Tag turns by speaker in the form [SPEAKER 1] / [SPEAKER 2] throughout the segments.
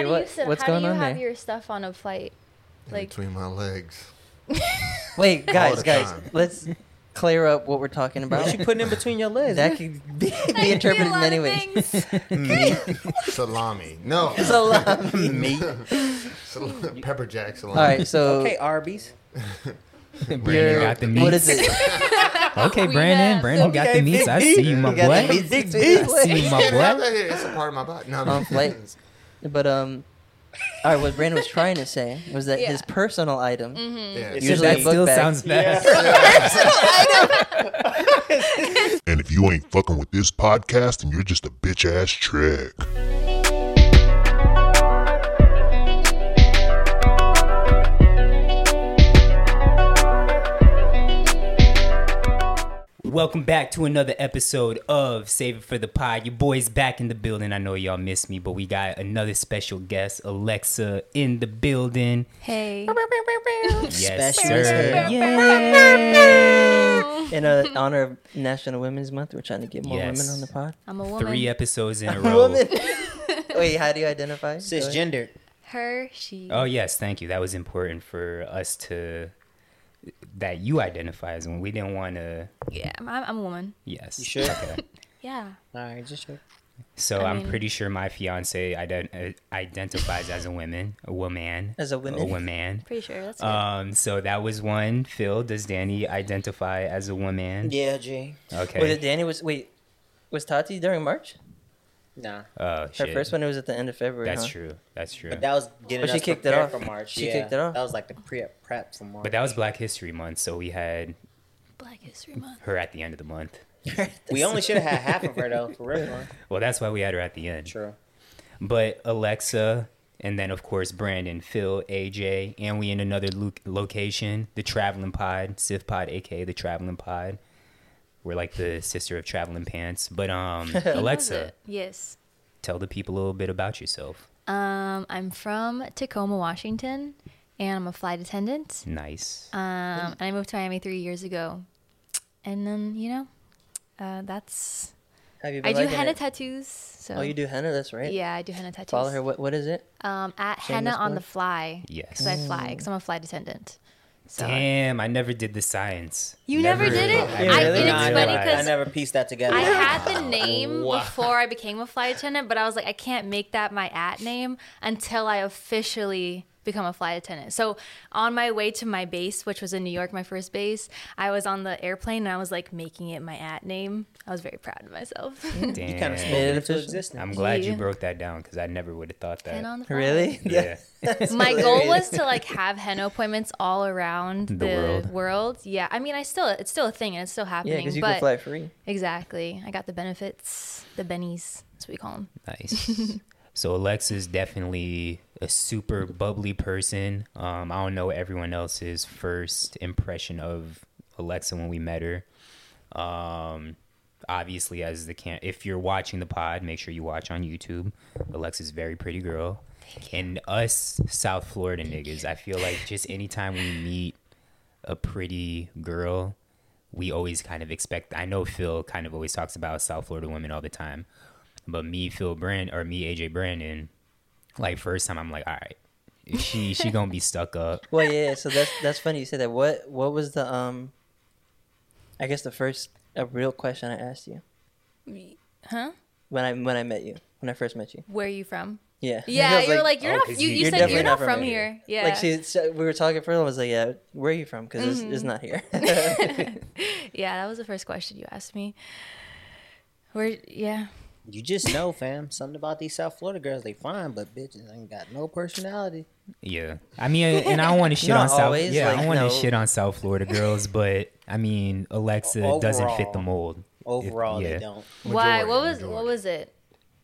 [SPEAKER 1] do
[SPEAKER 2] what-
[SPEAKER 1] you sit?
[SPEAKER 2] what's
[SPEAKER 1] how
[SPEAKER 2] going
[SPEAKER 1] do you
[SPEAKER 2] on
[SPEAKER 1] have
[SPEAKER 2] there?
[SPEAKER 1] your stuff on a flight?
[SPEAKER 3] in
[SPEAKER 1] Like,
[SPEAKER 3] between my legs.
[SPEAKER 2] Wait, guys,
[SPEAKER 3] the
[SPEAKER 2] guys,
[SPEAKER 3] time.
[SPEAKER 2] let's clear up what we're talking about.
[SPEAKER 4] What you putting in between your legs?
[SPEAKER 2] that could be,
[SPEAKER 1] I
[SPEAKER 2] be
[SPEAKER 1] do
[SPEAKER 2] interpreted
[SPEAKER 1] a
[SPEAKER 2] in
[SPEAKER 1] lot
[SPEAKER 2] many
[SPEAKER 1] of
[SPEAKER 2] ways.
[SPEAKER 1] things.
[SPEAKER 5] Mm.
[SPEAKER 3] salami. No.
[SPEAKER 2] Salami.
[SPEAKER 3] Meat. Sal- pepper jack salami.
[SPEAKER 2] All right, so
[SPEAKER 4] okay, Arby's.
[SPEAKER 3] Brandon
[SPEAKER 5] got the meat.
[SPEAKER 2] what is it?
[SPEAKER 5] Okay,
[SPEAKER 1] We
[SPEAKER 5] Brandon.
[SPEAKER 1] got
[SPEAKER 5] Brandon got
[SPEAKER 4] Okay,
[SPEAKER 5] the meats. I
[SPEAKER 4] big
[SPEAKER 5] see you,
[SPEAKER 4] meat.
[SPEAKER 5] my
[SPEAKER 2] You got the
[SPEAKER 5] boy.
[SPEAKER 2] meats
[SPEAKER 4] Big
[SPEAKER 2] between
[SPEAKER 4] meat.
[SPEAKER 2] the
[SPEAKER 5] I see you,
[SPEAKER 2] legs.
[SPEAKER 5] my
[SPEAKER 3] Get it out
[SPEAKER 5] boy.
[SPEAKER 3] of here. It's a part of my body. No,
[SPEAKER 2] On plates. But um, all right. What Brandon was trying to say was that his
[SPEAKER 1] Yeah.
[SPEAKER 2] personal item.
[SPEAKER 3] Yeah.
[SPEAKER 4] It's
[SPEAKER 2] Usually
[SPEAKER 4] just
[SPEAKER 2] I book
[SPEAKER 5] That still
[SPEAKER 2] bag.
[SPEAKER 5] sounds bad.
[SPEAKER 6] And if you ain't fucking with this podcast, then you're just a bitch ass trick.
[SPEAKER 5] Welcome back to another episode of Save It for the Pod. Your boy's back in the building. I know y'all miss me, but we got another special guest, Alexa, in the building.
[SPEAKER 1] Hey.
[SPEAKER 5] Yes,
[SPEAKER 2] Special
[SPEAKER 5] sir.
[SPEAKER 2] guest. In uh, honor of National Women's Month, we're trying to get more
[SPEAKER 5] Yes.
[SPEAKER 2] women on the pod.
[SPEAKER 1] I'm a woman.
[SPEAKER 5] Three episodes in a row.
[SPEAKER 2] Wait, how do you identify? Go ahead.
[SPEAKER 4] Cisgendered.
[SPEAKER 1] Her, she.
[SPEAKER 5] Oh, yes, thank you. That was important for us to that you identify as one. We didn't want to.
[SPEAKER 1] Yeah, I'm, I'm I'm a woman.
[SPEAKER 5] Yes.
[SPEAKER 4] You sure?
[SPEAKER 5] Okay.
[SPEAKER 1] Yeah.
[SPEAKER 4] All right, just sure.
[SPEAKER 5] So
[SPEAKER 1] I
[SPEAKER 5] I am
[SPEAKER 1] mean-
[SPEAKER 5] pretty sure my fiance ident- uh, identifies as a woman, a woman,
[SPEAKER 2] As a
[SPEAKER 5] a
[SPEAKER 2] woman.
[SPEAKER 5] woman.
[SPEAKER 1] Pretty sure. That's right.
[SPEAKER 5] Um, so that was one. Phil, does Danny identify as a woman?
[SPEAKER 4] Yeah, Jay.
[SPEAKER 5] Okay.
[SPEAKER 2] Wait, Danny was wait. Was Tati during March?
[SPEAKER 4] Nah,
[SPEAKER 5] oh,
[SPEAKER 2] Her
[SPEAKER 5] shit.
[SPEAKER 2] first one it was at the end of February.
[SPEAKER 5] That's
[SPEAKER 2] huh?
[SPEAKER 5] true. That's true.
[SPEAKER 4] but that was getting
[SPEAKER 2] But she
[SPEAKER 4] us
[SPEAKER 2] kicked it
[SPEAKER 4] prepared
[SPEAKER 2] off.
[SPEAKER 4] for March.
[SPEAKER 2] She
[SPEAKER 4] yeah.
[SPEAKER 2] kicked it off.
[SPEAKER 4] That was like the pre prep for March.
[SPEAKER 5] But that was Black History Month, so we had
[SPEAKER 1] Black History Month.
[SPEAKER 5] her at the end of the month.
[SPEAKER 4] we only should have had half of her though, for real. huh?
[SPEAKER 5] Well, that's why we had her at the end.
[SPEAKER 4] True.
[SPEAKER 5] But Alexa, and then of course Brandon, Phil, AJ, and we in another lo- location, the Traveling Pod, Civ Pod, aka the Traveling Pod. We're like the sister of Traveling Pants. But um,
[SPEAKER 1] He knows
[SPEAKER 5] Alexa,
[SPEAKER 1] it. Yes.
[SPEAKER 5] tell the people a little bit about yourself.
[SPEAKER 1] Um, I'm from Tacoma, Washington, and I'm a flight attendant.
[SPEAKER 5] Nice.
[SPEAKER 1] Um, and I moved to Miami three years ago, and then you know, uh, that's
[SPEAKER 2] Have you been
[SPEAKER 1] I do
[SPEAKER 2] liking
[SPEAKER 1] henna
[SPEAKER 2] it?
[SPEAKER 1] tattoos. So
[SPEAKER 2] Oh, you do henna. That's right.
[SPEAKER 1] Yeah, I do henna tattoos.
[SPEAKER 2] Follow her. What what is it?
[SPEAKER 1] Um, at
[SPEAKER 2] Shameless
[SPEAKER 1] henna on the
[SPEAKER 2] plug.
[SPEAKER 1] fly.
[SPEAKER 5] Yes.
[SPEAKER 1] Because I fly. Because I'm a flight attendant. So
[SPEAKER 5] Damn, I never did the science.
[SPEAKER 1] you never, did it.
[SPEAKER 5] I
[SPEAKER 1] I,
[SPEAKER 5] really
[SPEAKER 1] and
[SPEAKER 5] not. I
[SPEAKER 1] it's funny
[SPEAKER 5] never-
[SPEAKER 1] because
[SPEAKER 4] I never pieced that together.
[SPEAKER 1] I had the name before I became a flight attendant, but I was like, I can't make that my at name until I officially become a flight attendant. So on my way to my base, which was in New York, my first base, I was on the airplane and I was like making it my at name. I was very proud of myself.
[SPEAKER 5] Damn.
[SPEAKER 4] you kind of spoke it into
[SPEAKER 2] official.
[SPEAKER 4] existence.
[SPEAKER 5] I'm glad you
[SPEAKER 1] Yeah.
[SPEAKER 5] broke that down because I never would have thought that.
[SPEAKER 1] And on the fly.
[SPEAKER 2] Really?
[SPEAKER 5] yeah.
[SPEAKER 1] My goal was to like have henna appointments all around the,
[SPEAKER 5] world.
[SPEAKER 1] world. Yeah, I mean, I still it's still a thing and it's still
[SPEAKER 2] Yeah,
[SPEAKER 1] happening.
[SPEAKER 2] because you
[SPEAKER 1] but
[SPEAKER 2] can fly free.
[SPEAKER 1] exactly, I got the benefits, the bennies. That's what we call them.
[SPEAKER 5] Nice. so Alexa's definitely a super bubbly person. Um, I don't know everyone else's first impression of Alexa when we met her. Um, obviously, as the can, if you're watching the pod, make sure you watch on YouTube. Alexa's a very pretty girl, and us South Florida niggas, I feel like just anytime we meet a pretty girl, we always kind of expect. I know Phil kind of always talks about South Florida women all the time, but me, Phil Brand, or me, AJ Brandon, like first time, I'm like, all right, she she gonna be stuck up.
[SPEAKER 2] Well, yeah. yeah, So that's that's funny you said that. What what was the um? I guess the first a real question I asked you
[SPEAKER 1] Huh?
[SPEAKER 2] when I when I met you when I first met you.
[SPEAKER 1] Where are you from?
[SPEAKER 2] Yeah. I
[SPEAKER 1] Yeah,
[SPEAKER 2] was
[SPEAKER 1] you were
[SPEAKER 2] like-
[SPEAKER 1] like, you're
[SPEAKER 5] "Oh,
[SPEAKER 1] not.
[SPEAKER 5] 'cause
[SPEAKER 1] You,
[SPEAKER 5] you-
[SPEAKER 1] you
[SPEAKER 5] you're
[SPEAKER 1] said you're
[SPEAKER 2] definitely
[SPEAKER 1] not
[SPEAKER 2] not
[SPEAKER 1] from
[SPEAKER 2] from
[SPEAKER 1] here. Yeah.
[SPEAKER 2] Like she, so we were talking for a little, I was like, "Yeah, where are you from?" Because
[SPEAKER 1] Mm-hmm.
[SPEAKER 2] it's, it's not here.
[SPEAKER 1] yeah, that was the first question you asked me. Where? Yeah.
[SPEAKER 4] You just know, fam. Something about these South Florida girls, they fine, but bitches ain't got no personality.
[SPEAKER 5] Yeah, I mean, and I don't want to shit
[SPEAKER 2] Not
[SPEAKER 5] on South.
[SPEAKER 2] always,
[SPEAKER 5] yeah, I
[SPEAKER 2] like,
[SPEAKER 5] don't want to
[SPEAKER 2] no.
[SPEAKER 5] shit on South Florida girls, but I mean, Alexa doesn't fit the
[SPEAKER 4] Overall.
[SPEAKER 5] mold.
[SPEAKER 4] Overall,
[SPEAKER 5] yeah.
[SPEAKER 4] they don't.
[SPEAKER 1] Why?
[SPEAKER 3] Majority,
[SPEAKER 1] What was? What
[SPEAKER 3] majority.
[SPEAKER 1] was it?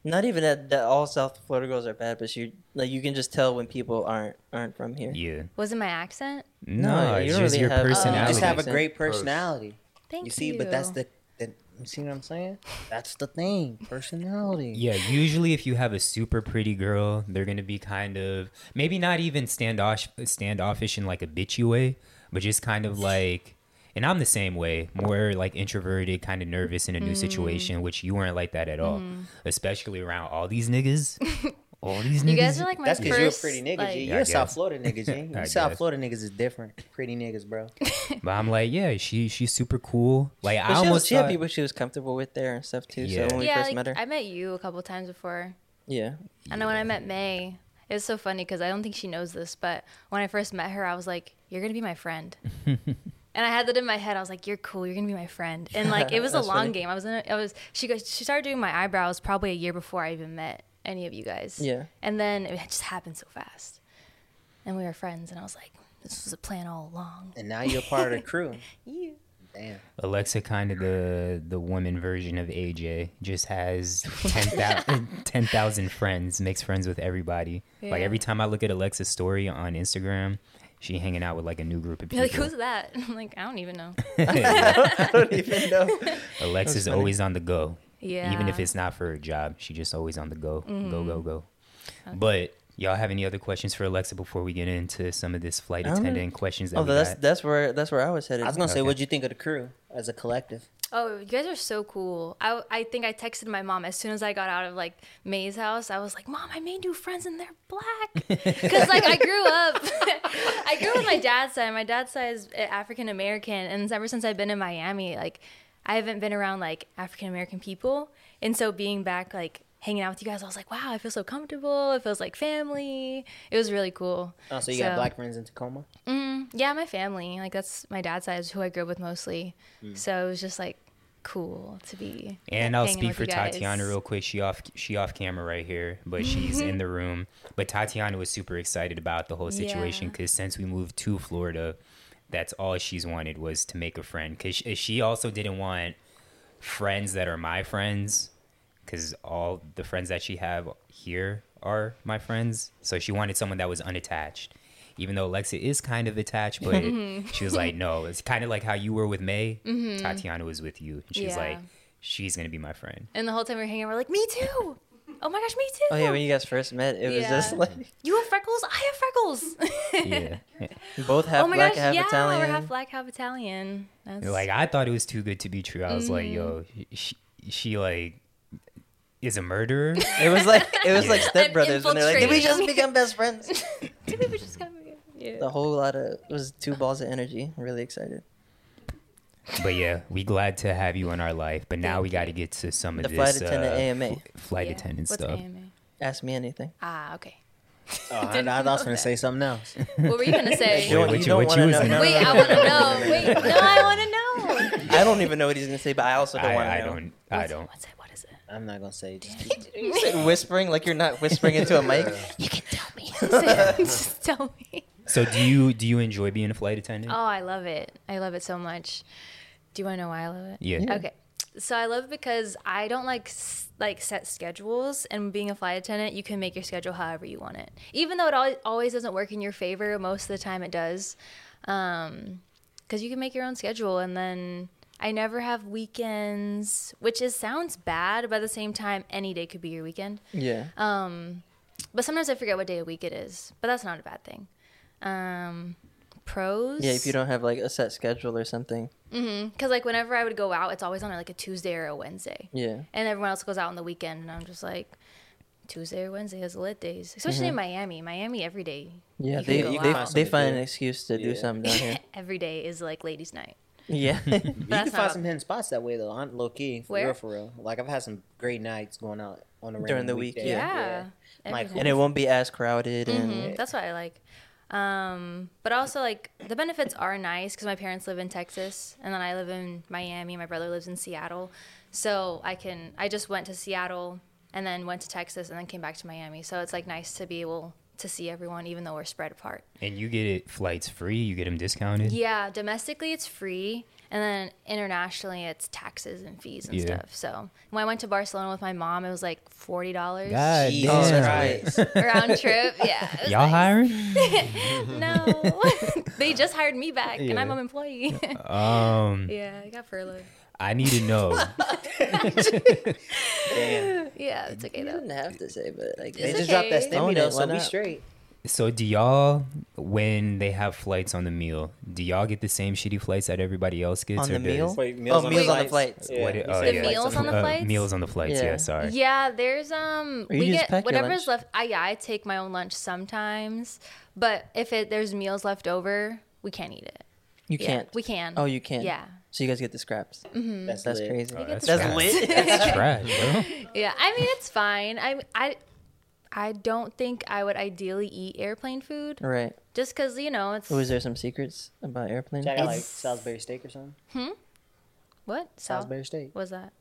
[SPEAKER 2] not even that, that all South Florida girls are bad, but you like you can just tell when people aren't aren't from here.
[SPEAKER 5] Yeah,
[SPEAKER 1] Was it my accent?
[SPEAKER 5] no,
[SPEAKER 2] you
[SPEAKER 5] it's
[SPEAKER 2] don't
[SPEAKER 5] just
[SPEAKER 2] really
[SPEAKER 5] your
[SPEAKER 2] have- Oh.
[SPEAKER 4] You
[SPEAKER 5] personality.
[SPEAKER 4] just have a
[SPEAKER 2] Makes
[SPEAKER 4] great personality.
[SPEAKER 1] Thank you.
[SPEAKER 4] You see, but that's the, the. You see what I'm saying? That's the thing. Personality.
[SPEAKER 5] Yeah, usually if you have a super pretty girl, they're gonna be kind of maybe not even standoff standoffish in like a bitchy way, but just kind of like. And I'm the same way, more like introverted, kind of
[SPEAKER 1] Mm. Mm-hmm.
[SPEAKER 5] nervous in a new situation, which you weren't like that at all, especially around all these niggas. all these niggas.
[SPEAKER 1] You guys are like my
[SPEAKER 4] That's
[SPEAKER 1] first.
[SPEAKER 4] because you're a pretty nigga,
[SPEAKER 1] like-
[SPEAKER 4] G.
[SPEAKER 5] Yeah, I
[SPEAKER 4] You're a South
[SPEAKER 5] guess.
[SPEAKER 4] Florida nigga, G.
[SPEAKER 5] I
[SPEAKER 4] You South
[SPEAKER 5] guess.
[SPEAKER 4] Florida niggas is different. Pretty niggas, bro.
[SPEAKER 5] but I'm like, yeah, she she's super cool. Like
[SPEAKER 2] But
[SPEAKER 5] I
[SPEAKER 2] she, was,
[SPEAKER 5] almost
[SPEAKER 2] she had
[SPEAKER 5] thought-
[SPEAKER 2] people she was comfortable with there and stuff too.
[SPEAKER 5] Yeah.
[SPEAKER 2] So when we
[SPEAKER 1] yeah,
[SPEAKER 2] first
[SPEAKER 1] like,
[SPEAKER 2] met her,
[SPEAKER 1] I met you a couple times before.
[SPEAKER 2] yeah,
[SPEAKER 1] And then when I met May, it was so funny because I don't think she knows this, but when I first met her, I was like, "You're gonna be my friend." And I had that in my head. I was like, "You're cool. You're gonna be my friend." And like, it was a
[SPEAKER 2] That's
[SPEAKER 1] long
[SPEAKER 2] funny.
[SPEAKER 1] game. I was in. A, I was. She goes. She started doing my eyebrows probably a year before I even met any of you guys.
[SPEAKER 2] Yeah.
[SPEAKER 1] And then it just happened so fast, and we were friends. And I was like, "This was a plan all along."
[SPEAKER 4] And now you're part of the crew.
[SPEAKER 1] Yeah.
[SPEAKER 4] Damn.
[SPEAKER 5] Alexa kind of the the woman version of AJ just has 10,000 10,000 friends, makes friends with everybody. Like
[SPEAKER 1] Yeah.
[SPEAKER 5] every time I look at Alexa's story on Instagram, she hanging out with like a new group of
[SPEAKER 1] You're
[SPEAKER 5] people.
[SPEAKER 1] like, "Who's that?" I'm like, "I don't even know."
[SPEAKER 2] I don't even know.
[SPEAKER 5] Alexa's
[SPEAKER 2] funny.
[SPEAKER 5] always on the go.
[SPEAKER 1] Yeah. Mm-hmm.
[SPEAKER 5] Even if it's not for a job, she just always on the go. Go go go. But y'all have any other questions for Alexa before we get into some of this flight
[SPEAKER 2] I don't-
[SPEAKER 5] attendant questions that
[SPEAKER 2] Oh,
[SPEAKER 5] we
[SPEAKER 2] that's
[SPEAKER 5] got?
[SPEAKER 2] that's where that's where I was headed.
[SPEAKER 4] I was gonna say,
[SPEAKER 5] Okay.
[SPEAKER 4] what'd you think of the crew as a collective?
[SPEAKER 1] Oh, you guys are so cool. I, I think I texted my mom as soon as I got out of like May's house. I was like, Mom, I made new friends and they're black. Because like I grew up, I grew up with my dad's side. My dad's side is eh, African American. And ever since I've been in Miami, like I haven't been around like African American people. And so being back, like hanging out with you guys, I was like, wow, I feel so comfortable. It feels like family. It was really cool.
[SPEAKER 4] Oh, so you got black friends in Tacoma?
[SPEAKER 1] Yeah, my family. Like that's my dad's side is who I grew up with mostly. So it was just like cool to be.
[SPEAKER 5] And I'll
[SPEAKER 1] hanging
[SPEAKER 5] speak
[SPEAKER 1] with
[SPEAKER 5] for
[SPEAKER 1] you guys.
[SPEAKER 5] Tatiana real quick. She off she off camera right here, but she's in the room. But Tatiana was super excited about the whole situation
[SPEAKER 1] Yeah.
[SPEAKER 5] because since we moved to Florida, that's all she's wanted was to make a friend. Because she, she also didn't want friends that are my friends, because all the friends that she have here are my friends. So she wanted someone that was unattached. Even though Alexa is kind of attached, but
[SPEAKER 1] Mm-hmm.
[SPEAKER 5] she was like, no, it's kind of like how you were with May. Tatiana was with you. And she's
[SPEAKER 1] Yeah.
[SPEAKER 5] like, she's going to be my friend.
[SPEAKER 1] And the whole time we were hanging, out, we're like, me too. Oh my gosh, me too.
[SPEAKER 2] Oh yeah, when you guys first met, it was
[SPEAKER 1] Yeah.
[SPEAKER 2] just like
[SPEAKER 1] you have freckles. I have freckles.
[SPEAKER 5] Yeah.
[SPEAKER 2] both half
[SPEAKER 1] oh my
[SPEAKER 2] black,
[SPEAKER 1] gosh,
[SPEAKER 2] half
[SPEAKER 1] yeah,
[SPEAKER 2] Italian.
[SPEAKER 1] we're half black, half Italian. That's
[SPEAKER 5] like I thought it was too good to be true. I was like, yo,
[SPEAKER 1] Mm-hmm.
[SPEAKER 5] she, she like is a murderer.
[SPEAKER 2] It was like it was like
[SPEAKER 1] Yeah.
[SPEAKER 2] stepbrothers when they're like, did we just
[SPEAKER 1] Infiltrated.
[SPEAKER 2] become best friends?
[SPEAKER 1] two people just kind of yeah.
[SPEAKER 2] The whole lot of it was two balls of energy. I'm really excited.
[SPEAKER 5] but yeah, we glad to have you in our life. But now we got to get to some of
[SPEAKER 2] The
[SPEAKER 5] this
[SPEAKER 2] flight attendant
[SPEAKER 5] uh,
[SPEAKER 2] AMA.
[SPEAKER 5] flight
[SPEAKER 1] Yeah.
[SPEAKER 5] attendant
[SPEAKER 1] What's
[SPEAKER 5] stuff.
[SPEAKER 1] AMA?
[SPEAKER 2] Ask me anything.
[SPEAKER 1] Ah, okay.
[SPEAKER 4] Oh, I, I, was gonna say something else.
[SPEAKER 1] What were you gonna say?
[SPEAKER 5] Wait,
[SPEAKER 2] don't-
[SPEAKER 5] what
[SPEAKER 2] you
[SPEAKER 5] you-
[SPEAKER 2] don't
[SPEAKER 5] what
[SPEAKER 2] wanna
[SPEAKER 5] you was
[SPEAKER 2] know.
[SPEAKER 5] in-
[SPEAKER 2] No,
[SPEAKER 1] Wait,
[SPEAKER 2] no,
[SPEAKER 1] I
[SPEAKER 2] no.
[SPEAKER 1] want to know. Wait, no, I want to know.
[SPEAKER 2] I don't even know what he's gonna say, but I also don't
[SPEAKER 5] I,
[SPEAKER 2] want to
[SPEAKER 5] I
[SPEAKER 2] know.
[SPEAKER 5] don't. I don't.
[SPEAKER 1] What's it? What is it?
[SPEAKER 4] I'm not gonna say. Just
[SPEAKER 2] You said whispering like you're not whispering into a mic.
[SPEAKER 1] You can tell me. just tell me.
[SPEAKER 5] So do you do you enjoy being a flight attendant?
[SPEAKER 1] Oh, I love it. I love it so much. Do you want to know why I love it?
[SPEAKER 5] yeah.
[SPEAKER 1] Okay. So I love it because I don't like s- like set schedules, and being a flight attendant, you can make your schedule however you want it. Even though it al- always doesn't work in your favor, most of the time it does, because you can make your own schedule. And then I never have weekends, which is sounds bad, but at the same time, any day could be your weekend.
[SPEAKER 2] Yeah.
[SPEAKER 1] Oh, But sometimes I forget what day of week it is, but that's not a bad thing. Um, pros.
[SPEAKER 2] yeah, if you don't have like a set schedule or something.
[SPEAKER 1] Because like whenever I would go out, it's always on like a Tuesday or a Wednesday.
[SPEAKER 2] Yeah.
[SPEAKER 1] And everyone else goes out on the weekend, and I'm just like, Tuesday or Wednesday is lit days, especially in Miami. Miami every day,
[SPEAKER 2] Yeah,
[SPEAKER 1] You
[SPEAKER 2] they
[SPEAKER 1] can
[SPEAKER 2] they,
[SPEAKER 1] go
[SPEAKER 2] they,
[SPEAKER 1] out.
[SPEAKER 2] they find an excuse to do
[SPEAKER 4] Yeah.
[SPEAKER 2] something down here.
[SPEAKER 1] every day is like ladies' night.
[SPEAKER 2] Yeah.
[SPEAKER 4] you can
[SPEAKER 1] that's
[SPEAKER 4] find
[SPEAKER 1] not-
[SPEAKER 4] some hidden spots that way though. On low key, for
[SPEAKER 1] Where?
[SPEAKER 4] real, for real. Like I've had some great nights going out on a
[SPEAKER 2] During
[SPEAKER 4] random
[SPEAKER 2] the week,
[SPEAKER 4] weekday.
[SPEAKER 2] yeah.
[SPEAKER 1] Every
[SPEAKER 4] Like,
[SPEAKER 1] night.
[SPEAKER 2] and it won't be as crowded and
[SPEAKER 1] Mhm. That's what I like. Um, but also like the benefits are nice because my parents live in Texas and then I live in Miami. My brother lives in Seattle, so I can. I just went to Seattle and then went to Texas and then came back to Miami. So it's like nice to be able to see everyone, even though we're spread apart.
[SPEAKER 5] And you get it flights free. You get them discounted.
[SPEAKER 1] Yeah, domestically it's free, and then internationally it's taxes and fees and
[SPEAKER 5] Yeah.
[SPEAKER 1] stuff. So when I went to Barcelona with my mom, it was like forty dollars
[SPEAKER 5] God
[SPEAKER 4] Jesus
[SPEAKER 5] damn.
[SPEAKER 4] Christ.
[SPEAKER 1] round trip. Yeah, it was
[SPEAKER 5] Y'all hiring?
[SPEAKER 1] no, they just hired me back, and I'm
[SPEAKER 5] Yeah.
[SPEAKER 1] an employee.
[SPEAKER 5] Um,
[SPEAKER 1] yeah, I got furloughed.
[SPEAKER 5] I need to know.
[SPEAKER 4] Damn.
[SPEAKER 1] Yeah, it's okay
[SPEAKER 2] you
[SPEAKER 1] though.
[SPEAKER 2] didn't have to say, but like
[SPEAKER 4] They
[SPEAKER 1] It's
[SPEAKER 4] just dropped that
[SPEAKER 1] okay.
[SPEAKER 4] stimmy
[SPEAKER 2] Own
[SPEAKER 4] though,
[SPEAKER 2] it,
[SPEAKER 4] so
[SPEAKER 2] why
[SPEAKER 4] we
[SPEAKER 2] not?
[SPEAKER 4] straight.
[SPEAKER 5] So do y'all when they have flights on the meal? Do y'all get the same shitty flights that everybody else gets?
[SPEAKER 2] on
[SPEAKER 5] or
[SPEAKER 2] the meal?
[SPEAKER 5] does-
[SPEAKER 4] Wait,
[SPEAKER 2] oh, meals on the flights.
[SPEAKER 4] Yeah.
[SPEAKER 5] What it-
[SPEAKER 4] you
[SPEAKER 5] oh,
[SPEAKER 4] said
[SPEAKER 5] yeah.
[SPEAKER 1] The meals on the
[SPEAKER 5] Uh,
[SPEAKER 1] flights?
[SPEAKER 5] meals on the flights. Yeah,
[SPEAKER 2] Yeah.
[SPEAKER 5] sorry.
[SPEAKER 1] Yeah, there's um
[SPEAKER 2] Or you
[SPEAKER 1] we
[SPEAKER 2] just
[SPEAKER 1] get
[SPEAKER 2] pack your
[SPEAKER 1] whatever's
[SPEAKER 2] lunch.
[SPEAKER 1] left. I yeah, I take my own lunch sometimes, but if it there's meals left over, we can't eat it.
[SPEAKER 2] You
[SPEAKER 1] Yeah,
[SPEAKER 2] can't.
[SPEAKER 1] we can.
[SPEAKER 2] Oh, you can't.
[SPEAKER 1] Yeah. Mm-hmm.
[SPEAKER 2] So you guys get the scraps.
[SPEAKER 4] That's,
[SPEAKER 2] That's
[SPEAKER 4] lit.
[SPEAKER 2] crazy.
[SPEAKER 5] that's
[SPEAKER 2] that's
[SPEAKER 5] trash.
[SPEAKER 2] lit.
[SPEAKER 5] That's trash, bro.
[SPEAKER 1] Yeah, I mean it's fine. I I I don't think I would ideally eat airplane food
[SPEAKER 2] right.
[SPEAKER 1] just because you know it's
[SPEAKER 2] Oh, is there some secrets about airplanes?
[SPEAKER 4] Y'all got like
[SPEAKER 1] It's- Oh.
[SPEAKER 4] Salisbury steak or something?
[SPEAKER 1] what Sal-
[SPEAKER 4] Salisbury steak.
[SPEAKER 1] Was that?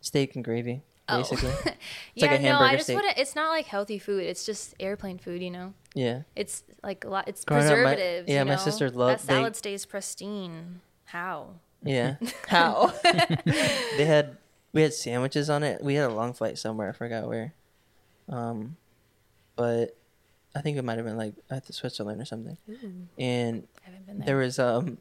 [SPEAKER 2] Steak and gravy,
[SPEAKER 1] Oh.
[SPEAKER 2] basically.
[SPEAKER 1] yeah,
[SPEAKER 2] like a
[SPEAKER 1] no, I
[SPEAKER 2] hamburger
[SPEAKER 1] just
[SPEAKER 2] steak.
[SPEAKER 1] wouldn't. It's not like healthy food. It's just airplane food, you know.
[SPEAKER 2] yeah.
[SPEAKER 1] It's like a lot. It's
[SPEAKER 2] Growing up, my-
[SPEAKER 1] preservatives.
[SPEAKER 2] yeah,
[SPEAKER 1] you
[SPEAKER 2] my
[SPEAKER 1] know?
[SPEAKER 2] sister loved-
[SPEAKER 1] that
[SPEAKER 2] they-
[SPEAKER 1] salad stays pristine. How?
[SPEAKER 2] Yeah. How? they had we had sandwiches on it. We had a long flight somewhere. I forgot where. Um, but I think it might have been like at the Switzerland or something. And
[SPEAKER 1] I haven't been there.
[SPEAKER 2] there was um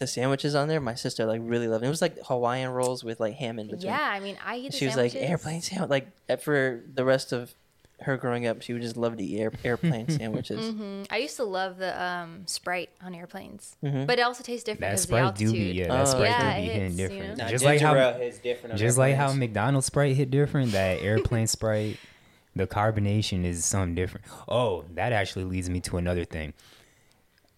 [SPEAKER 2] the sandwiches on there. My sister like really loved it. It was like Hawaiian rolls with like ham in between.
[SPEAKER 1] Yeah, I mean, I eat. The
[SPEAKER 2] She was like
[SPEAKER 1] sandwiches.
[SPEAKER 2] airplane sandwich. Like at- for the rest of her growing up, she would just love to eat air- airplane sandwiches.
[SPEAKER 1] Mm, I used to love the um, Sprite on airplanes, but it also tastes different
[SPEAKER 5] That
[SPEAKER 1] because the
[SPEAKER 5] Sprite
[SPEAKER 1] altitude.
[SPEAKER 5] do be yeah. That
[SPEAKER 2] Mm-hmm. Oh.
[SPEAKER 5] Sprite
[SPEAKER 1] Yeah,
[SPEAKER 5] do be
[SPEAKER 1] it
[SPEAKER 5] hitting
[SPEAKER 1] hits, you
[SPEAKER 5] different.
[SPEAKER 1] know?
[SPEAKER 4] Nah,
[SPEAKER 5] Just like
[SPEAKER 4] ginger
[SPEAKER 5] how
[SPEAKER 4] ale hits different on
[SPEAKER 5] just like how
[SPEAKER 4] airplanes.
[SPEAKER 5] McDonald's Sprite hit different. That airplane Sprite, the carbonation is something different. Oh, that actually leads me to another thing.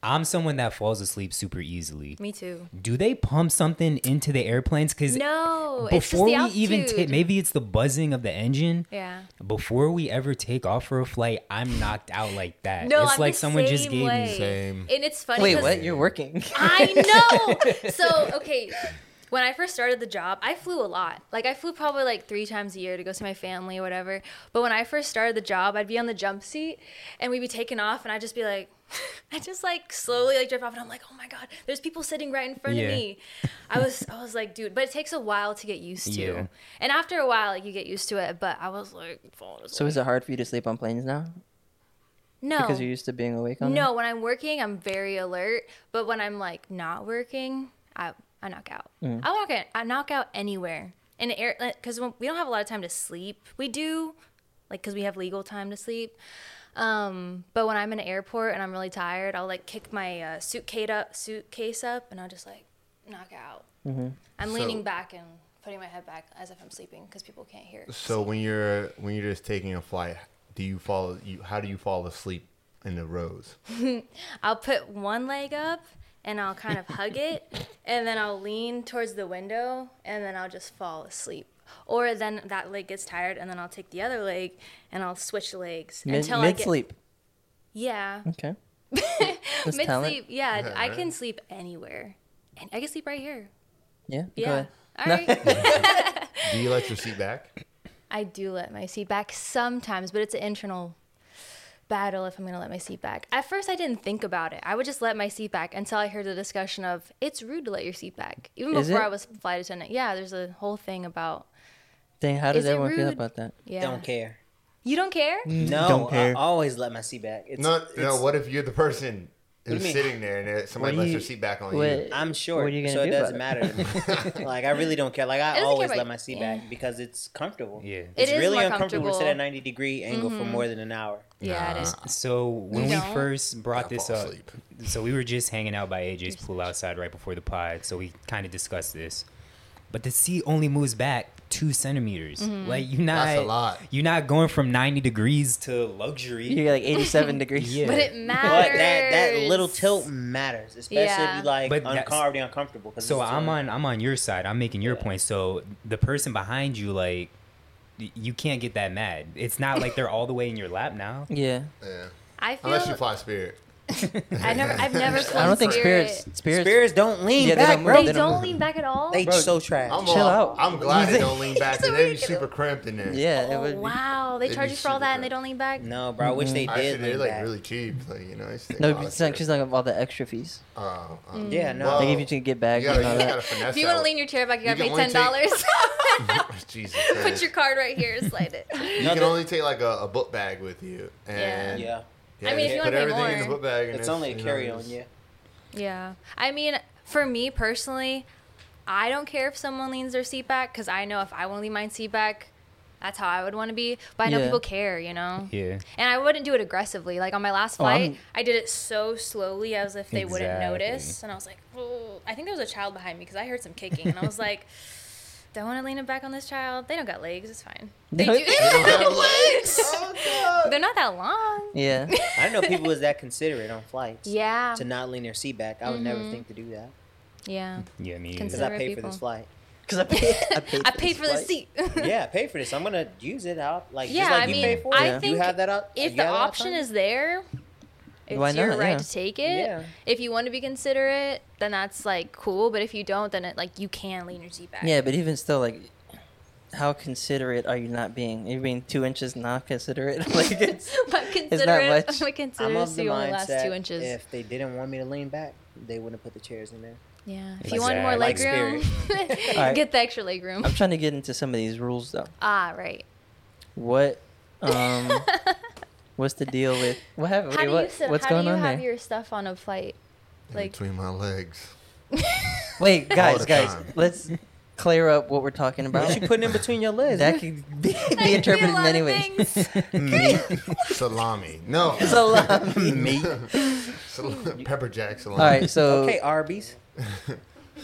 [SPEAKER 5] I'm someone that falls asleep super easily.
[SPEAKER 1] Me too.
[SPEAKER 5] Do they pump something into the airplanes? Because
[SPEAKER 1] No, it's just
[SPEAKER 5] before
[SPEAKER 1] the
[SPEAKER 5] we even
[SPEAKER 1] altitude.
[SPEAKER 5] take, maybe it's the buzzing of the engine.
[SPEAKER 1] yeah.
[SPEAKER 5] Before we ever take off for a flight, I'm knocked out like that.
[SPEAKER 1] No,
[SPEAKER 5] it's
[SPEAKER 1] I'm
[SPEAKER 5] like
[SPEAKER 1] the
[SPEAKER 5] someone just
[SPEAKER 1] same
[SPEAKER 5] gave
[SPEAKER 1] way.
[SPEAKER 5] me.
[SPEAKER 3] Same.
[SPEAKER 1] And it's funny.
[SPEAKER 2] Wait,
[SPEAKER 1] 'cause-
[SPEAKER 2] what? You're working?
[SPEAKER 1] I know. So okay, when I first started the job, I flew a lot. Like I flew probably like three times a year to go see my family or whatever. But when I first started the job, I'd be on the jump seat and we'd be taking off, and I'd just be like. I just like slowly like drift off and I'm like, oh my god, there's people sitting right in front
[SPEAKER 5] Yeah.
[SPEAKER 1] of me. I was I was like, dude, but it takes a while to get used to.
[SPEAKER 5] Yeah.
[SPEAKER 1] And after a while, like you get used to it. But I was like, falling asleep.
[SPEAKER 2] so is it hard for you to sleep on planes now
[SPEAKER 1] no,
[SPEAKER 2] because you're used to being awake on?
[SPEAKER 1] no, when I'm working, I'm very alert. But when I'm like not working, I I knock out. I walk in, I knock out anywhere in the air because we don't have a lot of time to sleep. We do, like, because we have legal time to sleep. Um, but when I'm in an airport and I'm really tired, I'll like kick my uh, suitcase up, suitcase up, and I'll just like knock out. I'm leaning back and putting my head back as if I'm sleeping because people can't hear.
[SPEAKER 3] So when you're when you're just taking a flight, do you fall? You how do you fall asleep in the rows?
[SPEAKER 1] I'll put one leg up and I'll kind of hug it, and then I'll lean towards the window, and then I'll just fall asleep. Or then that leg gets tired, and then I'll take the other leg and I'll switch legs
[SPEAKER 2] Mid
[SPEAKER 1] until I
[SPEAKER 2] mid
[SPEAKER 1] get
[SPEAKER 2] sleep.
[SPEAKER 1] yeah
[SPEAKER 2] Okay. That's
[SPEAKER 1] mid
[SPEAKER 2] talent.
[SPEAKER 1] sleep. Yeah, I can sleep anywhere, and I can sleep right here.
[SPEAKER 2] Yeah. go
[SPEAKER 1] Yeah,
[SPEAKER 2] ahead.
[SPEAKER 1] all right.
[SPEAKER 3] Do you let your seat back?
[SPEAKER 1] I do let my seat back sometimes, but it's an internal battle if I'm going to let my seat back. At first, I didn't think about it. I would just let my seat back until I heard the discussion of it's rude to let your seat back, even
[SPEAKER 2] Is
[SPEAKER 1] before
[SPEAKER 2] it?
[SPEAKER 1] I was flight attendant. Yeah, there's a whole thing about
[SPEAKER 2] Dang, how does
[SPEAKER 1] Is it
[SPEAKER 2] everyone feel
[SPEAKER 1] rude?
[SPEAKER 2] about that?
[SPEAKER 1] yeah.
[SPEAKER 4] Don't care.
[SPEAKER 1] You don't care?
[SPEAKER 4] No,
[SPEAKER 2] Don't
[SPEAKER 4] I
[SPEAKER 2] care.
[SPEAKER 4] always let my seat back. It's,
[SPEAKER 3] No, no.
[SPEAKER 4] it's-
[SPEAKER 3] What if you're the person who's
[SPEAKER 4] mean?
[SPEAKER 3] sitting there and there- somebody
[SPEAKER 2] What do
[SPEAKER 3] lets
[SPEAKER 2] you-
[SPEAKER 3] their seat back on
[SPEAKER 2] What-
[SPEAKER 4] I'm short,
[SPEAKER 2] What are you gonna
[SPEAKER 4] so
[SPEAKER 2] do
[SPEAKER 4] it doesn't
[SPEAKER 2] about
[SPEAKER 4] matter. to me. like I really don't care. Like I
[SPEAKER 1] doesn't care
[SPEAKER 4] always
[SPEAKER 1] about-
[SPEAKER 4] let my seat
[SPEAKER 1] yeah.
[SPEAKER 4] back because it's comfortable.
[SPEAKER 5] Yeah. It
[SPEAKER 4] it's
[SPEAKER 1] is
[SPEAKER 4] really
[SPEAKER 1] more
[SPEAKER 4] uncomfortable to sit
[SPEAKER 1] comfortable. Mm-hmm.
[SPEAKER 4] at 90 degree angle for more than an hour.
[SPEAKER 1] Yeah, it
[SPEAKER 3] Nah.
[SPEAKER 1] is.
[SPEAKER 5] So when we
[SPEAKER 1] don't?
[SPEAKER 5] first brought
[SPEAKER 3] Yeah, I
[SPEAKER 5] this
[SPEAKER 3] fall
[SPEAKER 5] up,
[SPEAKER 3] asleep.
[SPEAKER 5] so we were just hanging out by AJ's pool outside right before the pod. So we kind of discussed this, but the seat only moves back two centimeters. Like you're not,
[SPEAKER 3] That's a lot.
[SPEAKER 5] you're not going from ninety degrees to luxury.
[SPEAKER 2] it? You're like 87 degrees.
[SPEAKER 5] Yeah.
[SPEAKER 1] But it
[SPEAKER 4] But
[SPEAKER 1] matters.
[SPEAKER 4] that that little tilt matters, especially if
[SPEAKER 1] Yeah.
[SPEAKER 4] you like
[SPEAKER 5] But
[SPEAKER 4] un-
[SPEAKER 5] that's-
[SPEAKER 4] already uncomfortable. 'cause
[SPEAKER 5] So
[SPEAKER 4] it's uh,
[SPEAKER 5] I'm
[SPEAKER 4] tilted.
[SPEAKER 5] on, I'm on your side. I'm making your point. So the person behind you, like, y- you can't get that mad. It's not like they're all the way in your lap now.
[SPEAKER 2] Yeah.
[SPEAKER 3] you. Yeah.
[SPEAKER 1] I feel.
[SPEAKER 3] Unless you fly Spirit.
[SPEAKER 1] I never. I've never.
[SPEAKER 2] I don't think
[SPEAKER 1] spirit.
[SPEAKER 2] spirits. Spirits.
[SPEAKER 4] Spirits don't lean
[SPEAKER 2] Yeah, they
[SPEAKER 4] back,
[SPEAKER 2] don't
[SPEAKER 4] bro.
[SPEAKER 2] move.
[SPEAKER 1] They don't lean back at all.
[SPEAKER 4] They so trash.
[SPEAKER 3] I'm
[SPEAKER 2] Chill
[SPEAKER 3] all,
[SPEAKER 2] out.
[SPEAKER 3] I'm glad they don't lean back because they'd be super cramped in there.
[SPEAKER 2] Yeah. it
[SPEAKER 1] oh,
[SPEAKER 2] would be-
[SPEAKER 1] wow! They
[SPEAKER 3] They'd
[SPEAKER 1] charge
[SPEAKER 3] be
[SPEAKER 1] you for all
[SPEAKER 3] super
[SPEAKER 1] that, and they
[SPEAKER 3] good.
[SPEAKER 1] don't lean back.
[SPEAKER 4] No, bro. I wish they
[SPEAKER 3] Actually,
[SPEAKER 4] did
[SPEAKER 3] they're
[SPEAKER 4] lean
[SPEAKER 3] like
[SPEAKER 4] back.
[SPEAKER 3] really cheap. Like you know, it's
[SPEAKER 2] No, it'd be- it's not, she's talking about all the extra fees.
[SPEAKER 4] Yeah, no.
[SPEAKER 2] They give you to get back
[SPEAKER 3] uh, You gotta,
[SPEAKER 2] and all
[SPEAKER 3] you gotta
[SPEAKER 2] that.
[SPEAKER 3] finesse
[SPEAKER 1] Mm. If you want
[SPEAKER 3] out.
[SPEAKER 1] to lean your chair back, you gotta
[SPEAKER 3] You
[SPEAKER 1] pay
[SPEAKER 3] can
[SPEAKER 1] ten
[SPEAKER 3] only
[SPEAKER 1] dollars.
[SPEAKER 3] Jesus,
[SPEAKER 1] Put
[SPEAKER 3] Christ.
[SPEAKER 1] your card right here. Slide it.
[SPEAKER 3] you
[SPEAKER 4] No,
[SPEAKER 3] can
[SPEAKER 4] the-
[SPEAKER 3] only take like a, a book bag with you. And
[SPEAKER 4] Yeah,
[SPEAKER 3] yeah,
[SPEAKER 1] I mean, if
[SPEAKER 3] just
[SPEAKER 1] you
[SPEAKER 3] put
[SPEAKER 1] wanna pay
[SPEAKER 3] everything in the
[SPEAKER 1] more,
[SPEAKER 3] book bag, and
[SPEAKER 4] it's only a
[SPEAKER 3] you know,
[SPEAKER 4] carry on.
[SPEAKER 3] it's-
[SPEAKER 4] Yeah,
[SPEAKER 1] Yeah. I mean, for me personally, I don't care if someone leans their seat back because I know if I want to lean my seat back, That's how I would want to be. But I know
[SPEAKER 2] Yeah.
[SPEAKER 1] people care, you know?
[SPEAKER 5] Yeah.
[SPEAKER 1] And I wouldn't do it aggressively. Like on my last
[SPEAKER 2] Oh, I'm-
[SPEAKER 1] flight, I did it so slowly as if they wouldn't
[SPEAKER 5] Exactly.
[SPEAKER 1] notice. And I was like, oh, I think there was a child behind me because I heard some kicking. And I was like, don't want to lean it back on this child. They don't got legs. It's fine. They
[SPEAKER 2] don't-
[SPEAKER 1] do-
[SPEAKER 2] they
[SPEAKER 1] They're not that long.
[SPEAKER 2] Yeah.
[SPEAKER 4] I didn't know people was that considerate on flights.
[SPEAKER 1] Yeah.
[SPEAKER 4] To not lean their seat back, I would never think to do that
[SPEAKER 1] Yeah.
[SPEAKER 5] Yeah, me.
[SPEAKER 1] Consider-
[SPEAKER 4] because
[SPEAKER 1] Considerate
[SPEAKER 4] I paid for
[SPEAKER 1] people.
[SPEAKER 4] this flight.
[SPEAKER 2] Because I paid, I paid,
[SPEAKER 1] I paid for the
[SPEAKER 2] flight.
[SPEAKER 1] seat.
[SPEAKER 4] yeah, I paid for this. I'm gonna use it out. Like
[SPEAKER 1] Yeah,
[SPEAKER 4] just like
[SPEAKER 1] I
[SPEAKER 4] you
[SPEAKER 1] mean,
[SPEAKER 4] pay for it.
[SPEAKER 1] I
[SPEAKER 4] you
[SPEAKER 1] think
[SPEAKER 4] have that out.
[SPEAKER 1] if
[SPEAKER 4] you
[SPEAKER 1] the
[SPEAKER 4] have that
[SPEAKER 1] option
[SPEAKER 4] option?
[SPEAKER 1] is there, it's
[SPEAKER 2] Why
[SPEAKER 1] your
[SPEAKER 2] not?
[SPEAKER 1] right
[SPEAKER 2] Yeah.
[SPEAKER 1] to take it.
[SPEAKER 4] Yeah.
[SPEAKER 1] If you want to be considerate, then that's like cool. But if you don't, then it like you can lean your seat back.
[SPEAKER 2] Yeah, but even still, like, how considerate are you not being? You're being two inches not considerate. like, it's,
[SPEAKER 1] but
[SPEAKER 2] not
[SPEAKER 1] considerate,
[SPEAKER 2] much.
[SPEAKER 1] but
[SPEAKER 4] I'm of
[SPEAKER 1] consideracy
[SPEAKER 4] the
[SPEAKER 1] only lasts
[SPEAKER 4] mindset
[SPEAKER 1] two inches.
[SPEAKER 4] if they didn't want me to lean back, they wouldn't put the chairs in there.
[SPEAKER 1] yeah. If you want more
[SPEAKER 5] Exactly.
[SPEAKER 1] leg
[SPEAKER 4] Like
[SPEAKER 1] room,
[SPEAKER 2] Alright.
[SPEAKER 1] get the extra leg room.
[SPEAKER 2] I'm trying to get into some of these rules though.
[SPEAKER 1] Ah, right.
[SPEAKER 2] What, um, what's the deal with what happened?
[SPEAKER 1] How do
[SPEAKER 2] what,
[SPEAKER 1] you sit,
[SPEAKER 2] what's
[SPEAKER 1] how
[SPEAKER 2] going
[SPEAKER 1] do you
[SPEAKER 2] on
[SPEAKER 1] have
[SPEAKER 2] there?
[SPEAKER 1] your stuff on a flight? Like
[SPEAKER 3] between my legs.
[SPEAKER 2] Wait, guys,
[SPEAKER 3] the
[SPEAKER 2] guys,
[SPEAKER 3] time.
[SPEAKER 2] let's clear up what we're talking about.
[SPEAKER 4] What you putting in between your legs?
[SPEAKER 2] that could be, be
[SPEAKER 1] I feel a
[SPEAKER 2] interpreted in
[SPEAKER 1] lot
[SPEAKER 2] many
[SPEAKER 1] of
[SPEAKER 2] ways.
[SPEAKER 1] things.
[SPEAKER 3] salami. No.
[SPEAKER 2] Salami. meat.
[SPEAKER 3] Sal- pepper jack
[SPEAKER 2] All
[SPEAKER 3] salami.
[SPEAKER 2] right, so
[SPEAKER 4] okay, Arby's.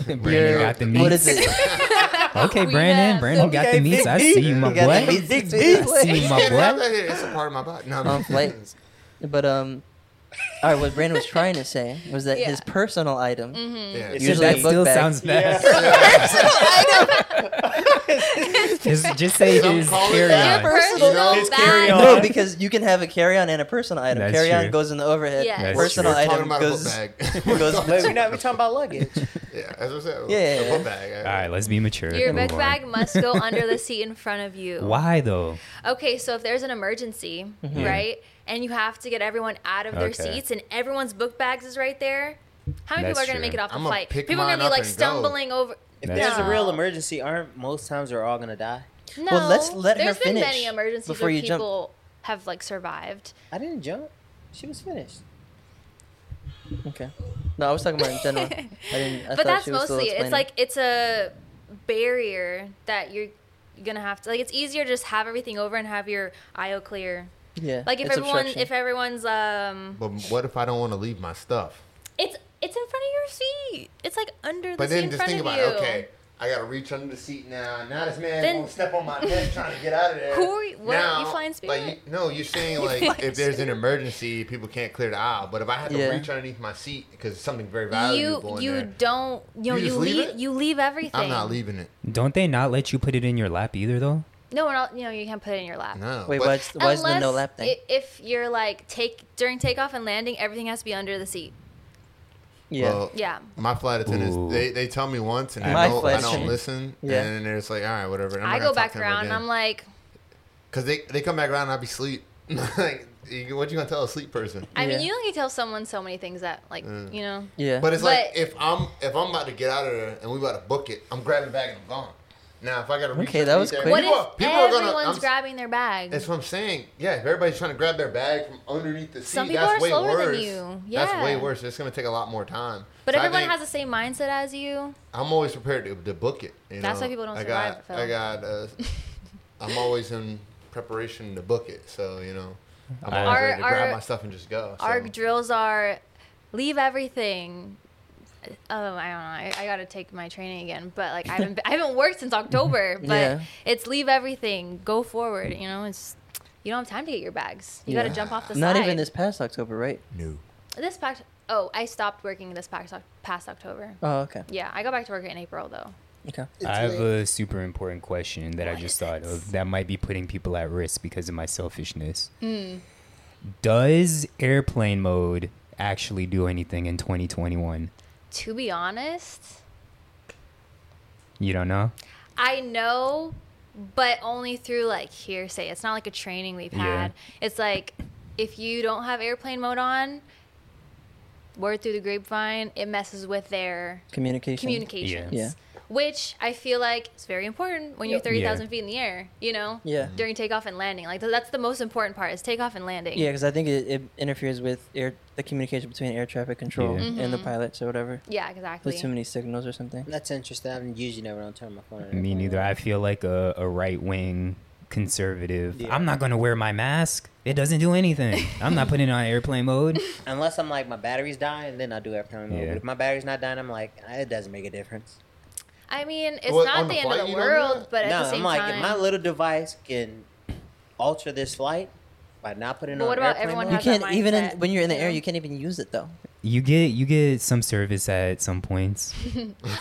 [SPEAKER 5] Brandon got the meats.
[SPEAKER 2] what is it?
[SPEAKER 5] Okay,
[SPEAKER 1] We
[SPEAKER 5] Brandon.
[SPEAKER 1] got
[SPEAKER 5] Brandon got the
[SPEAKER 4] Okay,
[SPEAKER 5] meats.
[SPEAKER 4] Big
[SPEAKER 5] I
[SPEAKER 4] D.
[SPEAKER 5] see you, my
[SPEAKER 2] You got the
[SPEAKER 5] boy.
[SPEAKER 2] meats between
[SPEAKER 5] I
[SPEAKER 2] the
[SPEAKER 5] see you,
[SPEAKER 2] legs.
[SPEAKER 5] my
[SPEAKER 3] Get it out
[SPEAKER 5] boy.
[SPEAKER 3] of here. It's a part of my body. No,
[SPEAKER 2] on flights. But um, all right, what Brandon was trying to say was that
[SPEAKER 1] Yeah. Mm-hmm.
[SPEAKER 2] his personal item.
[SPEAKER 3] Yeah.
[SPEAKER 1] Mm.
[SPEAKER 4] It's
[SPEAKER 2] Usually
[SPEAKER 4] a
[SPEAKER 5] That
[SPEAKER 2] book
[SPEAKER 5] still
[SPEAKER 2] bag.
[SPEAKER 5] sounds bad. Just, just say it
[SPEAKER 3] Some
[SPEAKER 5] is
[SPEAKER 3] call it
[SPEAKER 5] carry
[SPEAKER 3] that.
[SPEAKER 5] on.
[SPEAKER 1] Your personal
[SPEAKER 3] It's
[SPEAKER 1] bag.
[SPEAKER 5] carry on.
[SPEAKER 2] No, because you can have a carry-on and a personal item.
[SPEAKER 5] That's
[SPEAKER 2] carry-on
[SPEAKER 5] true.
[SPEAKER 2] goes in the overhead.
[SPEAKER 1] Yes. That's
[SPEAKER 2] Personal
[SPEAKER 3] We're talking
[SPEAKER 2] item
[SPEAKER 3] about
[SPEAKER 2] goes.
[SPEAKER 3] a book bag. We're
[SPEAKER 2] goes-
[SPEAKER 3] talking-
[SPEAKER 4] Wait, we're not. We're talking about luggage.
[SPEAKER 3] yeah, as I said,
[SPEAKER 2] Yeah, yeah,
[SPEAKER 3] a
[SPEAKER 2] yeah.
[SPEAKER 3] book bag.
[SPEAKER 5] All right, let's be mature.
[SPEAKER 1] Your
[SPEAKER 5] Move
[SPEAKER 1] book
[SPEAKER 5] on.
[SPEAKER 1] bag must go under the seat in front of you.
[SPEAKER 5] Why though?
[SPEAKER 1] Okay, so if there's an emergency,
[SPEAKER 2] Mm-hmm.
[SPEAKER 5] Yeah.
[SPEAKER 1] right, and you have to get everyone out of their
[SPEAKER 5] Okay.
[SPEAKER 1] seats, and everyone's book bags is right there, how many people
[SPEAKER 5] That's
[SPEAKER 1] are gonna
[SPEAKER 5] true.
[SPEAKER 1] make it off the
[SPEAKER 3] I'ma
[SPEAKER 1] flight?
[SPEAKER 3] pick
[SPEAKER 1] People are
[SPEAKER 3] mine
[SPEAKER 1] gonna be
[SPEAKER 3] up
[SPEAKER 1] like
[SPEAKER 3] and go.
[SPEAKER 1] stumbling over.
[SPEAKER 4] If
[SPEAKER 5] That's
[SPEAKER 4] there's
[SPEAKER 1] true.
[SPEAKER 4] a real emergency, aren't most times they're all gonna die?
[SPEAKER 1] No,
[SPEAKER 2] Well, let's let her
[SPEAKER 1] there's been many
[SPEAKER 2] finish
[SPEAKER 1] emergencies
[SPEAKER 2] before
[SPEAKER 1] where
[SPEAKER 2] you jump.
[SPEAKER 1] people have like survived.
[SPEAKER 4] I didn't jump. She was finished.
[SPEAKER 2] Okay. No, I was talking about in general. I didn't. I
[SPEAKER 1] but
[SPEAKER 2] thought
[SPEAKER 1] that's
[SPEAKER 2] she was still
[SPEAKER 1] mostly it.
[SPEAKER 2] explaining.
[SPEAKER 1] it's like it's a barrier that you're gonna have to like. It's easier to just have everything over and have your IO clear.
[SPEAKER 2] yeah.
[SPEAKER 1] Like if
[SPEAKER 2] it's
[SPEAKER 1] everyone,
[SPEAKER 2] obstruction.
[SPEAKER 1] if everyone's um,
[SPEAKER 3] But what if I don't want to leave my stuff?
[SPEAKER 1] it's it's in front of your seat. It's like under the
[SPEAKER 3] But
[SPEAKER 1] seat
[SPEAKER 3] then
[SPEAKER 1] in
[SPEAKER 3] just
[SPEAKER 1] front
[SPEAKER 3] think
[SPEAKER 1] of
[SPEAKER 3] about
[SPEAKER 1] you.
[SPEAKER 3] it. Okay, I gotta reach under the seat now. Now this man
[SPEAKER 1] Then-
[SPEAKER 3] gonna step on my neck trying to get out of there.
[SPEAKER 1] Who are you- what, you flying
[SPEAKER 3] Like,
[SPEAKER 1] spirit?
[SPEAKER 3] you- no, you're saying
[SPEAKER 1] flying
[SPEAKER 3] like if there's an emergency, people can't clear the aisle. But if I had to
[SPEAKER 2] Yeah.
[SPEAKER 3] reach underneath my seat because something very valuable
[SPEAKER 1] you
[SPEAKER 3] going
[SPEAKER 1] you
[SPEAKER 3] there,
[SPEAKER 1] don't you know,
[SPEAKER 3] You
[SPEAKER 1] you,
[SPEAKER 3] just leave
[SPEAKER 1] leave,
[SPEAKER 3] it?
[SPEAKER 1] you leave everything.
[SPEAKER 3] I'm not leaving it.
[SPEAKER 5] Don't they not let you put it in your lap either though?
[SPEAKER 1] No, we're not, you know you can't put it in your lap.
[SPEAKER 3] No.
[SPEAKER 2] Wait,
[SPEAKER 3] but-
[SPEAKER 2] why's, why's the no
[SPEAKER 1] Unless
[SPEAKER 2] lap thing?
[SPEAKER 1] i- if you're like take during takeoff and landing, everything has to be under the seat.
[SPEAKER 2] yeah.
[SPEAKER 3] Well,
[SPEAKER 1] Yeah.
[SPEAKER 3] My flight
[SPEAKER 5] Ooh.
[SPEAKER 3] attendants, they, they tell me once and I
[SPEAKER 2] My
[SPEAKER 3] don't,
[SPEAKER 2] flight
[SPEAKER 3] I don't
[SPEAKER 2] attendant.
[SPEAKER 3] listen.
[SPEAKER 2] Yeah.
[SPEAKER 3] And then they're just like, all right, whatever.
[SPEAKER 1] I go back around and I'm like,
[SPEAKER 3] because they, they come back around and I'll be asleep. like, you- what you gonna tell a sleep person?
[SPEAKER 1] I mean,
[SPEAKER 2] Yeah.
[SPEAKER 1] you only tell someone so many things that like
[SPEAKER 3] Mm.
[SPEAKER 1] you know.
[SPEAKER 2] yeah.
[SPEAKER 3] But it's like
[SPEAKER 1] But-
[SPEAKER 3] if I'm if I'm about to get out of there and we about to book it, I'm grabbing back and I'm gone. Now if I gotta reach
[SPEAKER 2] Okay,
[SPEAKER 3] out
[SPEAKER 2] that
[SPEAKER 3] to
[SPEAKER 2] was
[SPEAKER 3] get
[SPEAKER 2] quick.
[SPEAKER 3] there-
[SPEAKER 1] What
[SPEAKER 3] people,
[SPEAKER 1] if
[SPEAKER 3] people are
[SPEAKER 1] everyone's
[SPEAKER 3] gonna. I'm-
[SPEAKER 1] grabbing their bag?
[SPEAKER 3] that's what I'm saying. Yeah, if everybody's trying to grab their bag from underneath the seat,
[SPEAKER 1] Some people
[SPEAKER 3] that's
[SPEAKER 1] are
[SPEAKER 3] way
[SPEAKER 1] slower than
[SPEAKER 3] worse.
[SPEAKER 1] you.
[SPEAKER 3] That's way
[SPEAKER 1] Yeah.
[SPEAKER 3] worse. It's gonna take a lot more time.
[SPEAKER 1] But
[SPEAKER 3] So I
[SPEAKER 1] everyone
[SPEAKER 3] think-
[SPEAKER 1] has the same mindset as you.
[SPEAKER 3] I'm always prepared to, to book it. You
[SPEAKER 1] That's
[SPEAKER 3] know?
[SPEAKER 1] why people don't
[SPEAKER 3] I
[SPEAKER 1] survive,
[SPEAKER 3] got,
[SPEAKER 1] Phil.
[SPEAKER 3] I got. Uh, I'm always in preparation to book it, so you know, I'm always
[SPEAKER 1] Our-
[SPEAKER 3] ready to grab
[SPEAKER 1] our-
[SPEAKER 3] my stuff and just go. So.
[SPEAKER 1] Our drills are leave everything. Oh, I don't know. I, I got to take my training again, but like I haven't I haven't worked since October. But
[SPEAKER 2] Yeah.
[SPEAKER 1] it's leave everything, go forward. You know, it's you don't have time to get your bags. You got
[SPEAKER 2] Yeah.
[SPEAKER 1] to jump off the
[SPEAKER 2] Not
[SPEAKER 1] side.
[SPEAKER 2] even this past October, right?
[SPEAKER 3] new.
[SPEAKER 1] This past oh, I stopped working this past Oc- past October.
[SPEAKER 2] Oh, okay.
[SPEAKER 1] Yeah, I go back to work in April though.
[SPEAKER 2] Okay.
[SPEAKER 5] I have a super important question that I just thought of that might be putting people at risk because of my selfishness.
[SPEAKER 1] Hmm.
[SPEAKER 5] Does airplane mode actually do anything in 2021?
[SPEAKER 1] To be honest,
[SPEAKER 5] You don't know?
[SPEAKER 1] I know, but only through like hearsay. It's not like a training we've
[SPEAKER 5] Yeah.
[SPEAKER 1] had. It's like if you don't have airplane mode on, word through the grapevine, it messes with their
[SPEAKER 2] Communication.
[SPEAKER 1] communications.
[SPEAKER 2] Yeah.
[SPEAKER 1] Which I feel like is very important when you're 30,000
[SPEAKER 5] Yeah.
[SPEAKER 1] feet in the air, you know?
[SPEAKER 2] Yeah.
[SPEAKER 1] During takeoff and landing. Like, th- that's the most important part is takeoff and landing.
[SPEAKER 2] Yeah, because I think it, it interferes with air the communication between air traffic control
[SPEAKER 5] Yeah.
[SPEAKER 2] and the
[SPEAKER 1] Mm-hmm.
[SPEAKER 2] pilots or whatever.
[SPEAKER 1] Yeah,
[SPEAKER 2] There's too
[SPEAKER 1] exactly.
[SPEAKER 2] many signals or something.
[SPEAKER 4] That's interesting. I usually never don't turn my phone. on
[SPEAKER 5] Me
[SPEAKER 4] airplane.
[SPEAKER 5] neither. I feel like a, a right wing conservative.
[SPEAKER 4] Yeah.
[SPEAKER 5] I'm not gonna wear my mask. It doesn't do anything. I'm not putting it on airplane mode.
[SPEAKER 4] Unless I'm like my battery's dying, then I'll do airplane mode.
[SPEAKER 5] Yeah.
[SPEAKER 4] But if my battery's not dying, I'm like it doesn't make a difference.
[SPEAKER 1] I mean, it's
[SPEAKER 3] What,
[SPEAKER 1] not
[SPEAKER 3] on
[SPEAKER 1] the,
[SPEAKER 3] the
[SPEAKER 1] end of
[SPEAKER 3] flight
[SPEAKER 1] the
[SPEAKER 3] you don't do
[SPEAKER 1] world,
[SPEAKER 3] that?
[SPEAKER 1] but at
[SPEAKER 4] no,
[SPEAKER 1] the same
[SPEAKER 4] I'm like
[SPEAKER 1] time,
[SPEAKER 4] if my little device can alter this flight by not putting
[SPEAKER 1] But
[SPEAKER 4] on
[SPEAKER 1] what about
[SPEAKER 4] airplane
[SPEAKER 1] everyone
[SPEAKER 4] mode,
[SPEAKER 2] You
[SPEAKER 1] has that
[SPEAKER 2] can't even in,
[SPEAKER 1] mindset,
[SPEAKER 2] when you're in the air.
[SPEAKER 1] you know?
[SPEAKER 2] You can't even use it though.
[SPEAKER 5] You get you get some service at some points.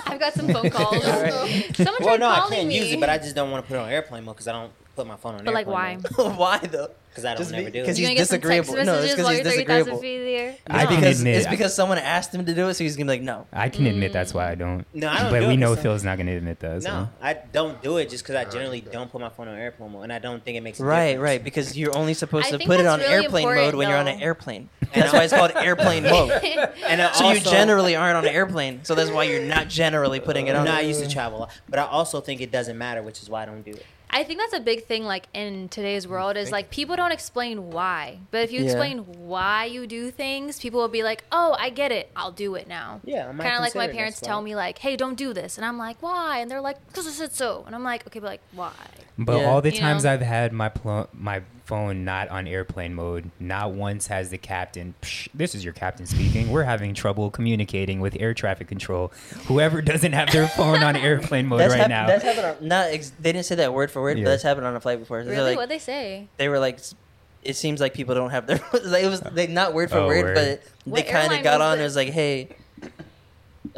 [SPEAKER 1] I've got some phone calls.
[SPEAKER 4] All
[SPEAKER 1] Someone
[SPEAKER 4] Well,
[SPEAKER 1] tried
[SPEAKER 4] no, I
[SPEAKER 1] calling
[SPEAKER 4] can't
[SPEAKER 1] me.
[SPEAKER 4] use it, but I just don't want to put it on airplane mode because I don't put my phone on.
[SPEAKER 1] But, like, why?
[SPEAKER 2] Why though?
[SPEAKER 4] Because I don't
[SPEAKER 2] Just be-
[SPEAKER 4] never do
[SPEAKER 2] 'cause
[SPEAKER 4] it.
[SPEAKER 1] you gonna
[SPEAKER 2] he's
[SPEAKER 1] get some text
[SPEAKER 2] disagreeable. No, it's
[SPEAKER 1] messages
[SPEAKER 2] 'cause
[SPEAKER 1] while
[SPEAKER 2] he's
[SPEAKER 1] you're thirty thousand
[SPEAKER 2] disagreable.
[SPEAKER 1] feet in the air.
[SPEAKER 5] I can
[SPEAKER 2] because
[SPEAKER 5] admit
[SPEAKER 2] it's because someone asked him to do it, so he's gonna be like, no.
[SPEAKER 5] I can admit that's why I don't.
[SPEAKER 4] No, I don't
[SPEAKER 5] but
[SPEAKER 4] do
[SPEAKER 5] we
[SPEAKER 4] it,
[SPEAKER 5] know
[SPEAKER 4] so-
[SPEAKER 5] Phil's not gonna admit that. So.
[SPEAKER 4] No, I don't do it just because I generally don't put my phone on airplane mode, and I don't think it makes a
[SPEAKER 2] Right,
[SPEAKER 4] difference.
[SPEAKER 2] right. Because you're only supposed
[SPEAKER 1] I
[SPEAKER 2] to
[SPEAKER 1] think
[SPEAKER 2] put it
[SPEAKER 1] that's
[SPEAKER 2] on
[SPEAKER 1] really
[SPEAKER 2] airplane mode
[SPEAKER 1] important,
[SPEAKER 2] when you're on
[SPEAKER 1] though.
[SPEAKER 2] an airplane. That's why it's called airplane mode.
[SPEAKER 4] And I
[SPEAKER 2] So you
[SPEAKER 4] also-
[SPEAKER 2] generally aren't on an airplane, so that's why you're not generally putting it on. Mm-hmm.
[SPEAKER 4] No, I used to travel a lot, but I also think it doesn't matter, which is why I don't do it.
[SPEAKER 1] I think that's a big thing, like in today's world, is like people don't explain why. But if you
[SPEAKER 2] Yeah.
[SPEAKER 1] explain why you do things, people will be like, "Oh, I get it. I'll do it now."
[SPEAKER 4] Yeah, I might
[SPEAKER 1] kind of like my
[SPEAKER 4] consider it,
[SPEAKER 1] parents
[SPEAKER 4] that's
[SPEAKER 1] tell
[SPEAKER 4] why.
[SPEAKER 1] me like, "Hey, don't do this," and I'm like, "Why?" And they're like, "Cause I said so," and I'm like, "Okay, but like, why?"
[SPEAKER 5] But
[SPEAKER 2] Yeah.
[SPEAKER 5] all the
[SPEAKER 1] You
[SPEAKER 5] times
[SPEAKER 1] know?
[SPEAKER 5] I've had my pl- my phone not on airplane mode, not once has the captain. Psh, this is your captain speaking. We're having trouble communicating with air traffic control. Whoever doesn't have their phone on airplane mode
[SPEAKER 2] That's,
[SPEAKER 5] right
[SPEAKER 2] hap-
[SPEAKER 5] now.
[SPEAKER 2] that's happened. On, not ex- they didn't say that word for word,
[SPEAKER 5] Yeah.
[SPEAKER 2] but that's happened on a flight before. So they're
[SPEAKER 1] Really,
[SPEAKER 2] like-
[SPEAKER 1] what they say?
[SPEAKER 2] they were like, s- it seems like people don't have their. like, it was they not word for
[SPEAKER 5] Oh,
[SPEAKER 2] word,
[SPEAKER 5] word.
[SPEAKER 2] but they
[SPEAKER 1] What
[SPEAKER 2] kind of
[SPEAKER 1] airline
[SPEAKER 2] got
[SPEAKER 1] was
[SPEAKER 2] on.
[SPEAKER 1] it?
[SPEAKER 2] and was like, hey,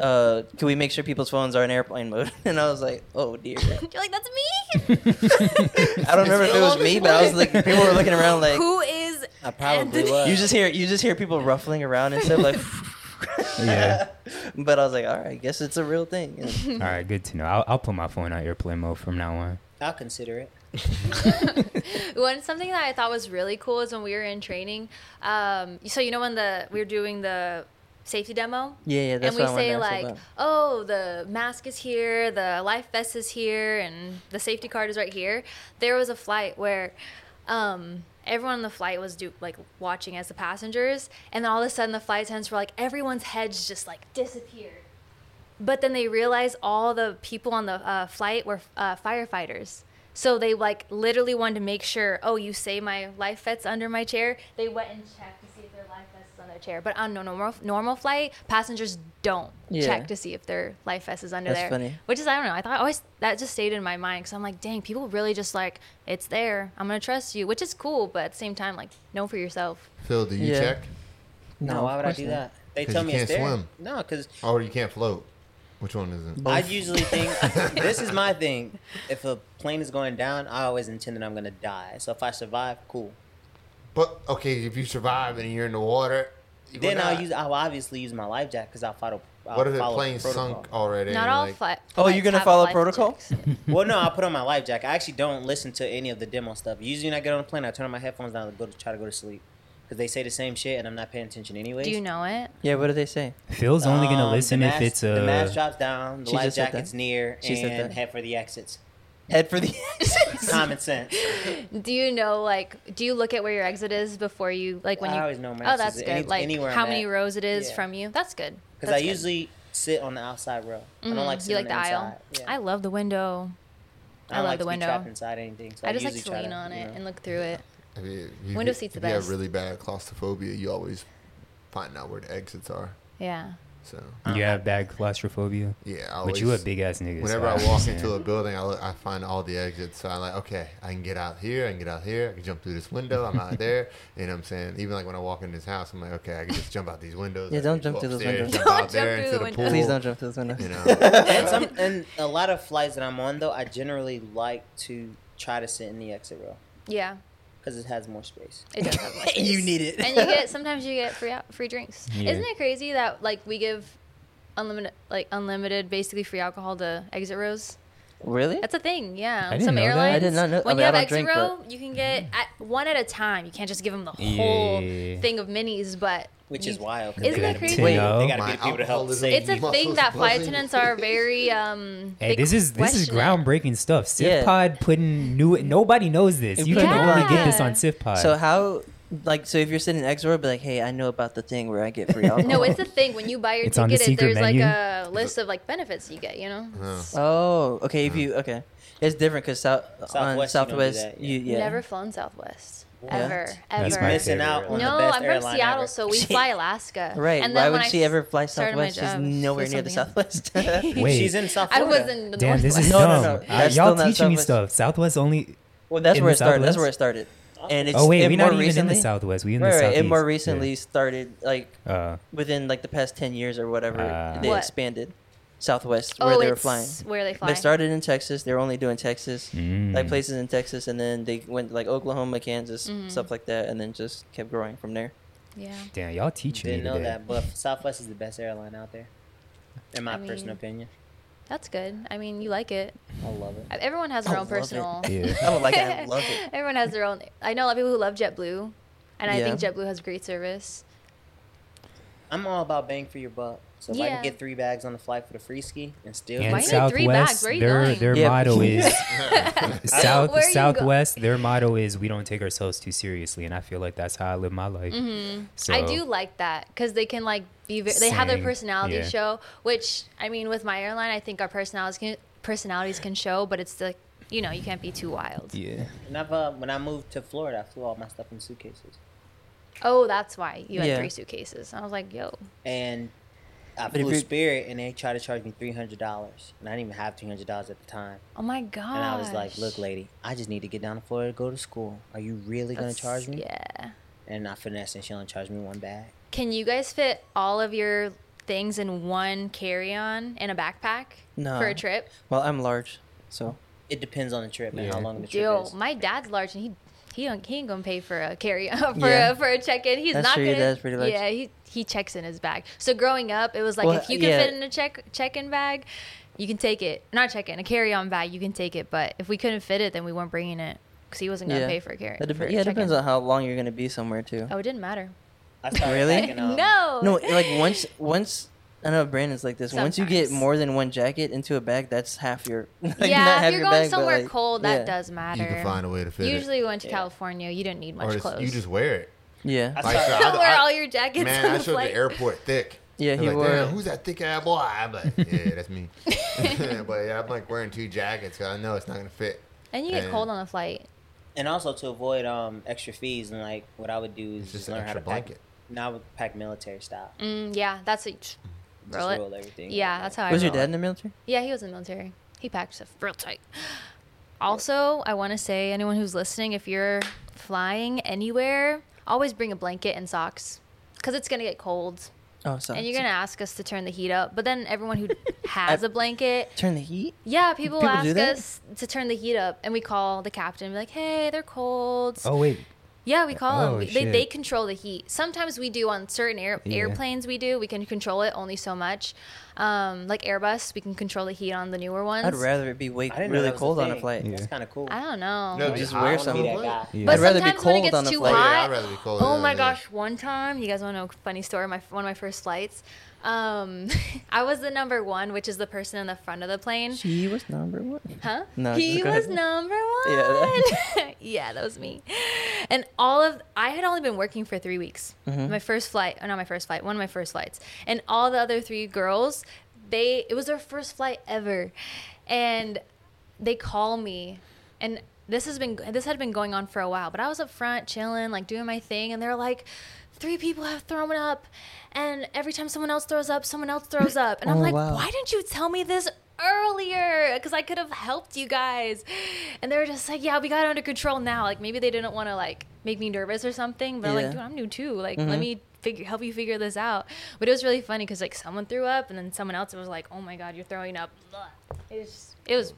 [SPEAKER 2] uh, can we make sure people's phones are in airplane mode? And I was like, oh dear.
[SPEAKER 1] You're like, "That's me."
[SPEAKER 2] I don't remember if it was me, but I was like, people were looking around like.
[SPEAKER 1] Who is?
[SPEAKER 4] I probably
[SPEAKER 1] Anthony-
[SPEAKER 4] was.
[SPEAKER 2] You just hear you just hear people ruffling around and stuff like.
[SPEAKER 5] yeah.
[SPEAKER 2] but I was like, all right, I guess it's a real thing. And
[SPEAKER 5] All right. Good to know. I'll, I'll put my phone on airplane mode from now on.
[SPEAKER 4] I'll consider it.
[SPEAKER 1] One something that I thought was really cool is when we were in training. Um, so you know when the we were doing the safety demo.
[SPEAKER 2] yeah, yeah, that's
[SPEAKER 1] and we
[SPEAKER 2] what I
[SPEAKER 1] say
[SPEAKER 2] wanted to ask
[SPEAKER 1] like,
[SPEAKER 2] about.
[SPEAKER 1] "Oh, the mask is here, the life vest is here, and the safety card is right here." There was a flight where um, everyone on the flight was do, like watching as the passengers, and then all of a sudden the flight attendants were like, everyone's heads just like disappeared. But then they realized all the people on the uh, flight were uh, firefighters. So they like literally wanted to make sure, oh, you say my life vest's under my chair. They went and checked to see if their life vest is on their chair. But on a normal normal flight, passengers don't
[SPEAKER 2] Yeah.
[SPEAKER 1] check to see if their life vest is under
[SPEAKER 2] That's
[SPEAKER 1] there.
[SPEAKER 2] funny.
[SPEAKER 1] Which is I don't know. I thought I always that just stayed in my mind because I'm like, dang, people really just like it's there. I'm gonna trust you, which is cool. But at the same time, like know for yourself.
[SPEAKER 3] Phil, do you
[SPEAKER 2] Yeah.
[SPEAKER 3] check?
[SPEAKER 4] No,
[SPEAKER 2] of
[SPEAKER 4] why would I
[SPEAKER 2] course
[SPEAKER 4] do
[SPEAKER 2] not.
[SPEAKER 4] that? They
[SPEAKER 3] 'Cause
[SPEAKER 4] tell
[SPEAKER 3] you
[SPEAKER 4] me it's
[SPEAKER 3] can't
[SPEAKER 4] there.
[SPEAKER 3] swim.
[SPEAKER 4] No, because
[SPEAKER 3] Or Oh, you can't float? Which one is it?
[SPEAKER 4] I
[SPEAKER 2] Both.
[SPEAKER 4] usually think this is my thing. If a plane is going down, I always intend that I'm gonna die. So if I survive, cool.
[SPEAKER 3] But okay, if you survive and you're in the water, you
[SPEAKER 4] Then
[SPEAKER 3] gonna
[SPEAKER 4] I'll
[SPEAKER 3] die.
[SPEAKER 4] use. I'll obviously use my life jacket because I'll follow. I'll
[SPEAKER 3] What if the
[SPEAKER 4] follow
[SPEAKER 3] plane
[SPEAKER 4] protocol.
[SPEAKER 3] sunk already?
[SPEAKER 1] Not
[SPEAKER 3] and,
[SPEAKER 1] all
[SPEAKER 3] like-
[SPEAKER 1] flight.
[SPEAKER 2] Oh, you're
[SPEAKER 1] flights
[SPEAKER 2] gonna
[SPEAKER 1] have
[SPEAKER 2] follow
[SPEAKER 1] life
[SPEAKER 2] protocol?
[SPEAKER 1] checks.
[SPEAKER 4] Well, no, I put on my life jacket. I actually don't listen to any of the demo stuff. Usually, when I get on a plane, I turn on my headphones and I go to try to go to sleep because they say the same shit and I'm not paying attention anyways.
[SPEAKER 1] Do you know it?
[SPEAKER 2] Yeah, what did they say?
[SPEAKER 5] Phil's only gonna
[SPEAKER 4] Um,
[SPEAKER 5] listen
[SPEAKER 4] the
[SPEAKER 5] if
[SPEAKER 4] mask-
[SPEAKER 5] it's uh,
[SPEAKER 4] the mask
[SPEAKER 5] a.
[SPEAKER 4] drops down, the
[SPEAKER 2] uh, She
[SPEAKER 4] life
[SPEAKER 2] just said that.
[SPEAKER 4] jacket's near,
[SPEAKER 2] She said
[SPEAKER 4] and
[SPEAKER 2] that.
[SPEAKER 4] head for the exits.
[SPEAKER 2] Head for the.
[SPEAKER 4] Common sense.
[SPEAKER 1] Do you know like do you look at where your exit is before you like when
[SPEAKER 4] I
[SPEAKER 1] you
[SPEAKER 4] always know my
[SPEAKER 1] Oh,
[SPEAKER 4] exit
[SPEAKER 1] that's
[SPEAKER 4] is
[SPEAKER 1] good.
[SPEAKER 4] any-
[SPEAKER 1] like
[SPEAKER 4] anywhere
[SPEAKER 1] how
[SPEAKER 4] I'm
[SPEAKER 1] many
[SPEAKER 4] at.
[SPEAKER 1] rows it is
[SPEAKER 4] Yeah.
[SPEAKER 1] from you. That's good.
[SPEAKER 4] Because I
[SPEAKER 1] That's good.
[SPEAKER 4] usually sit on the outside row. I don't like
[SPEAKER 1] Mm,
[SPEAKER 4] sitting
[SPEAKER 1] you like
[SPEAKER 4] on
[SPEAKER 1] the aisle.
[SPEAKER 4] inside. Yeah.
[SPEAKER 1] I love the window. I
[SPEAKER 4] don't
[SPEAKER 1] love
[SPEAKER 4] like
[SPEAKER 1] the
[SPEAKER 4] to be
[SPEAKER 1] window.
[SPEAKER 4] trapped inside anything. So
[SPEAKER 1] I just like
[SPEAKER 4] usually
[SPEAKER 1] to
[SPEAKER 4] try
[SPEAKER 1] lean on
[SPEAKER 4] you
[SPEAKER 1] it
[SPEAKER 4] know.
[SPEAKER 1] and look through it.
[SPEAKER 3] If you, if you
[SPEAKER 1] Window
[SPEAKER 3] get-
[SPEAKER 1] seat's the
[SPEAKER 3] if you have
[SPEAKER 1] best.
[SPEAKER 3] really bad claustrophobia, you always find out where the exits are.
[SPEAKER 1] Yeah.
[SPEAKER 3] So
[SPEAKER 5] You have bad claustrophobia.
[SPEAKER 3] yeah, I
[SPEAKER 5] But
[SPEAKER 3] always.
[SPEAKER 5] you a big ass nigga. so
[SPEAKER 3] Whenever
[SPEAKER 5] I
[SPEAKER 3] I walk
[SPEAKER 5] understand.
[SPEAKER 3] into a building, I, look, I find all the exits. So I'm like, okay, I can get out here, I can get out here, I can jump through this window, I'm out there. You know what I'm saying? Even like when I walk in this house, I'm like, okay, I can just jump out these windows.
[SPEAKER 2] Yeah,
[SPEAKER 3] I
[SPEAKER 2] don't
[SPEAKER 3] can
[SPEAKER 2] jump
[SPEAKER 3] go
[SPEAKER 2] through those
[SPEAKER 3] upstairs,
[SPEAKER 2] windows.
[SPEAKER 3] Jump
[SPEAKER 1] Don't
[SPEAKER 3] out there
[SPEAKER 1] jump
[SPEAKER 3] into
[SPEAKER 1] through
[SPEAKER 3] the
[SPEAKER 1] the
[SPEAKER 3] pool.
[SPEAKER 1] windows.
[SPEAKER 2] Please don't jump through this window.
[SPEAKER 3] You know,
[SPEAKER 4] and, some, and a lot of flights that I'm on, though, I generally like to try to sit in the exit row
[SPEAKER 1] Yeah.
[SPEAKER 4] because it has more space.
[SPEAKER 1] It does have less
[SPEAKER 2] you
[SPEAKER 1] space.
[SPEAKER 2] need it.
[SPEAKER 1] And you get sometimes you get free out, free drinks.
[SPEAKER 5] Yeah.
[SPEAKER 1] Isn't it crazy that like we give unlimited like unlimited basically free alcohol to exit rows?
[SPEAKER 2] really?
[SPEAKER 1] That's a thing, yeah.
[SPEAKER 5] I didn't
[SPEAKER 1] Some
[SPEAKER 5] know that.
[SPEAKER 1] airlines.
[SPEAKER 2] I did not know- I
[SPEAKER 1] When
[SPEAKER 2] mean,
[SPEAKER 1] you
[SPEAKER 2] I
[SPEAKER 1] have
[SPEAKER 2] don't
[SPEAKER 1] exit
[SPEAKER 2] drink,
[SPEAKER 1] row, you can get at one at a time. You can't just give them the whole
[SPEAKER 5] Yeah.
[SPEAKER 1] thing of minis, but
[SPEAKER 4] Which
[SPEAKER 1] you-
[SPEAKER 4] is wild. 'cause
[SPEAKER 1] Isn't that
[SPEAKER 4] they gotta-
[SPEAKER 1] crazy?
[SPEAKER 5] Wait.
[SPEAKER 4] They
[SPEAKER 5] No.
[SPEAKER 4] gotta
[SPEAKER 3] My
[SPEAKER 4] be the people to help
[SPEAKER 3] alcoholism.
[SPEAKER 4] save
[SPEAKER 1] It's a
[SPEAKER 4] you.
[SPEAKER 1] thing that flight
[SPEAKER 3] buzzing.
[SPEAKER 1] attendants are very. um
[SPEAKER 5] Hey,
[SPEAKER 1] they
[SPEAKER 5] this is this is
[SPEAKER 1] question it.
[SPEAKER 5] groundbreaking stuff.
[SPEAKER 2] Yeah.
[SPEAKER 5] SIFPOD putting new. Nobody knows this.
[SPEAKER 2] It
[SPEAKER 5] You can
[SPEAKER 2] really
[SPEAKER 5] only get
[SPEAKER 1] is.
[SPEAKER 5] this on SIFPOD.
[SPEAKER 2] So how like so if you're sitting next door, be like, hey, I know about the thing where I get free alcohol.
[SPEAKER 1] No, it's a thing. When you buy your
[SPEAKER 5] It's on the
[SPEAKER 1] ticket, it,
[SPEAKER 5] secret
[SPEAKER 1] there's like
[SPEAKER 5] menu.
[SPEAKER 1] a list of like benefits you get. You know,
[SPEAKER 2] Oh, okay. If
[SPEAKER 5] Uh-huh.
[SPEAKER 2] you okay, it's different because south on
[SPEAKER 4] Southwest, you don't do
[SPEAKER 2] Southwest,
[SPEAKER 4] that,
[SPEAKER 2] you, yeah.
[SPEAKER 1] never flown Southwest
[SPEAKER 4] What?
[SPEAKER 1] ever,
[SPEAKER 5] That's
[SPEAKER 1] ever.
[SPEAKER 5] my
[SPEAKER 4] missing
[SPEAKER 5] favorite
[SPEAKER 4] out
[SPEAKER 5] one.
[SPEAKER 4] on
[SPEAKER 1] no,
[SPEAKER 4] the best
[SPEAKER 1] I'm from
[SPEAKER 4] airline
[SPEAKER 1] Seattle,
[SPEAKER 4] ever.
[SPEAKER 1] so we fly Alaska.
[SPEAKER 2] Right?
[SPEAKER 1] And
[SPEAKER 2] Why
[SPEAKER 1] then when
[SPEAKER 2] would
[SPEAKER 1] I
[SPEAKER 2] she ever fly
[SPEAKER 1] started my
[SPEAKER 2] Southwest? She's
[SPEAKER 1] job,
[SPEAKER 2] nowhere
[SPEAKER 1] flew
[SPEAKER 2] near the
[SPEAKER 1] something
[SPEAKER 2] Southwest.
[SPEAKER 5] Wait.
[SPEAKER 4] She's in South
[SPEAKER 1] I
[SPEAKER 4] Florida.
[SPEAKER 1] was in the
[SPEAKER 5] Damn, this is
[SPEAKER 1] Northwest.
[SPEAKER 2] No, no,
[SPEAKER 5] dumb.
[SPEAKER 2] no,
[SPEAKER 5] Uh,
[SPEAKER 2] that's
[SPEAKER 5] y'all
[SPEAKER 2] still not
[SPEAKER 5] teaching me stuff.
[SPEAKER 2] Southwest.
[SPEAKER 5] Southwest only.
[SPEAKER 2] well, that's
[SPEAKER 5] In
[SPEAKER 2] where
[SPEAKER 5] the
[SPEAKER 2] it started. That's
[SPEAKER 5] Southwest?
[SPEAKER 2] where it started. And it's
[SPEAKER 5] oh wait,
[SPEAKER 2] it
[SPEAKER 5] we
[SPEAKER 2] more
[SPEAKER 5] not even in
[SPEAKER 2] recently,
[SPEAKER 5] the Southwest. We in
[SPEAKER 2] right,
[SPEAKER 5] the
[SPEAKER 2] right,
[SPEAKER 5] Southeast.
[SPEAKER 2] It more
[SPEAKER 5] Yeah.
[SPEAKER 2] recently started like
[SPEAKER 5] Uh,
[SPEAKER 2] within like the past ten years or whatever
[SPEAKER 5] Ah.
[SPEAKER 2] they
[SPEAKER 1] What?
[SPEAKER 2] expanded Southwest
[SPEAKER 1] Oh,
[SPEAKER 2] where they were
[SPEAKER 1] it's
[SPEAKER 2] flying.
[SPEAKER 1] Where they fly.
[SPEAKER 2] They started in Texas. They were only doing Texas,
[SPEAKER 5] Mm.
[SPEAKER 2] like places in Texas, and then they went like Oklahoma, Kansas,
[SPEAKER 1] Mm-hmm.
[SPEAKER 2] stuff like that, and then just kept growing from there.
[SPEAKER 1] Yeah.
[SPEAKER 5] damn, y'all teaching me
[SPEAKER 4] Didn't know
[SPEAKER 5] today.
[SPEAKER 4] that, but Southwest is the best airline out there, in my
[SPEAKER 1] I mean-
[SPEAKER 4] personal opinion.
[SPEAKER 1] That's good. I mean, you like it.
[SPEAKER 4] I love it.
[SPEAKER 1] Everyone has
[SPEAKER 2] I
[SPEAKER 1] their own
[SPEAKER 2] love it.
[SPEAKER 1] personal.
[SPEAKER 5] Yeah.
[SPEAKER 2] I don't like it. I love it.
[SPEAKER 1] Everyone has their own. I know a lot of people who love JetBlue, and I think
[SPEAKER 2] Yeah.
[SPEAKER 1] JetBlue has great service.
[SPEAKER 4] I'm all about bang for your buck. So if I
[SPEAKER 1] Yeah.
[SPEAKER 4] can get three bags on the flight for the free ski and still,
[SPEAKER 5] And
[SPEAKER 1] Why
[SPEAKER 4] get-
[SPEAKER 1] you need three bags?
[SPEAKER 5] Southwest,
[SPEAKER 1] Where are you
[SPEAKER 5] their
[SPEAKER 1] going?
[SPEAKER 5] their
[SPEAKER 2] Yeah.
[SPEAKER 5] motto is South
[SPEAKER 1] Where are you
[SPEAKER 5] Southwest. Their motto is we don't take ourselves too seriously, and I feel like that's how I live my life. So,
[SPEAKER 1] Mm-hmm. I do like that because they can like be. Very, they have their
[SPEAKER 5] Same,
[SPEAKER 1] personality
[SPEAKER 5] yeah.
[SPEAKER 1] show, which I mean, with my airline, I think our personalities can personalities can show, but it's like you know you can't be too wild.
[SPEAKER 5] Yeah.
[SPEAKER 4] and I've, uh, when I moved to Florida, I flew all my stuff in suitcases,
[SPEAKER 1] Oh, that's why you had
[SPEAKER 2] Yeah.
[SPEAKER 1] three suitcases. I was like, yo,
[SPEAKER 4] and I
[SPEAKER 2] if
[SPEAKER 4] flew
[SPEAKER 2] you're-
[SPEAKER 4] Spirit, and they tried to charge me three hundred dollars, and I didn't even have three hundred dollars at the time.
[SPEAKER 1] oh my god.
[SPEAKER 4] And I was like, "Look, lady, I just need to get down to Florida to go to school. Are you really gonna charge me?"
[SPEAKER 1] Yeah.
[SPEAKER 4] And I finessed, and she only charged me one bag.
[SPEAKER 1] Can you guys fit all of your things in one carry on in a backpack
[SPEAKER 2] No.
[SPEAKER 1] for a trip?
[SPEAKER 2] Well, I'm large, so
[SPEAKER 4] It depends on the trip and how
[SPEAKER 5] Yeah.
[SPEAKER 4] long the trip
[SPEAKER 1] Yo,
[SPEAKER 4] is.
[SPEAKER 1] my dad's large and he he don't, he ain't gonna pay for a carry for
[SPEAKER 2] Yeah.
[SPEAKER 1] a, for a check in. He's
[SPEAKER 2] That's
[SPEAKER 1] not
[SPEAKER 2] true, your
[SPEAKER 1] gonna.
[SPEAKER 2] dad's pretty large.
[SPEAKER 1] Yeah, he he checks in his bag. So growing up, it was like
[SPEAKER 2] Well,
[SPEAKER 1] if you can
[SPEAKER 2] yeah.
[SPEAKER 1] fit in a check check in bag, you can take it. Not check in, a carry on bag, you can take it. But if we couldn't fit it, then we weren't bringing it because he wasn't gonna
[SPEAKER 2] yeah.
[SPEAKER 1] pay for a carry.
[SPEAKER 2] That dep-
[SPEAKER 1] for a
[SPEAKER 2] yeah, it
[SPEAKER 1] check-in.
[SPEAKER 2] depends on how long you're gonna be somewhere too.
[SPEAKER 1] Oh, it didn't matter.
[SPEAKER 4] I started
[SPEAKER 2] Really?
[SPEAKER 4] packing, um,
[SPEAKER 1] no.
[SPEAKER 2] No, like once once I know Brandon's like this. Once you get
[SPEAKER 1] Sometimes.
[SPEAKER 2] more than one jacket into a bag, that's half your. Like, not
[SPEAKER 1] yeah,
[SPEAKER 2] half
[SPEAKER 1] if you're
[SPEAKER 2] your
[SPEAKER 1] going
[SPEAKER 2] bag, but,
[SPEAKER 1] somewhere
[SPEAKER 2] like,
[SPEAKER 1] cold, that
[SPEAKER 2] yeah.
[SPEAKER 1] does matter.
[SPEAKER 3] You can find a way to fit
[SPEAKER 1] Usually,
[SPEAKER 3] it.
[SPEAKER 1] we went to California. You didn't need
[SPEAKER 3] Or
[SPEAKER 1] much
[SPEAKER 3] it's-
[SPEAKER 1] clothes.
[SPEAKER 3] you just wear it.
[SPEAKER 2] Yeah,
[SPEAKER 4] I
[SPEAKER 3] Like,
[SPEAKER 4] started-
[SPEAKER 3] so
[SPEAKER 1] Don't
[SPEAKER 3] I-
[SPEAKER 1] wear
[SPEAKER 3] I-
[SPEAKER 1] all your jackets
[SPEAKER 3] Man,
[SPEAKER 1] on
[SPEAKER 3] I
[SPEAKER 1] the
[SPEAKER 3] showed
[SPEAKER 1] flight.
[SPEAKER 3] the airport thick.
[SPEAKER 2] Yeah,
[SPEAKER 3] They're
[SPEAKER 2] he
[SPEAKER 3] like,
[SPEAKER 2] wore-
[SPEAKER 3] "Damn, Who's that thick ass boy? I'm like, yeah, that's me. but yeah, I'm like wearing two jackets because I know it's not gonna fit.
[SPEAKER 1] And you get
[SPEAKER 3] And-
[SPEAKER 1] cold on the flight.
[SPEAKER 4] And also to avoid um extra fees and like what I would do is
[SPEAKER 3] It's
[SPEAKER 4] just,
[SPEAKER 3] just an
[SPEAKER 4] learn how to
[SPEAKER 3] extra
[SPEAKER 4] pack.
[SPEAKER 3] blanket.
[SPEAKER 4] Now I would pack military style.
[SPEAKER 1] Mm, yeah, that's a,
[SPEAKER 4] Just
[SPEAKER 1] roll it.
[SPEAKER 4] roll everything.
[SPEAKER 1] Yeah,
[SPEAKER 4] up.
[SPEAKER 1] that's how I
[SPEAKER 2] was your
[SPEAKER 1] roll.
[SPEAKER 2] dad in the military?
[SPEAKER 1] Yeah, he was in the military. He packed stuff real tight. Also, I want to say anyone who's listening, if you're flying anywhere, always bring a blanket and socks because it's gonna get cold,
[SPEAKER 2] Oh, sorry.
[SPEAKER 1] and you're gonna ask us to turn the heat up. But then everyone who has a blanket,
[SPEAKER 2] turn the heat.
[SPEAKER 1] yeah, people,
[SPEAKER 2] People do
[SPEAKER 1] ask
[SPEAKER 2] that?
[SPEAKER 1] us to turn the heat up, and we call the captain, and be like, "Hey, they're cold."
[SPEAKER 5] Oh wait,
[SPEAKER 1] Yeah, we call
[SPEAKER 5] Oh,
[SPEAKER 1] them. We- They,
[SPEAKER 5] shit.
[SPEAKER 1] they control the heat. Sometimes we do on certain air,
[SPEAKER 5] Yeah.
[SPEAKER 1] airplanes. We do. We can control it only so much. Um, like Airbus, we can control the heat on the newer ones.
[SPEAKER 2] I'd rather it be way
[SPEAKER 4] I didn't know
[SPEAKER 2] really
[SPEAKER 4] that was
[SPEAKER 2] cold on a
[SPEAKER 4] thing.
[SPEAKER 2] flight.
[SPEAKER 5] Yeah.
[SPEAKER 4] That's kind of cool.
[SPEAKER 1] I don't know.
[SPEAKER 3] No,
[SPEAKER 2] just
[SPEAKER 3] I
[SPEAKER 2] wear
[SPEAKER 3] wanna be
[SPEAKER 2] some.
[SPEAKER 3] that guy.
[SPEAKER 4] guy.
[SPEAKER 5] Yeah.
[SPEAKER 1] But
[SPEAKER 2] I'd rather be
[SPEAKER 1] sometimes when it
[SPEAKER 2] cold
[SPEAKER 1] gets
[SPEAKER 2] on the
[SPEAKER 1] too
[SPEAKER 2] flight.
[SPEAKER 1] hot,
[SPEAKER 3] Yeah, I'd rather be cold
[SPEAKER 1] oh
[SPEAKER 3] than
[SPEAKER 1] my
[SPEAKER 3] that.
[SPEAKER 1] gosh! One time, you guys want to know a funny story? My one of my first flights, um, I was the number one, which is the person in the front of the plane.
[SPEAKER 2] He was number one.
[SPEAKER 1] Huh?
[SPEAKER 2] No,
[SPEAKER 1] he
[SPEAKER 2] just go
[SPEAKER 1] was
[SPEAKER 2] ahead.
[SPEAKER 1] number
[SPEAKER 2] Yeah,
[SPEAKER 1] one. Yeah.
[SPEAKER 2] that-
[SPEAKER 1] that was me. And all of I had only been working for three weeks.
[SPEAKER 2] Mm-hmm.
[SPEAKER 1] My first flight, oh, not my first flight, one of my first flights, and all the other three girls, they it was their first flight ever, and they call me, and this has been this had been going on for a while, but I was up front chilling, like doing my thing, and they're like. Three people have thrown up, and every time someone else throws up, someone else throws up, and I'm
[SPEAKER 2] Oh,
[SPEAKER 1] like,
[SPEAKER 2] wow.
[SPEAKER 1] why why didn't you tell me this earlier? Because I could have helped you guys. And they were just like, yeah, we got it under control now. Like maybe they didn't want to like make me nervous or something. But I'm like,
[SPEAKER 2] Yeah. Mm-hmm.
[SPEAKER 1] dude, I'm new too. Like let me figure help you figure this out. But it was really funny because like someone threw up and then someone else was like, oh my god, you're throwing up. Ugh. It was just, it was.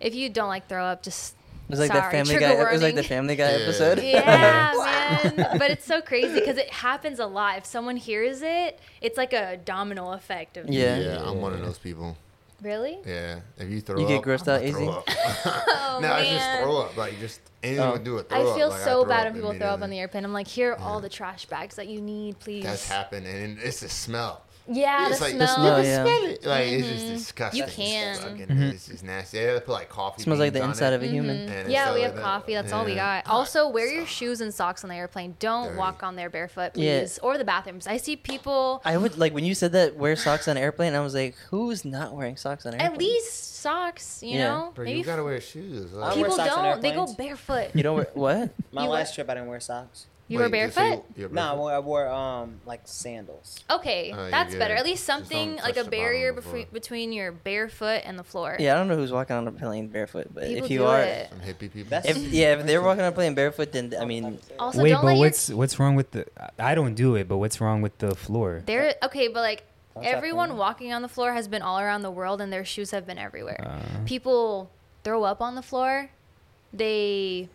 [SPEAKER 1] If you don't like throw up, just
[SPEAKER 2] It was like
[SPEAKER 1] sorry,
[SPEAKER 2] that Family
[SPEAKER 1] trigger
[SPEAKER 2] Guy. It was like
[SPEAKER 1] warning.
[SPEAKER 2] the Family Guy
[SPEAKER 3] Yeah.
[SPEAKER 2] episode.
[SPEAKER 1] Yeah, man. But it's so crazy because it happens a lot. If someone hears it, it's like a domino effect of
[SPEAKER 2] Yeah.
[SPEAKER 3] Yeah, I'm one of those people.
[SPEAKER 1] Really?
[SPEAKER 3] Yeah, if you throw
[SPEAKER 2] You
[SPEAKER 3] up,
[SPEAKER 2] get grossed
[SPEAKER 3] I'ma
[SPEAKER 2] out easy?
[SPEAKER 3] Throw up.
[SPEAKER 7] Oh,
[SPEAKER 3] no, it's just
[SPEAKER 1] man.
[SPEAKER 3] throw up. Like just anything
[SPEAKER 2] Oh.
[SPEAKER 3] would do it.
[SPEAKER 1] I
[SPEAKER 3] Throw up.
[SPEAKER 1] feel
[SPEAKER 3] Like,
[SPEAKER 1] so
[SPEAKER 3] throw
[SPEAKER 1] bad when people throw up
[SPEAKER 3] immediately.
[SPEAKER 1] on the airplane. I'm like, here are all the trash bags that you need, please.
[SPEAKER 3] That's happened, and it's the smell.
[SPEAKER 7] Yeah, the
[SPEAKER 3] It's like the
[SPEAKER 7] smell. Mm-hmm.
[SPEAKER 3] smell.
[SPEAKER 2] Oh, yeah.
[SPEAKER 3] smell it. Like it's just disgusting.
[SPEAKER 7] You
[SPEAKER 3] It's
[SPEAKER 7] can.
[SPEAKER 3] fucking- It's just nasty. Yeah, they put like coffee.
[SPEAKER 2] It smells like
[SPEAKER 3] beans
[SPEAKER 2] the
[SPEAKER 3] on
[SPEAKER 2] inside
[SPEAKER 3] it.
[SPEAKER 2] of a human.
[SPEAKER 1] Mm-hmm.
[SPEAKER 3] And it's
[SPEAKER 7] Yeah,
[SPEAKER 3] all
[SPEAKER 7] we
[SPEAKER 3] like
[SPEAKER 7] have
[SPEAKER 3] that.
[SPEAKER 7] coffee. That's all we
[SPEAKER 3] Yeah.
[SPEAKER 7] got. Also, wear your
[SPEAKER 3] Sucks.
[SPEAKER 7] shoes and socks on the airplane. Don't
[SPEAKER 3] Dirty.
[SPEAKER 7] walk on there barefoot,
[SPEAKER 2] Yeah.
[SPEAKER 7] please, or the bathrooms. I see people.
[SPEAKER 2] I would like when you said that wear socks on airplane. I was like, who's not wearing socks on airplane?
[SPEAKER 7] At least socks, you
[SPEAKER 2] Yeah.
[SPEAKER 7] know.
[SPEAKER 3] Bro,
[SPEAKER 7] Maybe
[SPEAKER 3] you gotta wear shoes.
[SPEAKER 4] I
[SPEAKER 3] Like,
[SPEAKER 4] wear
[SPEAKER 7] people
[SPEAKER 4] socks on
[SPEAKER 7] don't. They go
[SPEAKER 4] airplanes.
[SPEAKER 7] barefoot.
[SPEAKER 2] you don't wear what?
[SPEAKER 4] My
[SPEAKER 7] You
[SPEAKER 4] last
[SPEAKER 7] what?
[SPEAKER 4] trip, I didn't wear socks.
[SPEAKER 7] You were
[SPEAKER 3] wait, just so
[SPEAKER 7] barefoot.
[SPEAKER 3] you're
[SPEAKER 4] No, I
[SPEAKER 3] barefoot?
[SPEAKER 4] wore, I wore um like sandals.
[SPEAKER 7] Okay,
[SPEAKER 3] Oh, you're
[SPEAKER 7] that's better.
[SPEAKER 3] good.
[SPEAKER 7] At least
[SPEAKER 3] Just don't
[SPEAKER 7] something
[SPEAKER 3] touch
[SPEAKER 7] like a
[SPEAKER 3] the bottom
[SPEAKER 7] barrier
[SPEAKER 3] of the floor.
[SPEAKER 7] between between your barefoot and the floor.
[SPEAKER 2] Yeah, I don't know who's walking on a plane barefoot, but
[SPEAKER 7] People
[SPEAKER 2] if you
[SPEAKER 7] do
[SPEAKER 2] are,
[SPEAKER 7] it.
[SPEAKER 3] Some hippie people.
[SPEAKER 4] That's-
[SPEAKER 2] if yeah, if they're walking on a plane barefoot, then I mean,
[SPEAKER 7] Also,
[SPEAKER 5] Wait,
[SPEAKER 7] don't
[SPEAKER 5] but
[SPEAKER 7] let your
[SPEAKER 5] what's what's wrong with the? I don't do it, but what's wrong with the floor?
[SPEAKER 7] There, okay, but like
[SPEAKER 4] That's
[SPEAKER 7] everyone
[SPEAKER 4] happening.
[SPEAKER 7] walking on the floor has been all around the world, and their shoes have been
[SPEAKER 5] Uh,
[SPEAKER 7] everywhere. People throw up on the floor. They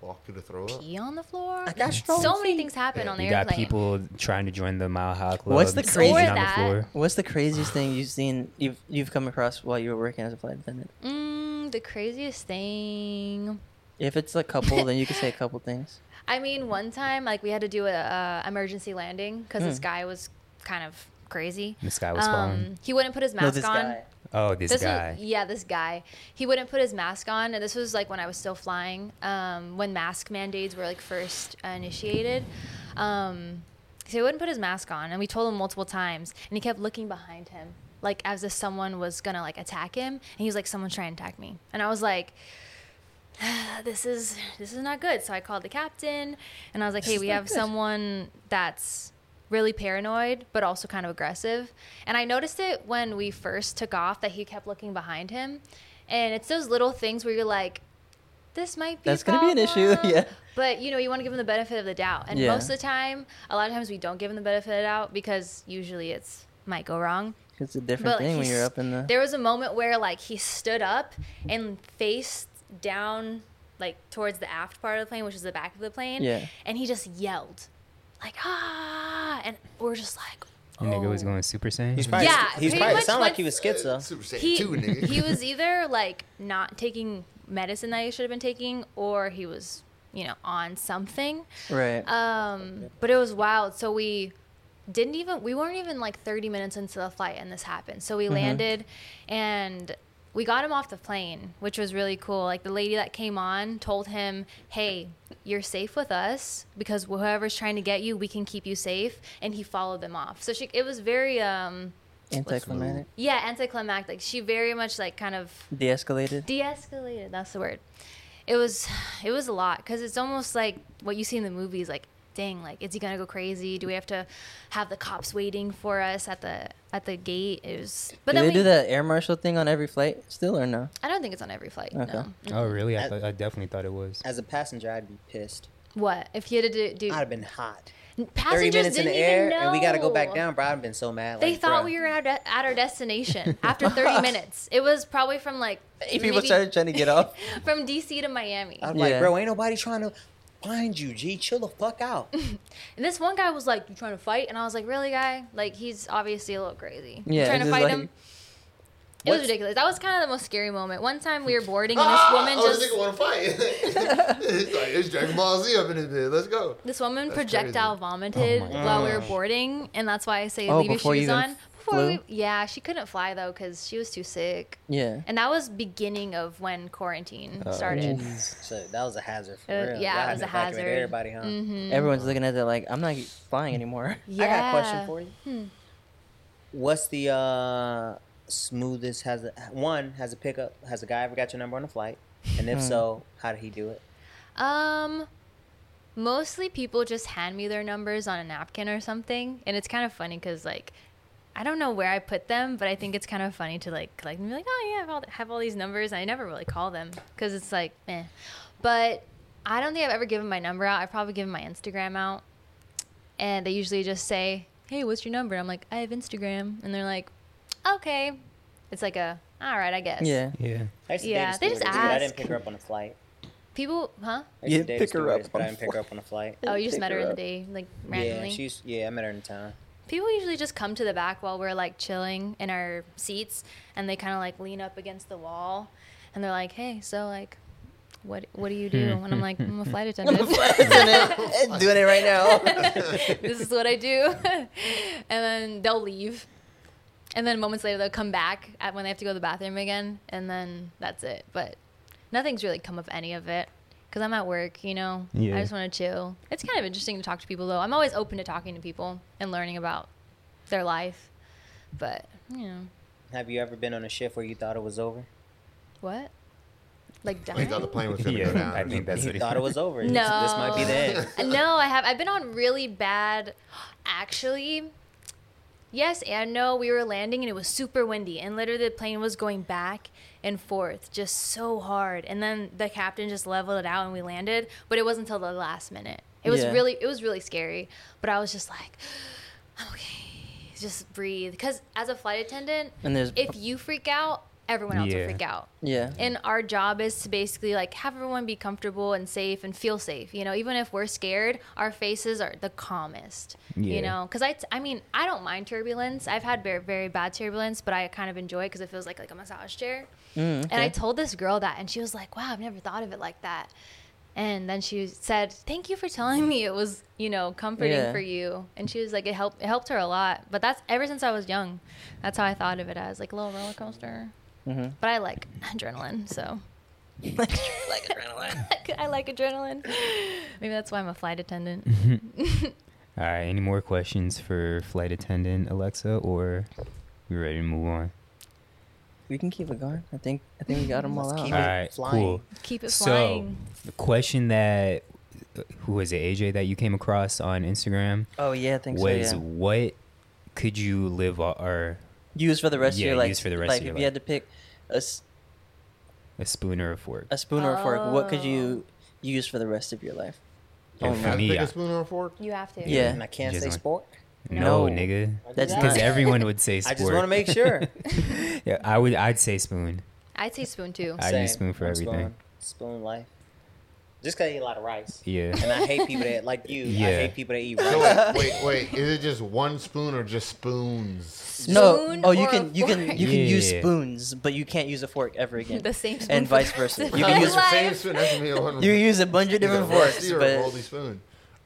[SPEAKER 3] Walk to the throw up.
[SPEAKER 7] pee on the floor.
[SPEAKER 2] I got strong
[SPEAKER 7] so many things happen
[SPEAKER 3] Yeah,
[SPEAKER 7] on the
[SPEAKER 5] You got
[SPEAKER 7] airplane.
[SPEAKER 5] people trying to join the Mile High Club.
[SPEAKER 2] What's the
[SPEAKER 5] sitting
[SPEAKER 2] crazy-
[SPEAKER 5] on
[SPEAKER 7] Or that.
[SPEAKER 5] the floor?
[SPEAKER 2] what's the craziest thing you've seen you've you've come across while you were working as a flight attendant?
[SPEAKER 7] Mm, the craziest thing.
[SPEAKER 2] If it's a couple, then you could say a couple things.
[SPEAKER 7] I mean, one time, like we had to do a, uh emergency landing because this guy was kind of crazy.
[SPEAKER 5] This guy was falling.
[SPEAKER 7] He wouldn't put his mask
[SPEAKER 2] this
[SPEAKER 7] on.
[SPEAKER 2] guy.
[SPEAKER 5] Oh, this,
[SPEAKER 7] this
[SPEAKER 5] guy.
[SPEAKER 7] Was, yeah, this guy. He wouldn't put his mask on, and this was like when I was still flying, um, when mask mandates were like first initiated. Um, so he wouldn't put his mask on, and we told him multiple times, and he kept looking behind him, like as if someone was gonna like attack him, and he was like, "Someone trying to attack me," and I was like. This is this is not good. So I called the captain, and I was like, "Hey, we have someone that's really paranoid but also kind of aggressive. And I noticed it when we first took off that he kept looking behind him. And it's those little things where you're like, this might be a
[SPEAKER 2] That's gonna be an issue,
[SPEAKER 7] problem.
[SPEAKER 2] yeah.
[SPEAKER 7] But you know, you want to give him the benefit of the doubt. And
[SPEAKER 2] Yeah.
[SPEAKER 7] most of the time, a lot of times we don't give him the benefit of the doubt because usually it's might go wrong.
[SPEAKER 2] It's a different thing when
[SPEAKER 7] he
[SPEAKER 2] you're
[SPEAKER 7] s-
[SPEAKER 2] up in the.
[SPEAKER 7] There was a moment where like he stood up and faced down like towards the aft part of the plane, which is the back of the plane.
[SPEAKER 2] Yeah.
[SPEAKER 7] And he just yelled, like ah, and we're just like.
[SPEAKER 5] Your nigga was
[SPEAKER 7] "Oh."
[SPEAKER 5] going Super Saiyan.
[SPEAKER 4] He's probably,
[SPEAKER 7] Yeah,
[SPEAKER 4] he's
[SPEAKER 7] pretty
[SPEAKER 4] probably
[SPEAKER 7] much
[SPEAKER 4] sound like
[SPEAKER 7] when-
[SPEAKER 4] he was schizo.
[SPEAKER 3] Super Saiyan
[SPEAKER 7] He,
[SPEAKER 3] two, nigga.
[SPEAKER 7] he was either like not taking medicine that he should have been taking, or he was you know on something.
[SPEAKER 2] Right.
[SPEAKER 7] Um, but it was wild. So we didn't even we weren't even like 30 minutes into the flight and this happened. So we landed and we got him off the plane, which was really cool. Like the lady that came on told him, "Hey, you're safe with us because whoever's trying to get you, we can keep you safe." And he followed them off. So she it was very um
[SPEAKER 2] Anticlimactic.
[SPEAKER 7] yeah, anticlimactic. She very much like kind of
[SPEAKER 2] De-escalated.
[SPEAKER 7] de-escalated that's the word it was it was a lot because it's almost like what you see in the movies like dang like is he gonna go crazy do we have to have the cops waiting for us at the at the gate it was but
[SPEAKER 2] do
[SPEAKER 7] then
[SPEAKER 2] they
[SPEAKER 7] we,
[SPEAKER 2] do that air marshal thing on every flight still or no?
[SPEAKER 7] i don't think it's on every flight
[SPEAKER 2] Okay.
[SPEAKER 7] no
[SPEAKER 5] oh, really? I, thought I definitely thought it was.
[SPEAKER 4] As a passenger, I'd be pissed.
[SPEAKER 7] what if you had to do,
[SPEAKER 4] I'd have been hot.
[SPEAKER 7] do
[SPEAKER 4] Thirty
[SPEAKER 7] passengers
[SPEAKER 4] minutes in
[SPEAKER 7] didn't
[SPEAKER 4] the air,
[SPEAKER 7] even know.
[SPEAKER 4] and we got to go back down. Bro, I've been so mad.
[SPEAKER 7] they
[SPEAKER 4] like,
[SPEAKER 7] thought
[SPEAKER 4] bruh.
[SPEAKER 7] we were at, at our destination after 30 minutes it was probably from like
[SPEAKER 2] People
[SPEAKER 7] maybe
[SPEAKER 2] started trying to get off.
[SPEAKER 7] from dc to miami
[SPEAKER 4] I'm
[SPEAKER 2] Yeah.
[SPEAKER 4] like, bro, ain't nobody trying to find you. G, chill the fuck out.
[SPEAKER 7] And this one guy was like, "You trying to fight?" And I was like, "Really, guy? Like, he's obviously a little crazy. You
[SPEAKER 2] Yeah,
[SPEAKER 7] trying to
[SPEAKER 2] it's just
[SPEAKER 7] fight
[SPEAKER 2] like-
[SPEAKER 7] him." It was
[SPEAKER 4] What's-
[SPEAKER 7] ridiculous. That was kind of the most scary moment. One time we were boarding, and this woman
[SPEAKER 3] oh, this
[SPEAKER 7] just
[SPEAKER 3] nigga want to fight. it's like it's Dragon Ball Z up in this bitch. Let's go.
[SPEAKER 7] this woman
[SPEAKER 3] That's
[SPEAKER 7] projectile
[SPEAKER 3] crazy.
[SPEAKER 7] vomited
[SPEAKER 5] Oh my
[SPEAKER 7] while we were boarding, and that's why I say
[SPEAKER 2] Oh,
[SPEAKER 7] leave your
[SPEAKER 2] before you
[SPEAKER 7] shoes
[SPEAKER 2] even
[SPEAKER 7] on. Before
[SPEAKER 2] flew?
[SPEAKER 7] we, yeah, she couldn't fly though because she was too sick,
[SPEAKER 2] Yeah.
[SPEAKER 7] and that was beginning of when quarantine
[SPEAKER 2] Uh,
[SPEAKER 7] started.
[SPEAKER 4] so that was a hazard for
[SPEAKER 7] Uh, yeah,
[SPEAKER 4] real. Y'all
[SPEAKER 7] it
[SPEAKER 4] had
[SPEAKER 7] was
[SPEAKER 4] to
[SPEAKER 7] a
[SPEAKER 4] evacuate
[SPEAKER 7] hazard. Mm-hmm.
[SPEAKER 4] Everybody, huh?
[SPEAKER 7] Mm.
[SPEAKER 2] Everyone's looking at it like I'm not flying anymore.
[SPEAKER 7] Yeah. Hmm.
[SPEAKER 4] I got a question for you. What's the uh, smoothest has a, one has a pickup has a guy ever got your number on a flight? And
[SPEAKER 2] Hmm.
[SPEAKER 4] if so, how did he do it?
[SPEAKER 7] Um, mostly people just hand me their numbers on a napkin or something, and it's kind of funny because like. I don't know where I put them, but I think it's kind of funny to like collect and be like, oh yeah, I have all, have all these numbers. I never really call them because it's like, eh. But I don't think I've ever given my number out. I've probably given my Instagram out, and they usually just say, hey, what's your number? I'm like, I have Instagram, and they're like, okay. It's like a, all right, I guess.
[SPEAKER 2] Yeah.
[SPEAKER 5] Yeah.
[SPEAKER 4] I used to
[SPEAKER 7] Yeah,
[SPEAKER 4] date a
[SPEAKER 7] they just
[SPEAKER 4] stewardess, but I
[SPEAKER 7] ask.
[SPEAKER 4] didn't pick her up on a flight.
[SPEAKER 7] People, huh?
[SPEAKER 4] I used
[SPEAKER 2] You
[SPEAKER 4] to date
[SPEAKER 2] pick
[SPEAKER 4] a
[SPEAKER 2] her up
[SPEAKER 4] stewardess,
[SPEAKER 2] on
[SPEAKER 4] but I
[SPEAKER 2] a
[SPEAKER 4] didn't pick her up on a flight.
[SPEAKER 7] Oh, you just
[SPEAKER 2] Pick
[SPEAKER 7] met her
[SPEAKER 2] her
[SPEAKER 7] in the
[SPEAKER 2] up.
[SPEAKER 7] day, like randomly.
[SPEAKER 4] Yeah, she's yeah. I met her in town.
[SPEAKER 7] People usually just come to the back while we're like chilling in our seats and they kind of like lean up against the wall and they're like, "Hey, so like what what do you do?" And I'm like, "I'm a flight attendant.
[SPEAKER 2] Doing it right now.
[SPEAKER 7] this is what I do." and then they'll leave. And then moments later, they'll come back at when they have to go to the bathroom again, and then that's it. But nothing's really come of any of it because I'm at work, you know?
[SPEAKER 5] Yeah.
[SPEAKER 7] I just want to chill. It's kind of interesting to talk to people, though. I'm always open to talking to people and learning about their life. But, you know,
[SPEAKER 4] Have you ever been on a shift where you thought it was over?
[SPEAKER 7] what? Like
[SPEAKER 3] He
[SPEAKER 7] dying?
[SPEAKER 3] thought the plane was going to
[SPEAKER 5] Yeah,
[SPEAKER 3] go down.
[SPEAKER 5] I think that's
[SPEAKER 4] You
[SPEAKER 5] what he-
[SPEAKER 4] thought it was over. This-
[SPEAKER 7] No.
[SPEAKER 4] This, might be the end.
[SPEAKER 7] Uh, no, I have. I've been on really bad. Actually, yes and no. We were landing and it was super windy, and literally the plane was going back and forth just so hard. And then the captain just leveled it out and we landed, but it wasn't until the last minute. It was
[SPEAKER 2] Yeah.
[SPEAKER 7] really, it was really scary. But I was just like, I'm okay, just breathe. Because as a flight attendant,
[SPEAKER 2] And there's-
[SPEAKER 7] if you freak out, everyone else will
[SPEAKER 5] Yeah.
[SPEAKER 7] freak out.
[SPEAKER 2] Yeah.
[SPEAKER 7] And our job is to basically like have everyone be comfortable and safe and feel safe. You know, even if we're scared, our faces are the calmest.
[SPEAKER 5] Yeah.
[SPEAKER 7] You know, because I, t- I mean, I don't mind turbulence. I've had very, very bad turbulence, but I kind of enjoy it because it feels like like a massage chair. And I told this girl that, and she was like, "Wow, I've never thought of it like that." And then she said, "Thank you for telling me it was, you know, comforting
[SPEAKER 2] Yeah.
[SPEAKER 7] for you." And she was like, "It helped. It helped her a lot." But that's ever since I was young. That's how I thought of it as like a little roller coaster.
[SPEAKER 2] Mm-hmm.
[SPEAKER 7] But I like adrenaline, so. like adrenaline. I like adrenaline. Maybe that's why I'm a flight attendant.
[SPEAKER 2] Mm-hmm.
[SPEAKER 5] All right. Any more questions for flight attendant Alexa, or we ready to move on?
[SPEAKER 2] We can keep it going. I think I think we got them all
[SPEAKER 4] Let's
[SPEAKER 2] out.
[SPEAKER 4] keep
[SPEAKER 5] All
[SPEAKER 4] it
[SPEAKER 5] right.
[SPEAKER 4] flying.
[SPEAKER 5] Cool.
[SPEAKER 7] Keep it
[SPEAKER 5] So
[SPEAKER 7] flying.
[SPEAKER 5] the question that uh, who was it AJ that you came across on Instagram
[SPEAKER 2] Oh yeah, I think
[SPEAKER 5] was
[SPEAKER 2] so. Yeah.
[SPEAKER 5] what could you live o- or
[SPEAKER 2] Use for the rest
[SPEAKER 5] Yeah,
[SPEAKER 2] of your life.
[SPEAKER 5] use for the rest
[SPEAKER 2] like
[SPEAKER 5] of your
[SPEAKER 2] if
[SPEAKER 5] life.
[SPEAKER 2] you had to pick a, s-
[SPEAKER 5] a spoon or a fork?
[SPEAKER 2] a spoon or a fork, what could
[SPEAKER 7] Oh.
[SPEAKER 2] you use for the rest of your life?
[SPEAKER 5] Yeah,
[SPEAKER 2] Oh,
[SPEAKER 5] for
[SPEAKER 3] Have
[SPEAKER 2] man.
[SPEAKER 5] me,
[SPEAKER 3] to pick
[SPEAKER 5] I-
[SPEAKER 3] a spoon or a fork?
[SPEAKER 7] You have to.
[SPEAKER 2] Yeah.
[SPEAKER 4] And I can't
[SPEAKER 5] Just
[SPEAKER 4] say
[SPEAKER 5] on-
[SPEAKER 4] sport.
[SPEAKER 5] no,
[SPEAKER 2] No.
[SPEAKER 5] nigga.
[SPEAKER 2] That's
[SPEAKER 4] That's
[SPEAKER 5] Because
[SPEAKER 2] not-
[SPEAKER 5] everyone would say
[SPEAKER 4] I
[SPEAKER 5] sport.
[SPEAKER 4] just want to make sure.
[SPEAKER 5] Yeah, I would. I'd say spoon.
[SPEAKER 7] I'd say spoon
[SPEAKER 2] Uh,
[SPEAKER 7] too.
[SPEAKER 5] I
[SPEAKER 4] Same.
[SPEAKER 5] use spoon for
[SPEAKER 4] One
[SPEAKER 5] everything.
[SPEAKER 4] Spoon, spoon life. Just cause I eat a lot of rice.
[SPEAKER 5] Yeah.
[SPEAKER 4] And I hate people that like you.
[SPEAKER 5] Yeah.
[SPEAKER 4] I hate people that eat
[SPEAKER 3] So wait,
[SPEAKER 4] rice.
[SPEAKER 3] wait, wait. Is it just one spoon or just spoons?
[SPEAKER 2] No.
[SPEAKER 7] Spoon
[SPEAKER 2] Oh, you
[SPEAKER 7] or a
[SPEAKER 2] can you can
[SPEAKER 7] fork?
[SPEAKER 2] you can use
[SPEAKER 5] Yeah.
[SPEAKER 2] spoons, but you can't use a fork ever again.
[SPEAKER 7] The same spoon
[SPEAKER 2] And
[SPEAKER 7] for the
[SPEAKER 2] vice
[SPEAKER 7] rest
[SPEAKER 2] versa. You
[SPEAKER 7] of
[SPEAKER 2] can
[SPEAKER 7] my
[SPEAKER 2] use
[SPEAKER 7] life.
[SPEAKER 3] same spoon. That's gonna be a one.
[SPEAKER 2] you use a bunch of
[SPEAKER 3] Either
[SPEAKER 2] different
[SPEAKER 3] a rusty
[SPEAKER 2] forks,
[SPEAKER 3] or a
[SPEAKER 2] but
[SPEAKER 3] moldy spoon.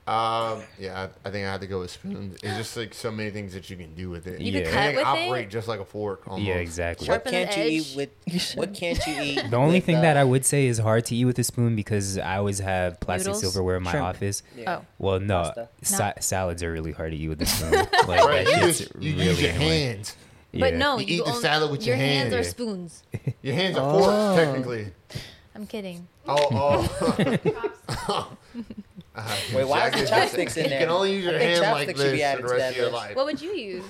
[SPEAKER 3] Um, yeah, I, I think I had to go with spoons. It's just like so many things that you can do with it.
[SPEAKER 5] You can
[SPEAKER 3] I
[SPEAKER 7] cut
[SPEAKER 3] think
[SPEAKER 7] with it?
[SPEAKER 3] operate just like a fork. Almost.
[SPEAKER 5] Yeah, exactly.
[SPEAKER 4] What
[SPEAKER 7] Sharpen the
[SPEAKER 4] can't you eat
[SPEAKER 7] edge.
[SPEAKER 4] with? What can't you eat?
[SPEAKER 5] The only
[SPEAKER 4] with,
[SPEAKER 5] thing
[SPEAKER 4] uh,
[SPEAKER 5] that I would say is hard to eat with a spoon because I always have plastic
[SPEAKER 7] Noodles?
[SPEAKER 5] silverware in my
[SPEAKER 2] Shrimp.
[SPEAKER 5] office.
[SPEAKER 4] Yeah.
[SPEAKER 7] Oh.
[SPEAKER 5] Well, no,
[SPEAKER 4] Pasta.
[SPEAKER 5] sa- salads are really hard to eat with a spoon. like
[SPEAKER 3] Right,
[SPEAKER 5] that
[SPEAKER 3] you
[SPEAKER 5] shit's
[SPEAKER 3] just you
[SPEAKER 5] really
[SPEAKER 3] use your
[SPEAKER 5] annoying.
[SPEAKER 3] hands.
[SPEAKER 7] But
[SPEAKER 5] Yeah.
[SPEAKER 7] no,
[SPEAKER 3] You eat the
[SPEAKER 7] Oh, only-
[SPEAKER 3] salad with your
[SPEAKER 7] hands.
[SPEAKER 3] hand.
[SPEAKER 7] are
[SPEAKER 3] Yeah.
[SPEAKER 7] spoons.
[SPEAKER 3] Your hands
[SPEAKER 2] Oh.
[SPEAKER 3] are forks technically.
[SPEAKER 7] I'm kidding.
[SPEAKER 3] Oh, oh.
[SPEAKER 4] Wait, why is the chopsticks in
[SPEAKER 3] you
[SPEAKER 4] there?
[SPEAKER 3] can only use your
[SPEAKER 4] I think
[SPEAKER 3] hand like
[SPEAKER 4] chopsticks should be
[SPEAKER 3] this for
[SPEAKER 4] added
[SPEAKER 3] the
[SPEAKER 4] to
[SPEAKER 3] rest
[SPEAKER 4] that
[SPEAKER 3] of your
[SPEAKER 4] list.
[SPEAKER 3] life.
[SPEAKER 7] What would you use?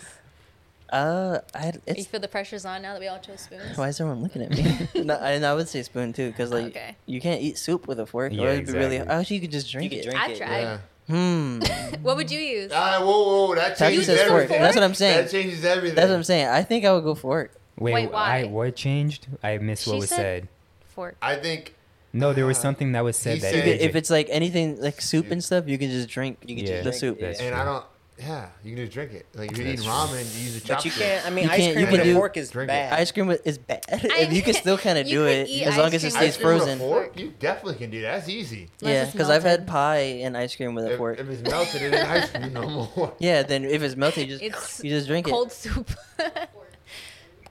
[SPEAKER 2] uh, I
[SPEAKER 7] you
[SPEAKER 2] it's
[SPEAKER 7] feel the pressure's on now that we all chose spoons.
[SPEAKER 2] why is everyone looking at me? no, and I would say spoon too, because like
[SPEAKER 7] Okay.
[SPEAKER 2] you can't eat soup with a fork.
[SPEAKER 5] Yeah,
[SPEAKER 2] or it'd be really
[SPEAKER 5] exactly.
[SPEAKER 2] actually you could just drink
[SPEAKER 4] could
[SPEAKER 2] it.
[SPEAKER 4] drink
[SPEAKER 7] I've
[SPEAKER 4] it,
[SPEAKER 7] tried.
[SPEAKER 3] Yeah.
[SPEAKER 2] Hmm.
[SPEAKER 7] What would you use?
[SPEAKER 3] Ah, whoa, whoa, that
[SPEAKER 2] That's,
[SPEAKER 3] changes
[SPEAKER 2] says fork.
[SPEAKER 3] everything.
[SPEAKER 2] That's what I'm saying.
[SPEAKER 3] That changes everything.
[SPEAKER 2] That's what I'm saying. I think I would go fork.
[SPEAKER 5] Wait,
[SPEAKER 7] Wait, why?
[SPEAKER 5] I, what changed? I missed what
[SPEAKER 7] She
[SPEAKER 5] was
[SPEAKER 7] said-
[SPEAKER 5] said,
[SPEAKER 7] Fork.
[SPEAKER 3] I think
[SPEAKER 5] No, there was something that was
[SPEAKER 3] He
[SPEAKER 5] said that
[SPEAKER 3] said-
[SPEAKER 2] You could-
[SPEAKER 5] AJ
[SPEAKER 2] if it's like anything like soup and stuff, you can just drink. You
[SPEAKER 5] can
[SPEAKER 2] can
[SPEAKER 5] just
[SPEAKER 2] the
[SPEAKER 4] drink
[SPEAKER 2] soup.
[SPEAKER 4] it.
[SPEAKER 5] That's
[SPEAKER 3] and
[SPEAKER 5] true.
[SPEAKER 3] I don't. Yeah, you can just drink it. Like if you're
[SPEAKER 5] That's
[SPEAKER 3] eating
[SPEAKER 5] true.
[SPEAKER 3] ramen, you use a chopstick.
[SPEAKER 4] But you can't. I mean,
[SPEAKER 2] You
[SPEAKER 4] ice
[SPEAKER 2] can't- you
[SPEAKER 4] cream
[SPEAKER 2] can
[SPEAKER 4] with a
[SPEAKER 2] do-
[SPEAKER 4] fork is
[SPEAKER 3] drink it.
[SPEAKER 4] bad.
[SPEAKER 2] Ice cream with- is bad.
[SPEAKER 7] I
[SPEAKER 2] and you can still kind of
[SPEAKER 7] you
[SPEAKER 2] do
[SPEAKER 7] could
[SPEAKER 2] it
[SPEAKER 7] eat
[SPEAKER 2] as
[SPEAKER 7] ice
[SPEAKER 2] long as
[SPEAKER 7] cream
[SPEAKER 2] it
[SPEAKER 7] with
[SPEAKER 2] stays
[SPEAKER 7] a
[SPEAKER 2] frozen.
[SPEAKER 3] With a fork, you definitely can do that. That's easy.
[SPEAKER 7] Unless
[SPEAKER 2] Yeah,
[SPEAKER 7] it's
[SPEAKER 2] because I've had
[SPEAKER 7] melted.
[SPEAKER 2] pie and ice cream with a
[SPEAKER 3] If,
[SPEAKER 2] fork.
[SPEAKER 3] if it's melted, it ain't ice cream no more.
[SPEAKER 2] yeah, then if it's melted, you just
[SPEAKER 7] It's
[SPEAKER 2] you just drink
[SPEAKER 7] Cold soup.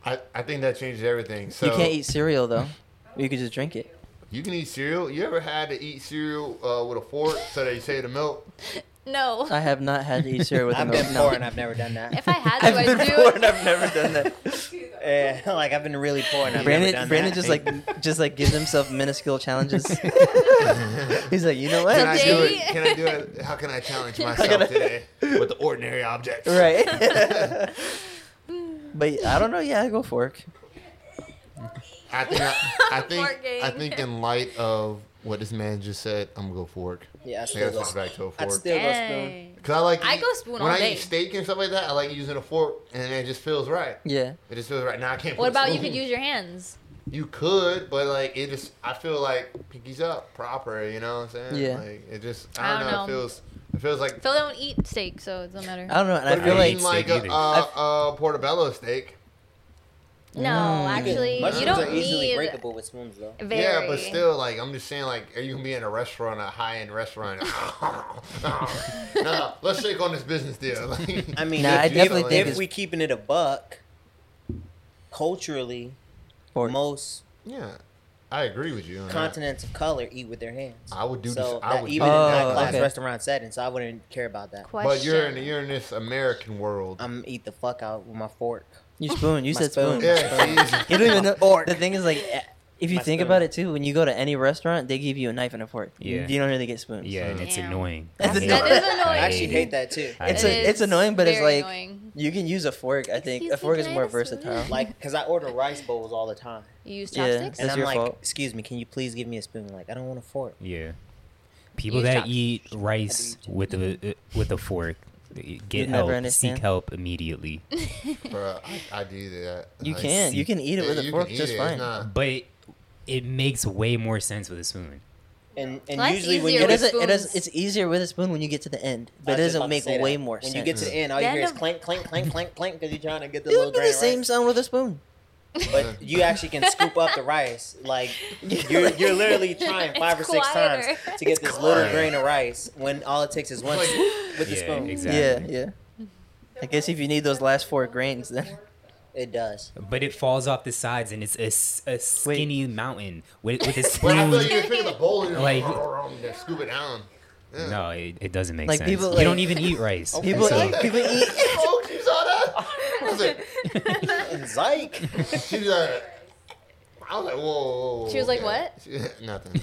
[SPEAKER 3] I, I think that changes everything.
[SPEAKER 2] it.
[SPEAKER 3] So
[SPEAKER 2] You can't eat cereal though. You could just drink it.
[SPEAKER 3] You can eat cereal. You ever had to eat cereal uh, with a fork so that you save the milk?
[SPEAKER 7] no.
[SPEAKER 2] I have not had to eat cereal with a
[SPEAKER 4] I've
[SPEAKER 2] milk.
[SPEAKER 4] been
[SPEAKER 2] no.
[SPEAKER 4] poor and I've never done that.
[SPEAKER 7] if I had to,
[SPEAKER 2] I've
[SPEAKER 7] I'd
[SPEAKER 2] been
[SPEAKER 7] do
[SPEAKER 2] poor
[SPEAKER 7] it.
[SPEAKER 2] and I've never done that.
[SPEAKER 4] Yeah, like I've been really poor and I've never
[SPEAKER 2] Brandon,
[SPEAKER 4] done
[SPEAKER 2] Brandon
[SPEAKER 4] that.
[SPEAKER 2] just like just like gives himself minuscule challenges. He's like, you know what?
[SPEAKER 3] Can I do
[SPEAKER 7] Today-
[SPEAKER 3] it? Can I do it? How can I challenge myself
[SPEAKER 2] gotta-
[SPEAKER 3] today with the ordinary objects?
[SPEAKER 2] right. but I don't know. Yeah, I go fork.
[SPEAKER 3] I think. I, I think.
[SPEAKER 7] Forking.
[SPEAKER 3] I think in light of what this man just said, I'm gonna go fork. I
[SPEAKER 4] yeah, I
[SPEAKER 3] gotta
[SPEAKER 4] still go.
[SPEAKER 3] switch back to a
[SPEAKER 4] I'd
[SPEAKER 3] fork.
[SPEAKER 4] still go spoon.
[SPEAKER 7] Dang.
[SPEAKER 3] Cause I like. to
[SPEAKER 7] I
[SPEAKER 3] eat-
[SPEAKER 7] go spoon
[SPEAKER 3] when
[SPEAKER 7] all
[SPEAKER 3] I
[SPEAKER 7] day.
[SPEAKER 3] eat steak and stuff like that. I like using a fork, and it just feels right.
[SPEAKER 2] Yeah.
[SPEAKER 3] It just feels right. Now I can't. put
[SPEAKER 7] What
[SPEAKER 3] a
[SPEAKER 7] about you
[SPEAKER 3] spoon.
[SPEAKER 7] could use your hands?
[SPEAKER 3] You could, but like it just. I feel like pinkies up proper. You know what I'm saying?
[SPEAKER 2] Yeah.
[SPEAKER 3] Like it just. I don't, know. It feels. It feels like
[SPEAKER 7] Phil don't eat steak, so it doesn't matter.
[SPEAKER 2] I don't know. And
[SPEAKER 3] But
[SPEAKER 2] I feel
[SPEAKER 3] if
[SPEAKER 2] like
[SPEAKER 3] you like
[SPEAKER 5] steak
[SPEAKER 3] a,
[SPEAKER 5] either.
[SPEAKER 3] a, a portobello steak.
[SPEAKER 7] no,
[SPEAKER 2] Mm.
[SPEAKER 7] actually, you
[SPEAKER 4] Mushrooms
[SPEAKER 7] don't
[SPEAKER 4] are easily
[SPEAKER 7] need
[SPEAKER 4] breakable with spoons though.
[SPEAKER 7] very.
[SPEAKER 3] Yeah, but still, like, I'm just saying, like, are you gonna be in a restaurant, a high end restaurant? no, let's shake on this business deal. Like,
[SPEAKER 4] I mean,
[SPEAKER 2] Nah, I
[SPEAKER 4] if,
[SPEAKER 2] definitely
[SPEAKER 4] if,
[SPEAKER 2] think
[SPEAKER 4] if
[SPEAKER 2] it's-
[SPEAKER 4] we keeping it a buck, culturally,
[SPEAKER 2] Or
[SPEAKER 4] most
[SPEAKER 3] Yeah, I agree with you. on that.
[SPEAKER 4] continents of color eat with their hands.
[SPEAKER 3] Uh-huh. I would do
[SPEAKER 4] so
[SPEAKER 3] this- I
[SPEAKER 4] that-
[SPEAKER 3] would
[SPEAKER 4] even
[SPEAKER 2] do
[SPEAKER 4] in
[SPEAKER 2] that.
[SPEAKER 4] that class
[SPEAKER 2] Okay.
[SPEAKER 4] restaurant setting, so I wouldn't care about that.
[SPEAKER 1] Question.
[SPEAKER 3] But you're in you're in this American world.
[SPEAKER 4] I'm eat the fuck out with my fork.
[SPEAKER 2] You spoon. You
[SPEAKER 4] My
[SPEAKER 2] said
[SPEAKER 4] spoon.
[SPEAKER 2] spoon.
[SPEAKER 3] yeah,
[SPEAKER 2] You
[SPEAKER 3] he's-
[SPEAKER 2] don't even know.
[SPEAKER 4] Fork.
[SPEAKER 2] The thing is, like, eh, if you
[SPEAKER 4] My
[SPEAKER 2] think
[SPEAKER 4] spoon.
[SPEAKER 2] about it too, when you go to any restaurant, they give you a knife and a fork.
[SPEAKER 5] Yeah.
[SPEAKER 2] You don't really get spoons.
[SPEAKER 5] Yeah, and it's
[SPEAKER 1] Damn.
[SPEAKER 5] annoying.
[SPEAKER 2] That's
[SPEAKER 5] I hate
[SPEAKER 2] annoying.
[SPEAKER 5] it.
[SPEAKER 2] That is
[SPEAKER 1] annoying.
[SPEAKER 5] I
[SPEAKER 4] I actually
[SPEAKER 5] it.
[SPEAKER 4] hate that too.
[SPEAKER 5] I
[SPEAKER 2] It's
[SPEAKER 5] hate
[SPEAKER 1] It
[SPEAKER 2] a,
[SPEAKER 5] it.
[SPEAKER 2] it's
[SPEAKER 1] is
[SPEAKER 2] annoying, but it's
[SPEAKER 1] very
[SPEAKER 2] like
[SPEAKER 1] annoying.
[SPEAKER 2] you can use a fork. I think a
[SPEAKER 1] Excuse me,
[SPEAKER 2] fork
[SPEAKER 1] can
[SPEAKER 2] is
[SPEAKER 1] I
[SPEAKER 2] more
[SPEAKER 1] have a spoon?
[SPEAKER 2] versatile.
[SPEAKER 4] Like, cause I order rice bowls all the time,
[SPEAKER 1] You use
[SPEAKER 2] Yeah.
[SPEAKER 1] chopsticks?
[SPEAKER 4] and
[SPEAKER 2] That's
[SPEAKER 4] I'm
[SPEAKER 2] your
[SPEAKER 4] like,
[SPEAKER 2] fault.
[SPEAKER 4] "Excuse me, can you please give me a spoon?" Like, I don't want a fork.
[SPEAKER 5] Yeah. People
[SPEAKER 1] Use
[SPEAKER 5] that
[SPEAKER 1] chopsticks.
[SPEAKER 5] eat rice with a uh, with a fork they get
[SPEAKER 2] You'd never
[SPEAKER 5] help.
[SPEAKER 2] understand.
[SPEAKER 5] Seek help immediately.
[SPEAKER 3] Bruh, I, I do that.
[SPEAKER 2] you
[SPEAKER 3] Like,
[SPEAKER 2] can. You can eat it
[SPEAKER 3] yeah,
[SPEAKER 2] with a
[SPEAKER 3] you
[SPEAKER 2] fork
[SPEAKER 3] can eat
[SPEAKER 2] just
[SPEAKER 3] it. It's
[SPEAKER 2] fine.
[SPEAKER 3] not-
[SPEAKER 5] but it makes way more sense with a spoon.
[SPEAKER 4] And
[SPEAKER 1] Well,
[SPEAKER 4] and
[SPEAKER 1] that's
[SPEAKER 4] usually when
[SPEAKER 1] easier
[SPEAKER 4] you
[SPEAKER 2] It
[SPEAKER 1] with
[SPEAKER 4] get,
[SPEAKER 2] doesn't. It does.
[SPEAKER 1] spoons.
[SPEAKER 2] It's easier with a spoon when you get to the end,
[SPEAKER 4] I
[SPEAKER 2] but it
[SPEAKER 4] was just about
[SPEAKER 2] doesn't
[SPEAKER 4] to
[SPEAKER 2] make
[SPEAKER 4] say that.
[SPEAKER 2] way more
[SPEAKER 4] when
[SPEAKER 2] sense.
[SPEAKER 4] you get to the end, all you
[SPEAKER 1] Then
[SPEAKER 4] hear is
[SPEAKER 1] the-
[SPEAKER 4] clank, clank, clank, clank, clank, because you're trying to get the
[SPEAKER 2] You
[SPEAKER 4] little
[SPEAKER 2] don't do
[SPEAKER 4] grain
[SPEAKER 2] the
[SPEAKER 4] of
[SPEAKER 2] same
[SPEAKER 4] rice.
[SPEAKER 2] sound with a spoon.
[SPEAKER 4] But you actually can scoop up the rice. Like you're you're literally trying five or
[SPEAKER 1] It's
[SPEAKER 4] six times
[SPEAKER 1] quieter.
[SPEAKER 4] to get this little
[SPEAKER 3] quieter.
[SPEAKER 4] grain of rice when all it takes is one
[SPEAKER 3] Like-
[SPEAKER 4] scoop with the
[SPEAKER 5] Yeah,
[SPEAKER 4] spoon.
[SPEAKER 5] exactly.
[SPEAKER 2] Yeah, yeah. I guess if you need those last four grains, then
[SPEAKER 4] It does.
[SPEAKER 5] But it falls off the sides and it's a, s- a skinny mountain with, with
[SPEAKER 3] But I
[SPEAKER 5] a
[SPEAKER 3] feel
[SPEAKER 5] spoon.
[SPEAKER 3] like you're picking the bowl and you're
[SPEAKER 5] Like-
[SPEAKER 3] like, they're scooping down.
[SPEAKER 5] no, it, it doesn't make
[SPEAKER 2] Like,
[SPEAKER 5] sense.
[SPEAKER 2] people,
[SPEAKER 5] you
[SPEAKER 2] like-
[SPEAKER 5] don't even eat rice.
[SPEAKER 2] people
[SPEAKER 5] So-
[SPEAKER 2] eat. People eat.
[SPEAKER 3] Folks, you saw that? I was like,
[SPEAKER 4] Zyke.
[SPEAKER 3] she was like, I was like, whoa, whoa, whoa.
[SPEAKER 1] She was like, what?
[SPEAKER 3] She- nothing.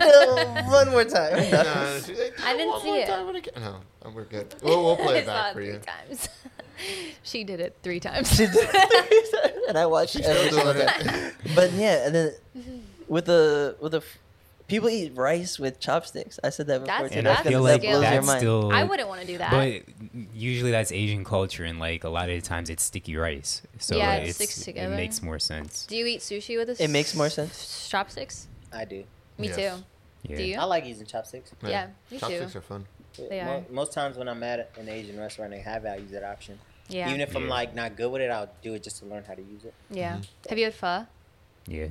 [SPEAKER 3] no,
[SPEAKER 2] One more time.
[SPEAKER 3] she was like,
[SPEAKER 1] I didn't
[SPEAKER 3] "One
[SPEAKER 1] see
[SPEAKER 3] more
[SPEAKER 1] it."
[SPEAKER 3] time when I ca-" No, um, we're good. We'll, we'll play
[SPEAKER 1] I
[SPEAKER 3] it
[SPEAKER 1] saw
[SPEAKER 3] back
[SPEAKER 1] it
[SPEAKER 3] for
[SPEAKER 1] three
[SPEAKER 3] you.
[SPEAKER 1] times. she did it three times.
[SPEAKER 2] and I watch every
[SPEAKER 3] Still
[SPEAKER 2] single
[SPEAKER 3] doing
[SPEAKER 2] time.
[SPEAKER 3] it.
[SPEAKER 2] But yeah, and then with the with the f- people eat rice with chopsticks. I said that before.
[SPEAKER 1] That's-
[SPEAKER 2] too.
[SPEAKER 5] and
[SPEAKER 1] that's
[SPEAKER 5] I
[SPEAKER 2] gonna-
[SPEAKER 5] feel
[SPEAKER 1] that
[SPEAKER 5] like
[SPEAKER 1] blows your
[SPEAKER 5] that's still.
[SPEAKER 1] I wouldn't want to do that.
[SPEAKER 5] But usually that's Asian culture, and like a lot of the times it's sticky rice. So
[SPEAKER 1] Yeah, it
[SPEAKER 5] it's,
[SPEAKER 1] sticks
[SPEAKER 5] it
[SPEAKER 1] together.
[SPEAKER 5] makes more sense.
[SPEAKER 1] do you eat sushi with a
[SPEAKER 2] It makes more
[SPEAKER 1] s-
[SPEAKER 2] sense.
[SPEAKER 1] Chopsticks?
[SPEAKER 4] I do.
[SPEAKER 1] Me
[SPEAKER 3] Yes.
[SPEAKER 1] too.
[SPEAKER 5] Yeah.
[SPEAKER 1] Do you?
[SPEAKER 4] I like using chopsticks.
[SPEAKER 1] Yeah, me too.
[SPEAKER 3] Chopsticks are fun.
[SPEAKER 1] They
[SPEAKER 4] Mo-
[SPEAKER 1] are.
[SPEAKER 4] Most, times when I'm at an Asian restaurant, they have I use that option.
[SPEAKER 1] Yeah.
[SPEAKER 4] Even if I'm
[SPEAKER 5] Yeah.
[SPEAKER 4] like not good with it, I'll do it just to learn how to use it.
[SPEAKER 1] yeah.
[SPEAKER 4] Mm-hmm.
[SPEAKER 1] Have you had pho?
[SPEAKER 5] Yeah.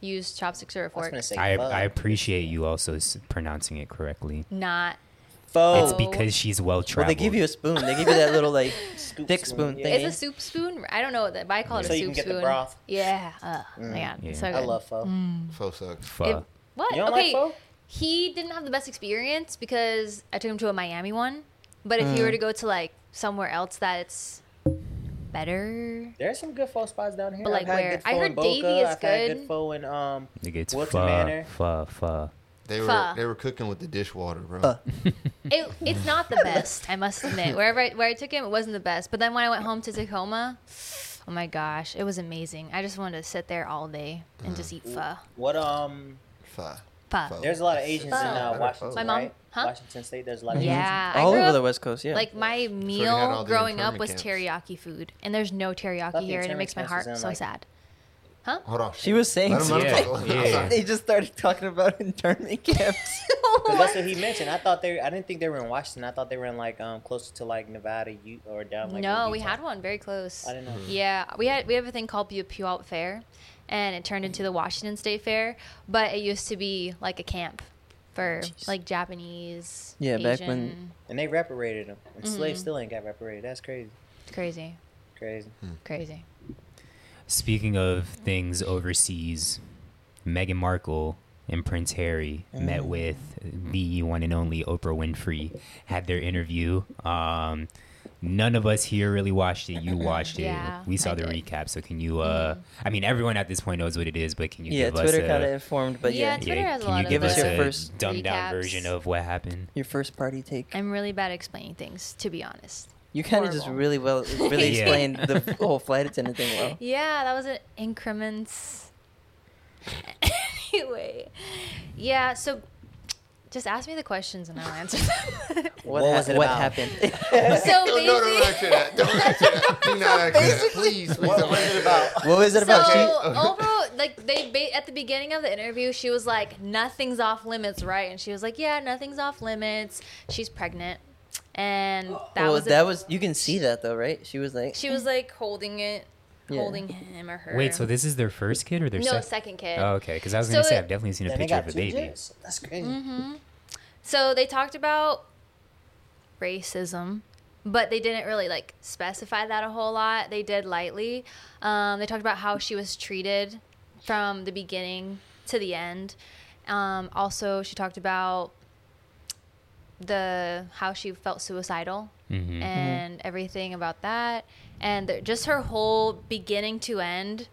[SPEAKER 1] Use chopsticks or a
[SPEAKER 4] I was
[SPEAKER 1] fork?
[SPEAKER 4] gonna say
[SPEAKER 5] I,
[SPEAKER 4] pho.
[SPEAKER 5] I appreciate you also s- pronouncing it correctly.
[SPEAKER 1] Not.
[SPEAKER 4] Pho.
[SPEAKER 5] It's
[SPEAKER 1] Oh.
[SPEAKER 5] because she's well
[SPEAKER 2] Well,
[SPEAKER 5] traveled.
[SPEAKER 2] they give you a spoon. They give you that little like
[SPEAKER 4] Scoop
[SPEAKER 2] thick spoon
[SPEAKER 4] yeah.
[SPEAKER 2] thing.
[SPEAKER 1] It's a soup spoon. I don't know what that, but I call it
[SPEAKER 4] So
[SPEAKER 1] a
[SPEAKER 4] you
[SPEAKER 1] soup
[SPEAKER 4] can get the
[SPEAKER 1] spoon.
[SPEAKER 4] broth.
[SPEAKER 1] Yeah. Uh, Man,
[SPEAKER 5] Yeah.
[SPEAKER 1] it's so
[SPEAKER 4] I
[SPEAKER 1] good.
[SPEAKER 4] love pho.
[SPEAKER 3] Pho sucks.
[SPEAKER 5] Pho.
[SPEAKER 1] It- what?
[SPEAKER 4] You don't like
[SPEAKER 1] okay.
[SPEAKER 4] pho?
[SPEAKER 1] he didn't have the best experience because I took him to a Miami one. But if you were to go to like somewhere else that's better,
[SPEAKER 4] There's some good pho spots down here.
[SPEAKER 1] But, like,
[SPEAKER 4] I've had
[SPEAKER 1] where?
[SPEAKER 4] good pho
[SPEAKER 1] I heard
[SPEAKER 4] in Boca.
[SPEAKER 1] Davie is
[SPEAKER 4] I've had good
[SPEAKER 1] good.
[SPEAKER 4] pho in um
[SPEAKER 5] Nigga, it's
[SPEAKER 4] Wilton
[SPEAKER 5] pho,
[SPEAKER 4] Manor.
[SPEAKER 5] pho, pho.
[SPEAKER 3] They were
[SPEAKER 1] Pho.
[SPEAKER 3] they were cooking with the dishwater, bro.
[SPEAKER 2] Pho.
[SPEAKER 1] it, it's not the best. I must admit, wherever I, where I took him, it wasn't the best. But then when I went home to Tacoma, oh my gosh, it was amazing. I just wanted to sit there all day and just eat pho.
[SPEAKER 4] what um
[SPEAKER 3] Pho.
[SPEAKER 1] Pho.
[SPEAKER 3] Pho.
[SPEAKER 4] there's a lot of Asians in uh,
[SPEAKER 3] Pho.
[SPEAKER 4] Washington.
[SPEAKER 1] My mom-
[SPEAKER 4] right?
[SPEAKER 1] huh?
[SPEAKER 4] Washington State, there's a lot of Asians.
[SPEAKER 1] Yeah, I
[SPEAKER 2] all
[SPEAKER 1] grew
[SPEAKER 2] over
[SPEAKER 1] up-
[SPEAKER 2] the West Coast. Yeah.
[SPEAKER 1] Like my
[SPEAKER 3] all
[SPEAKER 1] meal
[SPEAKER 3] the
[SPEAKER 1] growing up was
[SPEAKER 3] internment
[SPEAKER 1] teriyaki food, and there's no teriyaki
[SPEAKER 4] Thought the
[SPEAKER 1] here, and it
[SPEAKER 4] internment
[SPEAKER 1] makes my
[SPEAKER 4] camps
[SPEAKER 1] heart
[SPEAKER 4] was in,
[SPEAKER 1] so
[SPEAKER 4] like-
[SPEAKER 1] sad.
[SPEAKER 3] Hold on.
[SPEAKER 2] she was saying.
[SPEAKER 3] Let him, let him
[SPEAKER 5] Yeah,
[SPEAKER 3] talk.
[SPEAKER 5] yeah.
[SPEAKER 2] They just started talking about internment camps.
[SPEAKER 4] 'Cause that's what he mentioned. I thought they, I didn't think they were in Washington. I thought they were in like um closer to like Nevada, U or down like. in
[SPEAKER 1] no, we
[SPEAKER 4] Utah.
[SPEAKER 1] had one very close.
[SPEAKER 4] I didn't know.
[SPEAKER 1] Yeah, we had we have a thing called the Puyallup Fair, and it turned into the Washington State Fair, but it used to be like a camp for like Japanese.
[SPEAKER 2] Yeah, back when-
[SPEAKER 1] Asian-
[SPEAKER 4] And they reparated them, and
[SPEAKER 1] Mm-hmm.
[SPEAKER 4] slaves still ain't got reparated. That's crazy,
[SPEAKER 1] crazy,
[SPEAKER 4] crazy.
[SPEAKER 1] crazy.
[SPEAKER 5] Speaking of things overseas, Meghan Markle and Prince Harry met with the one and only Oprah Winfrey, had their interview. Um, none of us here really watched it. You watched it.
[SPEAKER 1] Yeah,
[SPEAKER 5] we saw
[SPEAKER 1] I
[SPEAKER 5] the
[SPEAKER 1] did.
[SPEAKER 5] recap. So can you? Uh, I mean, everyone at this point knows what it is, but can you
[SPEAKER 2] yeah,
[SPEAKER 5] give
[SPEAKER 2] Twitter
[SPEAKER 5] us a,
[SPEAKER 2] kind of informed, but
[SPEAKER 1] Yeah,
[SPEAKER 2] yeah,
[SPEAKER 1] Twitter has a
[SPEAKER 5] can
[SPEAKER 1] lot
[SPEAKER 5] you
[SPEAKER 1] of
[SPEAKER 5] give us
[SPEAKER 2] those
[SPEAKER 5] a
[SPEAKER 2] first
[SPEAKER 5] dumbed down
[SPEAKER 1] recaps.
[SPEAKER 5] version of what happened?
[SPEAKER 2] your first party take.
[SPEAKER 1] I'm really bad at explaining things, to be honest.
[SPEAKER 2] You kind of just
[SPEAKER 1] horrible.
[SPEAKER 2] really well, really
[SPEAKER 5] Yeah.
[SPEAKER 2] explained the whole flight attendant thing well.
[SPEAKER 1] Yeah, that was an increments. anyway, yeah. So, just ask me the questions and I'll answer them.
[SPEAKER 2] What,
[SPEAKER 4] What
[SPEAKER 2] ha-
[SPEAKER 4] was it
[SPEAKER 2] what
[SPEAKER 4] about?
[SPEAKER 2] happened?
[SPEAKER 3] No,
[SPEAKER 1] so
[SPEAKER 3] no, no,
[SPEAKER 1] basically.
[SPEAKER 3] don't answer that. Don't answer that. Do not answer that. Please, please don't answer that.
[SPEAKER 2] what was it about?
[SPEAKER 1] So
[SPEAKER 2] She-
[SPEAKER 1] Oprah, like they ba- at the beginning of the interview, she was like, "Nothing's off limits, right?" And she was like, "Yeah, nothing's off limits. She's pregnant." And that
[SPEAKER 2] well,
[SPEAKER 1] was a-
[SPEAKER 2] Oh, that was you can see that though, right? She was like,
[SPEAKER 1] she was like holding it,
[SPEAKER 2] Yeah.
[SPEAKER 1] holding him or her.
[SPEAKER 5] Wait, so this is their first kid or their
[SPEAKER 1] no
[SPEAKER 5] sec-
[SPEAKER 1] second kid.
[SPEAKER 5] Oh, okay, because I was
[SPEAKER 1] So
[SPEAKER 5] gonna say
[SPEAKER 1] it-
[SPEAKER 5] I've definitely seen a
[SPEAKER 4] Then they
[SPEAKER 5] picture
[SPEAKER 4] got
[SPEAKER 5] of a
[SPEAKER 4] two
[SPEAKER 5] baby.
[SPEAKER 4] jets?
[SPEAKER 1] Mm-hmm.
[SPEAKER 4] That's crazy.
[SPEAKER 1] So they talked about racism
[SPEAKER 7] but they didn't really like specify that a whole lot. They did lightly. Um, they talked about how she was treated from the beginning to the end. Um, also, she talked about the how she felt suicidal and everything about that, and the, just her whole beginning to end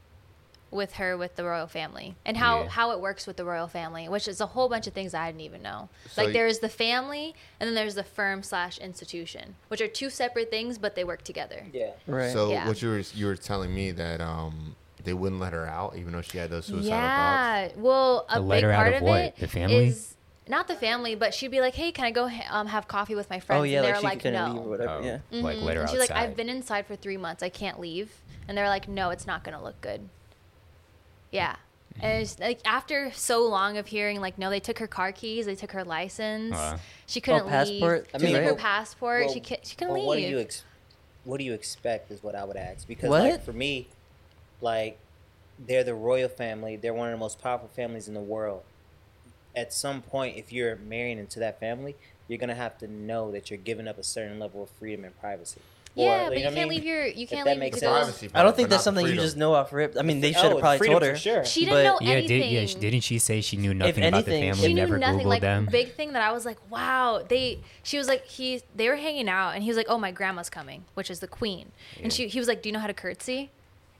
[SPEAKER 7] with her with the royal family and how
[SPEAKER 5] Yeah.
[SPEAKER 7] how it works with the royal family, which is a whole bunch of things I didn't even know.
[SPEAKER 3] So
[SPEAKER 7] like
[SPEAKER 3] you-
[SPEAKER 7] there is the family and then there's the firm slash institution, which are two separate things, but they work together.
[SPEAKER 4] Yeah.
[SPEAKER 2] Right. Oh,
[SPEAKER 3] So
[SPEAKER 7] Yeah.
[SPEAKER 3] what you were you were telling me that um they wouldn't let her out even though she had those suicidal thoughts.
[SPEAKER 7] yeah. Well, a
[SPEAKER 5] The
[SPEAKER 7] big
[SPEAKER 5] letter out
[SPEAKER 7] part
[SPEAKER 5] of
[SPEAKER 7] of,
[SPEAKER 5] what?
[SPEAKER 7] it
[SPEAKER 5] The family?
[SPEAKER 7] is not the family, but she'd be like, "Hey, can I go ha- um, have coffee with my friends?"
[SPEAKER 2] oh yeah,
[SPEAKER 7] and
[SPEAKER 2] like
[SPEAKER 7] they're
[SPEAKER 2] she
[SPEAKER 7] like,
[SPEAKER 2] couldn't
[SPEAKER 7] "No."
[SPEAKER 2] leave or whatever.
[SPEAKER 5] Oh,
[SPEAKER 2] Yeah.
[SPEAKER 1] Mm-hmm.
[SPEAKER 5] Like
[SPEAKER 7] Mhm.
[SPEAKER 5] let her
[SPEAKER 7] and
[SPEAKER 5] outside.
[SPEAKER 7] she's like, "I've been inside for three months. I can't leave." And they're like, "No, it's not gonna look good." Yeah.
[SPEAKER 5] Mm-hmm.
[SPEAKER 7] And it's like after so long of hearing, like, no, they took her car keys, they took her license.
[SPEAKER 5] Wow.
[SPEAKER 7] She couldn't
[SPEAKER 2] passport,
[SPEAKER 7] leave.
[SPEAKER 2] I
[SPEAKER 7] She
[SPEAKER 4] Oh, mean,
[SPEAKER 7] took her
[SPEAKER 4] well-
[SPEAKER 7] passport.
[SPEAKER 4] Well,
[SPEAKER 7] she can she couldn't
[SPEAKER 4] well,
[SPEAKER 7] leave.
[SPEAKER 4] What do you ex- What do you expect is what I would ask because
[SPEAKER 2] What?
[SPEAKER 4] like for me, like they're the royal family. They're one of the most powerful families in the world. At some point, if you're marrying into that family, you're gonna have to know that you're giving up a certain level of freedom and privacy.
[SPEAKER 7] yeah,
[SPEAKER 4] you
[SPEAKER 7] but
[SPEAKER 4] know
[SPEAKER 7] you
[SPEAKER 4] what I
[SPEAKER 7] can't
[SPEAKER 4] mean?
[SPEAKER 7] leave your you
[SPEAKER 4] If
[SPEAKER 7] can't
[SPEAKER 4] that
[SPEAKER 7] leave
[SPEAKER 4] makes
[SPEAKER 7] to go-
[SPEAKER 4] sense.
[SPEAKER 2] I don't
[SPEAKER 3] part,
[SPEAKER 2] think that's
[SPEAKER 3] but not the
[SPEAKER 2] something you
[SPEAKER 3] freedom.
[SPEAKER 2] just know off rip. I mean, they should have
[SPEAKER 4] Oh,
[SPEAKER 2] probably
[SPEAKER 4] freedom
[SPEAKER 2] told
[SPEAKER 4] for
[SPEAKER 2] her.
[SPEAKER 4] sure.
[SPEAKER 7] She
[SPEAKER 2] but-
[SPEAKER 7] didn't know
[SPEAKER 5] Yeah,
[SPEAKER 7] anything.
[SPEAKER 5] did, yeah, she, didn't she say she knew nothing about the
[SPEAKER 2] anything,
[SPEAKER 5] family?
[SPEAKER 7] She
[SPEAKER 5] never
[SPEAKER 7] knew nothing.
[SPEAKER 5] Googled
[SPEAKER 7] Like
[SPEAKER 5] them.
[SPEAKER 7] big thing that I was like, wow. They she was like he they were hanging out and he was like, oh my grandma's coming, which is the queen. And she he was like, do you know how to curtsy?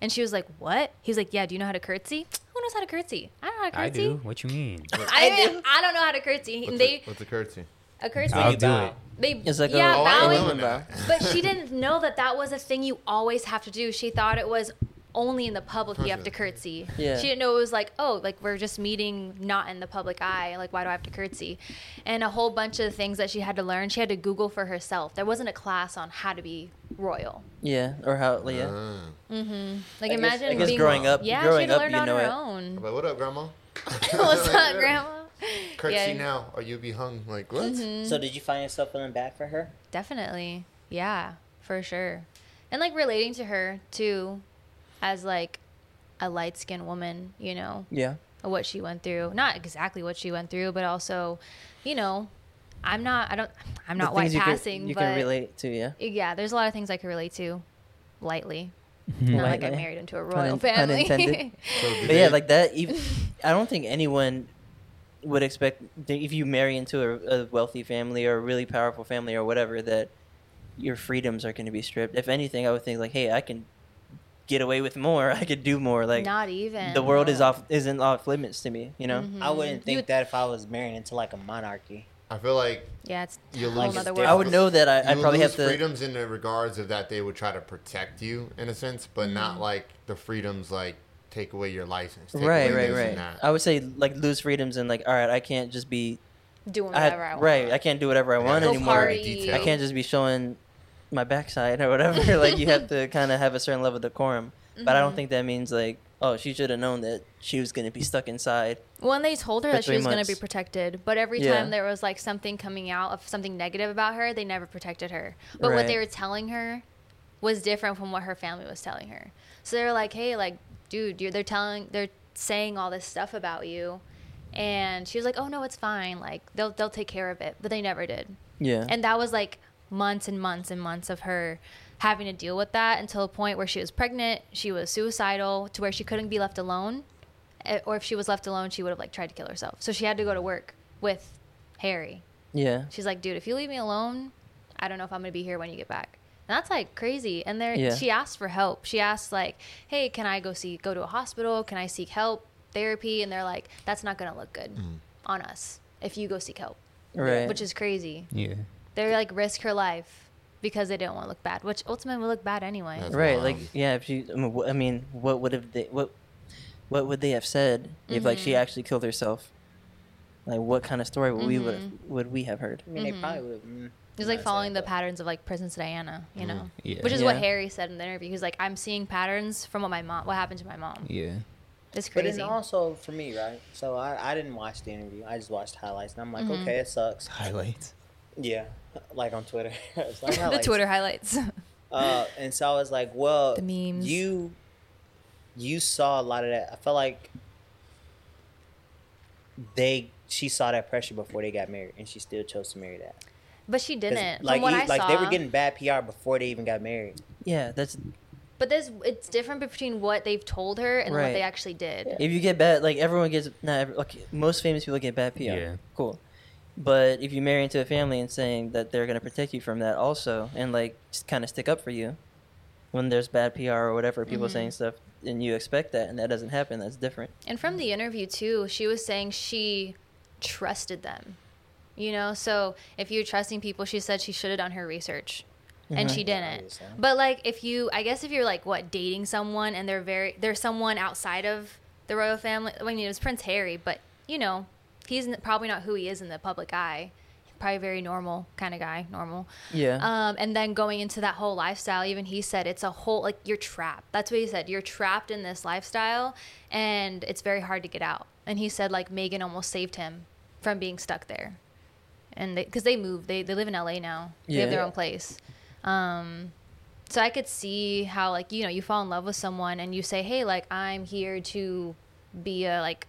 [SPEAKER 7] And she was like, what? He was like, yeah. Do you know how to curtsy? Who knows how to curtsy? I don't know how to
[SPEAKER 5] I
[SPEAKER 7] curtsy.
[SPEAKER 5] do. What you mean?
[SPEAKER 7] I, mean, I don't know how to curtsy.
[SPEAKER 3] What's,
[SPEAKER 7] And they
[SPEAKER 3] the, what's the curtsy?
[SPEAKER 7] a curtsy.
[SPEAKER 5] I'll
[SPEAKER 4] you
[SPEAKER 5] do
[SPEAKER 4] bow.
[SPEAKER 5] it.
[SPEAKER 7] They
[SPEAKER 2] It's like a-
[SPEAKER 7] yeah
[SPEAKER 2] Oh,
[SPEAKER 3] I
[SPEAKER 7] bowing.
[SPEAKER 3] ain't doing that.
[SPEAKER 7] But she didn't know that that was a thing you always have to do. She thought it was only in the public you have to curtsy.
[SPEAKER 2] Yeah.
[SPEAKER 7] She didn't know it was like, oh, like we're just meeting not in the public eye. Like, why do I have to curtsy? And a whole bunch of things that she had to learn. She had to Google for herself. There wasn't a class on how to be royal.
[SPEAKER 2] Yeah, or how? Yeah.
[SPEAKER 3] Uh,
[SPEAKER 7] Like,
[SPEAKER 4] I guess-
[SPEAKER 7] imagine
[SPEAKER 4] I guess
[SPEAKER 7] being
[SPEAKER 2] growing up-
[SPEAKER 7] Yeah,
[SPEAKER 2] growing
[SPEAKER 7] she had to
[SPEAKER 2] up,
[SPEAKER 7] learn
[SPEAKER 2] you
[SPEAKER 7] on
[SPEAKER 2] know
[SPEAKER 7] her
[SPEAKER 2] it.
[SPEAKER 7] own.
[SPEAKER 3] but what up, grandma?
[SPEAKER 7] What's up, grandma?
[SPEAKER 3] Curtsy
[SPEAKER 7] Yeah.
[SPEAKER 3] now, or you'll be hung. Like what?
[SPEAKER 7] Mm.
[SPEAKER 4] So did you find yourself feeling bad for her?
[SPEAKER 7] Definitely. Yeah, for sure. And like relating to her too as like a light skinned woman, you know,
[SPEAKER 2] Yeah.
[SPEAKER 7] of what she went through. Not exactly what she went through, but also, you know, I'm not I don't I'm
[SPEAKER 2] The
[SPEAKER 7] not white
[SPEAKER 2] things you
[SPEAKER 7] passing,
[SPEAKER 2] Can, you
[SPEAKER 7] but
[SPEAKER 2] can relate to yeah.
[SPEAKER 7] yeah, there's a lot of things I could relate to lightly. Not like I
[SPEAKER 2] Mm-hmm. Lightly.
[SPEAKER 7] married into a royal
[SPEAKER 2] in- pun
[SPEAKER 7] family.
[SPEAKER 2] intended.
[SPEAKER 3] So did
[SPEAKER 2] But yeah,
[SPEAKER 3] they-
[SPEAKER 2] like that. Even I don't think anyone would expect that if you marry into a, a wealthy family or a really powerful family or whatever that your freedoms are going to be stripped. If anything, I would think like, hey, I can get away with more. I could do more. Like
[SPEAKER 7] not even
[SPEAKER 2] the world is
[SPEAKER 7] no.
[SPEAKER 2] off isn't off limits to me. You know.
[SPEAKER 7] Mm.
[SPEAKER 4] I wouldn't think
[SPEAKER 7] would-
[SPEAKER 4] that if I was marrying into like a monarchy.
[SPEAKER 3] I feel like
[SPEAKER 7] Yeah, it's a
[SPEAKER 3] You'll
[SPEAKER 7] whole
[SPEAKER 3] lose
[SPEAKER 7] other
[SPEAKER 4] it.
[SPEAKER 7] world.
[SPEAKER 2] I would know that I, I
[SPEAKER 3] you would
[SPEAKER 2] probably
[SPEAKER 3] lose
[SPEAKER 2] have to.
[SPEAKER 3] freedoms in the regards of that they would try to protect you in a sense, but
[SPEAKER 2] Mm-hmm.
[SPEAKER 3] not like the freedoms like take away your license. Take
[SPEAKER 2] Right,
[SPEAKER 3] away
[SPEAKER 2] right,
[SPEAKER 3] this
[SPEAKER 2] right.
[SPEAKER 3] and that.
[SPEAKER 2] I would say like lose freedoms and like, all right, I can't just be.
[SPEAKER 7] doing
[SPEAKER 2] I
[SPEAKER 7] whatever I, want.
[SPEAKER 2] Right, I can't do whatever I want
[SPEAKER 7] Go
[SPEAKER 2] anymore.
[SPEAKER 7] party.
[SPEAKER 2] I can't just be showing my backside or whatever. like you have to kind of have a certain level of decorum. But
[SPEAKER 7] Mm-hmm.
[SPEAKER 2] I don't think that means like, oh, she should have known that she was going to be stuck inside.
[SPEAKER 7] When they told her
[SPEAKER 2] For
[SPEAKER 7] that she
[SPEAKER 2] three
[SPEAKER 7] was going to be
[SPEAKER 2] months.
[SPEAKER 7] protected, but every
[SPEAKER 2] Yeah.
[SPEAKER 7] time there was like something coming out of something negative about her, they never protected her. But what they
[SPEAKER 2] Right.
[SPEAKER 7] were telling her was different from what her family was telling her. So they're like, "Hey, like, dude, you're, they're telling, they're saying all this stuff about you," and she was like, "Oh no, it's fine. Like, they'll they'll take care of it." But they never did.
[SPEAKER 2] Yeah.
[SPEAKER 7] And that was like months and months and months of her having to deal with that until a point where she was pregnant, she was suicidal, to where she couldn't be left alone. Eh, Or if she was left alone, she would have like tried to kill herself. So she had to go to work with Harry.
[SPEAKER 2] yeah.
[SPEAKER 7] She's like, dude, if you leave me alone, I don't know if I'm gonna be here when you get back. And that's like crazy. And there,
[SPEAKER 2] Yeah.
[SPEAKER 7] she asked for help. She asked like, hey, can I go see, go to a hospital? Can I seek help, therapy? And they're like, that's not gonna look good on us if you go seek help,
[SPEAKER 2] Mm. Right.
[SPEAKER 7] which is crazy
[SPEAKER 5] yeah.
[SPEAKER 7] they like risk her life because they didn't want to look bad, which ultimately will look bad anyway.
[SPEAKER 3] That's
[SPEAKER 2] right.
[SPEAKER 3] wild.
[SPEAKER 2] Like yeah, if she I mean, wh- I mean, what would have they what what would they have said if like
[SPEAKER 7] Mm-hmm.
[SPEAKER 2] she actually killed herself? Like what kind of story would we would
[SPEAKER 7] Mm-hmm.
[SPEAKER 2] would we have heard?
[SPEAKER 4] I mean, they probably would. Mm,
[SPEAKER 7] It's Mm-hmm. like following the patterns of like Princess Diana,
[SPEAKER 4] Mm-hmm.
[SPEAKER 7] you know,
[SPEAKER 5] Yeah.
[SPEAKER 7] which is what
[SPEAKER 2] Yeah.
[SPEAKER 7] Harry said in the interview. He's like, "I'm seeing patterns from what my mom, what happened to my mom.
[SPEAKER 5] Yeah.
[SPEAKER 7] It's
[SPEAKER 4] But it's
[SPEAKER 7] crazy."
[SPEAKER 4] also for me, right? So I, I didn't watch the interview. I just watched highlights, and I'm like,
[SPEAKER 7] Mm-hmm.
[SPEAKER 4] okay, it sucks.
[SPEAKER 5] Highlights.
[SPEAKER 4] Yeah, like on Twitter. It's like
[SPEAKER 7] the
[SPEAKER 4] highlights.
[SPEAKER 7] Twitter highlights.
[SPEAKER 4] Uh, and so I was like, well,
[SPEAKER 7] The memes.
[SPEAKER 4] You, you saw a lot of that. I felt like they she saw that pressure before they got married, and she still chose to marry that.
[SPEAKER 7] But she
[SPEAKER 4] 'Cause,
[SPEAKER 7] didn't. from
[SPEAKER 4] Like,
[SPEAKER 7] what
[SPEAKER 4] e-
[SPEAKER 7] I
[SPEAKER 4] like
[SPEAKER 7] saw.
[SPEAKER 4] they were getting bad PR before they even got married.
[SPEAKER 2] Yeah, that's
[SPEAKER 7] But there's it's different between what they've told her and
[SPEAKER 2] Right.
[SPEAKER 7] what they actually did.
[SPEAKER 2] if you get bad, like everyone gets not every, like most famous people get bad PR.
[SPEAKER 5] Yeah.
[SPEAKER 2] Cool. But if you marry into a family and saying that they're gonna protect you from that also, and like just kind of stick up for you, when there's bad PR or whatever, people saying stuff, and you expect that, and that doesn't happen, that's different.
[SPEAKER 7] And from the interview too, she was saying she trusted them. You know, so if you're trusting people, she said she should have done her research. And she didn't.
[SPEAKER 4] obviously.
[SPEAKER 7] But like if you I guess if you're like what, dating someone and they're very there's someone outside of the royal family I mean it was Prince Harry, but you know, he's n- probably not who he is in the public eye. Probably very normal kind of guy, normal.
[SPEAKER 2] Yeah.
[SPEAKER 7] Um, and then going into that whole lifestyle, even he said it's a whole like you're trapped. That's what he said. You're trapped in this lifestyle, and it's very hard to get out. And he said like Megan almost saved him from being stuck there, and because they, moved, they they live in L.A. now. They have
[SPEAKER 2] Yeah.
[SPEAKER 7] their own place. Um, so I could see how like you know you fall in love with someone and you say hey like I'm here to be a like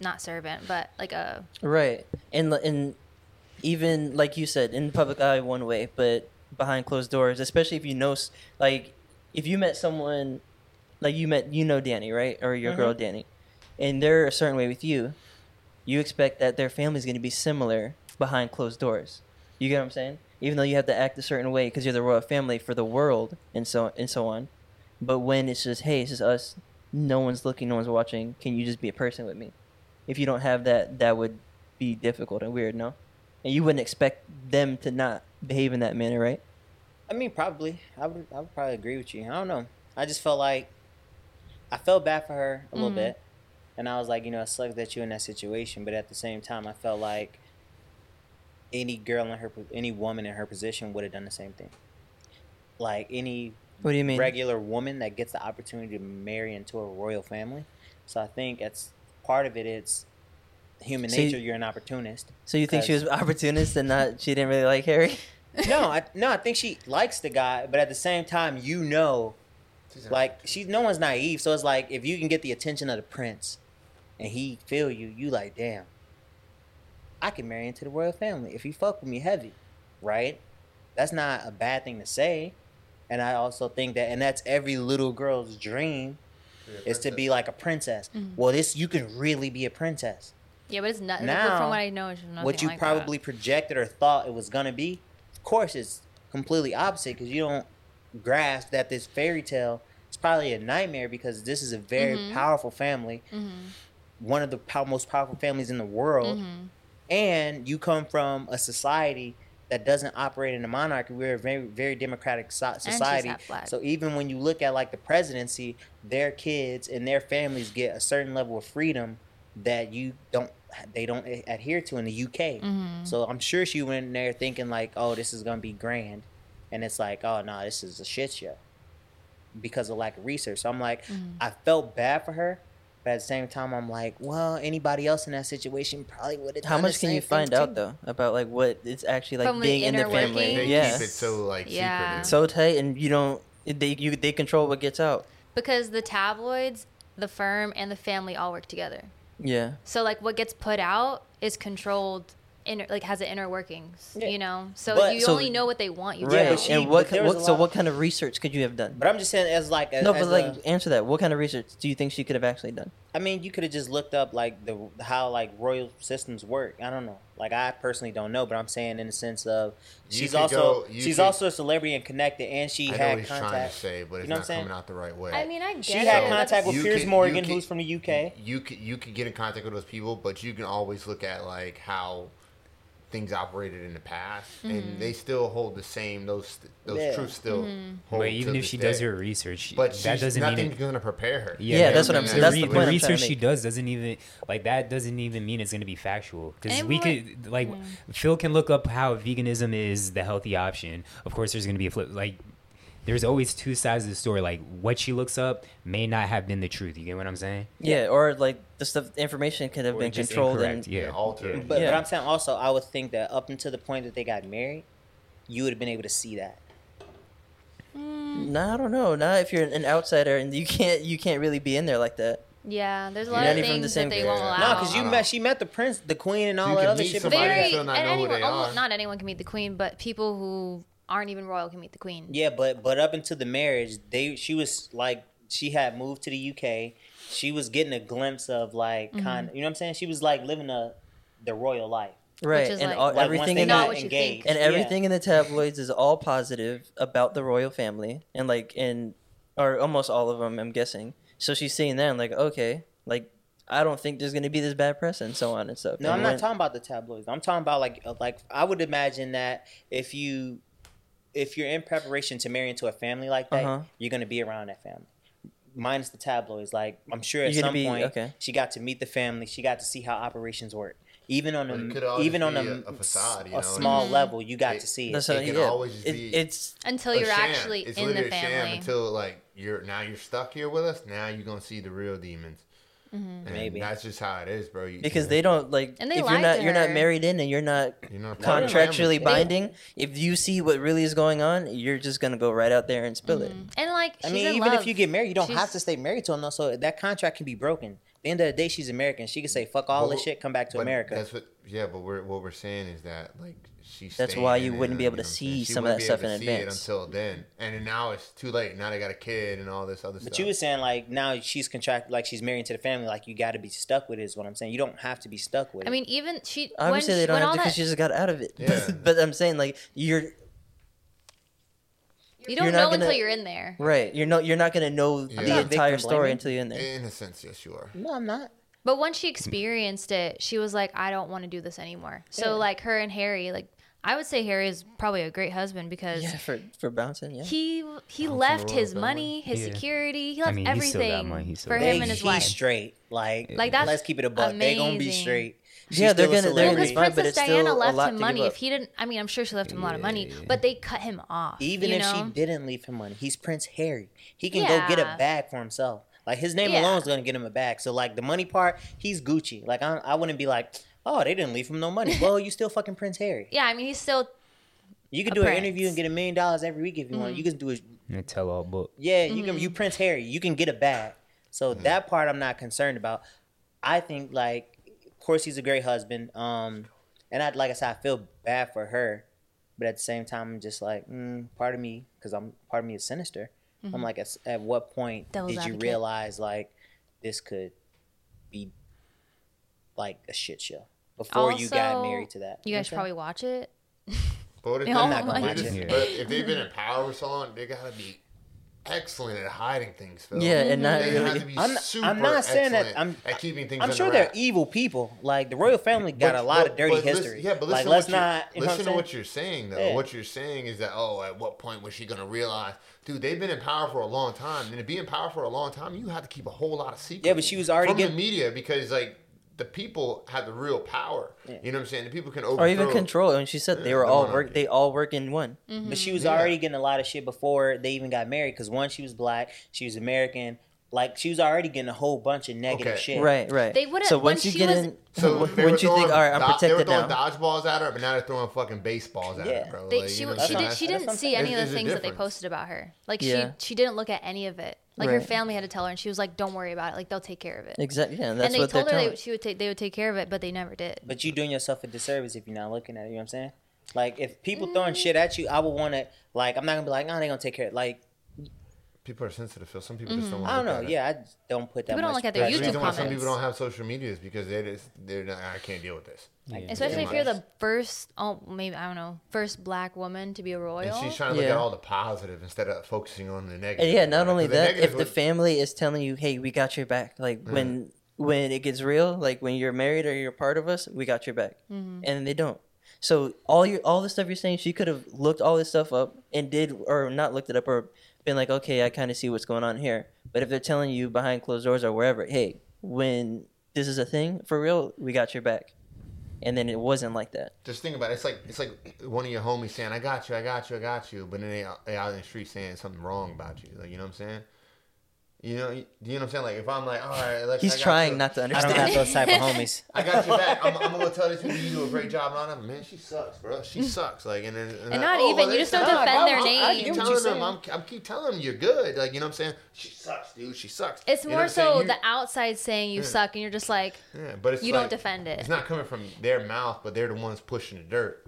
[SPEAKER 7] not servant but like a
[SPEAKER 2] Right, and l- and even like you said, in the public eye, one way, but behind closed doors, especially if you know, s- like, if you met someone, like you met, you know, Danny, right, or your girl Danny, and they're a certain way with you, you expect that their family's going to be similar behind closed doors. You get what I'm saying? Even though you have to act a certain way because you're the royal family for the world and so and so on, but when it's just, hey, it's just us, no one's looking, no one's watching. Can you just be a person with me? if you don't have that, that would be difficult and weird, no? And you wouldn't expect them to not behave in that manner, right?
[SPEAKER 4] I mean, probably. I would. I would probably agree with you. I don't know. I just felt like I felt bad for her a
[SPEAKER 2] Mm-hmm.
[SPEAKER 4] little bit, and I was like, you know, it sucks that you're in that situation. But at the same time, I felt like any girl in her, any woman in her position would have done the same thing. Like any
[SPEAKER 2] What do you mean?
[SPEAKER 4] regular woman that gets the opportunity to marry into a royal family. So I think that's part of it. It's human
[SPEAKER 2] So you-
[SPEAKER 4] nature. you're an opportunist.
[SPEAKER 2] so you think she was
[SPEAKER 4] because-
[SPEAKER 2] an opportunist and not she didn't really like Harry?
[SPEAKER 4] no, I, no, I think she likes the guy, but at the same time, you know, like she's no one's naive. So it's like if you can get the attention of the prince, and he feel you, you like damn. I can marry into the royal family if he fuck with me heavy, right? That's not a bad thing to say, and I also think that, and that's every little girl's dream, is to be like a princess. Well, this you can really be a princess.
[SPEAKER 7] yeah, but it's not
[SPEAKER 4] Now,
[SPEAKER 7] from what I know. It's nothing
[SPEAKER 4] what you
[SPEAKER 7] like that.
[SPEAKER 4] probably projected or thought it was gonna be, of course, it's completely opposite because you don't grasp that this fairy tale is probably a nightmare because this is a very
[SPEAKER 7] Mm-hmm.
[SPEAKER 4] powerful family, one of the pow- most powerful families in the world,
[SPEAKER 7] Mm-hmm.
[SPEAKER 4] and you come from a society that doesn't operate in a monarchy. We're a very very democratic so-
[SPEAKER 7] she's
[SPEAKER 4] society,
[SPEAKER 7] half black.
[SPEAKER 4] so even when you look at like the presidency, their kids and their families get a certain level of freedom that you don't they don't a- adhere to in the UK.
[SPEAKER 7] Mm-hmm.
[SPEAKER 4] So I'm sure she went in there thinking like, oh, this is gonna be grand, and it's like, oh no, this is a shit show because of lack of research. So I'm like, I felt bad for her, but at the same time, I'm like, well, anybody else in that situation probably would have.
[SPEAKER 2] How much can you find out though about like what it's actually like
[SPEAKER 7] From the
[SPEAKER 2] being in the
[SPEAKER 7] inner
[SPEAKER 2] family?
[SPEAKER 3] They
[SPEAKER 7] workings?
[SPEAKER 2] Yeah,
[SPEAKER 3] keep it so like
[SPEAKER 7] Yeah.
[SPEAKER 3] secretive.
[SPEAKER 2] so tight, and you don't they you they control what gets out.
[SPEAKER 7] because the tabloids, the firm, and the family all work together.
[SPEAKER 2] Yeah,
[SPEAKER 7] So like what gets put out is controlled inner like has an inner workings,
[SPEAKER 4] Yeah.
[SPEAKER 7] you know. So
[SPEAKER 4] But-
[SPEAKER 7] you
[SPEAKER 2] So-
[SPEAKER 7] only know what they want you
[SPEAKER 4] Yeah,
[SPEAKER 7] to know.
[SPEAKER 4] but she-
[SPEAKER 2] and what,
[SPEAKER 4] there was
[SPEAKER 2] what
[SPEAKER 4] a
[SPEAKER 2] so
[SPEAKER 4] lot-
[SPEAKER 2] what kind of research could you have done?
[SPEAKER 4] But I'm just saying, as like, a,
[SPEAKER 2] no, but
[SPEAKER 4] as
[SPEAKER 2] like
[SPEAKER 4] a-
[SPEAKER 2] answer that. What kind of research do you think she could have actually done?
[SPEAKER 4] I mean, you could have just looked up like the how like royal systems work. I don't know. Like I personally don't know, but I'm saying in the sense of
[SPEAKER 3] You
[SPEAKER 4] she's
[SPEAKER 3] could
[SPEAKER 4] also
[SPEAKER 3] go- you
[SPEAKER 4] she's
[SPEAKER 3] could-
[SPEAKER 4] also a celebrity and connected, and she
[SPEAKER 3] I know what
[SPEAKER 4] had
[SPEAKER 3] he's trying to
[SPEAKER 4] contact.
[SPEAKER 3] say, but it's
[SPEAKER 4] know what I'm
[SPEAKER 3] not
[SPEAKER 4] saying?
[SPEAKER 3] coming out the right way.
[SPEAKER 7] I mean, I get
[SPEAKER 4] She
[SPEAKER 7] it.
[SPEAKER 4] had
[SPEAKER 7] but
[SPEAKER 4] contact
[SPEAKER 7] that's-
[SPEAKER 4] with
[SPEAKER 3] you
[SPEAKER 4] Piers
[SPEAKER 3] can-
[SPEAKER 4] Morgan,
[SPEAKER 3] you can-
[SPEAKER 4] who's from the UK.
[SPEAKER 3] You could you could get in contact with those people, but you can always look at like how things operated in the past,
[SPEAKER 2] Mm-hmm.
[SPEAKER 3] and they still hold the same. Those those
[SPEAKER 4] Yeah.
[SPEAKER 3] truths still
[SPEAKER 7] Mm-hmm.
[SPEAKER 3] hold.
[SPEAKER 5] But even
[SPEAKER 3] to
[SPEAKER 5] if
[SPEAKER 3] this
[SPEAKER 5] she does
[SPEAKER 3] day.
[SPEAKER 5] her research, she-
[SPEAKER 3] but
[SPEAKER 5] that
[SPEAKER 3] she's,
[SPEAKER 5] doesn't mean
[SPEAKER 3] nothing's
[SPEAKER 5] it-
[SPEAKER 3] gonna prepare her.
[SPEAKER 2] Yeah, that's what I'm
[SPEAKER 3] mean,
[SPEAKER 2] saying. That's
[SPEAKER 5] re-
[SPEAKER 2] the point I'm trying
[SPEAKER 5] research
[SPEAKER 2] to
[SPEAKER 5] she
[SPEAKER 2] make.
[SPEAKER 5] does doesn't even like that doesn't even mean it's going to be factual because
[SPEAKER 7] And
[SPEAKER 5] we
[SPEAKER 7] what-
[SPEAKER 5] could like Phil can look up how veganism is the healthy option. Of course, there's going to be a flip. Like, there's always two sides of the story. Like, what she looks up may not have been the truth. You get what I'm saying?
[SPEAKER 2] Yeah, or like the stuff information could have
[SPEAKER 5] Or
[SPEAKER 2] been
[SPEAKER 5] just
[SPEAKER 2] controlled
[SPEAKER 5] incorrect,
[SPEAKER 2] and
[SPEAKER 5] yeah,
[SPEAKER 3] altered.
[SPEAKER 5] yeah.
[SPEAKER 4] But,
[SPEAKER 2] Yeah.
[SPEAKER 4] but I'm saying also, I would think that up until the point that they got married, you would have been able to see that.
[SPEAKER 2] No, I don't know. Not if you're an outsider and you can't you can't really be in there like that.
[SPEAKER 1] Yeah, there's a
[SPEAKER 2] You're
[SPEAKER 1] lot
[SPEAKER 2] not
[SPEAKER 1] of
[SPEAKER 2] even from the
[SPEAKER 1] things
[SPEAKER 2] same
[SPEAKER 1] that they won't
[SPEAKER 2] era.
[SPEAKER 1] allow.
[SPEAKER 4] No, because you
[SPEAKER 3] Wow.
[SPEAKER 4] met. She met the prince, the queen, and all
[SPEAKER 3] You
[SPEAKER 4] that
[SPEAKER 3] can
[SPEAKER 4] other
[SPEAKER 3] meet
[SPEAKER 4] shit.
[SPEAKER 3] somebody
[SPEAKER 4] before
[SPEAKER 1] very
[SPEAKER 3] and
[SPEAKER 4] that.
[SPEAKER 3] still
[SPEAKER 1] and
[SPEAKER 3] not know who
[SPEAKER 1] anyone,
[SPEAKER 3] they
[SPEAKER 1] almost-
[SPEAKER 3] are.
[SPEAKER 1] not anyone can meet the queen, but people who aren't even royal can meet the queen.
[SPEAKER 4] Yeah, but but up until the marriage, they she was like she had moved to the UK. She was getting a glimpse of like
[SPEAKER 1] Mm-hmm.
[SPEAKER 4] kind of you know what I'm saying. She was like living a the royal life.
[SPEAKER 2] right,
[SPEAKER 1] is
[SPEAKER 2] and
[SPEAKER 1] like-
[SPEAKER 2] all,
[SPEAKER 1] Like,
[SPEAKER 4] Like once
[SPEAKER 2] everything
[SPEAKER 4] they
[SPEAKER 2] in
[SPEAKER 1] Not
[SPEAKER 2] that
[SPEAKER 1] what
[SPEAKER 4] got
[SPEAKER 1] you think.
[SPEAKER 4] engaged.
[SPEAKER 2] and
[SPEAKER 4] Yeah.
[SPEAKER 2] everything in the tabloids is all positive about the royal family and like in or almost all of them i'm guessing so she's sitting there and like okay like i don't think there's gonna be this bad press and so on and stuff
[SPEAKER 4] No,
[SPEAKER 2] And
[SPEAKER 4] I'm not
[SPEAKER 2] when-
[SPEAKER 4] talking about the tabloids. I'm talking about like uh, like I would imagine that if you if you're in preparation to marry into a family like that,
[SPEAKER 2] Uh-huh.
[SPEAKER 4] you're gonna be around that family. Minus the tabloids, like I'm sure at
[SPEAKER 2] You're gonna
[SPEAKER 4] some
[SPEAKER 2] be-
[SPEAKER 4] point
[SPEAKER 2] okay.
[SPEAKER 4] she got to meet the family. She got to see how operations work, even on
[SPEAKER 3] But it could
[SPEAKER 4] a
[SPEAKER 3] always
[SPEAKER 4] even on
[SPEAKER 3] be
[SPEAKER 4] a,
[SPEAKER 3] a- a facade, you
[SPEAKER 4] a
[SPEAKER 3] know,
[SPEAKER 4] small
[SPEAKER 3] it's-
[SPEAKER 4] level. You got
[SPEAKER 3] it-
[SPEAKER 4] to see
[SPEAKER 2] that's
[SPEAKER 4] it.
[SPEAKER 3] It
[SPEAKER 2] how-
[SPEAKER 3] can
[SPEAKER 2] yeah,
[SPEAKER 3] always just
[SPEAKER 2] it-
[SPEAKER 3] be-
[SPEAKER 2] it's
[SPEAKER 1] Until
[SPEAKER 3] a
[SPEAKER 1] you're
[SPEAKER 3] sham.
[SPEAKER 1] actually
[SPEAKER 3] it's
[SPEAKER 1] in the
[SPEAKER 3] literally a sham
[SPEAKER 1] family.
[SPEAKER 3] until like you're now you're stuck here with us. Now you're gonna see the real demons.
[SPEAKER 1] Mm-hmm.
[SPEAKER 3] And
[SPEAKER 4] Maybe.
[SPEAKER 3] that's just how it is, bro. You-
[SPEAKER 2] because
[SPEAKER 3] you-
[SPEAKER 2] they don't like
[SPEAKER 1] And they
[SPEAKER 2] if you're
[SPEAKER 1] lied
[SPEAKER 2] not
[SPEAKER 1] to
[SPEAKER 2] you're not
[SPEAKER 1] her.
[SPEAKER 2] married in and you're not
[SPEAKER 3] you're not part of the
[SPEAKER 2] contractually
[SPEAKER 3] family.
[SPEAKER 2] binding if you see what really is going on you're just gonna go right out there and spill it
[SPEAKER 1] And like,
[SPEAKER 4] I
[SPEAKER 1] she's
[SPEAKER 4] mean,
[SPEAKER 1] in
[SPEAKER 4] even if
[SPEAKER 1] love.
[SPEAKER 4] you get married, you don't have
[SPEAKER 1] She's-
[SPEAKER 4] to stay married to him. though, So that contract can be broken. At the end of the day, she's American. She can say fuck all this
[SPEAKER 3] Well,
[SPEAKER 4] shit, come back to
[SPEAKER 3] but
[SPEAKER 4] America.
[SPEAKER 3] That's what. Yeah, but we're, what we're saying is that like she's.
[SPEAKER 2] That's
[SPEAKER 3] staying
[SPEAKER 2] why you
[SPEAKER 3] in
[SPEAKER 2] wouldn't be
[SPEAKER 3] there,
[SPEAKER 2] able to
[SPEAKER 3] you know what I'm saying?
[SPEAKER 2] see
[SPEAKER 3] She
[SPEAKER 2] some of
[SPEAKER 3] wouldn't
[SPEAKER 2] that
[SPEAKER 3] be able
[SPEAKER 2] stuff in
[SPEAKER 3] to see it
[SPEAKER 2] advance.
[SPEAKER 3] until then, and then now it's too late. Now they got a kid and all this other
[SPEAKER 4] But
[SPEAKER 3] stuff.
[SPEAKER 4] you were saying like now she's contract like she's married to the family, like you got to be stuck with it. Is what I'm saying. You don't have to be stuck with it.
[SPEAKER 1] I mean, even she.
[SPEAKER 2] obviously
[SPEAKER 1] when,
[SPEAKER 2] they don't
[SPEAKER 1] when
[SPEAKER 2] have
[SPEAKER 1] all
[SPEAKER 2] to
[SPEAKER 1] that,
[SPEAKER 2] because she just got out of it
[SPEAKER 3] Yeah.
[SPEAKER 2] but, but i'm saying like you're
[SPEAKER 1] you don't
[SPEAKER 2] you're not
[SPEAKER 1] know
[SPEAKER 2] gonna-
[SPEAKER 1] until you're in there.
[SPEAKER 2] right you're no you're not gonna know
[SPEAKER 3] Yeah.
[SPEAKER 2] the
[SPEAKER 3] not
[SPEAKER 2] entire
[SPEAKER 4] victim
[SPEAKER 2] story
[SPEAKER 4] blaming.
[SPEAKER 2] until you're in there
[SPEAKER 3] in a sense, yes, you are.
[SPEAKER 4] no, I'm not.
[SPEAKER 1] But once she experienced it, she was like, I don't want to do this anymore. So,
[SPEAKER 4] Yeah.
[SPEAKER 1] like, her and Harry, like, I would say Harry is probably a great husband because
[SPEAKER 2] yeah for for bouncing yeah
[SPEAKER 1] he he
[SPEAKER 3] Bouncing
[SPEAKER 1] left
[SPEAKER 3] around
[SPEAKER 1] his
[SPEAKER 3] family.
[SPEAKER 1] money, his
[SPEAKER 5] Yeah.
[SPEAKER 1] security, he left
[SPEAKER 5] mean, he still got money,
[SPEAKER 1] everything
[SPEAKER 5] he still
[SPEAKER 1] for
[SPEAKER 5] got
[SPEAKER 1] him
[SPEAKER 5] money.
[SPEAKER 1] and his
[SPEAKER 4] he's
[SPEAKER 1] wife.
[SPEAKER 4] straight. Like,
[SPEAKER 1] Like, that's
[SPEAKER 4] let's keep it a buck. They gonna be
[SPEAKER 1] amazing.
[SPEAKER 4] straight. She's
[SPEAKER 2] Yeah, they're
[SPEAKER 4] still a
[SPEAKER 2] gonna- they're gonna be
[SPEAKER 4] celebrity.
[SPEAKER 1] Because
[SPEAKER 2] fine, but
[SPEAKER 1] Princess
[SPEAKER 2] it's still a
[SPEAKER 1] Diana left
[SPEAKER 2] lot to
[SPEAKER 1] him
[SPEAKER 2] give
[SPEAKER 1] money.
[SPEAKER 2] up.
[SPEAKER 1] If he didn't, I mean, I'm sure she left him a lot of money, but they cut him off.
[SPEAKER 4] Even
[SPEAKER 1] you
[SPEAKER 4] if she
[SPEAKER 1] know?
[SPEAKER 4] didn't leave him money, he's Prince Harry. He can go get a
[SPEAKER 1] Yeah.
[SPEAKER 4] bag for himself. Like his name
[SPEAKER 1] Yeah.
[SPEAKER 4] alone is gonna get him a bag. So like the money part, he's Gucci. Like I, I wouldn't be like, oh, they didn't leave him no money. well, you still fucking Prince Harry.
[SPEAKER 1] Yeah, I mean, he's still
[SPEAKER 4] You can
[SPEAKER 1] A
[SPEAKER 4] do an
[SPEAKER 1] prince. Mm-hmm.
[SPEAKER 4] interview and get a million dollars every week if you want. You can do a
[SPEAKER 5] And tell all book.
[SPEAKER 4] Yeah, you can you Prince Harry, you can get a bag. So
[SPEAKER 3] Mm-hmm.
[SPEAKER 4] that part I'm not concerned about. I think like of course he's a great husband. Um and I like I said I feel bad for her, but at the same time I'm just like, mm, part of me cuz I'm part of me is sinister. I'm like at, s- at what point
[SPEAKER 1] Mm-hmm. Devil's
[SPEAKER 4] did
[SPEAKER 1] advocate.
[SPEAKER 4] you realize like this could be like a shit show before you got
[SPEAKER 1] Also,
[SPEAKER 4] married to that?
[SPEAKER 1] You
[SPEAKER 4] know
[SPEAKER 1] guys should
[SPEAKER 4] what
[SPEAKER 1] probably
[SPEAKER 4] I'm
[SPEAKER 1] watch it.
[SPEAKER 3] But what if
[SPEAKER 1] No,
[SPEAKER 3] they're-
[SPEAKER 1] I'm not
[SPEAKER 4] gonna
[SPEAKER 3] but
[SPEAKER 4] watch
[SPEAKER 3] this-
[SPEAKER 5] it.
[SPEAKER 3] But if they've been in power for so long, they gotta be excellent at hiding things. Phil.
[SPEAKER 2] yeah and not
[SPEAKER 3] They have to
[SPEAKER 2] really
[SPEAKER 3] be
[SPEAKER 4] I'm- I'm
[SPEAKER 3] super
[SPEAKER 4] not saying that-
[SPEAKER 3] excellent
[SPEAKER 4] I'm-
[SPEAKER 3] at keeping things.
[SPEAKER 4] I'm
[SPEAKER 3] under
[SPEAKER 4] sure they're
[SPEAKER 3] wraps.
[SPEAKER 4] evil people. Like the royal family got
[SPEAKER 3] But-
[SPEAKER 4] a lot
[SPEAKER 3] but-
[SPEAKER 4] of dirty
[SPEAKER 3] but listen-
[SPEAKER 4] history.
[SPEAKER 3] yeah, but listen
[SPEAKER 4] like
[SPEAKER 3] to
[SPEAKER 4] let's
[SPEAKER 3] what you-
[SPEAKER 4] not you know what I'm
[SPEAKER 3] listen to
[SPEAKER 4] saying?
[SPEAKER 3] what you're saying though.
[SPEAKER 4] Yeah.
[SPEAKER 3] What you're saying is that oh, at what point was she gonna realize, dude? They've been in power for a long time, and to be in power for a long time, you have to keep a whole lot of secrets.
[SPEAKER 4] Yeah, but she was already
[SPEAKER 3] from
[SPEAKER 4] getting-
[SPEAKER 3] the media because like the people have the real power. You know what I'm saying? The people can overthrow.
[SPEAKER 2] or even control and she said they were all
[SPEAKER 3] no, no.
[SPEAKER 2] work they all work in one
[SPEAKER 4] But
[SPEAKER 2] Mm-hmm.
[SPEAKER 4] she was already getting a lot of shit before they even got married. Because one, she was black, she was American. Like she was already getting a whole bunch of negative
[SPEAKER 3] Okay.
[SPEAKER 4] shit.
[SPEAKER 2] Right, right.
[SPEAKER 1] Mm. They wouldn't-
[SPEAKER 2] So
[SPEAKER 1] when
[SPEAKER 2] once you
[SPEAKER 1] she
[SPEAKER 2] get
[SPEAKER 1] was-
[SPEAKER 2] in,
[SPEAKER 3] So
[SPEAKER 2] so
[SPEAKER 1] Uh-huh.
[SPEAKER 3] they were
[SPEAKER 2] once you think,
[SPEAKER 3] throwing
[SPEAKER 2] all right, I'm
[SPEAKER 3] do-
[SPEAKER 2] protected
[SPEAKER 3] They were
[SPEAKER 2] now.
[SPEAKER 3] throwing dodgeballs at her, but now they're throwing fucking baseballs at
[SPEAKER 4] Yeah.
[SPEAKER 3] her, bro.
[SPEAKER 1] They,
[SPEAKER 3] Like,
[SPEAKER 1] she
[SPEAKER 3] you know
[SPEAKER 1] w-
[SPEAKER 3] what
[SPEAKER 1] she
[SPEAKER 3] I'm
[SPEAKER 1] did
[SPEAKER 3] saying?
[SPEAKER 1] she didn't
[SPEAKER 4] That's
[SPEAKER 1] see any of
[SPEAKER 3] there's
[SPEAKER 1] the
[SPEAKER 3] a
[SPEAKER 1] things that they
[SPEAKER 3] difference.
[SPEAKER 1] posted about her. Like
[SPEAKER 2] Yeah.
[SPEAKER 1] she she didn't look at any of it. Like her
[SPEAKER 2] Right.
[SPEAKER 1] family had to tell her, and she was like, "Don't worry about it. Like they'll take care of it."
[SPEAKER 2] Exactly. Yeah, and that's
[SPEAKER 1] and they
[SPEAKER 2] what
[SPEAKER 1] told
[SPEAKER 2] they're
[SPEAKER 1] her
[SPEAKER 2] telling.
[SPEAKER 1] they, she would take they would take care of it, but they never did.
[SPEAKER 4] But you doing yourself a disservice if you're not looking at it. You know what I'm saying? Like if people throwing
[SPEAKER 2] Mm.
[SPEAKER 4] shit at you, I would want to. Like I'm not gonna be like, nah, they gonna take care. of it." Like
[SPEAKER 3] People are sensitive, Phil. Some people just don't.
[SPEAKER 4] I
[SPEAKER 3] wanna
[SPEAKER 4] don't
[SPEAKER 3] look at
[SPEAKER 4] know.
[SPEAKER 3] it.
[SPEAKER 4] Yeah, I just don't put that.
[SPEAKER 1] People don't
[SPEAKER 4] much
[SPEAKER 1] look at their
[SPEAKER 4] pressure.
[SPEAKER 3] That's the reason
[SPEAKER 1] Mm-hmm. YouTube
[SPEAKER 3] why some
[SPEAKER 1] comments.
[SPEAKER 3] people don't have social media is because they just they're not, I can't deal with this.
[SPEAKER 1] Especially
[SPEAKER 3] Yeah.
[SPEAKER 1] if you're the first, oh maybe I don't know, first black woman to be a royal.
[SPEAKER 3] And she's trying to look
[SPEAKER 2] Yeah.
[SPEAKER 3] at all the positive instead of focusing on the negative.
[SPEAKER 2] And yeah, not
[SPEAKER 3] Like,
[SPEAKER 2] only
[SPEAKER 3] the
[SPEAKER 2] that,
[SPEAKER 3] negative Hmm.
[SPEAKER 2] if the
[SPEAKER 3] would-
[SPEAKER 2] family is telling you, "Hey, we got your back," like when when it gets real, like when you're married or you're part of us, we got your back, and they don't. So all your all the stuff you're saying, she could have looked all this stuff up and did, or not looked it up, or been like, "Okay, I kind of see what's going on here." But if they're telling you behind closed doors or wherever, "Hey, when this is a thing for real, we got your back," and then it wasn't like that.
[SPEAKER 3] just think about it. It's like it's like one of your homies saying, "I got you, I got you, I got you," but then they, out- they out in the street saying something wrong about you. Like you know what I'm saying? You know, you, you know what I'm saying? Like if I'm like, all right, Alexa, I
[SPEAKER 2] He's
[SPEAKER 3] got
[SPEAKER 2] trying
[SPEAKER 3] you.
[SPEAKER 2] not to
[SPEAKER 4] I don't
[SPEAKER 2] understand.
[SPEAKER 4] have those type of homies.
[SPEAKER 3] I got your back. I'm, I'm gonna tell these people you do a great job, and all that. Man, she sucks, bro. She sucks. Like, and, then- and,
[SPEAKER 1] Mm. And
[SPEAKER 3] I-
[SPEAKER 1] not
[SPEAKER 3] oh,
[SPEAKER 1] even,
[SPEAKER 3] well,
[SPEAKER 1] you
[SPEAKER 3] they
[SPEAKER 1] just don't
[SPEAKER 3] suck.
[SPEAKER 1] defend
[SPEAKER 3] I'm-
[SPEAKER 1] their
[SPEAKER 3] I'm- I
[SPEAKER 1] name.
[SPEAKER 3] keep
[SPEAKER 1] What
[SPEAKER 4] you
[SPEAKER 3] telling
[SPEAKER 4] saying.
[SPEAKER 3] them, I'm, I'm keep telling them you're good. Like, you know what I'm saying? She sucks, dude. She sucks.
[SPEAKER 1] It's
[SPEAKER 3] You know
[SPEAKER 1] more
[SPEAKER 3] what I'm saying?
[SPEAKER 1] so
[SPEAKER 3] You-
[SPEAKER 1] the outside saying you suck, and you're just like,
[SPEAKER 3] yeah, but it's
[SPEAKER 1] you don't
[SPEAKER 3] like,
[SPEAKER 1] defend it.
[SPEAKER 3] It's not coming from their mouth, but they're the ones pushing the dirt.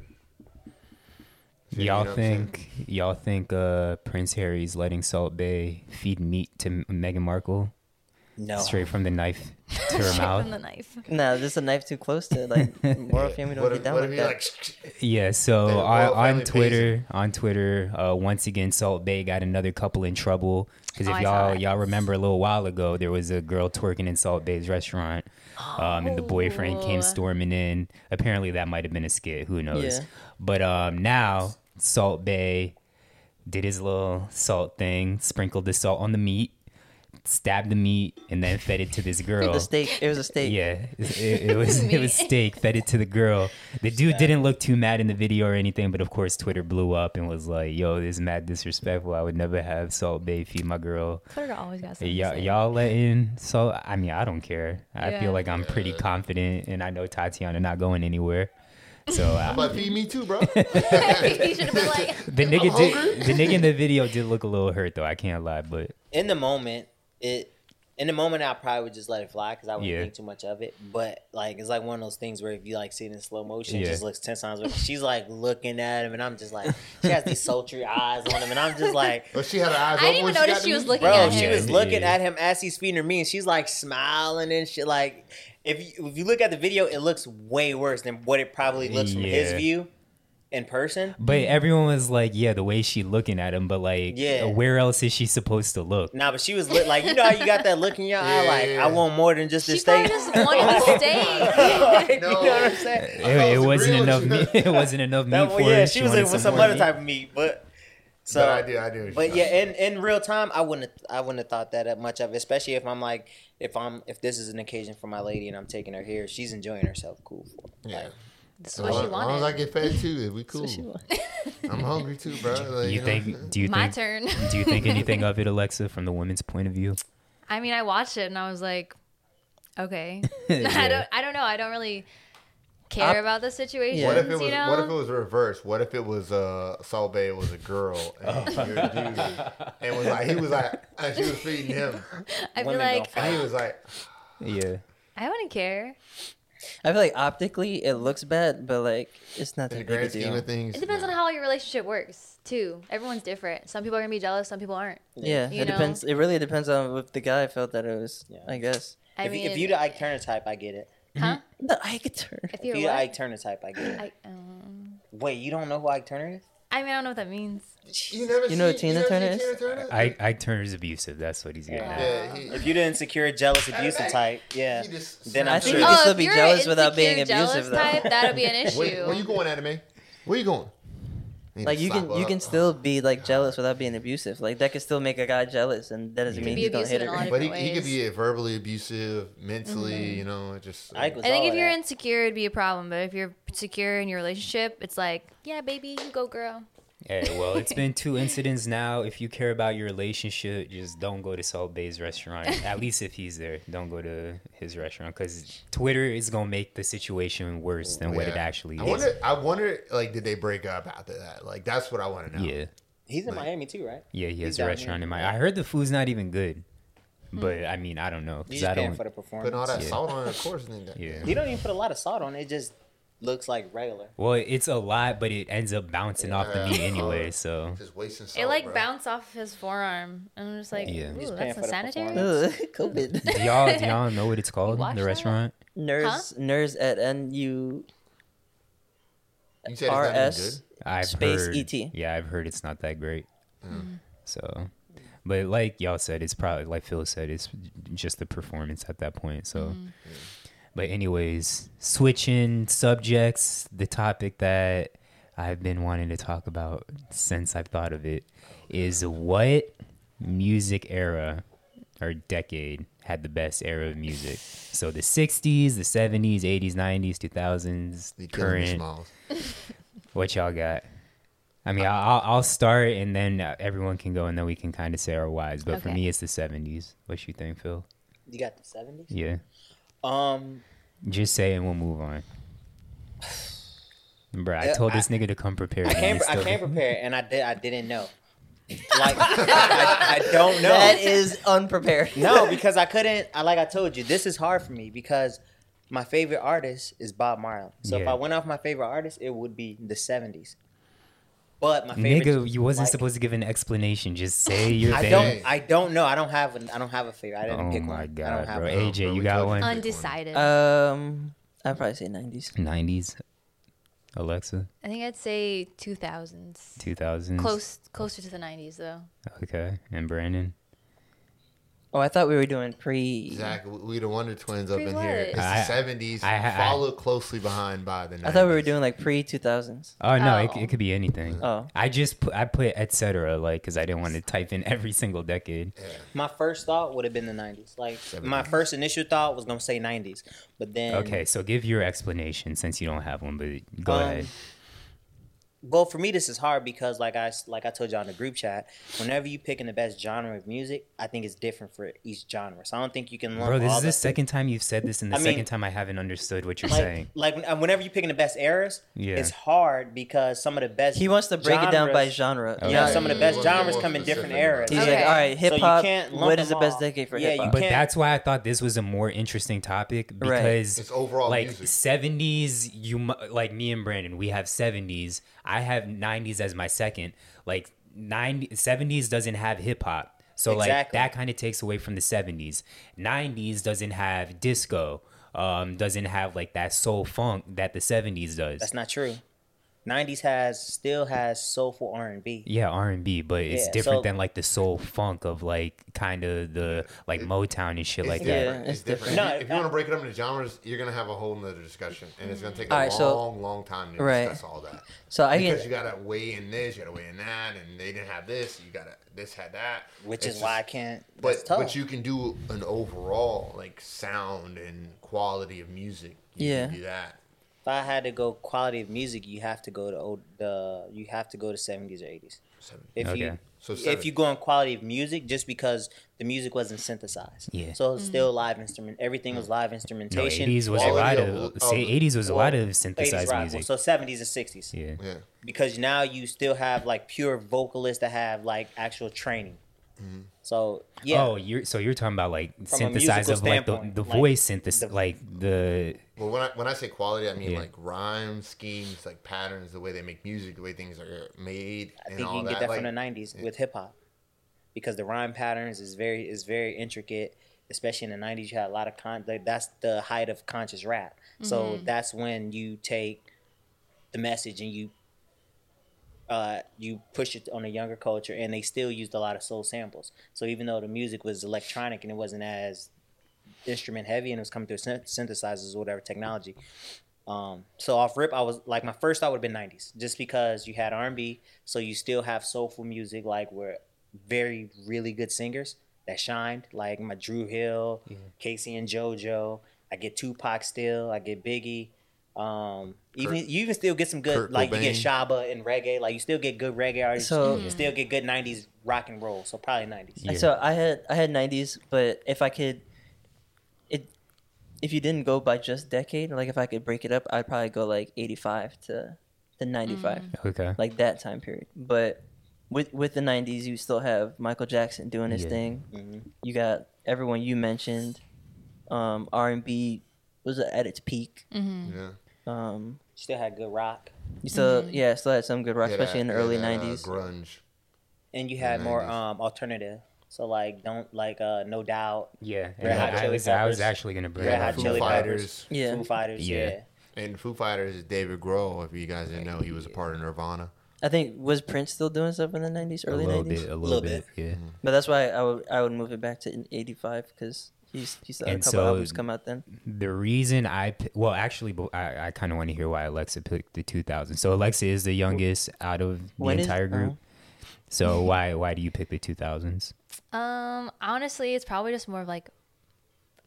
[SPEAKER 3] You know
[SPEAKER 5] Y'all
[SPEAKER 3] what I'm saying?
[SPEAKER 5] think y'all think uh, Prince Harry's letting Salt Bay feed meat to M- Meghan Markle
[SPEAKER 4] No.
[SPEAKER 5] straight from the knife to her
[SPEAKER 1] straight from the
[SPEAKER 5] mouth?
[SPEAKER 1] knife.
[SPEAKER 2] No, this is a knife too close to like royal family don't
[SPEAKER 3] What
[SPEAKER 2] get
[SPEAKER 3] if,
[SPEAKER 2] down
[SPEAKER 3] what if
[SPEAKER 2] with
[SPEAKER 3] you're
[SPEAKER 2] that.
[SPEAKER 3] like,
[SPEAKER 5] Yeah. So
[SPEAKER 3] The royal
[SPEAKER 5] on,
[SPEAKER 3] family
[SPEAKER 5] on
[SPEAKER 3] pays
[SPEAKER 5] Twitter, on Twitter, uh, once again, Salt Bay got another couple in trouble because
[SPEAKER 1] Oh,
[SPEAKER 5] if
[SPEAKER 1] I saw
[SPEAKER 5] y'all
[SPEAKER 1] that.
[SPEAKER 5] y'all remember a little while ago, there was a girl twerking in Salt Bay's restaurant, um, and the boyfriend
[SPEAKER 1] Oh.
[SPEAKER 5] came storming in. Apparently, that might have been a skit. Who knows?
[SPEAKER 2] Yeah.
[SPEAKER 5] But um, now Salt Bay did his little salt thing, sprinkled the salt on the meat, stabbed the meat, and then fed it to this girl.
[SPEAKER 3] Oh.
[SPEAKER 2] the steak. It was a steak.
[SPEAKER 5] Yeah, it, it- it was it was steak fed it to the girl. The dude didn't look too mad in the video or anything, but of course Twitter blew up and was like, "Yo, this is mad disrespectful. I would never have Salt Bay feed my girl."
[SPEAKER 1] Twitter always got something.
[SPEAKER 5] Y'all,
[SPEAKER 1] to say.
[SPEAKER 5] y'all letting Salt? I mean, I don't care. I
[SPEAKER 1] Yeah.
[SPEAKER 5] feel like I'm pretty confident, and I know Tatiana not going anywhere. So I,
[SPEAKER 3] but feed me too, bro.
[SPEAKER 1] he should have been like,
[SPEAKER 5] the nigga did, the nigga in the video did look a little hurt though. I can't lie, but
[SPEAKER 4] in the moment, it in the moment I probably would just let it fly because I wouldn't
[SPEAKER 5] Yeah.
[SPEAKER 4] think too much of it. But like it's like one of those things where if you like see it in slow motion, it
[SPEAKER 5] Yeah.
[SPEAKER 4] just looks ten times worse. She's like looking at him, and I'm just like, she has these sultry eyes on him, and I'm just like.
[SPEAKER 3] But she had her eyes
[SPEAKER 1] I
[SPEAKER 3] open
[SPEAKER 1] didn't
[SPEAKER 3] when
[SPEAKER 1] even notice
[SPEAKER 3] got
[SPEAKER 1] she
[SPEAKER 3] to
[SPEAKER 1] was
[SPEAKER 3] me.
[SPEAKER 1] looking
[SPEAKER 4] Bro,
[SPEAKER 1] at
[SPEAKER 4] she
[SPEAKER 1] him.
[SPEAKER 4] was
[SPEAKER 5] Yeah,
[SPEAKER 4] looking
[SPEAKER 5] yeah.
[SPEAKER 4] at him as he's feeding her meat, and she's like smiling and shit. Like, if you, if you look at the video, it looks way worse than what it probably looks from his
[SPEAKER 5] Yeah.
[SPEAKER 4] view in person.
[SPEAKER 1] Mm.
[SPEAKER 5] but everyone was like, "Yeah, the way she looking at him," but like,
[SPEAKER 4] Yeah.
[SPEAKER 5] where else is she supposed to look?
[SPEAKER 4] Nah, but she was lit, like, you know how you got that look in your eye?
[SPEAKER 3] Yeah,
[SPEAKER 4] Like,
[SPEAKER 3] yeah, yeah.
[SPEAKER 4] I want more than just
[SPEAKER 1] she
[SPEAKER 4] this
[SPEAKER 1] probably
[SPEAKER 4] steak.
[SPEAKER 1] just wanted the steak.
[SPEAKER 4] Like,
[SPEAKER 3] No.
[SPEAKER 4] You know what I'm saying?
[SPEAKER 5] it, it
[SPEAKER 3] was
[SPEAKER 5] wasn't
[SPEAKER 3] agreeing
[SPEAKER 5] enough
[SPEAKER 3] with
[SPEAKER 5] meat. It wasn't enough meat
[SPEAKER 4] That,
[SPEAKER 5] for
[SPEAKER 4] well, yeah,
[SPEAKER 5] her.
[SPEAKER 4] she was in
[SPEAKER 5] wanted
[SPEAKER 4] with
[SPEAKER 5] some
[SPEAKER 4] some
[SPEAKER 5] more
[SPEAKER 4] other
[SPEAKER 5] meat.
[SPEAKER 4] type of meat, but so
[SPEAKER 3] But I do, I do.
[SPEAKER 4] But yeah, in, in real time, I wouldn't I wouldn't have thought that up much of, it, especially if I'm like if I'm if this is an occasion for my lady and I'm taking her here, she's enjoying herself, cool. For it.
[SPEAKER 3] yeah.
[SPEAKER 1] That's
[SPEAKER 3] So
[SPEAKER 1] what she
[SPEAKER 3] as long as I
[SPEAKER 1] wanted.
[SPEAKER 3] get fed too, if we cool. I'm hungry too, bro. Like,
[SPEAKER 5] You
[SPEAKER 3] know what I'm saying?
[SPEAKER 5] think? Do you
[SPEAKER 1] My
[SPEAKER 5] think?
[SPEAKER 1] turn.
[SPEAKER 5] Do you think anything of it, Alexa, from the women's point of view?
[SPEAKER 1] I mean, I watched it and I was like, okay. I
[SPEAKER 5] Yeah.
[SPEAKER 1] don't. I don't know. I don't really care
[SPEAKER 5] I-
[SPEAKER 1] about the situation.
[SPEAKER 3] What if it was?
[SPEAKER 1] you know?
[SPEAKER 3] What if it was reversed? What if it was uh, Saul Bay was a girl and, you're a dude, and was like he was like and she was feeding him
[SPEAKER 1] I'd be
[SPEAKER 4] women
[SPEAKER 1] like,
[SPEAKER 4] don't
[SPEAKER 3] and he was like
[SPEAKER 5] Yeah.
[SPEAKER 1] I wouldn't care.
[SPEAKER 2] I feel like optically it looks bad, but like it's not
[SPEAKER 3] in the
[SPEAKER 2] that big a
[SPEAKER 3] grand scheme
[SPEAKER 2] deal.
[SPEAKER 3] of things.
[SPEAKER 1] It depends on how your relationship works, too. Everyone's different. Some people are gonna be jealous. Some people aren't.
[SPEAKER 2] Yeah,
[SPEAKER 1] You
[SPEAKER 2] it
[SPEAKER 1] know?
[SPEAKER 2] depends. It really depends on if the guy felt that it was.
[SPEAKER 4] Yeah.
[SPEAKER 2] I guess.
[SPEAKER 1] I
[SPEAKER 4] if, you-
[SPEAKER 1] mean,
[SPEAKER 4] if you the Ike Turner type, I get it.
[SPEAKER 1] huh?
[SPEAKER 2] The Ike turn.
[SPEAKER 1] If
[SPEAKER 4] If
[SPEAKER 1] you're
[SPEAKER 4] you the
[SPEAKER 1] what?
[SPEAKER 4] Ike Turner type, I get it.
[SPEAKER 1] I, um,
[SPEAKER 4] Wait, you don't know who Ike Turner is?
[SPEAKER 1] I mean, I don't know what that means.
[SPEAKER 3] You, never
[SPEAKER 2] You know who Tina
[SPEAKER 3] seen- never
[SPEAKER 2] Turner
[SPEAKER 3] seen
[SPEAKER 2] is?
[SPEAKER 3] Tina Turner?
[SPEAKER 5] I I Turner's abusive. That's what he's getting at.
[SPEAKER 3] yeah, he,
[SPEAKER 4] If you the insecure, jealous, abusive type, yeah.
[SPEAKER 3] he just
[SPEAKER 4] Then
[SPEAKER 3] snapped
[SPEAKER 4] I'm
[SPEAKER 2] I think
[SPEAKER 4] sure-
[SPEAKER 2] you
[SPEAKER 4] Oh,
[SPEAKER 2] can
[SPEAKER 1] if
[SPEAKER 2] still be
[SPEAKER 1] you're
[SPEAKER 2] jealous without being
[SPEAKER 1] insecure, jealous
[SPEAKER 2] abusive, though.
[SPEAKER 1] type, that'll be an
[SPEAKER 3] it. Where, where
[SPEAKER 1] issue.
[SPEAKER 3] you going, anime? Where you going? Need to
[SPEAKER 2] Like you
[SPEAKER 3] slap
[SPEAKER 2] can you
[SPEAKER 3] up.
[SPEAKER 2] can still be like jealous without being abusive. Like that could still make a guy jealous, and that doesn't
[SPEAKER 5] You
[SPEAKER 2] mean
[SPEAKER 5] can
[SPEAKER 2] he's
[SPEAKER 1] be
[SPEAKER 2] gonna hit
[SPEAKER 1] abusive in a lot
[SPEAKER 2] her.
[SPEAKER 1] of
[SPEAKER 3] But he,
[SPEAKER 1] different
[SPEAKER 3] he could
[SPEAKER 1] ways.
[SPEAKER 3] be verbally abusive, mentally. You know, it just
[SPEAKER 4] Ike was
[SPEAKER 1] I think
[SPEAKER 4] all
[SPEAKER 1] if
[SPEAKER 4] of
[SPEAKER 1] you're
[SPEAKER 4] that.
[SPEAKER 1] insecure, it'd be a problem. But if you're secure in your relationship, it's like, yeah, baby, you go, girl.
[SPEAKER 5] Hey, well, it's been two incidents now. If you care about your relationship, just don't go to Salt Bay's restaurant. At least if he's there, don't go to his restaurant because Twitter is gonna make the situation worse than what it
[SPEAKER 3] Yeah.
[SPEAKER 5] actually
[SPEAKER 3] I
[SPEAKER 5] is.
[SPEAKER 3] wonder. I wonder. Like, did they break up after that? Like, that's what I want to know.
[SPEAKER 5] yeah.
[SPEAKER 4] He's in Miami too, right?
[SPEAKER 5] Yeah, he
[SPEAKER 4] He's
[SPEAKER 5] has
[SPEAKER 4] down
[SPEAKER 5] a
[SPEAKER 4] here.
[SPEAKER 5] restaurant in my. I heard the food's not even good,
[SPEAKER 1] Hmm.
[SPEAKER 5] but I mean, I don't know
[SPEAKER 4] He's
[SPEAKER 5] because I
[SPEAKER 4] just paying
[SPEAKER 5] don't.
[SPEAKER 4] for the performance.
[SPEAKER 3] Putting all that
[SPEAKER 5] Yeah.
[SPEAKER 3] salt on it, of course. and then-
[SPEAKER 5] Yeah.
[SPEAKER 4] He don't even put a lot of salt on it. It just looks like regular.
[SPEAKER 5] Well, it's a lot, but it ends up bouncing off the
[SPEAKER 3] Yeah.
[SPEAKER 5] meat anyway. So
[SPEAKER 3] Just wasting salt.
[SPEAKER 1] It like
[SPEAKER 3] Oh, bro.
[SPEAKER 1] bounced off of his forearm, and I'm just like,
[SPEAKER 5] Yeah.
[SPEAKER 1] ooh,
[SPEAKER 5] He's
[SPEAKER 4] paying
[SPEAKER 1] that's
[SPEAKER 4] for the
[SPEAKER 1] unsanitary.
[SPEAKER 4] performance.
[SPEAKER 2] Ugh, COVID.
[SPEAKER 5] do y'all do y'all know what it's called?
[SPEAKER 1] watch
[SPEAKER 5] The
[SPEAKER 1] that?
[SPEAKER 5] restaurant?
[SPEAKER 2] Nurse nurse at N U
[SPEAKER 3] You said it's
[SPEAKER 2] R
[SPEAKER 3] not even
[SPEAKER 2] S.
[SPEAKER 3] good.
[SPEAKER 5] I've
[SPEAKER 2] Space
[SPEAKER 5] heard,
[SPEAKER 2] ET.
[SPEAKER 5] Yeah, I've heard it's not that great. So, but like y'all said, it's probably like Phil said, it's just the performance at that point. So, but anyways, switching subjects, the topic that I've been wanting to talk about since I've thought of it is what music era or decade had the best era of music. So the 60s, the 70s, 80s, 90s, 2000s,
[SPEAKER 3] You killing me,
[SPEAKER 5] current.
[SPEAKER 3] Smalls.
[SPEAKER 5] What y'all got? I
[SPEAKER 1] Uh,
[SPEAKER 5] mean, I'll, I'll start and then uh, everyone can go and then we can kind of say our whys. But for
[SPEAKER 1] Okay.
[SPEAKER 5] me, it's the 70s. What you think, Phil?
[SPEAKER 4] You got the seventies.
[SPEAKER 5] Yeah.
[SPEAKER 4] Um,
[SPEAKER 5] Just say and we'll move on. Bro, I
[SPEAKER 4] Uh,
[SPEAKER 5] told this nigga to come prepared.
[SPEAKER 4] I
[SPEAKER 5] and he
[SPEAKER 4] can't. I
[SPEAKER 5] still-
[SPEAKER 4] can't prepare, and I did. I didn't know. Like I, I don't know.
[SPEAKER 2] That is unprepared.
[SPEAKER 4] no, because I couldn't. I like I told you, this is hard for me because my favorite artist is Bob Marley. So if
[SPEAKER 5] Yeah.
[SPEAKER 4] I went off my favorite artist, it would be the seventies. But my favorite
[SPEAKER 5] Nigga, you wasn't
[SPEAKER 4] like,
[SPEAKER 5] supposed to give an explanation. Just say your
[SPEAKER 4] I
[SPEAKER 5] thing.
[SPEAKER 4] don't. I don't know. I don't have. An, I don't have a favorite. I didn't
[SPEAKER 5] oh
[SPEAKER 4] pick
[SPEAKER 5] my
[SPEAKER 4] one. I don't
[SPEAKER 5] god,
[SPEAKER 4] have
[SPEAKER 5] bro.
[SPEAKER 4] one.
[SPEAKER 3] one.
[SPEAKER 5] AJ,
[SPEAKER 3] Bro,
[SPEAKER 5] you
[SPEAKER 3] we
[SPEAKER 5] got
[SPEAKER 3] told
[SPEAKER 5] one?
[SPEAKER 3] you.
[SPEAKER 1] Undecided.
[SPEAKER 2] Um, I'd probably say nineties.
[SPEAKER 5] 90s. Alexa,
[SPEAKER 1] I think I'd say 2000s.
[SPEAKER 5] 2000s.
[SPEAKER 1] Close, closer to the 90s though.
[SPEAKER 5] Okay. And Brandon?
[SPEAKER 2] Oh, I thought we were doing pre.
[SPEAKER 3] Zach, we the Wonder Twins up
[SPEAKER 1] Free
[SPEAKER 3] in
[SPEAKER 1] what?
[SPEAKER 3] here. It's
[SPEAKER 5] I-
[SPEAKER 3] the seventies,
[SPEAKER 5] I- I-
[SPEAKER 3] followed closely behind by the. 90s.
[SPEAKER 2] I thought we were doing like pre two thousands.
[SPEAKER 5] Oh, no, it,
[SPEAKER 1] Oh.
[SPEAKER 5] it could be anything.
[SPEAKER 2] Oh.
[SPEAKER 5] I just put, I put et cetera, like, because I didn't want to type in every single decade.
[SPEAKER 4] My first thought would have been the nineties. Like my first initial thought was gonna say nineties, but then
[SPEAKER 5] Okay, so give your explanation since you don't have one, but go
[SPEAKER 4] Um,
[SPEAKER 5] ahead.
[SPEAKER 4] well for me this is hard because like i like i told y'all in the group chat whenever you picking the best genre of music i think it's different for each genre so i don't think you can lump
[SPEAKER 5] Bro, this
[SPEAKER 4] all
[SPEAKER 5] is the
[SPEAKER 4] the-
[SPEAKER 5] second time you've said this, and the
[SPEAKER 4] I mean-
[SPEAKER 5] second time I haven't understood what you're
[SPEAKER 4] like,
[SPEAKER 5] saying.
[SPEAKER 4] like when- whenever you picking the best eras
[SPEAKER 5] Yeah.
[SPEAKER 4] it's hard because some of the best
[SPEAKER 2] He wants to break it down by
[SPEAKER 4] genres-
[SPEAKER 2] genre.
[SPEAKER 5] Okay. "Oh."
[SPEAKER 4] yeah
[SPEAKER 5] Yeah,
[SPEAKER 4] some of the
[SPEAKER 3] you
[SPEAKER 4] best
[SPEAKER 3] want to be
[SPEAKER 4] genres
[SPEAKER 3] more
[SPEAKER 4] come in different
[SPEAKER 3] specific.
[SPEAKER 4] eras
[SPEAKER 2] He's
[SPEAKER 1] Okay.
[SPEAKER 2] like, all right,
[SPEAKER 4] So you
[SPEAKER 2] hip hop.
[SPEAKER 4] can't lump
[SPEAKER 2] what is the
[SPEAKER 4] them
[SPEAKER 2] best
[SPEAKER 4] all.
[SPEAKER 2] decade for
[SPEAKER 4] Yeah, you
[SPEAKER 2] hip hop?
[SPEAKER 5] But
[SPEAKER 4] can't-
[SPEAKER 5] that's why I thought this was a more interesting topic because
[SPEAKER 3] It's overall
[SPEAKER 5] like
[SPEAKER 3] music.
[SPEAKER 5] 70s you mu- like me and Brandon we have 70s I have 90s as my second like 90 70s doesn't have hip hop so like
[SPEAKER 4] Exactly.
[SPEAKER 5] that kind of takes away from the 70s 90s doesn't have disco um doesn't have like that soul funk that the 70s does
[SPEAKER 4] that's not true 90s has still has soulful r&b
[SPEAKER 5] yeah, R and B, but it's
[SPEAKER 4] Yeah,
[SPEAKER 5] different
[SPEAKER 4] so-
[SPEAKER 5] than like the soul funk of like kind of the like Motown and shit
[SPEAKER 3] It's
[SPEAKER 5] like that.
[SPEAKER 2] Yeah,
[SPEAKER 3] different. it's
[SPEAKER 2] it's
[SPEAKER 3] different.
[SPEAKER 4] different.
[SPEAKER 3] If
[SPEAKER 4] No,
[SPEAKER 3] you- if you,
[SPEAKER 4] I-
[SPEAKER 3] want to break it up into genres, you're gonna have a whole nother discussion, and it's gonna take a
[SPEAKER 2] Alright,
[SPEAKER 3] long,
[SPEAKER 2] so-
[SPEAKER 3] long time to
[SPEAKER 2] Right.
[SPEAKER 3] discuss all that.
[SPEAKER 2] so I
[SPEAKER 3] because
[SPEAKER 2] get.
[SPEAKER 3] you gotta weigh in this, you gotta weigh in that, and they didn't have this. You gotta this had that,
[SPEAKER 4] which
[SPEAKER 3] It's
[SPEAKER 4] is
[SPEAKER 3] just-
[SPEAKER 4] why i can't that's
[SPEAKER 3] But
[SPEAKER 4] tough.
[SPEAKER 3] but you can do an overall like sound and quality of music. You
[SPEAKER 2] Yeah.
[SPEAKER 3] can do that.
[SPEAKER 4] If I had to go quality of music, you have to go to old the you have to go to seventies or eighties. If
[SPEAKER 5] Okay.
[SPEAKER 4] you
[SPEAKER 3] So
[SPEAKER 4] if
[SPEAKER 3] seven.
[SPEAKER 4] you go on quality of music, just because the music wasn't synthesized,
[SPEAKER 5] Yeah.
[SPEAKER 4] so it was still live instrument. Everything was live
[SPEAKER 5] No,
[SPEAKER 4] instrumentation.
[SPEAKER 5] eighties was a
[SPEAKER 3] Quality
[SPEAKER 5] lot
[SPEAKER 3] of-
[SPEAKER 5] of see,
[SPEAKER 3] of-
[SPEAKER 5] eighties was a lot of
[SPEAKER 4] 80s
[SPEAKER 5] synthesized
[SPEAKER 4] rock.
[SPEAKER 5] music.
[SPEAKER 4] So seventies and sixties,
[SPEAKER 5] Yeah,
[SPEAKER 3] Yeah.
[SPEAKER 4] because now you still have like pure vocalists that have like actual training.
[SPEAKER 3] Mm-hmm.
[SPEAKER 4] So yeah,
[SPEAKER 5] Oh, you're so you're talking about like
[SPEAKER 4] a
[SPEAKER 5] synthesized
[SPEAKER 4] musical
[SPEAKER 5] of like the,
[SPEAKER 4] standpoint,
[SPEAKER 5] the
[SPEAKER 4] like,
[SPEAKER 5] voice synthesis,
[SPEAKER 4] the-
[SPEAKER 5] like the
[SPEAKER 3] Well, when I when I say quality, I mean
[SPEAKER 5] Yeah.
[SPEAKER 3] like rhyme schemes, like patterns, the way they make music, the way things are made,
[SPEAKER 4] I
[SPEAKER 3] and
[SPEAKER 4] think you
[SPEAKER 3] all
[SPEAKER 4] can
[SPEAKER 3] that.
[SPEAKER 4] get that
[SPEAKER 3] like,
[SPEAKER 4] from the nineties with hip hop. Because the rhyme patterns is very is very intricate, especially in the nineties you had a lot of con like that's the height of conscious rap. So that's when you take the message and you uh, you push it on a younger culture and they still used a lot of soul samples. So even though the music was electronic and it wasn't as instrument heavy and it was coming through syn- synthesizers or whatever technology. Um, so off rip, I was like my first thought would have been '90s, just because you had R&B, so you still have soulful music like where very really good singers that shined, like my Drew Hill, Casey and JoJo. I get Tupac still, I get Biggie. Um, even
[SPEAKER 3] Kurt-
[SPEAKER 4] you even still get some good
[SPEAKER 3] Kurt
[SPEAKER 4] like you get
[SPEAKER 3] Cobain.
[SPEAKER 4] Shaba and reggae, like you still get good reggae artists.
[SPEAKER 2] So-
[SPEAKER 4] you still get good '90s rock and roll, so probably '90s.
[SPEAKER 5] Yeah.
[SPEAKER 2] So I had I had nineties, but if I could, it if you didn't go by just decade, like if I could break it up, I'd probably go like eighty five to to ninety five,
[SPEAKER 5] okay.
[SPEAKER 2] like that time period. But with with the nineties, you still have Michael Jackson doing his
[SPEAKER 5] Yeah.
[SPEAKER 2] thing.
[SPEAKER 4] Mhm.
[SPEAKER 2] You got everyone you mentioned. Um, R and B was at its peak.
[SPEAKER 3] Yeah.
[SPEAKER 2] Um,
[SPEAKER 4] Still had good rock,
[SPEAKER 2] you still yeah still had some good rock,
[SPEAKER 3] Yeah, that-
[SPEAKER 2] especially in the
[SPEAKER 3] yeah,
[SPEAKER 2] early
[SPEAKER 3] that, uh,
[SPEAKER 2] nineties.
[SPEAKER 3] grunge.
[SPEAKER 4] and you had more
[SPEAKER 3] 90s.
[SPEAKER 4] um alternative. So like don't like uh no doubt
[SPEAKER 5] Yeah,
[SPEAKER 4] Red Hot
[SPEAKER 5] I,
[SPEAKER 4] Chili
[SPEAKER 5] was, I was
[SPEAKER 4] Peppers.
[SPEAKER 5] actually gonna bring
[SPEAKER 4] Red
[SPEAKER 5] that
[SPEAKER 4] Hot
[SPEAKER 5] up.
[SPEAKER 3] Foo
[SPEAKER 4] Chili
[SPEAKER 3] Fighters.
[SPEAKER 4] Peppers,
[SPEAKER 2] Yeah.
[SPEAKER 4] Foo Fighters,
[SPEAKER 5] Yeah.
[SPEAKER 4] yeah.
[SPEAKER 3] And Foo Fighters is David Grohl. If you guys didn't know, he was a part of Nirvana.
[SPEAKER 2] I think was Prince still doing stuff in the nineties,
[SPEAKER 5] a
[SPEAKER 2] early
[SPEAKER 5] little
[SPEAKER 2] nineties.
[SPEAKER 5] bit, a little,
[SPEAKER 4] Little
[SPEAKER 5] bit. yeah.
[SPEAKER 2] But that's why I would I would move it back to eighty five because he's he's had a
[SPEAKER 5] And
[SPEAKER 2] couple
[SPEAKER 5] so-
[SPEAKER 2] albums come out then.
[SPEAKER 5] The reason I p- well, actually, bo- I, I kind of want to hear why Alexa picked the 2000s. So Alexa is the youngest out of the
[SPEAKER 2] When is-
[SPEAKER 5] entire group. So why why do you pick the 2000s?
[SPEAKER 1] Um, honestly, it's probably just more of like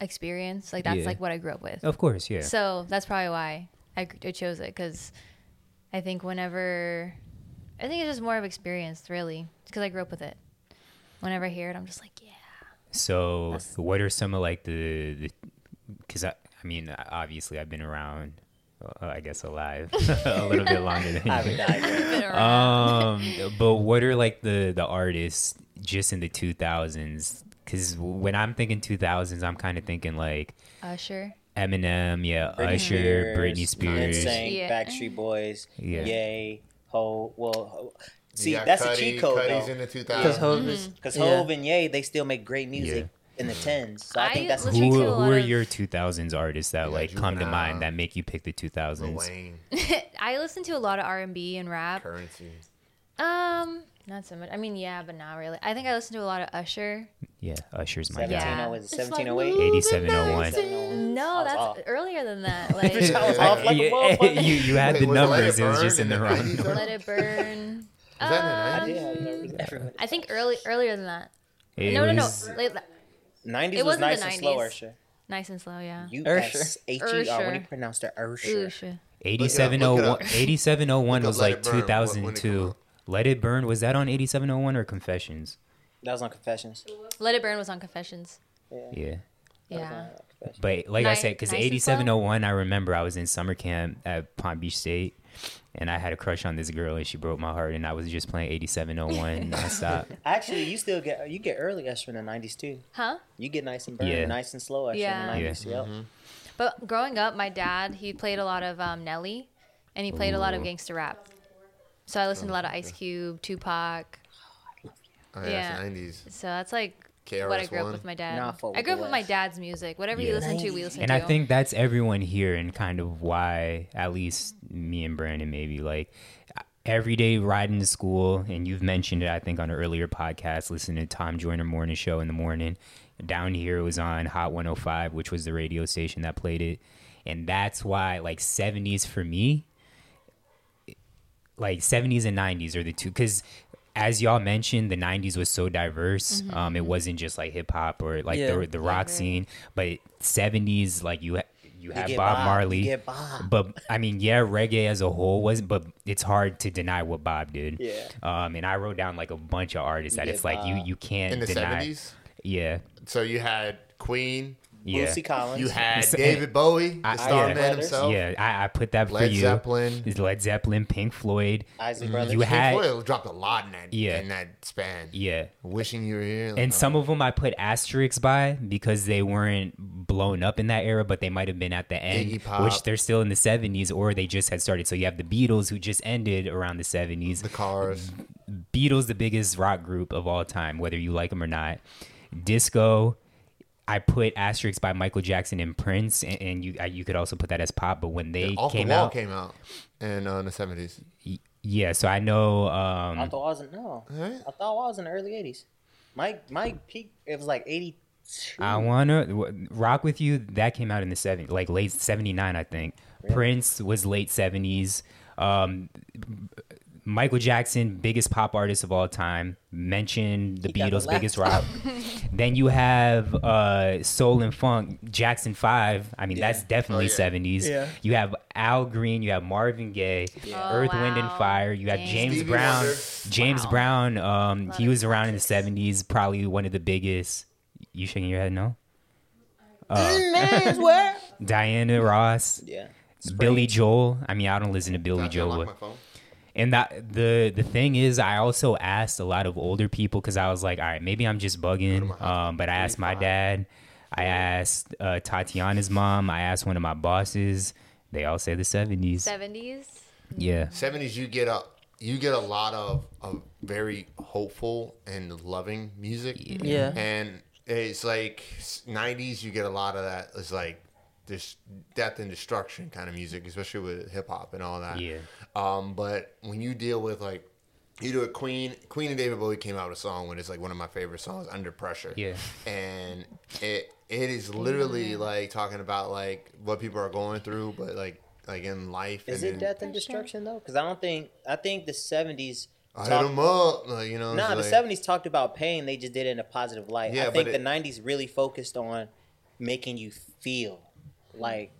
[SPEAKER 1] experience. Like that's
[SPEAKER 5] Yeah.
[SPEAKER 1] like what I grew up with.
[SPEAKER 5] Of course, yeah.
[SPEAKER 1] So that's probably why I, I chose it because I think whenever I think it's just more of experience, really, because I grew up with it. Whenever I hear it, I'm just like, yeah.
[SPEAKER 5] So, what are some of like the, the cuz I I mean, obviously I've been around uh, I guess alive a little bit longer than
[SPEAKER 4] I would
[SPEAKER 5] you.
[SPEAKER 4] die. bro.
[SPEAKER 1] Been around.
[SPEAKER 5] Um but what are like the the artists just in the 2000s cuz when I'm thinking 2000s, I'm kind of thinking like
[SPEAKER 1] Usher.
[SPEAKER 5] Eminem, yeah,
[SPEAKER 4] Britney
[SPEAKER 5] Usher, Britney
[SPEAKER 4] Spears,
[SPEAKER 5] Spears.
[SPEAKER 4] NSYNC,
[SPEAKER 1] Yeah.
[SPEAKER 4] Backstreet Boys,
[SPEAKER 5] Yeah.
[SPEAKER 4] Yay, Ho. Well, Ho- see,
[SPEAKER 3] You got
[SPEAKER 4] that's a
[SPEAKER 3] Cudi,
[SPEAKER 4] cheat code
[SPEAKER 3] Cudi's
[SPEAKER 4] though,
[SPEAKER 3] in the 2000s.
[SPEAKER 2] Because
[SPEAKER 4] Mm-hmm.
[SPEAKER 2] Hov is
[SPEAKER 4] because
[SPEAKER 2] yeah.
[SPEAKER 4] Hove and Yay they still make great music in the tens. So I,
[SPEAKER 1] I
[SPEAKER 4] think that's a
[SPEAKER 1] listen-
[SPEAKER 4] cheat.
[SPEAKER 5] Who,
[SPEAKER 1] to a
[SPEAKER 5] who
[SPEAKER 1] lot
[SPEAKER 5] are
[SPEAKER 1] of-
[SPEAKER 5] your 2000s artists that
[SPEAKER 3] Yeah,
[SPEAKER 5] like come to
[SPEAKER 3] Juvenile.
[SPEAKER 5] mind that make you pick the
[SPEAKER 3] Lil
[SPEAKER 5] 2000s?
[SPEAKER 3] Wayne,
[SPEAKER 1] I listen to a lot of R and B and rap.
[SPEAKER 3] currency.
[SPEAKER 1] Um, not so much. I mean, yeah, but not really. I think I listen to a lot of Usher.
[SPEAKER 5] Yeah, Usher's my
[SPEAKER 4] Seventeen.
[SPEAKER 5] guy.
[SPEAKER 1] Yeah.
[SPEAKER 4] 1708 is it
[SPEAKER 1] It's like
[SPEAKER 4] 1708?
[SPEAKER 1] moving
[SPEAKER 5] 8701.
[SPEAKER 4] Seven
[SPEAKER 1] No,
[SPEAKER 4] Sounds
[SPEAKER 1] that's
[SPEAKER 4] off.
[SPEAKER 1] earlier than that. Like
[SPEAKER 4] I was off like a
[SPEAKER 5] Yeah,
[SPEAKER 4] motherfucker.
[SPEAKER 5] you you had
[SPEAKER 3] Wait,
[SPEAKER 5] the
[SPEAKER 3] was Let It
[SPEAKER 5] numbers, it was
[SPEAKER 3] Burn
[SPEAKER 5] just in the
[SPEAKER 3] the
[SPEAKER 5] wrong.
[SPEAKER 3] 90s?
[SPEAKER 5] order.
[SPEAKER 1] Let It Burn.
[SPEAKER 3] Was
[SPEAKER 5] Uh,
[SPEAKER 3] that
[SPEAKER 4] I
[SPEAKER 3] in the
[SPEAKER 4] did
[SPEAKER 3] 90s?
[SPEAKER 4] have numbers. Everyone-
[SPEAKER 1] I think early earlier than that.
[SPEAKER 5] It
[SPEAKER 1] no, no, no.
[SPEAKER 5] was-
[SPEAKER 1] Like, that-
[SPEAKER 4] 90s
[SPEAKER 1] It
[SPEAKER 4] was
[SPEAKER 1] wasn't
[SPEAKER 4] nice
[SPEAKER 1] the
[SPEAKER 4] and slow,
[SPEAKER 1] 90s.
[SPEAKER 4] Ursher.
[SPEAKER 1] nice and slow, yeah.
[SPEAKER 4] U
[SPEAKER 2] Ursher.
[SPEAKER 4] S H E R. When you
[SPEAKER 1] Ursher.
[SPEAKER 4] pronounce the
[SPEAKER 1] Ooh,
[SPEAKER 4] Ursher.
[SPEAKER 1] shit.
[SPEAKER 3] Look
[SPEAKER 5] 8701
[SPEAKER 3] it up.
[SPEAKER 5] 8701
[SPEAKER 3] Look up
[SPEAKER 5] was
[SPEAKER 3] Let
[SPEAKER 5] like
[SPEAKER 3] It Burn, what- when it come
[SPEAKER 5] 2002.
[SPEAKER 3] out.
[SPEAKER 5] Let It Burn was that on 8701 or Confessions?
[SPEAKER 4] That was on Confessions.
[SPEAKER 1] Let It Burn was on Confessions.
[SPEAKER 5] Yeah.
[SPEAKER 1] Yeah.
[SPEAKER 5] But like I
[SPEAKER 1] Nice-
[SPEAKER 5] said, because
[SPEAKER 1] nice and slow?
[SPEAKER 5] 8701, I remember I was in summer camp at Palm Beach State, and I had a crush on this girl, and she broke my heart, and I was just playing 8701 nonstop.
[SPEAKER 4] Actually, you still get you get early Usher in the 90s too.
[SPEAKER 1] Huh?
[SPEAKER 4] You get nice and burn,
[SPEAKER 5] Yeah.
[SPEAKER 4] nice and slow Usher
[SPEAKER 1] Yeah.
[SPEAKER 4] in
[SPEAKER 5] Yeah. Mm-hmm.
[SPEAKER 4] the 90s. Yep.
[SPEAKER 1] But growing up, my dad, he played a lot of um, Nelly and he played a lot of
[SPEAKER 5] Ooh.
[SPEAKER 1] gangster rap. So I listened to a lot of Ice Cube, Tupac.
[SPEAKER 3] Oh, yeah,
[SPEAKER 1] Yeah.
[SPEAKER 3] it's 90s.
[SPEAKER 1] So that's like what I grew
[SPEAKER 3] KRS-One?
[SPEAKER 1] up with my dad.
[SPEAKER 4] Nah, I fuck
[SPEAKER 1] I grew up
[SPEAKER 4] with
[SPEAKER 1] with my
[SPEAKER 4] West.
[SPEAKER 1] dad's music. Whatever he
[SPEAKER 5] Yeah.
[SPEAKER 1] listened to, we listened
[SPEAKER 5] and
[SPEAKER 1] to.
[SPEAKER 5] I think that's everyone here, and kind of why, at least me and Brandon, maybe like every day riding to school. And you've mentioned it, I think, on an earlier podcast, listening to Tom Joyner Morning Show in the morning. Down here it was on Hot 105, which was the radio station that played it. And that's why, like, 70s for me, like 70s and 90s are the two because as y'all mentioned the 90s was so diverse um it wasn't just like hip hop or like
[SPEAKER 2] Yeah.
[SPEAKER 5] the, the rock scene but 70s like you ha- you have
[SPEAKER 4] get
[SPEAKER 5] Bob,
[SPEAKER 4] Bob, you
[SPEAKER 5] Marley
[SPEAKER 4] get Bob.
[SPEAKER 5] but I mean yeah reggae as a whole was but it's hard to deny what Bob did
[SPEAKER 4] Yeah.
[SPEAKER 5] um and I wrote down like a bunch of artists that
[SPEAKER 4] get
[SPEAKER 5] it's like you
[SPEAKER 4] Bob.
[SPEAKER 5] you can't
[SPEAKER 3] In the
[SPEAKER 5] deny
[SPEAKER 3] 70s?
[SPEAKER 5] yeah
[SPEAKER 3] So you had Queen,
[SPEAKER 5] yeah
[SPEAKER 4] Lucy Collins.
[SPEAKER 3] you had
[SPEAKER 5] So-
[SPEAKER 3] David Bowie, the
[SPEAKER 5] I-
[SPEAKER 3] star
[SPEAKER 5] yeah.
[SPEAKER 3] man himself.
[SPEAKER 5] yeah I, I put that for
[SPEAKER 3] Led
[SPEAKER 5] you
[SPEAKER 3] Zeppelin.
[SPEAKER 5] Led Zeppelin Pink Floyd
[SPEAKER 4] Isley
[SPEAKER 5] you
[SPEAKER 4] Brothers.
[SPEAKER 5] had
[SPEAKER 3] Pink Floyd dropped a lot in that
[SPEAKER 5] Yeah.
[SPEAKER 3] in that span.
[SPEAKER 5] yeah
[SPEAKER 3] Wishing you were here. like,
[SPEAKER 5] And
[SPEAKER 3] oh,
[SPEAKER 5] some of them I put asterisks by because they weren't blown up in that era, but they might have been at the end,
[SPEAKER 3] Iggy Pop.
[SPEAKER 5] which they're still in the 70s or they just had started. So you have the Beatles who just ended around the 70s.
[SPEAKER 3] the cars.
[SPEAKER 5] Beatles, the biggest rock group of all time, whether you like them or not. Disco, I put asterisks by Michael Jackson and Prince, and, and you I, you could also put that as pop. But when they
[SPEAKER 3] Off
[SPEAKER 5] came
[SPEAKER 3] the wall
[SPEAKER 5] out,
[SPEAKER 3] came out and uh, in the seventies.
[SPEAKER 5] y- yeah. So I know
[SPEAKER 4] I
[SPEAKER 5] um,
[SPEAKER 4] thought I was in, no.
[SPEAKER 3] Alright.
[SPEAKER 4] I thought I was in the early 80s. My my peak it was like 82.
[SPEAKER 5] I wanna w- rock with you. That came out in the 70s, like late seventy nine, I think. Prince was late seventies. Um, Michael Jackson, biggest pop artist of all time, mentioned the
[SPEAKER 4] He got the
[SPEAKER 5] Beatles, biggest rock. then you have uh, soul and funk, Jackson Five. I mean, that's definitely
[SPEAKER 3] Oh, yeah.
[SPEAKER 5] seventies.
[SPEAKER 2] Yeah.
[SPEAKER 5] You have Al Green, you have Marvin Gaye,
[SPEAKER 1] Oh,
[SPEAKER 5] Earth, Wind and
[SPEAKER 1] wow.
[SPEAKER 5] Fire. You have
[SPEAKER 1] Dang.
[SPEAKER 5] James
[SPEAKER 3] Stevie
[SPEAKER 5] Brown.
[SPEAKER 3] Wonder.
[SPEAKER 5] James
[SPEAKER 1] Wow.
[SPEAKER 5] Brown, um, he
[SPEAKER 1] of
[SPEAKER 5] was around in the seventies, probably one of the biggest. You shaking your head? No. Uh, Diana Ross,
[SPEAKER 4] yeah.
[SPEAKER 5] Billy Joel. I mean, I don't listen to Billy
[SPEAKER 3] Did I unlock
[SPEAKER 5] Joel,
[SPEAKER 3] my phone?
[SPEAKER 5] and that the the thing is, I also asked a lot of older people because I was like, all right, maybe I'm just bugging. Um, but I asked my dad, I asked uh, Tatiana's mom, I asked one of my bosses. They all say the seventies.
[SPEAKER 1] 70s.
[SPEAKER 5] Yeah,
[SPEAKER 3] seventies you get a you get a lot of, of very hopeful and loving music.
[SPEAKER 2] Yeah.
[SPEAKER 3] And it's like nineties you get a lot of that it's like this death and destruction kind of music, especially with hip hop and all that.
[SPEAKER 5] Yeah.
[SPEAKER 3] Um, but when you deal with like you do a Queen Queen and David Bowie came out with a song when it's like one of my favorite songs, Under Pressure.
[SPEAKER 5] Yeah.
[SPEAKER 3] And it it is literally like talking about like what people are going through, but like like in life
[SPEAKER 4] Is
[SPEAKER 3] and
[SPEAKER 4] it
[SPEAKER 3] in-
[SPEAKER 4] death and destruction though? Cuz I don't think I think the 70s
[SPEAKER 3] I hit
[SPEAKER 4] talked-
[SPEAKER 3] him up, like, you know.
[SPEAKER 4] No,
[SPEAKER 3] it's
[SPEAKER 4] the
[SPEAKER 3] like-
[SPEAKER 4] seventies talked about pain. They just did it in a positive light.
[SPEAKER 3] Yeah,
[SPEAKER 4] I
[SPEAKER 3] but
[SPEAKER 4] think
[SPEAKER 3] it-
[SPEAKER 4] the nineties really focused on making you feel like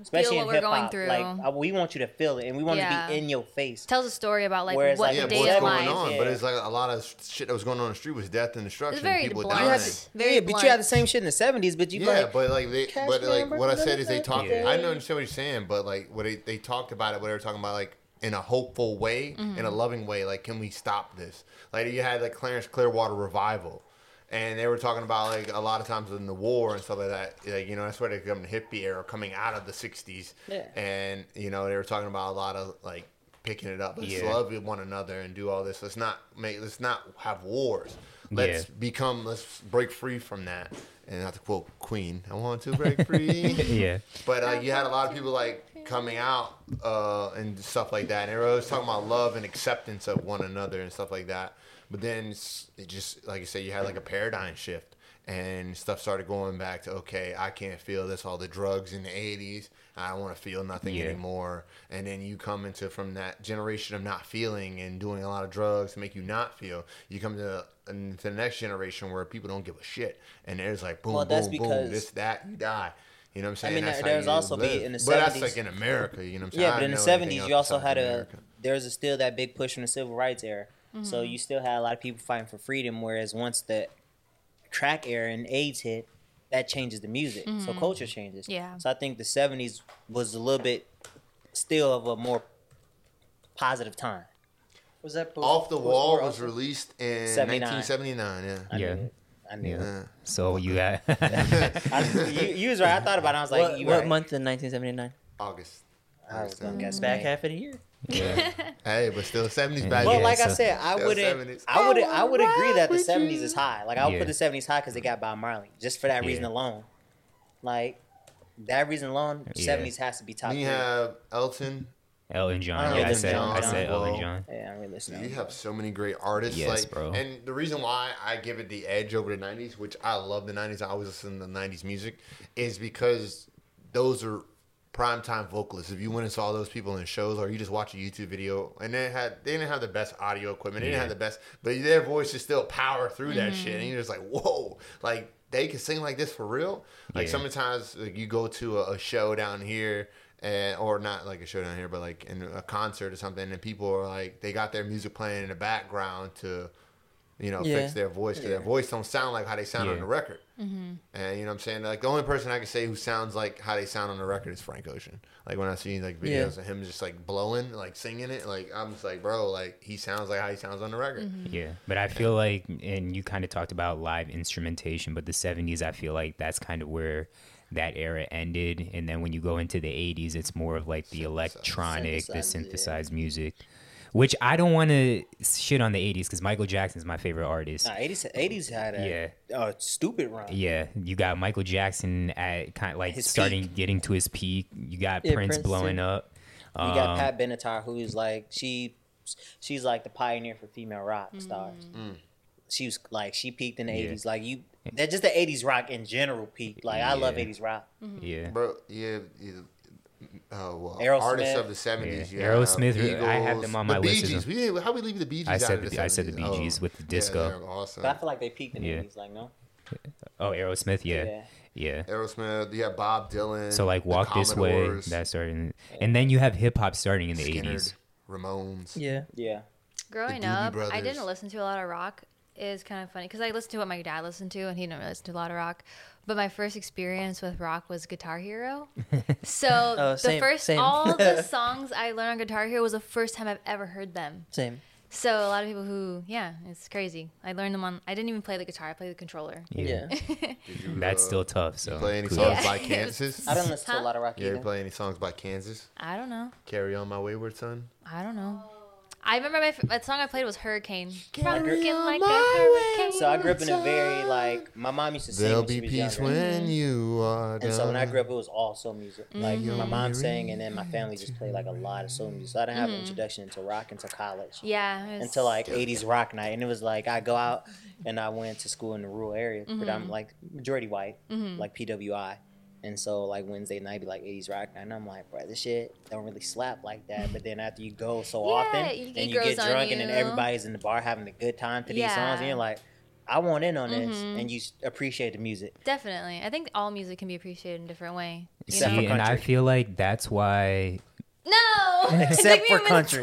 [SPEAKER 4] especially
[SPEAKER 1] feel what
[SPEAKER 4] in
[SPEAKER 1] we're
[SPEAKER 4] hip
[SPEAKER 1] going
[SPEAKER 4] hop.
[SPEAKER 1] through.
[SPEAKER 4] Like I- we want you to feel it, and we want
[SPEAKER 1] Yeah.
[SPEAKER 4] to be in your face.
[SPEAKER 1] tells a story about like
[SPEAKER 4] Whereas,
[SPEAKER 1] what
[SPEAKER 4] like,
[SPEAKER 3] yeah,
[SPEAKER 1] day
[SPEAKER 3] but what's
[SPEAKER 1] of
[SPEAKER 4] DMIs,
[SPEAKER 3] going
[SPEAKER 1] life.
[SPEAKER 3] on?
[SPEAKER 4] yeah.
[SPEAKER 3] But it's like a lot of sh- shit that was going on in the street was death and destruction.
[SPEAKER 1] It's very
[SPEAKER 3] people
[SPEAKER 1] blunt.
[SPEAKER 3] dying.
[SPEAKER 1] Very
[SPEAKER 4] yeah,
[SPEAKER 1] blunt.
[SPEAKER 4] but you have the same shit in the seventies, but you
[SPEAKER 3] Yeah,
[SPEAKER 4] like,
[SPEAKER 3] but like they,
[SPEAKER 4] Cash
[SPEAKER 3] but like
[SPEAKER 4] number,
[SPEAKER 3] what I said is they
[SPEAKER 4] da-da-da-da-da.
[SPEAKER 3] talked. I don't understand what you're saying, but like what they, they talked about it, what they were talking about, like in a hopeful way, in
[SPEAKER 4] Mm-hmm.
[SPEAKER 3] a loving way, like can we stop this? Like you had like Clarence Clearwater revival, and they were talking about like a lot of times in the war and stuff like that. Like you know that's where they come the hippie era coming out of the '60s,
[SPEAKER 4] Yeah.
[SPEAKER 3] and you know they were talking about a lot of like picking it up. Let's
[SPEAKER 5] Yeah.
[SPEAKER 3] love one another and do all this. Let's not make. Let's not have wars. Let's
[SPEAKER 5] Yeah.
[SPEAKER 3] become let's break free from that and not to quote queen i want to break free
[SPEAKER 5] yeah.
[SPEAKER 3] but uh, you had a lot of people like coming out uh, and stuff like that and everybody was talking about love and acceptance of one another and stuff like that but then s- it just like you said you had like a paradigm shift and stuff started going back to okay i can't feel this all the drugs in the 80s i don't want to feel nothing
[SPEAKER 5] Yeah.
[SPEAKER 3] anymore and then you come into from that generation of not feeling and doing a lot of drugs to make you not feel you come to and to the next generation where people don't give a shit and there's like boom
[SPEAKER 4] Well, that's
[SPEAKER 3] boom boom
[SPEAKER 4] because-
[SPEAKER 3] this that you die you know what i'm saying?
[SPEAKER 4] I mean,
[SPEAKER 3] that's
[SPEAKER 4] there-
[SPEAKER 3] how
[SPEAKER 4] there's
[SPEAKER 3] you
[SPEAKER 4] also be
[SPEAKER 3] live.
[SPEAKER 4] in the
[SPEAKER 3] But that's
[SPEAKER 4] 70s.
[SPEAKER 3] like in America, you know what I'm saying?
[SPEAKER 4] yeah.
[SPEAKER 3] I
[SPEAKER 4] But in the
[SPEAKER 3] don't know anything
[SPEAKER 4] seventies,
[SPEAKER 3] else
[SPEAKER 4] you also
[SPEAKER 3] besides
[SPEAKER 4] had a
[SPEAKER 3] America.
[SPEAKER 4] there was a, still that big push from the civil rights era, so
[SPEAKER 5] Mm-hmm.
[SPEAKER 4] you still had a lot of people fighting for freedom. Whereas once the crack era and AIDS hit, that changes the music,
[SPEAKER 5] Mm-hmm.
[SPEAKER 4] so culture changes.
[SPEAKER 1] Yeah.
[SPEAKER 4] So I think the seventies was a little bit still of a more positive time. Was that before-
[SPEAKER 3] Off the
[SPEAKER 4] was
[SPEAKER 3] Wall
[SPEAKER 4] before
[SPEAKER 3] was
[SPEAKER 4] Off-
[SPEAKER 3] released in
[SPEAKER 4] 79.
[SPEAKER 3] 1979. Yeah.
[SPEAKER 5] Yeah.
[SPEAKER 4] I knew it.
[SPEAKER 5] Yeah. So you got
[SPEAKER 4] I, you, you was right. I thought about it. I was like,
[SPEAKER 2] what
[SPEAKER 4] you
[SPEAKER 2] what
[SPEAKER 4] right.
[SPEAKER 2] month in 1979?
[SPEAKER 3] August.
[SPEAKER 4] I was gonna guess
[SPEAKER 2] Back
[SPEAKER 4] back
[SPEAKER 2] half of the year.
[SPEAKER 5] yeah.
[SPEAKER 3] Hey, but still 70s back
[SPEAKER 5] Yeah,
[SPEAKER 4] Well,
[SPEAKER 3] then.
[SPEAKER 4] like I
[SPEAKER 5] so-
[SPEAKER 4] said, I
[SPEAKER 3] Still
[SPEAKER 4] wouldn't.
[SPEAKER 3] 70s.
[SPEAKER 4] I would. I would agree that the
[SPEAKER 3] with
[SPEAKER 4] seventies is high. Like I would
[SPEAKER 5] Yeah.
[SPEAKER 4] put the seventies high because they got Bob Marley, just for that reason
[SPEAKER 5] Yeah.
[SPEAKER 4] alone. Like that reason alone,
[SPEAKER 5] Yeah.
[SPEAKER 4] seventies has to be top
[SPEAKER 3] Then
[SPEAKER 4] three.
[SPEAKER 3] you have Elton.
[SPEAKER 5] Elton John.
[SPEAKER 4] I
[SPEAKER 5] Yeah, I
[SPEAKER 4] love
[SPEAKER 5] said I
[SPEAKER 4] Elton John.
[SPEAKER 5] said Elton
[SPEAKER 3] Well,
[SPEAKER 5] John.
[SPEAKER 4] yeah, I'm really listening.
[SPEAKER 3] You have so many great artists.
[SPEAKER 5] Yes,
[SPEAKER 3] like,
[SPEAKER 5] bro.
[SPEAKER 3] And the reason why I give it the edge over the 90s, which I love the 90s, I always listen to 90s music, is because those are primetime vocalists. If you went and saw those people in shows or you just watch a YouTube video and they had they didn't have the best audio equipment, they didn't
[SPEAKER 5] Yeah.
[SPEAKER 3] have
[SPEAKER 5] Mm-hmm.
[SPEAKER 3] the best but their voices still power through that shit and you're just like, whoa, like they can sing like this for real. Like
[SPEAKER 5] Yeah.
[SPEAKER 3] sometimes like, you go to a, a show down here and or not like a show down here, but like in a concert or something, and people are like they got their music playing in the background to, you know,
[SPEAKER 2] Yeah. Mm-hmm.
[SPEAKER 3] fix their voice because their voice don't sound like how they sound on
[SPEAKER 5] Yeah.
[SPEAKER 3] the record. And you know what I'm saying? Like the only person I can say who sounds like how they sound on the record is Frank Ocean. Like when I see like
[SPEAKER 2] Yeah.
[SPEAKER 3] videos of him just like blowing, like singing it, like I'm just like, bro, like he sounds like how he sounds on the record.
[SPEAKER 2] Mm-hmm.
[SPEAKER 4] mm.
[SPEAKER 5] Yeah, but I feel like, and you kind of talked about live instrumentation, but the 70s, I feel like that's kind of where that era ended. And then when you go into the 80s, it's more of like the electronic, the
[SPEAKER 4] Synthesized, yeah.
[SPEAKER 5] synthesized music, which I don't want to shit on the 80s because Michael Jackson's my favorite artist.
[SPEAKER 4] Nah, eighties. Eighties had a, a stupid run.
[SPEAKER 5] Yeah, you got Michael Jackson at kind of like
[SPEAKER 4] His
[SPEAKER 5] starting getting to his peak. You got
[SPEAKER 2] Yeah,
[SPEAKER 5] Prince
[SPEAKER 2] Prince,
[SPEAKER 5] blowing
[SPEAKER 2] too.
[SPEAKER 5] up.
[SPEAKER 4] You got
[SPEAKER 5] Um,
[SPEAKER 4] Pat Benatar, who's like she, she's like the pioneer for female rock
[SPEAKER 3] Mm.
[SPEAKER 4] stars. She was like she peaked in the
[SPEAKER 5] Yeah.
[SPEAKER 4] eighties. Like you, that just the eighties rock in general peaked. Like I love
[SPEAKER 5] Yeah.
[SPEAKER 4] eighties rock.
[SPEAKER 5] Yeah.
[SPEAKER 3] Bro, yeah, yeah uh, well,
[SPEAKER 4] Aerosmith.
[SPEAKER 3] artists of the seventies.
[SPEAKER 5] Yeah, Aerosmith, I have them on my
[SPEAKER 3] the Bee
[SPEAKER 5] list as
[SPEAKER 3] Gees.
[SPEAKER 5] well.
[SPEAKER 3] We didn't- how we leave the Bee Gees?
[SPEAKER 5] I said
[SPEAKER 3] out of
[SPEAKER 5] the-
[SPEAKER 3] the
[SPEAKER 5] I said the
[SPEAKER 3] 70s?
[SPEAKER 5] Bee Gees with the
[SPEAKER 3] yeah,
[SPEAKER 5] disco.
[SPEAKER 3] they're awesome.
[SPEAKER 4] But I feel like they peaked in the
[SPEAKER 5] Yeah.
[SPEAKER 4] eighties. Like no,
[SPEAKER 5] Oh, Aerosmith.
[SPEAKER 4] Yeah.
[SPEAKER 5] Yeah. yeah.
[SPEAKER 3] Aerosmith, yeah, Bob Dylan.
[SPEAKER 5] So like
[SPEAKER 3] the
[SPEAKER 5] Walk This Way,
[SPEAKER 3] Commodores,
[SPEAKER 5] that started, in, and then you have hip hop starting in the
[SPEAKER 3] Skynyrd,
[SPEAKER 5] eighties.
[SPEAKER 3] Ramones.
[SPEAKER 2] Yeah.
[SPEAKER 4] yeah.
[SPEAKER 1] Growing
[SPEAKER 3] Doobie
[SPEAKER 1] up, I
[SPEAKER 3] Brothers.
[SPEAKER 1] didn't listen to a lot of rock. Is kind of funny because I listened to what my dad listened to, and he didn't really listen to a lot of rock. But my first experience with rock was Guitar Hero. So the
[SPEAKER 2] same-
[SPEAKER 1] first,
[SPEAKER 2] same.
[SPEAKER 1] all the songs I learned on Guitar Hero was the first time I've ever heard them.
[SPEAKER 2] Same.
[SPEAKER 1] So a lot of people who, yeah, it's crazy. I learned them on. I didn't even play the guitar. I played the controller.
[SPEAKER 2] Yeah.
[SPEAKER 3] Did you,
[SPEAKER 5] That's
[SPEAKER 3] uh,
[SPEAKER 5] still tough. So
[SPEAKER 3] play any
[SPEAKER 5] kudos.
[SPEAKER 3] songs
[SPEAKER 1] Yeah.
[SPEAKER 3] by Kansas?
[SPEAKER 4] I don't listen to a
[SPEAKER 1] Huh?
[SPEAKER 4] lot of rock
[SPEAKER 3] You ever
[SPEAKER 4] either.
[SPEAKER 3] play any songs by Kansas?
[SPEAKER 1] I don't know.
[SPEAKER 3] Carry on, my wayward son.
[SPEAKER 1] I don't know. I remember my, f- that song I played was Hurricane. Rockin'
[SPEAKER 3] on
[SPEAKER 1] like a
[SPEAKER 3] my
[SPEAKER 1] hurricane.
[SPEAKER 4] So I grew up in a very like my mom used to sing
[SPEAKER 3] There'll
[SPEAKER 4] when
[SPEAKER 3] be
[SPEAKER 4] she was
[SPEAKER 3] peace
[SPEAKER 4] younger.
[SPEAKER 3] when you are done.
[SPEAKER 4] and so when I grew up, it was all soul music. Like
[SPEAKER 3] Mm-hmm.
[SPEAKER 4] my mom sang, and then my family just played like a lot of soul music. So I didn't have
[SPEAKER 3] Mm-hmm.
[SPEAKER 4] an introduction into rock until college,
[SPEAKER 1] Yeah. it was-
[SPEAKER 4] until like '80s rock night. And it was like I go out and I went to school in the rural area, but I'm
[SPEAKER 1] Mm-hmm.
[SPEAKER 4] like majority white, like PWI. And so like Wednesday night be like '80s rock night, and I'm like, bro, this shit don't really slap like that. But then after you go so
[SPEAKER 1] Yeah,
[SPEAKER 4] often,
[SPEAKER 1] it- it
[SPEAKER 4] and you get
[SPEAKER 1] grows on
[SPEAKER 4] drunk, and then
[SPEAKER 1] you.
[SPEAKER 4] everybody's in the bar having a good time to these
[SPEAKER 1] Yeah. Mm-hmm.
[SPEAKER 4] songs, and you're like. I want in on this, and you s- appreciate the music.
[SPEAKER 1] Definitely. I think all music can be appreciated in a different way. You
[SPEAKER 4] Except
[SPEAKER 1] know?
[SPEAKER 5] See, and I
[SPEAKER 4] country.
[SPEAKER 5] feel like that's why
[SPEAKER 1] No! It
[SPEAKER 4] Except
[SPEAKER 1] took me
[SPEAKER 4] for
[SPEAKER 1] a minute.
[SPEAKER 4] country.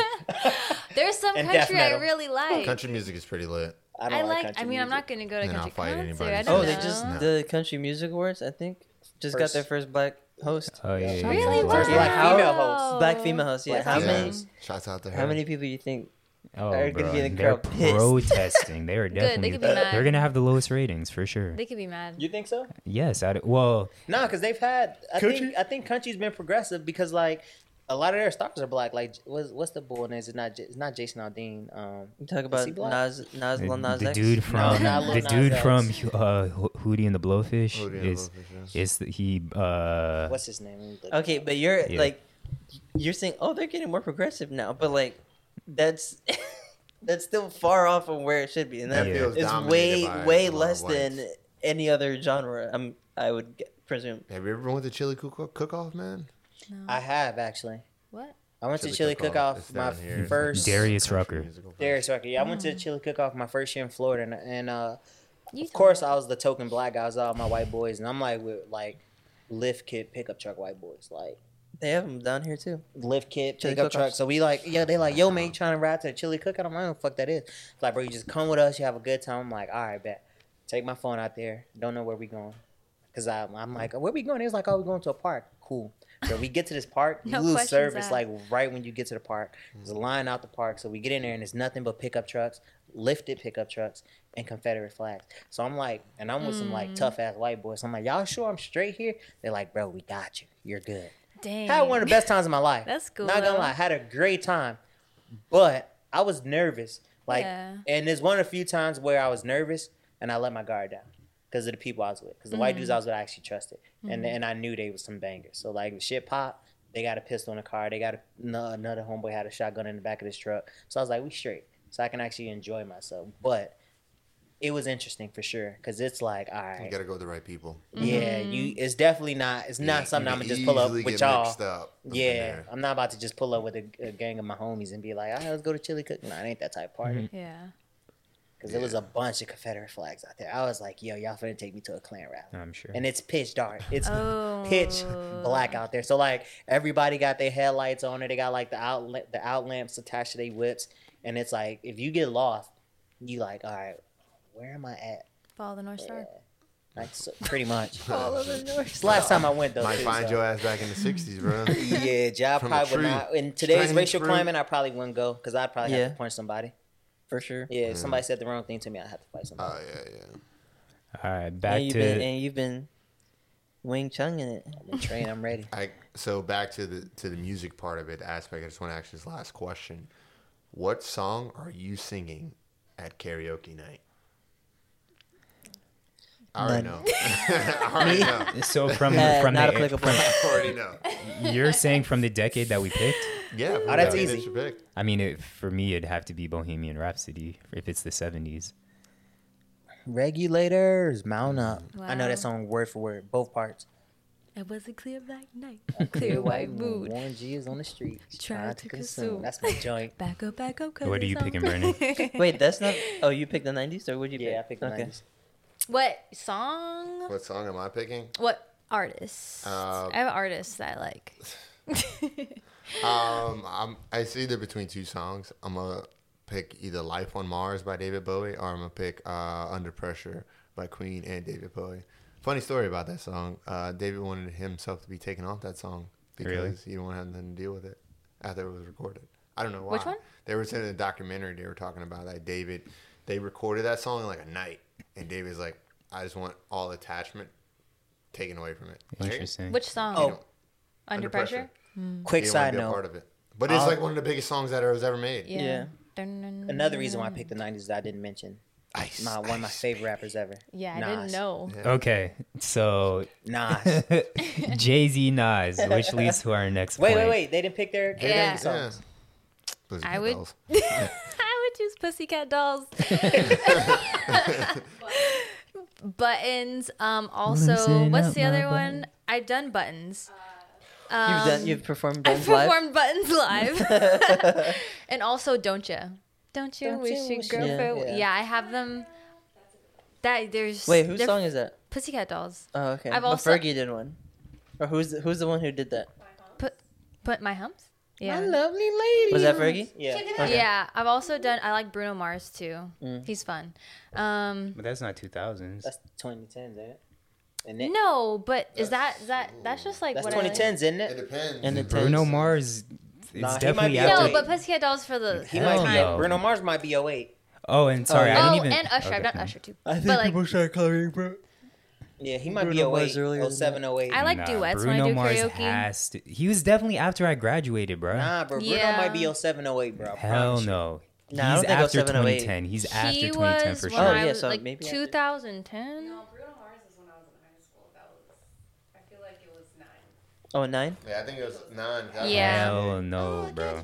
[SPEAKER 1] There's some
[SPEAKER 4] And death
[SPEAKER 1] country I
[SPEAKER 4] metal.
[SPEAKER 1] really like.
[SPEAKER 3] Country music is pretty lit.
[SPEAKER 4] I don't
[SPEAKER 1] I like.
[SPEAKER 4] country
[SPEAKER 1] I mean, I'm
[SPEAKER 4] music.
[SPEAKER 1] not going to go to
[SPEAKER 3] Then I'll
[SPEAKER 1] country
[SPEAKER 3] fight
[SPEAKER 1] concert.
[SPEAKER 3] anybody.
[SPEAKER 1] I don't
[SPEAKER 2] Oh,
[SPEAKER 1] know.
[SPEAKER 2] they just
[SPEAKER 3] No.
[SPEAKER 2] the Country Music Awards. I think just got
[SPEAKER 4] First.
[SPEAKER 2] their first black host,
[SPEAKER 5] oh yeah, yeah,
[SPEAKER 1] really
[SPEAKER 5] yeah.
[SPEAKER 1] wow.
[SPEAKER 4] First black female
[SPEAKER 1] Wow.
[SPEAKER 4] host.
[SPEAKER 7] Oh.
[SPEAKER 2] black female host. Yeah.
[SPEAKER 4] Black
[SPEAKER 2] How
[SPEAKER 3] Yeah.
[SPEAKER 4] female
[SPEAKER 2] many?
[SPEAKER 4] host.
[SPEAKER 3] Shouts out to her.
[SPEAKER 2] How many people you think?
[SPEAKER 5] Oh,
[SPEAKER 2] They're gonna
[SPEAKER 5] bro,
[SPEAKER 2] be in the
[SPEAKER 5] they're
[SPEAKER 2] crowd pissed.
[SPEAKER 5] protesting. They are
[SPEAKER 1] they
[SPEAKER 5] definitely.
[SPEAKER 1] could be mad.
[SPEAKER 5] They're gonna have the lowest ratings for sure.
[SPEAKER 1] They could be mad.
[SPEAKER 4] You think so?
[SPEAKER 5] yes, I, well,
[SPEAKER 4] No, because they've had. I
[SPEAKER 3] Country?
[SPEAKER 4] think I think country's been progressive because like a lot of their stars are black. Like what's what's the boy name? It's not J- it's not Jason Aldean. Um,
[SPEAKER 2] You talk
[SPEAKER 4] is
[SPEAKER 2] about
[SPEAKER 4] he black?
[SPEAKER 2] Nas, Nas,
[SPEAKER 5] the,
[SPEAKER 2] Lil Nas
[SPEAKER 5] the
[SPEAKER 2] X.
[SPEAKER 5] dude from
[SPEAKER 4] not Lil
[SPEAKER 5] the
[SPEAKER 4] Nas
[SPEAKER 5] dude
[SPEAKER 4] X.
[SPEAKER 5] from uh, Ho- Hootie and the Blowfish
[SPEAKER 3] Hootie and the Blowfish,
[SPEAKER 5] is
[SPEAKER 3] yes.
[SPEAKER 5] is the, he uh
[SPEAKER 4] What's his name? Let me look.
[SPEAKER 2] Okay, but you're
[SPEAKER 5] Yeah.
[SPEAKER 2] like, you're saying, oh, they're getting more progressive now, but like, that's that's still far off from where it should be, and
[SPEAKER 3] That
[SPEAKER 2] that
[SPEAKER 5] Yeah.
[SPEAKER 3] feels
[SPEAKER 2] is
[SPEAKER 3] dominated
[SPEAKER 2] way
[SPEAKER 3] by
[SPEAKER 2] way
[SPEAKER 3] a lot of
[SPEAKER 2] less
[SPEAKER 3] whites.
[SPEAKER 2] than any other genre. I'm I would g presume.
[SPEAKER 3] Have you ever went to Chili Cook Cook Off, man?
[SPEAKER 4] I have actually.
[SPEAKER 1] What?
[SPEAKER 4] I went to
[SPEAKER 3] Chili
[SPEAKER 4] Chili
[SPEAKER 3] Cook-Off.
[SPEAKER 4] Cook Off
[SPEAKER 3] It's
[SPEAKER 4] my
[SPEAKER 3] down here.
[SPEAKER 4] first.
[SPEAKER 5] Darius Rucker?
[SPEAKER 3] Musical
[SPEAKER 4] Darius Rucker. Yeah, I went to Chili Cook Off my first year in Florida, and, and uh,
[SPEAKER 1] You
[SPEAKER 4] of course I was the token black guy. I was all my white boys, and I'm like with like lift kit pickup truck white boys, like
[SPEAKER 2] They have them down here too.
[SPEAKER 4] lift kit
[SPEAKER 2] Chili
[SPEAKER 4] pickup
[SPEAKER 2] cook-offs.
[SPEAKER 4] truck. So we like, yeah, they like, yo, man, you trying to ride to a Chili Cook? I'm like, I don't know what the fuck that is. Like, bro, you just come with us, you have a good time. I'm like, all right, bet. Take my phone out there. Don't know where we going, cause I'm, I'm like, where we going? They was like, oh, we going to a park. Cool. Bro, we get to this park, you
[SPEAKER 1] No
[SPEAKER 4] lose
[SPEAKER 1] questions
[SPEAKER 4] service
[SPEAKER 1] asked.
[SPEAKER 4] like right when you get to the park. There's a line out the park, so we get in there and it's nothing but pickup trucks, lifted pickup trucks, and Confederate flags. So I'm like, and I'm with some
[SPEAKER 1] Mm.
[SPEAKER 4] like tough ass white boys. I'm like, y'all sure I'm straight here? They're like, bro, we got you. You're good.
[SPEAKER 1] Dang.
[SPEAKER 4] Had one of the best times of my life.
[SPEAKER 1] That's cool,
[SPEAKER 4] Not gonna
[SPEAKER 1] though.
[SPEAKER 4] lie, had a great time, but I was nervous. Like,
[SPEAKER 1] Yeah.
[SPEAKER 4] and there's one of the few times where I was nervous and I let my guard down because of the people I was with. Because the white
[SPEAKER 1] Mm.
[SPEAKER 4] dudes I was with, I actually trusted, and and I knew they was some bangers. So like, the shit pop. They got a pistol in the car. They got a, no- another homeboy had a shotgun in the back of his truck. So I was like, we straight. So I can actually enjoy myself. But it was interesting for sure because it's like, all right,
[SPEAKER 3] You gotta go with the right people.
[SPEAKER 1] Mm-hmm.
[SPEAKER 4] yeah, you. It's definitely not. It's not
[SPEAKER 3] You
[SPEAKER 4] something
[SPEAKER 3] can
[SPEAKER 4] I'm gonna just pull up
[SPEAKER 3] easily
[SPEAKER 4] with
[SPEAKER 3] get
[SPEAKER 4] y'all.
[SPEAKER 3] mixed up up in
[SPEAKER 4] Yeah,
[SPEAKER 3] there.
[SPEAKER 4] I'm not about to just pull up with a, a gang of my homies and be like, all right, let's go to Chili Cook. Nah, it ain't that type
[SPEAKER 3] Mm-hmm.
[SPEAKER 4] party.
[SPEAKER 1] Yeah.
[SPEAKER 4] Because there was a bunch of Confederate flags out there. I was like, yo, y'all finna take me to a Klan rally.
[SPEAKER 5] I'm sure.
[SPEAKER 4] And it's pitch dark. It's
[SPEAKER 1] Oh.
[SPEAKER 4] pitch black out there. So like everybody got their headlights on it. They got like the outlet, the out lamps attached to their whips. And it's like if you get lost, you like, all right, where am I at?
[SPEAKER 1] Follow the North Star.
[SPEAKER 4] Like so, pretty much.
[SPEAKER 1] Follow the North
[SPEAKER 4] It's the last time I went though.
[SPEAKER 3] Might
[SPEAKER 4] too,
[SPEAKER 3] find
[SPEAKER 4] so.
[SPEAKER 3] your ass back in the '60s, bro. Oh,
[SPEAKER 4] Yeah, job
[SPEAKER 3] From a
[SPEAKER 4] probably would
[SPEAKER 3] tree.
[SPEAKER 4] not. In today's
[SPEAKER 3] Strange
[SPEAKER 4] racial
[SPEAKER 3] fruit.
[SPEAKER 4] climate, I probably wouldn't go because I'd probably have
[SPEAKER 2] Yeah.
[SPEAKER 4] to punch somebody.
[SPEAKER 2] For sure.
[SPEAKER 4] Yeah, if somebody said the wrong thing to me, I'd have to fight
[SPEAKER 3] Oh
[SPEAKER 4] somebody.
[SPEAKER 3] yeah, yeah.
[SPEAKER 5] All right, back
[SPEAKER 2] And you've
[SPEAKER 5] to
[SPEAKER 2] been and you've been Wing Chun in it.
[SPEAKER 4] I'm trained, I'm ready.
[SPEAKER 3] I so back to the to the music part of it aspect. I just want to ask you this last question: What song are you singing at karaoke night? I already know. I already know.
[SPEAKER 5] so from
[SPEAKER 2] Uh,
[SPEAKER 5] from
[SPEAKER 2] not
[SPEAKER 5] the,
[SPEAKER 2] applicable.
[SPEAKER 3] I already know.
[SPEAKER 5] you're saying from the decade that we picked.
[SPEAKER 3] Yeah.
[SPEAKER 4] Oh, that's
[SPEAKER 3] yeah,
[SPEAKER 4] easy.
[SPEAKER 3] your pick.
[SPEAKER 5] I mean, it, for me, it'd have to be Bohemian Rhapsody if it's the '70s.
[SPEAKER 4] Regulators, mount up. I know
[SPEAKER 1] Wow.
[SPEAKER 4] that song word for word, both parts.
[SPEAKER 1] It was a clear black night, clear white mood.
[SPEAKER 4] Warren G is on the street,
[SPEAKER 1] Trying
[SPEAKER 4] trying
[SPEAKER 1] to
[SPEAKER 4] to consume.
[SPEAKER 1] consume.
[SPEAKER 4] That's my joint.
[SPEAKER 1] Back up, back up. 'cause
[SPEAKER 5] What are
[SPEAKER 1] it's
[SPEAKER 5] you
[SPEAKER 1] on-
[SPEAKER 5] picking, Brandon?
[SPEAKER 2] Wait, that's not. Oh, you picked the '90s, or would you?
[SPEAKER 4] Yeah, I
[SPEAKER 2] pick?
[SPEAKER 4] picked the 90s.
[SPEAKER 1] what song?
[SPEAKER 3] What song am I picking?
[SPEAKER 1] What artist?
[SPEAKER 3] Uh,
[SPEAKER 1] I have artists that I like.
[SPEAKER 3] Um, I'm. It's either between two songs. I'm gonna pick either "Life on Mars" by David Bowie, or I'm gonna pick uh, "Under Pressure" by Queen and David Bowie. Funny story about that song. Uh, David wanted himself to be taken off that song because
[SPEAKER 5] Really?
[SPEAKER 3] he didn't want to have nothing to deal with it after it was recorded. I don't know why.
[SPEAKER 1] Which one?
[SPEAKER 3] They were in a documentary. They were talking about that David. They recorded that song in like a night, and David's like, "I just want all attachment taken away from it." Like,
[SPEAKER 5] Interesting.
[SPEAKER 1] Which song?
[SPEAKER 4] Oh,
[SPEAKER 3] know,
[SPEAKER 1] Under Pressure.
[SPEAKER 4] Quick
[SPEAKER 3] He didn't want
[SPEAKER 4] side
[SPEAKER 3] to be a
[SPEAKER 4] note. Uh,
[SPEAKER 3] part of it. But it's
[SPEAKER 4] I'll-
[SPEAKER 3] like one of the biggest songs that was ever made.
[SPEAKER 2] Yeah.
[SPEAKER 1] Dun-dun-dun.
[SPEAKER 4] Another reason why I picked the 90s that I didn't mention.
[SPEAKER 3] Ice.
[SPEAKER 4] My, one of my favorite rappers ever.
[SPEAKER 1] Yeah, I
[SPEAKER 4] Nas.
[SPEAKER 1] didn't know.
[SPEAKER 5] Okay, so
[SPEAKER 4] Nas.
[SPEAKER 5] Jay Z, Nas, which leads to our next.
[SPEAKER 4] Wait, wait,
[SPEAKER 5] point.
[SPEAKER 4] wait. They didn't pick their their
[SPEAKER 1] Yeah.
[SPEAKER 4] yeah. songs.
[SPEAKER 1] I would- I would choose Pussycat Dolls. buttons. Um. Also,
[SPEAKER 5] Listen
[SPEAKER 1] what's
[SPEAKER 5] up,
[SPEAKER 1] the
[SPEAKER 5] my
[SPEAKER 1] other
[SPEAKER 5] button.
[SPEAKER 1] one? I've done buttons.
[SPEAKER 2] You've done. You've performed.
[SPEAKER 1] I
[SPEAKER 2] I've
[SPEAKER 1] Um, performed buttons live. and also, don't you? Don't you wish
[SPEAKER 4] Ya
[SPEAKER 1] your
[SPEAKER 4] Wish Ya-
[SPEAKER 1] girlfriend?
[SPEAKER 4] Yeah.
[SPEAKER 1] Yeah. I have them. that there's
[SPEAKER 2] Wait, whose
[SPEAKER 1] they're
[SPEAKER 2] song is that?
[SPEAKER 1] Pussycat Dolls.
[SPEAKER 2] Oh, okay.
[SPEAKER 1] I've
[SPEAKER 2] But
[SPEAKER 1] also-
[SPEAKER 2] Fergie did one. Or who's the, who's the one who did that?
[SPEAKER 1] Put put my humps. Yeah.
[SPEAKER 4] lovely lady.
[SPEAKER 2] Was that Fergie?
[SPEAKER 4] Yeah.
[SPEAKER 2] Okay. Mm.
[SPEAKER 1] Yeah, I've also done. I like Bruno Mars too. He's fun. Um,
[SPEAKER 5] But that's not 2000s.
[SPEAKER 4] That's 2010s, isn't it? And it-
[SPEAKER 1] no, but is that that that's just like
[SPEAKER 4] that's
[SPEAKER 1] what I like.
[SPEAKER 4] 2010s, isn't
[SPEAKER 3] It
[SPEAKER 4] it?
[SPEAKER 3] depends.
[SPEAKER 2] And it
[SPEAKER 5] Bruno
[SPEAKER 2] takes-
[SPEAKER 5] Mars. It's
[SPEAKER 4] Nah, he might
[SPEAKER 5] definitely
[SPEAKER 4] be
[SPEAKER 5] after.
[SPEAKER 1] No,
[SPEAKER 4] Wait.
[SPEAKER 1] but Pussycat Dolls for the
[SPEAKER 4] He might be.
[SPEAKER 5] no.
[SPEAKER 4] Bruno Mars might be 08.
[SPEAKER 5] oh, and sorry, I
[SPEAKER 1] Oh,
[SPEAKER 5] didn't even.
[SPEAKER 1] and Usher. I've
[SPEAKER 5] okay.
[SPEAKER 1] done Usher too.
[SPEAKER 2] I think
[SPEAKER 1] but like,
[SPEAKER 2] people start copying Bru-
[SPEAKER 4] Yeah, he might
[SPEAKER 2] Bruno
[SPEAKER 4] be
[SPEAKER 2] Mars
[SPEAKER 4] 08,
[SPEAKER 2] earlier than
[SPEAKER 4] 07, 08.
[SPEAKER 1] I like duets when I do karaoke.
[SPEAKER 5] Has to, he was definitely after I graduated, bro.
[SPEAKER 4] Nah, bro. Bruno
[SPEAKER 1] Yeah.
[SPEAKER 4] might be 07, 08, bro. I
[SPEAKER 5] Hell
[SPEAKER 4] promise you.
[SPEAKER 5] no.
[SPEAKER 2] Nah, I
[SPEAKER 5] He's
[SPEAKER 2] don't think it was
[SPEAKER 5] after
[SPEAKER 4] oh
[SPEAKER 2] 7 or 8.
[SPEAKER 5] 2010. He's after
[SPEAKER 1] he
[SPEAKER 5] 2010
[SPEAKER 1] was
[SPEAKER 5] for
[SPEAKER 1] when
[SPEAKER 5] sure.
[SPEAKER 2] Oh,
[SPEAKER 1] I
[SPEAKER 2] yeah,
[SPEAKER 1] was
[SPEAKER 2] so
[SPEAKER 1] like
[SPEAKER 2] maybe I did.
[SPEAKER 1] 2010.
[SPEAKER 7] No, Bruno Mars is when I was in high school. That was, I feel like it was nine.
[SPEAKER 2] Oh, nine?
[SPEAKER 3] yeah, I think it was nine. God.
[SPEAKER 4] Oh,
[SPEAKER 1] Yeah.
[SPEAKER 5] Hell no, bro.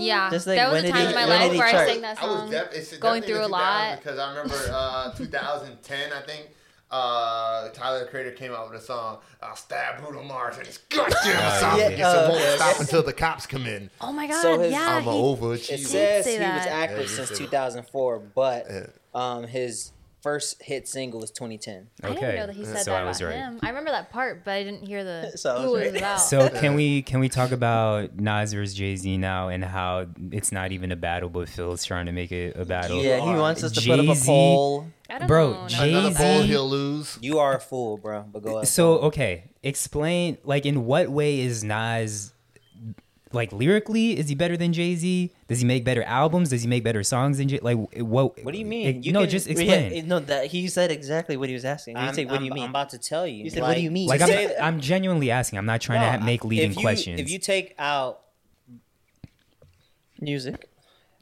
[SPEAKER 1] Yeah,
[SPEAKER 2] Just like,
[SPEAKER 1] that was
[SPEAKER 2] when
[SPEAKER 1] a
[SPEAKER 2] did
[SPEAKER 1] time
[SPEAKER 2] he-
[SPEAKER 1] in my
[SPEAKER 2] when did
[SPEAKER 1] life
[SPEAKER 2] he
[SPEAKER 1] where I
[SPEAKER 2] start?
[SPEAKER 1] sang that
[SPEAKER 3] I was
[SPEAKER 1] song.
[SPEAKER 3] def- it's definitely
[SPEAKER 1] going through
[SPEAKER 3] the
[SPEAKER 1] a
[SPEAKER 3] 2000s
[SPEAKER 1] lot.
[SPEAKER 3] because I remember uh, 2010. I think uh, Tyler the Creator came out with a song. I'll stab Bruno Mars and his goddamn
[SPEAKER 5] yeah.
[SPEAKER 3] esophagus.
[SPEAKER 2] Yeah,
[SPEAKER 3] it won't
[SPEAKER 2] uh,
[SPEAKER 3] stop until the cops come in.
[SPEAKER 1] Oh my god,
[SPEAKER 4] So his-
[SPEAKER 1] yeah,
[SPEAKER 3] I'm
[SPEAKER 1] he,
[SPEAKER 3] an
[SPEAKER 4] It
[SPEAKER 3] overachiever.
[SPEAKER 4] says
[SPEAKER 1] say
[SPEAKER 4] he was
[SPEAKER 1] that.
[SPEAKER 3] Yeah,
[SPEAKER 4] active
[SPEAKER 3] he
[SPEAKER 4] since
[SPEAKER 3] said-
[SPEAKER 4] 2004, but
[SPEAKER 3] Yeah.
[SPEAKER 4] um, his first hit single was 2010.
[SPEAKER 1] I didn't know that he said
[SPEAKER 5] so
[SPEAKER 1] that
[SPEAKER 5] I was
[SPEAKER 1] about
[SPEAKER 5] right.
[SPEAKER 1] him. I remember that part, but I didn't hear the
[SPEAKER 2] So I
[SPEAKER 1] who
[SPEAKER 2] was
[SPEAKER 1] it was
[SPEAKER 2] right.
[SPEAKER 1] about.
[SPEAKER 5] So can we can we talk about Nas versus Jay Z now and how it's not even a battle, but Phil's trying to make it a
[SPEAKER 4] Oh,
[SPEAKER 5] battle.
[SPEAKER 2] Yeah, he wants us to put up a
[SPEAKER 5] Jay-Z.
[SPEAKER 2] poll.
[SPEAKER 1] I don't
[SPEAKER 5] Bro,
[SPEAKER 1] know.
[SPEAKER 5] Jay-
[SPEAKER 3] Another poll,
[SPEAKER 5] Jay-Z.
[SPEAKER 3] he'll lose.
[SPEAKER 4] You are a fool, bro. But go ahead.
[SPEAKER 5] So okay, explain like in what way is Nas like lyrically is he better than Jay Z? Does he make better albums? Does he make better songs than Jay? Like what?
[SPEAKER 4] What do you mean? You
[SPEAKER 5] no,
[SPEAKER 4] can-
[SPEAKER 5] just
[SPEAKER 4] we
[SPEAKER 2] We
[SPEAKER 5] explain.
[SPEAKER 2] had- no, that he said exactly what he was asking. He
[SPEAKER 4] I'm,
[SPEAKER 2] said, "What
[SPEAKER 4] I'm,
[SPEAKER 2] do you mean?"
[SPEAKER 4] I'm about to tell you.
[SPEAKER 2] You said, "What do you mean?"
[SPEAKER 5] like
[SPEAKER 4] to
[SPEAKER 5] I'm,
[SPEAKER 4] say that-
[SPEAKER 5] I'm genuinely asking. I'm not trying to
[SPEAKER 4] No,
[SPEAKER 5] ha- make leading
[SPEAKER 4] if you,
[SPEAKER 5] questions.
[SPEAKER 4] If you take out,
[SPEAKER 2] Music.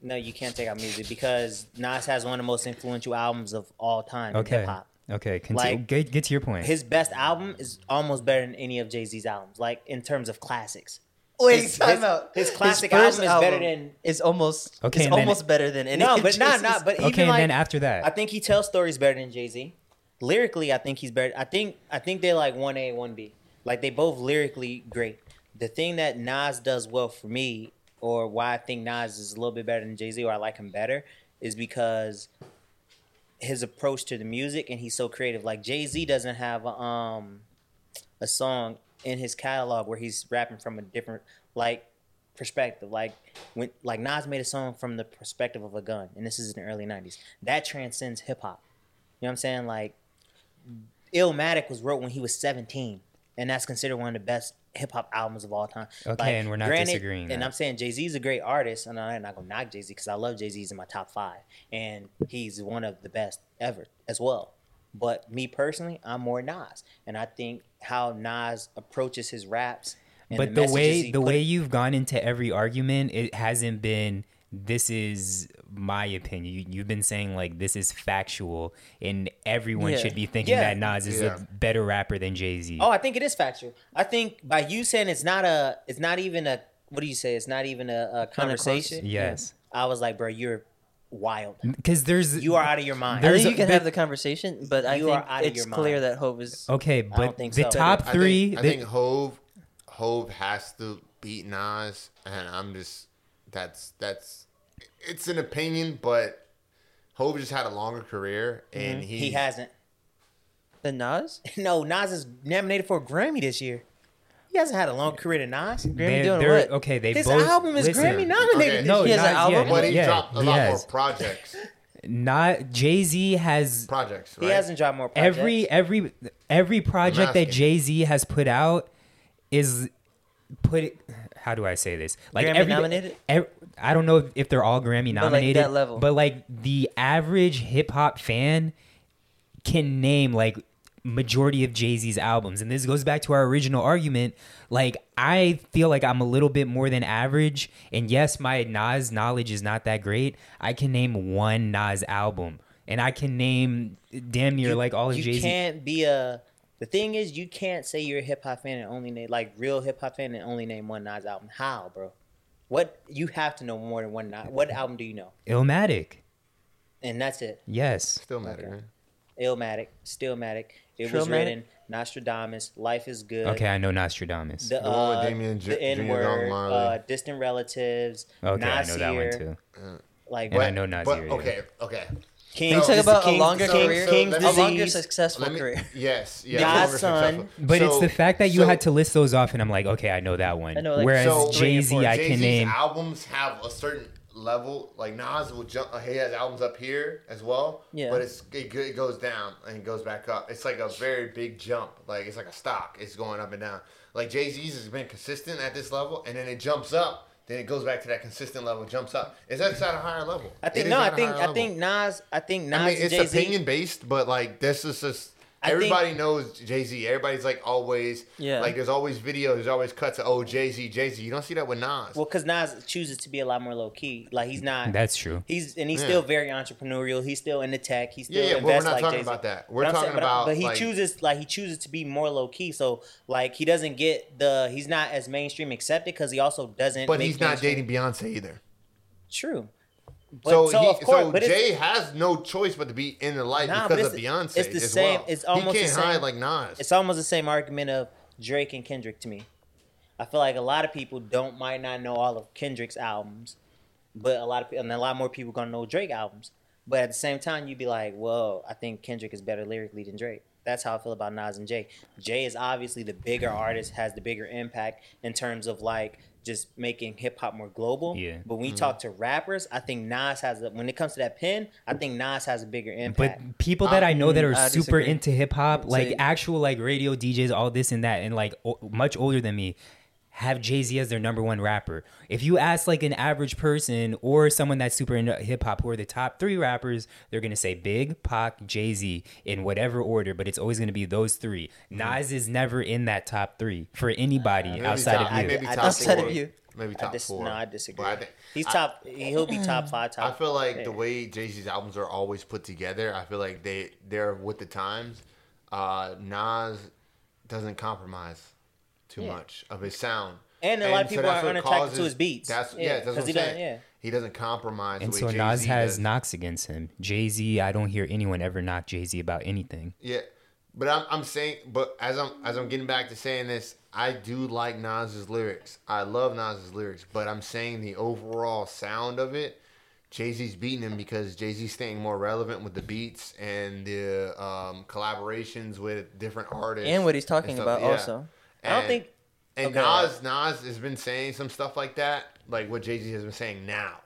[SPEAKER 4] no, you can't take out music because Nas has one of the most influential albums of all time in
[SPEAKER 5] okay,
[SPEAKER 4] hip hop.
[SPEAKER 5] okay, conti-
[SPEAKER 4] Like,
[SPEAKER 5] get, get to your point.
[SPEAKER 4] His best album is almost better than any of Jay Z's albums, like in terms of classics.
[SPEAKER 2] Wait,
[SPEAKER 4] his- time his- out. his classic album is better than-
[SPEAKER 2] It's almost.
[SPEAKER 5] Okay,
[SPEAKER 2] Okay,
[SPEAKER 5] and
[SPEAKER 2] it's
[SPEAKER 5] then-
[SPEAKER 2] almost better than any.
[SPEAKER 4] No,
[SPEAKER 2] of
[SPEAKER 4] but not
[SPEAKER 2] Jay-Z's.
[SPEAKER 4] not. But even
[SPEAKER 5] okay, and
[SPEAKER 4] like,
[SPEAKER 5] then after that,
[SPEAKER 4] I think he tells stories better than Jay Z. Lyrically, I think he's better. I think I think they're like one A, one B. Like they both lyrically great. The thing that Nas does well for me, or why I think Nas is a little bit better than Jay Z, or I like him better, is because his approach to the music and he's so creative. Like Jay Z doesn't have a, um a song in his catalog where he's rapping from a different like perspective. Like when like Nas made a song from the perspective of a gun, and this is in the early '90s. That transcends hip hop. You know what I'm saying? Like Illmatic was wrote when he was 17, and that's considered one of the best hip hop albums of all time.
[SPEAKER 5] Okay,
[SPEAKER 4] Like,
[SPEAKER 5] and we're not disagreeing
[SPEAKER 4] And
[SPEAKER 5] that.
[SPEAKER 4] I'm saying Jay Z is a great artist, and I'm not gonna knock Jay Z because I love Jay Z. He's in my top five, and he's one of the best ever as well. But me personally, I'm more Nas, and I think how Nas approaches his raps. and
[SPEAKER 5] but the,
[SPEAKER 4] messages
[SPEAKER 5] way
[SPEAKER 4] he
[SPEAKER 5] the
[SPEAKER 4] put-
[SPEAKER 5] way you've gone into every argument, it hasn't been. This is my opinion. You, you've been saying like this is factual, and everyone
[SPEAKER 2] Yeah.
[SPEAKER 5] should be thinking
[SPEAKER 4] Yeah.
[SPEAKER 5] that Nas is
[SPEAKER 3] Yeah.
[SPEAKER 5] a better rapper than Jay Z.
[SPEAKER 4] Oh, I think it is factual. I think by you saying it's not a, it's not even a, what do you say? It's not even a, a conversation.
[SPEAKER 5] yes,
[SPEAKER 4] I was like, bro, you're wild.
[SPEAKER 5] because there's
[SPEAKER 4] You are out of your mind.
[SPEAKER 2] I
[SPEAKER 5] There's
[SPEAKER 2] think
[SPEAKER 5] a
[SPEAKER 2] you can
[SPEAKER 5] bit-
[SPEAKER 2] have the conversation, but I
[SPEAKER 4] You are
[SPEAKER 2] think
[SPEAKER 4] out of
[SPEAKER 2] it's
[SPEAKER 4] your
[SPEAKER 2] clear
[SPEAKER 4] mind.
[SPEAKER 2] that Hope is.
[SPEAKER 5] okay, but
[SPEAKER 4] don't think
[SPEAKER 5] the
[SPEAKER 4] so.
[SPEAKER 5] top
[SPEAKER 3] I
[SPEAKER 5] three.
[SPEAKER 3] Think, I
[SPEAKER 5] the-
[SPEAKER 3] think Hove, Hove has to beat Nas, and I'm just that's that's it's an opinion, but Hove just had a longer career, and
[SPEAKER 5] Mm-hmm.
[SPEAKER 3] he
[SPEAKER 4] he hasn't.
[SPEAKER 2] The Nas?
[SPEAKER 4] No, Nas is nominated for a Grammy this year. He hasn't had a long career to Nas.
[SPEAKER 5] they're-
[SPEAKER 2] Grammy doing
[SPEAKER 5] they're-
[SPEAKER 2] what?
[SPEAKER 5] Okay, they
[SPEAKER 4] His
[SPEAKER 5] both,
[SPEAKER 4] album is
[SPEAKER 5] listen,
[SPEAKER 4] Grammy nominated.
[SPEAKER 3] Okay.
[SPEAKER 5] No,
[SPEAKER 2] He has an
[SPEAKER 5] Nas-
[SPEAKER 2] album?
[SPEAKER 5] yeah,
[SPEAKER 3] but he
[SPEAKER 5] yeah,
[SPEAKER 3] dropped a
[SPEAKER 5] he
[SPEAKER 3] lot
[SPEAKER 5] has.
[SPEAKER 3] more projects.
[SPEAKER 5] Not Jay Z has
[SPEAKER 3] Projects, right?
[SPEAKER 4] He hasn't dropped more. Projects.
[SPEAKER 5] every every every project that
[SPEAKER 3] asking.
[SPEAKER 5] Jay Z has put out is put it. How do I say this? Like
[SPEAKER 2] Grammy
[SPEAKER 5] every-
[SPEAKER 2] nominated?
[SPEAKER 5] ev- I don't know if, if they're all Grammy
[SPEAKER 2] like,
[SPEAKER 5] nominated,
[SPEAKER 2] that level.
[SPEAKER 5] but like the average hip hop fan can name like majority of Jay-Z's albums. And this goes back to our original argument. Like I feel like I'm a little bit more than average. And yes, my Nas knowledge is not that great. I can name one Nas album. And I can name damn near like all of
[SPEAKER 4] you
[SPEAKER 5] Jay-Z.
[SPEAKER 4] can't be a. The thing is, you can't say you're a hip hop fan and only name like real hip hop fan and only name one Nas album. How, bro? What you have to know more than one Nas. What album do you know?
[SPEAKER 5] Illmatic.
[SPEAKER 4] And that's it.
[SPEAKER 5] Yes.
[SPEAKER 3] Still matter. right?
[SPEAKER 4] Illmatic, Stillmatic. It was
[SPEAKER 2] Trillmatic?
[SPEAKER 4] written Nostradamus. Life is good.
[SPEAKER 5] Okay, I know Nostradamus.
[SPEAKER 4] The,
[SPEAKER 3] The one with
[SPEAKER 4] uh,
[SPEAKER 3] Damian Ju-
[SPEAKER 4] the
[SPEAKER 3] Junior
[SPEAKER 4] N
[SPEAKER 3] Don
[SPEAKER 4] word,
[SPEAKER 3] Marley.
[SPEAKER 4] uh, distant relatives.
[SPEAKER 5] okay, I know that
[SPEAKER 4] Nasir,
[SPEAKER 5] one too.
[SPEAKER 4] Like
[SPEAKER 5] And I
[SPEAKER 3] But-
[SPEAKER 5] know Nas
[SPEAKER 3] but-
[SPEAKER 5] here, yeah.
[SPEAKER 3] Okay, okay.
[SPEAKER 4] King,
[SPEAKER 2] Can you talk
[SPEAKER 4] this is
[SPEAKER 2] about a
[SPEAKER 4] King-
[SPEAKER 2] longer
[SPEAKER 4] King-
[SPEAKER 2] career?
[SPEAKER 4] King's
[SPEAKER 2] a
[SPEAKER 4] disease.
[SPEAKER 2] longer successful
[SPEAKER 3] Let me-
[SPEAKER 2] career.
[SPEAKER 3] Yes, yes.
[SPEAKER 4] Godson.
[SPEAKER 5] But it's the fact that you had to list those off, and I'm like, okay, I know that one.
[SPEAKER 2] I know, like,
[SPEAKER 5] Whereas
[SPEAKER 3] so-
[SPEAKER 5] Jay Z, I can
[SPEAKER 3] Jay-Z's
[SPEAKER 5] name.
[SPEAKER 3] albums have a certain level. Like Nas will jump. He has albums up here as well.
[SPEAKER 2] Yeah.
[SPEAKER 3] But it's it, go- it goes down and it goes back up. It's like a very big jump. Like it's like a stock. It's going up and down. Like Jay Z's has been consistent at this level, and then it jumps up. Then it goes back to that consistent level, jumps up. Is that at a higher level?
[SPEAKER 4] I
[SPEAKER 3] It
[SPEAKER 4] think
[SPEAKER 3] is
[SPEAKER 4] no.
[SPEAKER 3] at
[SPEAKER 4] I
[SPEAKER 3] a
[SPEAKER 4] think
[SPEAKER 3] higher
[SPEAKER 4] I
[SPEAKER 3] level.
[SPEAKER 4] think Nas. I think Nas.
[SPEAKER 3] I mean,
[SPEAKER 4] and
[SPEAKER 3] it's
[SPEAKER 4] Jay Z.
[SPEAKER 3] opinion based, but like this is just
[SPEAKER 4] I think-
[SPEAKER 3] everybody knows Jay Z. Everybody's like always,
[SPEAKER 2] Yeah.
[SPEAKER 3] Like there's always videos, there's always cuts of oh Jay Z, Jay Z. You don't see that with Nas.
[SPEAKER 4] Well, because Nas chooses to be a lot more low key. Like he's not.
[SPEAKER 5] That's true.
[SPEAKER 4] He's and he's
[SPEAKER 3] Yeah.
[SPEAKER 4] still very entrepreneurial. He's still in the tech. He's still
[SPEAKER 3] yeah, yeah, but we're
[SPEAKER 4] invests
[SPEAKER 3] not
[SPEAKER 4] like
[SPEAKER 3] talking
[SPEAKER 4] Jay-Z.
[SPEAKER 3] about that. We're
[SPEAKER 4] But I'm
[SPEAKER 3] talking
[SPEAKER 4] but-
[SPEAKER 3] about,
[SPEAKER 4] But he
[SPEAKER 3] like-
[SPEAKER 4] chooses like he chooses to be more low key. So like he doesn't get the he's not as mainstream accepted because he also doesn't.
[SPEAKER 3] but
[SPEAKER 4] make
[SPEAKER 3] he's not
[SPEAKER 4] mainstream-
[SPEAKER 3] dating Beyonce either.
[SPEAKER 4] True. But,
[SPEAKER 3] So,
[SPEAKER 4] so,
[SPEAKER 3] he,
[SPEAKER 4] of course,
[SPEAKER 3] so
[SPEAKER 4] but it's,
[SPEAKER 3] Jay has no choice but to be in the light
[SPEAKER 4] Nah, but
[SPEAKER 3] because of
[SPEAKER 4] it's-
[SPEAKER 3] Beyonce.
[SPEAKER 4] it's the
[SPEAKER 3] as
[SPEAKER 4] same-
[SPEAKER 3] Well.
[SPEAKER 4] it's almost
[SPEAKER 3] he
[SPEAKER 4] the
[SPEAKER 3] can't
[SPEAKER 4] same-
[SPEAKER 3] hide like Nas.
[SPEAKER 4] it's almost the same argument of Drake and Kendrick to me. I feel like a lot of people don't might not know all of Kendrick's albums, but a lot of pe- and a lot more people gonna know Drake albums. But at the same time, you'd be like, "Whoa, I think Kendrick is better lyrically than Drake." That's how I feel about Nas and Jay. Jay is obviously the bigger artist, has the bigger impact in terms of like just making hip hop more global.
[SPEAKER 5] Yeah. Mm-hmm.
[SPEAKER 4] But when we talk to rappers, I think Nas has a, when it comes to that pen, I think Nas has a bigger impact.
[SPEAKER 5] But people that I, know
[SPEAKER 3] Um,
[SPEAKER 5] that are
[SPEAKER 2] I
[SPEAKER 5] super
[SPEAKER 2] disagree.
[SPEAKER 5] into hip hop, like
[SPEAKER 2] Say-
[SPEAKER 5] actual like radio DJs, all this and that, and like o- much older than me, have Jay Z as their number one rapper. If you ask like an average person or someone that's super into hip hop, who are the top three rappers, they're gonna say Big, Pac, Jay Z in whatever order, but it's always gonna be those three. Nas is never in that top three for anybody
[SPEAKER 3] Mm-hmm. Maybe
[SPEAKER 5] outside
[SPEAKER 3] top-
[SPEAKER 5] of you.
[SPEAKER 3] maybe
[SPEAKER 4] I-
[SPEAKER 3] top
[SPEAKER 2] outside of
[SPEAKER 3] four.
[SPEAKER 2] you.
[SPEAKER 3] Maybe
[SPEAKER 4] I
[SPEAKER 3] top
[SPEAKER 4] dis-
[SPEAKER 3] four.
[SPEAKER 4] No, I disagree.
[SPEAKER 3] But I think-
[SPEAKER 4] He's
[SPEAKER 3] I-
[SPEAKER 4] top. he'll be top five.
[SPEAKER 3] I
[SPEAKER 4] Top.
[SPEAKER 3] feel like
[SPEAKER 4] yeah.
[SPEAKER 3] the way Jay Z's albums are always put together, I feel like they they're with the times. Uh, Nas doesn't compromise too much of his sound,
[SPEAKER 4] And a lot of people
[SPEAKER 3] that's
[SPEAKER 4] are
[SPEAKER 3] what
[SPEAKER 4] unattracted
[SPEAKER 3] causes-
[SPEAKER 4] to his beats.
[SPEAKER 3] That's yeah,
[SPEAKER 4] Yeah,
[SPEAKER 3] that's what
[SPEAKER 4] 'cause
[SPEAKER 3] I'm
[SPEAKER 4] he doesn't-
[SPEAKER 3] saying.
[SPEAKER 4] yeah.
[SPEAKER 3] He doesn't compromise.
[SPEAKER 5] And
[SPEAKER 3] the
[SPEAKER 5] so
[SPEAKER 3] way
[SPEAKER 5] Nas
[SPEAKER 3] Jay-Z
[SPEAKER 5] has
[SPEAKER 3] does.
[SPEAKER 5] knocks against him. Jay Z, I don't hear anyone ever knock Jay Z about anything.
[SPEAKER 3] Yeah, but I'm I'm saying, but as I'm as I'm getting back to saying this, I do like Nas's lyrics. I love Nas's lyrics, but I'm saying the overall sound of it, Jay Z's beating him because Jay Z's staying more relevant with the beats and the um, collaborations with different artists
[SPEAKER 2] And what he's talking
[SPEAKER 3] stuff.
[SPEAKER 2] about also.
[SPEAKER 4] I don't
[SPEAKER 3] And-
[SPEAKER 4] think-
[SPEAKER 3] And
[SPEAKER 4] okay, all right.
[SPEAKER 3] Nas Nas has been saying some stuff like that, like what Jay Z has been saying now.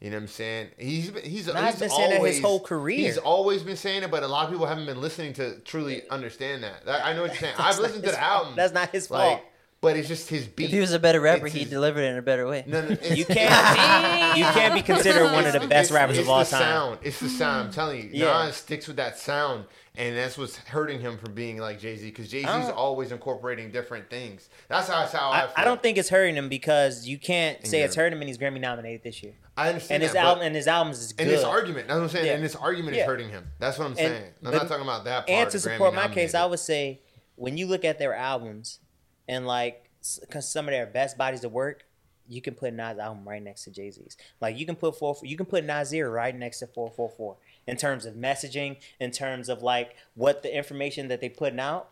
[SPEAKER 3] You know what I'm saying? He's been, he's
[SPEAKER 4] Nas
[SPEAKER 3] he's
[SPEAKER 4] been saying that his
[SPEAKER 3] always-
[SPEAKER 4] whole career.
[SPEAKER 3] He's always been saying it, but a lot of people haven't been listening to truly understand that. That- I know what you're saying. I've
[SPEAKER 4] not
[SPEAKER 3] listened to
[SPEAKER 4] his
[SPEAKER 3] the
[SPEAKER 4] fault.
[SPEAKER 3] album.
[SPEAKER 4] That's not his fault.
[SPEAKER 3] But it's just his beat.
[SPEAKER 2] If he was a better rapper,
[SPEAKER 3] It's
[SPEAKER 2] he
[SPEAKER 3] his-
[SPEAKER 2] delivered it in a better way.
[SPEAKER 3] No, no, it's-
[SPEAKER 4] you can't. you can't be considered one of the best
[SPEAKER 3] it's-
[SPEAKER 4] rappers
[SPEAKER 3] it's
[SPEAKER 4] of all
[SPEAKER 3] the
[SPEAKER 4] time.
[SPEAKER 3] Sound. It's the sound. I'm telling you,
[SPEAKER 4] Yeah.
[SPEAKER 3] Nas sticks with that sound, and that's what's hurting him from being like Jay Z, because Jay Z's
[SPEAKER 4] don't-
[SPEAKER 3] always incorporating different things. That's how, that's how I,
[SPEAKER 4] I,
[SPEAKER 3] feel.
[SPEAKER 4] I don't think it's hurting him because you can't say it's
[SPEAKER 3] general.
[SPEAKER 4] hurting him, and he's Grammy nominated this year.
[SPEAKER 3] I understand
[SPEAKER 4] And his
[SPEAKER 3] that, but-
[SPEAKER 4] album and his albums is good.
[SPEAKER 3] And this argument, that's what I'm saying.
[SPEAKER 4] Yeah.
[SPEAKER 3] And this argument
[SPEAKER 4] Yeah.
[SPEAKER 3] is hurting him. That's what I'm
[SPEAKER 4] And-
[SPEAKER 3] saying. I'm
[SPEAKER 4] but-
[SPEAKER 3] not talking about that part.
[SPEAKER 4] and to
[SPEAKER 3] Grammy
[SPEAKER 4] support my case,
[SPEAKER 3] nominated.
[SPEAKER 4] I would say when you look at their albums and like s- cause some of their best bodies of work, you can put Nas album right next to Jay Z's. Like you can put four, you can put Nasir right next to four four four in terms of messaging, in terms of like what the information that they putting out,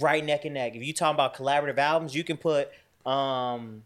[SPEAKER 4] right neck and neck. If you talking about collaborative albums, you can put um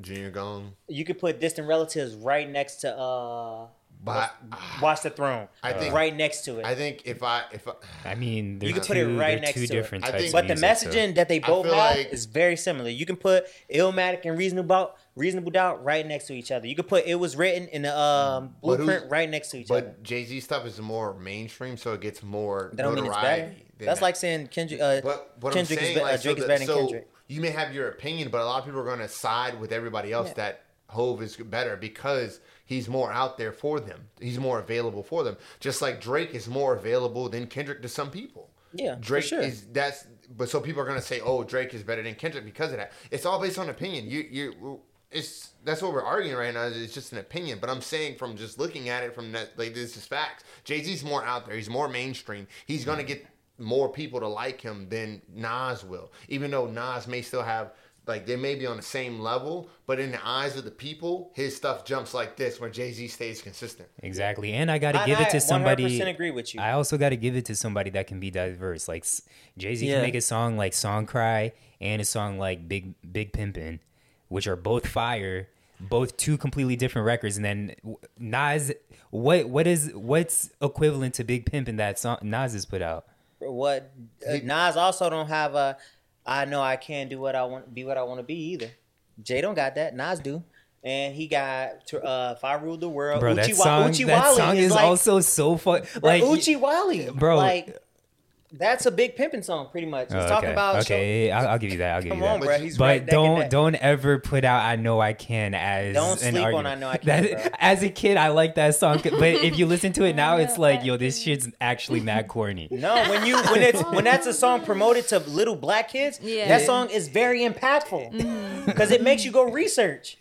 [SPEAKER 3] Junior Gong.
[SPEAKER 4] you can put distant relatives right next to uh
[SPEAKER 3] But
[SPEAKER 4] Watch the Throne.
[SPEAKER 3] I think-
[SPEAKER 4] right next to it.
[SPEAKER 3] I think if I if I,
[SPEAKER 5] I mean, they're
[SPEAKER 4] can
[SPEAKER 5] two,
[SPEAKER 4] put it right
[SPEAKER 5] they're
[SPEAKER 4] next
[SPEAKER 5] two
[SPEAKER 4] to it.
[SPEAKER 5] different
[SPEAKER 3] I
[SPEAKER 5] types.
[SPEAKER 3] think-
[SPEAKER 5] of
[SPEAKER 4] But the
[SPEAKER 5] music, so-
[SPEAKER 4] messaging that they both have
[SPEAKER 3] feel like-
[SPEAKER 4] is very similar. You can put Illmatic and Reasonable Doubt, Reasonable Doubt right next to each other. You can put It Was Written in the um,
[SPEAKER 3] Mm. But who's-
[SPEAKER 4] Blueprint right next to each other.
[SPEAKER 3] but Jay Z stuff is more mainstream, so it gets more
[SPEAKER 4] That don't mean it's
[SPEAKER 3] notoriety.
[SPEAKER 4] better.
[SPEAKER 3] than
[SPEAKER 4] That's
[SPEAKER 3] that.
[SPEAKER 4] like saying Kendrick. Uh,
[SPEAKER 3] But what
[SPEAKER 4] Kendrick
[SPEAKER 3] I'm saying,
[SPEAKER 4] is be-
[SPEAKER 3] like,
[SPEAKER 4] uh, Drake
[SPEAKER 3] so
[SPEAKER 4] is
[SPEAKER 3] the-
[SPEAKER 4] better than
[SPEAKER 3] so
[SPEAKER 4] Kendrick.
[SPEAKER 3] You may have your opinion, but a lot of people are going to side with everybody else that Hove is better because he's more out there for them. He's more available for them. Just like Drake is more available than Kendrick to some people.
[SPEAKER 4] Yeah, for
[SPEAKER 3] Drake
[SPEAKER 4] sure.
[SPEAKER 3] is that's but so people are going to say, "Oh, Drake is better than Kendrick because of that." It's all based on opinion. You you it's that's what we're arguing right now. is It's just an opinion, but I'm saying from just looking at it from that like this is facts. Jay Z's more out there. He's more mainstream. He's gonna get more people to like him than Nas will. Even though Nas may still have like they may be on the same level, but in the eyes of the people, his stuff jumps like this where Jay Z stays consistent.
[SPEAKER 5] Exactly, and I got to
[SPEAKER 4] And
[SPEAKER 5] give
[SPEAKER 4] I
[SPEAKER 5] it to somebody.
[SPEAKER 4] 100% agree with you.
[SPEAKER 5] I also got to give it to somebody that can be diverse. Like Jay Z
[SPEAKER 2] Yeah.
[SPEAKER 5] can make a song like "Song Cry" and a song like "Big Big Pimpin'," which are both fire. both two completely different records, and then w- Nas, what what is what's equivalent to Big Pimp in that song Nas has put out?
[SPEAKER 4] What uh, Nas also don't have a. I know I can do what I want, be what I want to be either. Jay don't got that. Nas do, and he got to, uh, if I rule the world.
[SPEAKER 5] Bro, that
[SPEAKER 4] Uchi Wa-
[SPEAKER 5] song,
[SPEAKER 4] Uchi
[SPEAKER 5] that
[SPEAKER 4] Wally
[SPEAKER 5] song is,
[SPEAKER 4] like,
[SPEAKER 5] also so fun.
[SPEAKER 4] like
[SPEAKER 5] Like
[SPEAKER 4] Uchi Wally,
[SPEAKER 5] bro.
[SPEAKER 4] Like that's a big pimping song, pretty much. It's
[SPEAKER 5] Oh,
[SPEAKER 4] talking
[SPEAKER 5] okay.
[SPEAKER 4] about
[SPEAKER 5] okay. yeah, yeah, I'll, I'll give you that. I'll give
[SPEAKER 4] Come
[SPEAKER 5] you that.
[SPEAKER 4] on, bro. He's
[SPEAKER 5] but
[SPEAKER 4] right neck and
[SPEAKER 5] don't
[SPEAKER 4] neck.
[SPEAKER 5] don't ever put out "I Know I Can" as
[SPEAKER 4] Don't
[SPEAKER 5] an
[SPEAKER 4] sleep
[SPEAKER 5] argument.
[SPEAKER 4] on "I Know I Can,"
[SPEAKER 5] That-
[SPEAKER 4] bro.
[SPEAKER 5] as a kid, I liked that song, but if you listen to it now, it's
[SPEAKER 1] know
[SPEAKER 5] like,
[SPEAKER 1] I
[SPEAKER 5] yo, this shit's actually mad corny.
[SPEAKER 4] No, when you when it's when that's a song promoted to little black kids,
[SPEAKER 1] Yeah. Mm-hmm.
[SPEAKER 4] that song is very impactful because it makes you go research.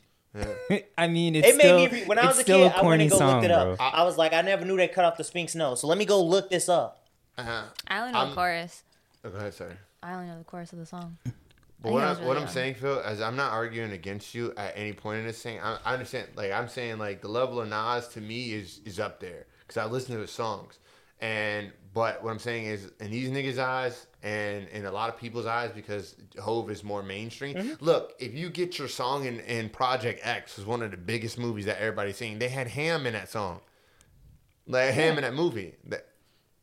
[SPEAKER 5] I mean, it's
[SPEAKER 4] It made
[SPEAKER 5] still,
[SPEAKER 4] me re- when I
[SPEAKER 5] it's
[SPEAKER 4] was a
[SPEAKER 5] still
[SPEAKER 4] kid,
[SPEAKER 5] a
[SPEAKER 4] I went
[SPEAKER 5] corny
[SPEAKER 4] and go
[SPEAKER 5] song,
[SPEAKER 4] looked it
[SPEAKER 5] bro.
[SPEAKER 4] up. I was like, I never knew they cut off the Sphinx nose, so let me go look this up.
[SPEAKER 3] Uh-huh.
[SPEAKER 1] I only know
[SPEAKER 3] I'm-
[SPEAKER 1] the chorus.
[SPEAKER 3] Oh, Go ahead, sorry.
[SPEAKER 1] I only know the chorus of the song.
[SPEAKER 3] But what,
[SPEAKER 1] I think
[SPEAKER 3] I,
[SPEAKER 1] that was
[SPEAKER 3] what
[SPEAKER 1] really
[SPEAKER 3] I'm
[SPEAKER 1] dumb.
[SPEAKER 3] saying, Phil, is I'm not arguing against you at any point in this thing. I, I understand. Like I'm saying, like the level of Nas to me is is up there because I listen to his songs. And but what I'm saying is, in these niggas' eyes, and in a lot of people's eyes, because Hove is more mainstream.
[SPEAKER 1] Mm-hmm.
[SPEAKER 3] Look, if you get your song in, in Project X, was one of the biggest movies that everybody's seen. They had Ham in that song, like Ham in that movie. That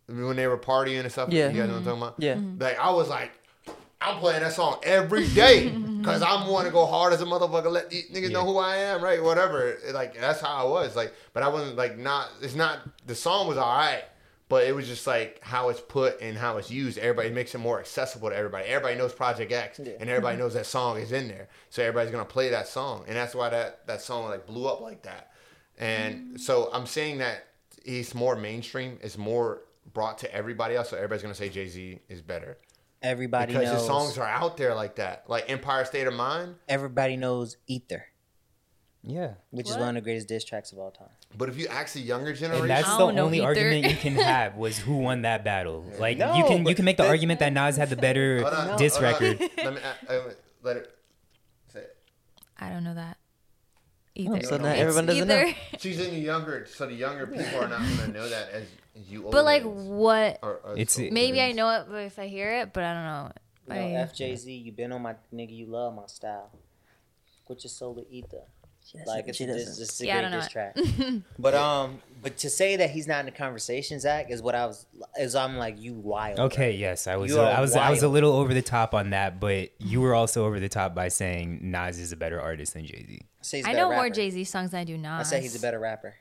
[SPEAKER 3] when they were partying and stuff.
[SPEAKER 2] Yeah.
[SPEAKER 3] you guys know what I'm talking about.
[SPEAKER 2] Yeah. Mhm.
[SPEAKER 3] like I was like, I'm playing that song every day because I'm want to go hard as a motherfucker. Let these niggas know who I am, right? Whatever. Like that's how I was. Like, but I wasn't like not. It's not the song was all right, but it was just like how it's put and how it's used. Everybody it makes it more accessible to everybody. Everybody knows Project X, and everybody knows that song is in there, so everybody's gonna play that song, and that's why that that song like blew up like that. And so I'm saying that it's more mainstream. It's more brought to everybody else. So everybody's gonna say Jay Z is better
[SPEAKER 4] Everybody
[SPEAKER 3] because
[SPEAKER 4] knows.
[SPEAKER 3] his songs are out there like that, like Empire State of Mind.
[SPEAKER 4] everybody knows Ether,
[SPEAKER 5] Yeah,
[SPEAKER 4] which is
[SPEAKER 1] What?
[SPEAKER 4] one of the greatest diss tracks of all time.
[SPEAKER 3] But if you ask the younger generation,
[SPEAKER 5] and that's
[SPEAKER 1] I
[SPEAKER 5] the
[SPEAKER 1] don't know
[SPEAKER 5] only
[SPEAKER 1] either.
[SPEAKER 5] argument you can have was who won that battle. Like you
[SPEAKER 4] No,
[SPEAKER 5] can you
[SPEAKER 4] but
[SPEAKER 5] can make the
[SPEAKER 4] that-
[SPEAKER 5] argument that Nas had the better
[SPEAKER 3] Hold on,
[SPEAKER 5] diss
[SPEAKER 3] hold on.
[SPEAKER 5] record.
[SPEAKER 3] Let me uh, uh, let it. Say it.
[SPEAKER 1] I don't know that either.
[SPEAKER 2] so now
[SPEAKER 1] It's
[SPEAKER 2] everyone doesn't know.
[SPEAKER 3] She's in the younger, so the younger people are not gonna know that as you.
[SPEAKER 1] But like,
[SPEAKER 3] older
[SPEAKER 1] what?
[SPEAKER 3] or- or-
[SPEAKER 5] It's-
[SPEAKER 3] so-
[SPEAKER 1] Maybe I know it if I hear it, but I don't know.
[SPEAKER 4] No,
[SPEAKER 1] I mean,
[SPEAKER 4] FJZ, you been on my nigga, you love my style. Quit your soul to Ether. Like it's
[SPEAKER 2] she
[SPEAKER 4] just,
[SPEAKER 2] doesn't.
[SPEAKER 4] it's just a
[SPEAKER 1] Yeah, I
[SPEAKER 4] great diss
[SPEAKER 1] don't
[SPEAKER 4] track. but um, but to say that he's not in the conversation, Zach, is what I was. Is I'm like you wild.
[SPEAKER 5] Okay, yes, I was.
[SPEAKER 4] You are
[SPEAKER 5] I was. I was a
[SPEAKER 4] wild.
[SPEAKER 5] little over the top on that, but you were also over the top by saying Nas is a better artist than Jay Z.
[SPEAKER 4] Say he's a
[SPEAKER 1] I
[SPEAKER 4] better
[SPEAKER 1] know more
[SPEAKER 4] rapper.
[SPEAKER 1] Jay Z songs than I do Nas.
[SPEAKER 4] I say he's a better rapper.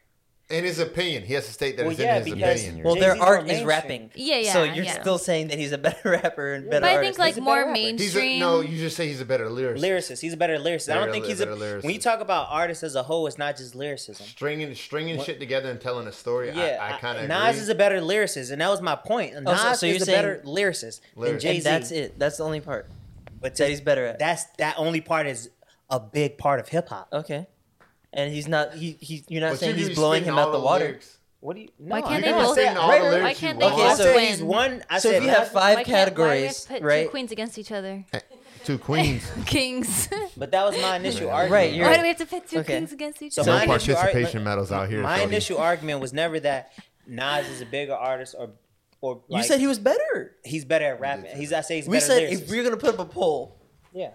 [SPEAKER 3] In his opinion, he has to state that
[SPEAKER 4] Well,
[SPEAKER 3] it's
[SPEAKER 4] yeah,
[SPEAKER 3] in his
[SPEAKER 4] because-
[SPEAKER 3] opinion.
[SPEAKER 2] Well,
[SPEAKER 4] Jay-Z's
[SPEAKER 2] their
[SPEAKER 4] more
[SPEAKER 2] art is
[SPEAKER 4] mainstream.
[SPEAKER 2] rapping.
[SPEAKER 1] Yeah, yeah,
[SPEAKER 2] So you're
[SPEAKER 1] yeah.
[SPEAKER 2] still saying that he's a better rapper and better
[SPEAKER 1] but I
[SPEAKER 2] artist.
[SPEAKER 1] think like
[SPEAKER 4] a better
[SPEAKER 1] more
[SPEAKER 4] rapper. He's a- no,
[SPEAKER 1] mainstream.
[SPEAKER 3] He's a, no. You just say he's a better lyricist.
[SPEAKER 4] Lyricist, he's a better lyricist. I
[SPEAKER 3] Better
[SPEAKER 4] don't think he's a.
[SPEAKER 3] ly- better
[SPEAKER 4] When you
[SPEAKER 3] lyricist.
[SPEAKER 4] talk about artists as a whole, it's not just lyricism.
[SPEAKER 3] Stringing, stringing shit together and telling a story.
[SPEAKER 4] Yeah,
[SPEAKER 3] I, I kind of.
[SPEAKER 4] Nas is a better lyricist, and that was my point. Nas
[SPEAKER 2] Oh, so- so
[SPEAKER 4] is
[SPEAKER 2] you're
[SPEAKER 4] a
[SPEAKER 2] saying-
[SPEAKER 4] better lyricist than
[SPEAKER 3] Lyric.
[SPEAKER 4] Jay
[SPEAKER 2] and
[SPEAKER 4] Z.
[SPEAKER 2] that's it. That's the only part.
[SPEAKER 4] But
[SPEAKER 2] that he's better at.
[SPEAKER 4] That's that only part is a big part of hip hop.
[SPEAKER 2] Okay. And he's not. He, he You're not saying he's blowing him out the water.
[SPEAKER 4] What do you? No,
[SPEAKER 1] Why can't
[SPEAKER 4] I
[SPEAKER 1] they
[SPEAKER 3] not
[SPEAKER 1] both?
[SPEAKER 3] saying all the lyrics
[SPEAKER 1] Why
[SPEAKER 3] you
[SPEAKER 1] can't they
[SPEAKER 3] want.
[SPEAKER 2] Okay,
[SPEAKER 4] I
[SPEAKER 1] both
[SPEAKER 2] so-
[SPEAKER 4] said
[SPEAKER 1] win?
[SPEAKER 4] he's one. I
[SPEAKER 2] So
[SPEAKER 4] said
[SPEAKER 2] if you have
[SPEAKER 4] that's-
[SPEAKER 1] Why
[SPEAKER 2] five
[SPEAKER 1] can't- why do we have
[SPEAKER 2] categories,
[SPEAKER 1] to put
[SPEAKER 2] right?
[SPEAKER 1] Two queens against each other.
[SPEAKER 3] Two queens.
[SPEAKER 1] Kings.
[SPEAKER 4] But that was my initial argument.
[SPEAKER 2] Right, you're-
[SPEAKER 1] Why do we have to put two
[SPEAKER 2] Okay.
[SPEAKER 1] kings against each
[SPEAKER 4] So
[SPEAKER 1] other?
[SPEAKER 4] my initial ar-
[SPEAKER 3] medals out here.
[SPEAKER 4] My
[SPEAKER 3] shorty.
[SPEAKER 4] initial argument was never that Nas is a bigger artist or or
[SPEAKER 2] You
[SPEAKER 4] like,
[SPEAKER 2] said he was better.
[SPEAKER 4] he's better at rapping. He's I say he's
[SPEAKER 2] We
[SPEAKER 4] better
[SPEAKER 2] said
[SPEAKER 4] lyricist.
[SPEAKER 2] if we're gonna put up a poll,
[SPEAKER 4] yeah.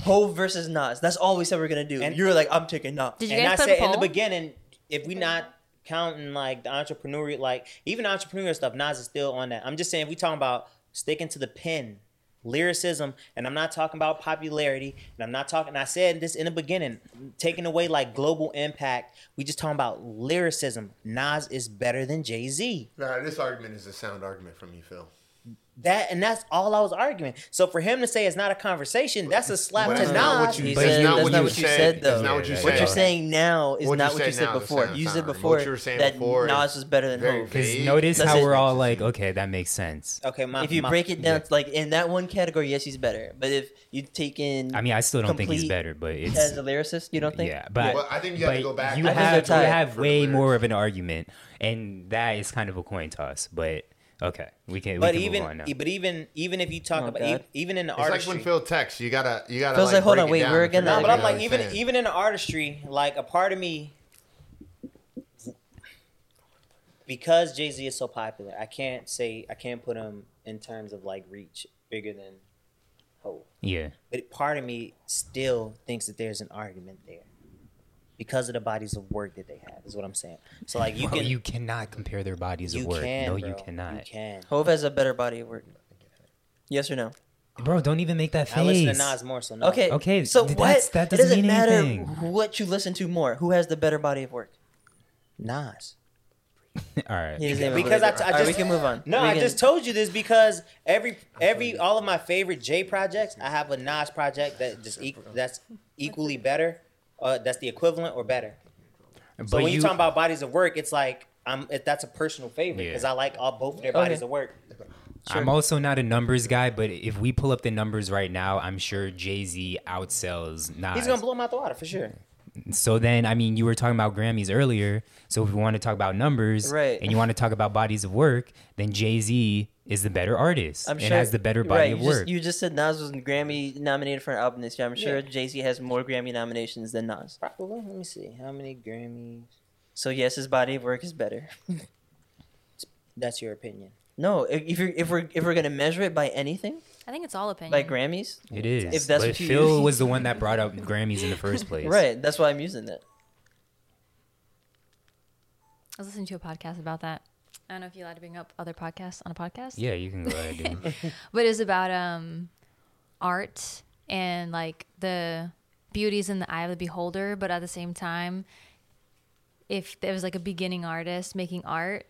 [SPEAKER 2] Hove versus Nas. That's all we said we're gonna do.
[SPEAKER 4] And-
[SPEAKER 2] And you were like, I'm taking Nas.
[SPEAKER 1] Did you
[SPEAKER 4] And I
[SPEAKER 1] guys put
[SPEAKER 4] said
[SPEAKER 1] a
[SPEAKER 4] in the
[SPEAKER 1] poll?
[SPEAKER 4] beginning, if we not counting like the entrepreneurial, like even entrepreneurial stuff, Nas is still on that. I'm just saying, if we talking about sticking to the pen, lyricism, and I'm not talking about popularity, and I'm not talking. I said this in the beginning, taking away like global impact. We just talking about lyricism. Nas is better than Jay Z.
[SPEAKER 3] Nah, this argument is a sound argument from you, Phil.
[SPEAKER 4] That and that's all I was arguing. So for him to say it's not a conversation, that's a slap
[SPEAKER 3] But
[SPEAKER 4] to
[SPEAKER 3] that's
[SPEAKER 4] Nas.
[SPEAKER 3] not what you
[SPEAKER 2] He
[SPEAKER 3] But
[SPEAKER 2] said
[SPEAKER 3] it's not
[SPEAKER 2] that's
[SPEAKER 3] what
[SPEAKER 2] not
[SPEAKER 3] you
[SPEAKER 2] what you
[SPEAKER 3] said.
[SPEAKER 2] said,
[SPEAKER 3] It's
[SPEAKER 2] though.
[SPEAKER 3] not what you
[SPEAKER 2] What
[SPEAKER 3] said.
[SPEAKER 2] you're saying now is
[SPEAKER 3] What you
[SPEAKER 2] not what you
[SPEAKER 3] said
[SPEAKER 2] said
[SPEAKER 3] now is
[SPEAKER 2] before.
[SPEAKER 3] sound
[SPEAKER 2] You said
[SPEAKER 3] sound. What
[SPEAKER 2] before
[SPEAKER 3] you were saying
[SPEAKER 2] that
[SPEAKER 3] before
[SPEAKER 2] Nas
[SPEAKER 3] is
[SPEAKER 2] was better than
[SPEAKER 3] very
[SPEAKER 2] Hove.
[SPEAKER 5] Because
[SPEAKER 3] Big.
[SPEAKER 5] notice
[SPEAKER 2] That's
[SPEAKER 5] how
[SPEAKER 2] it.
[SPEAKER 5] we're all like, okay, that makes sense.
[SPEAKER 4] Okay, my
[SPEAKER 2] If you
[SPEAKER 4] my-
[SPEAKER 2] break it down, it's like in that one category, yes, he's better. But if you take in,
[SPEAKER 5] I mean, I still don't think he's
[SPEAKER 2] complete
[SPEAKER 5] better, but it's
[SPEAKER 2] as a lyricist, you don't think?
[SPEAKER 5] yeah, but,
[SPEAKER 3] But I think you have to
[SPEAKER 5] but
[SPEAKER 3] go back I
[SPEAKER 5] You
[SPEAKER 2] think they're
[SPEAKER 5] have you
[SPEAKER 2] tied.
[SPEAKER 5] have
[SPEAKER 3] For
[SPEAKER 5] way
[SPEAKER 3] lyrics.
[SPEAKER 5] more of an argument, and that is kind of a coin toss. But okay, we can.
[SPEAKER 4] But
[SPEAKER 5] we can move on
[SPEAKER 4] even e,
[SPEAKER 5] now.
[SPEAKER 4] but even even if you talk
[SPEAKER 2] Oh,
[SPEAKER 4] about
[SPEAKER 2] God.
[SPEAKER 4] e- even in the
[SPEAKER 3] It's like
[SPEAKER 4] artistry,
[SPEAKER 3] when Phil texts, you gotta, you gotta.
[SPEAKER 2] Phil's like, hold
[SPEAKER 3] break
[SPEAKER 2] on,
[SPEAKER 3] it
[SPEAKER 2] wait,
[SPEAKER 3] down
[SPEAKER 2] we're
[SPEAKER 3] and
[SPEAKER 2] gonna-
[SPEAKER 4] No,
[SPEAKER 3] figure
[SPEAKER 4] but
[SPEAKER 3] out
[SPEAKER 4] I'm
[SPEAKER 3] what
[SPEAKER 4] like
[SPEAKER 3] he's
[SPEAKER 4] even
[SPEAKER 3] saying.
[SPEAKER 4] even in the artistry, like a part of me, because Jay Z is so popular, I can't say I can't put him in terms of like reach bigger than Hope.
[SPEAKER 5] yeah,
[SPEAKER 4] But part of me still thinks that there's an argument there. because of the bodies of work that they have. Is what I'm saying. So like you
[SPEAKER 5] Bro,
[SPEAKER 4] can
[SPEAKER 5] you cannot compare their bodies
[SPEAKER 4] you
[SPEAKER 5] of work.
[SPEAKER 4] can
[SPEAKER 5] no,
[SPEAKER 4] bro.
[SPEAKER 5] you cannot.
[SPEAKER 4] You can.
[SPEAKER 2] Hove has a better body of work. Yes or no?
[SPEAKER 5] Bro, don't even make that face.
[SPEAKER 4] I listen to Nas more, so no.
[SPEAKER 2] Okay.
[SPEAKER 5] Okay,
[SPEAKER 2] So
[SPEAKER 5] th-
[SPEAKER 2] what?
[SPEAKER 5] that's- that
[SPEAKER 2] it
[SPEAKER 5] doesn't
[SPEAKER 2] doesn't
[SPEAKER 5] mean
[SPEAKER 2] matter
[SPEAKER 5] anything.
[SPEAKER 2] what you listen to more. Who has the better body of work?
[SPEAKER 4] Nas.
[SPEAKER 5] All right.
[SPEAKER 2] He doesn't even
[SPEAKER 4] Because
[SPEAKER 2] believe
[SPEAKER 4] I
[SPEAKER 2] it.
[SPEAKER 4] t- I
[SPEAKER 2] All right,
[SPEAKER 4] just-
[SPEAKER 2] we can move on.
[SPEAKER 4] No,
[SPEAKER 2] We
[SPEAKER 4] I
[SPEAKER 2] can-
[SPEAKER 4] just told you this because every every all of my favorite J projects, I have a Nas project that just eq that's equally better, uh, that's the equivalent or better.
[SPEAKER 5] But
[SPEAKER 4] So when you, are talking about bodies of work, it's like I'm it, that's a personal favorite because
[SPEAKER 5] Yeah.
[SPEAKER 4] I like all both of their bodies
[SPEAKER 2] Okay.
[SPEAKER 4] of work.
[SPEAKER 5] I'm also not a numbers guy, but if we pull up the numbers right now, I'm sure Jay Z outsells Nas.
[SPEAKER 4] He's gonna blow him out the water for sure.
[SPEAKER 5] So then, I mean, you were talking about Grammys earlier. So if we want to talk about numbers,
[SPEAKER 2] Right.
[SPEAKER 5] and you want to talk about bodies of work, then Jay Z is the better artist
[SPEAKER 2] I'm
[SPEAKER 5] and
[SPEAKER 2] sure
[SPEAKER 5] has the better body
[SPEAKER 2] right,
[SPEAKER 5] of
[SPEAKER 2] you
[SPEAKER 5] work.
[SPEAKER 2] Just, you just said Nas was Grammy nominated for an album this year. I'm sure Jay Z has more Grammy nominations than Nas.
[SPEAKER 4] Probably. Let me see how many Grammys.
[SPEAKER 2] So yes, his body of work is better.
[SPEAKER 4] That's your opinion.
[SPEAKER 2] No, if if you're, if we're if we're gonna measure it by anything,
[SPEAKER 1] I think it's all opinion.
[SPEAKER 2] by Grammys,
[SPEAKER 5] it is.
[SPEAKER 2] If that's
[SPEAKER 5] but
[SPEAKER 2] what you
[SPEAKER 5] Phil
[SPEAKER 2] use.
[SPEAKER 5] was the one that brought up Grammys in the first place.
[SPEAKER 2] right? That's why I'm using that.
[SPEAKER 1] I was listening to a podcast about that. I don't know if you're allowed to bring up other podcasts on a podcast.
[SPEAKER 5] Yeah, you can go ahead. Dude.
[SPEAKER 1] But it's about um art and like the beauties in the eye of the beholder, but at the same time, if there was like a beginning artist making art,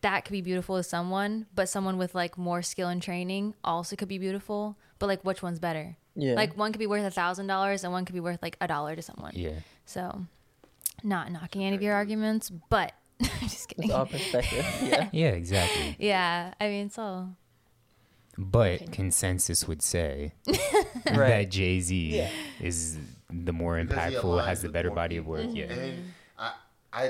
[SPEAKER 1] that could be beautiful to someone, but someone with like more skill and training also could be beautiful. But like which one's better?
[SPEAKER 2] Yeah.
[SPEAKER 1] Like one could be worth a thousand dollars and one could be worth like a dollar to someone.
[SPEAKER 5] yeah.
[SPEAKER 1] So not knocking any of your arguments, but I'm just kidding.
[SPEAKER 2] It's all perspective. yeah.
[SPEAKER 5] Yeah, exactly.
[SPEAKER 1] Yeah, I mean, so
[SPEAKER 5] But consensus would say
[SPEAKER 2] Right.
[SPEAKER 5] that Jay Z is the more
[SPEAKER 3] Because he
[SPEAKER 5] impactful,
[SPEAKER 3] aligns
[SPEAKER 5] has the
[SPEAKER 3] with
[SPEAKER 5] better
[SPEAKER 3] more
[SPEAKER 5] body of
[SPEAKER 3] people.
[SPEAKER 5] work. Yeah.
[SPEAKER 3] And I, I,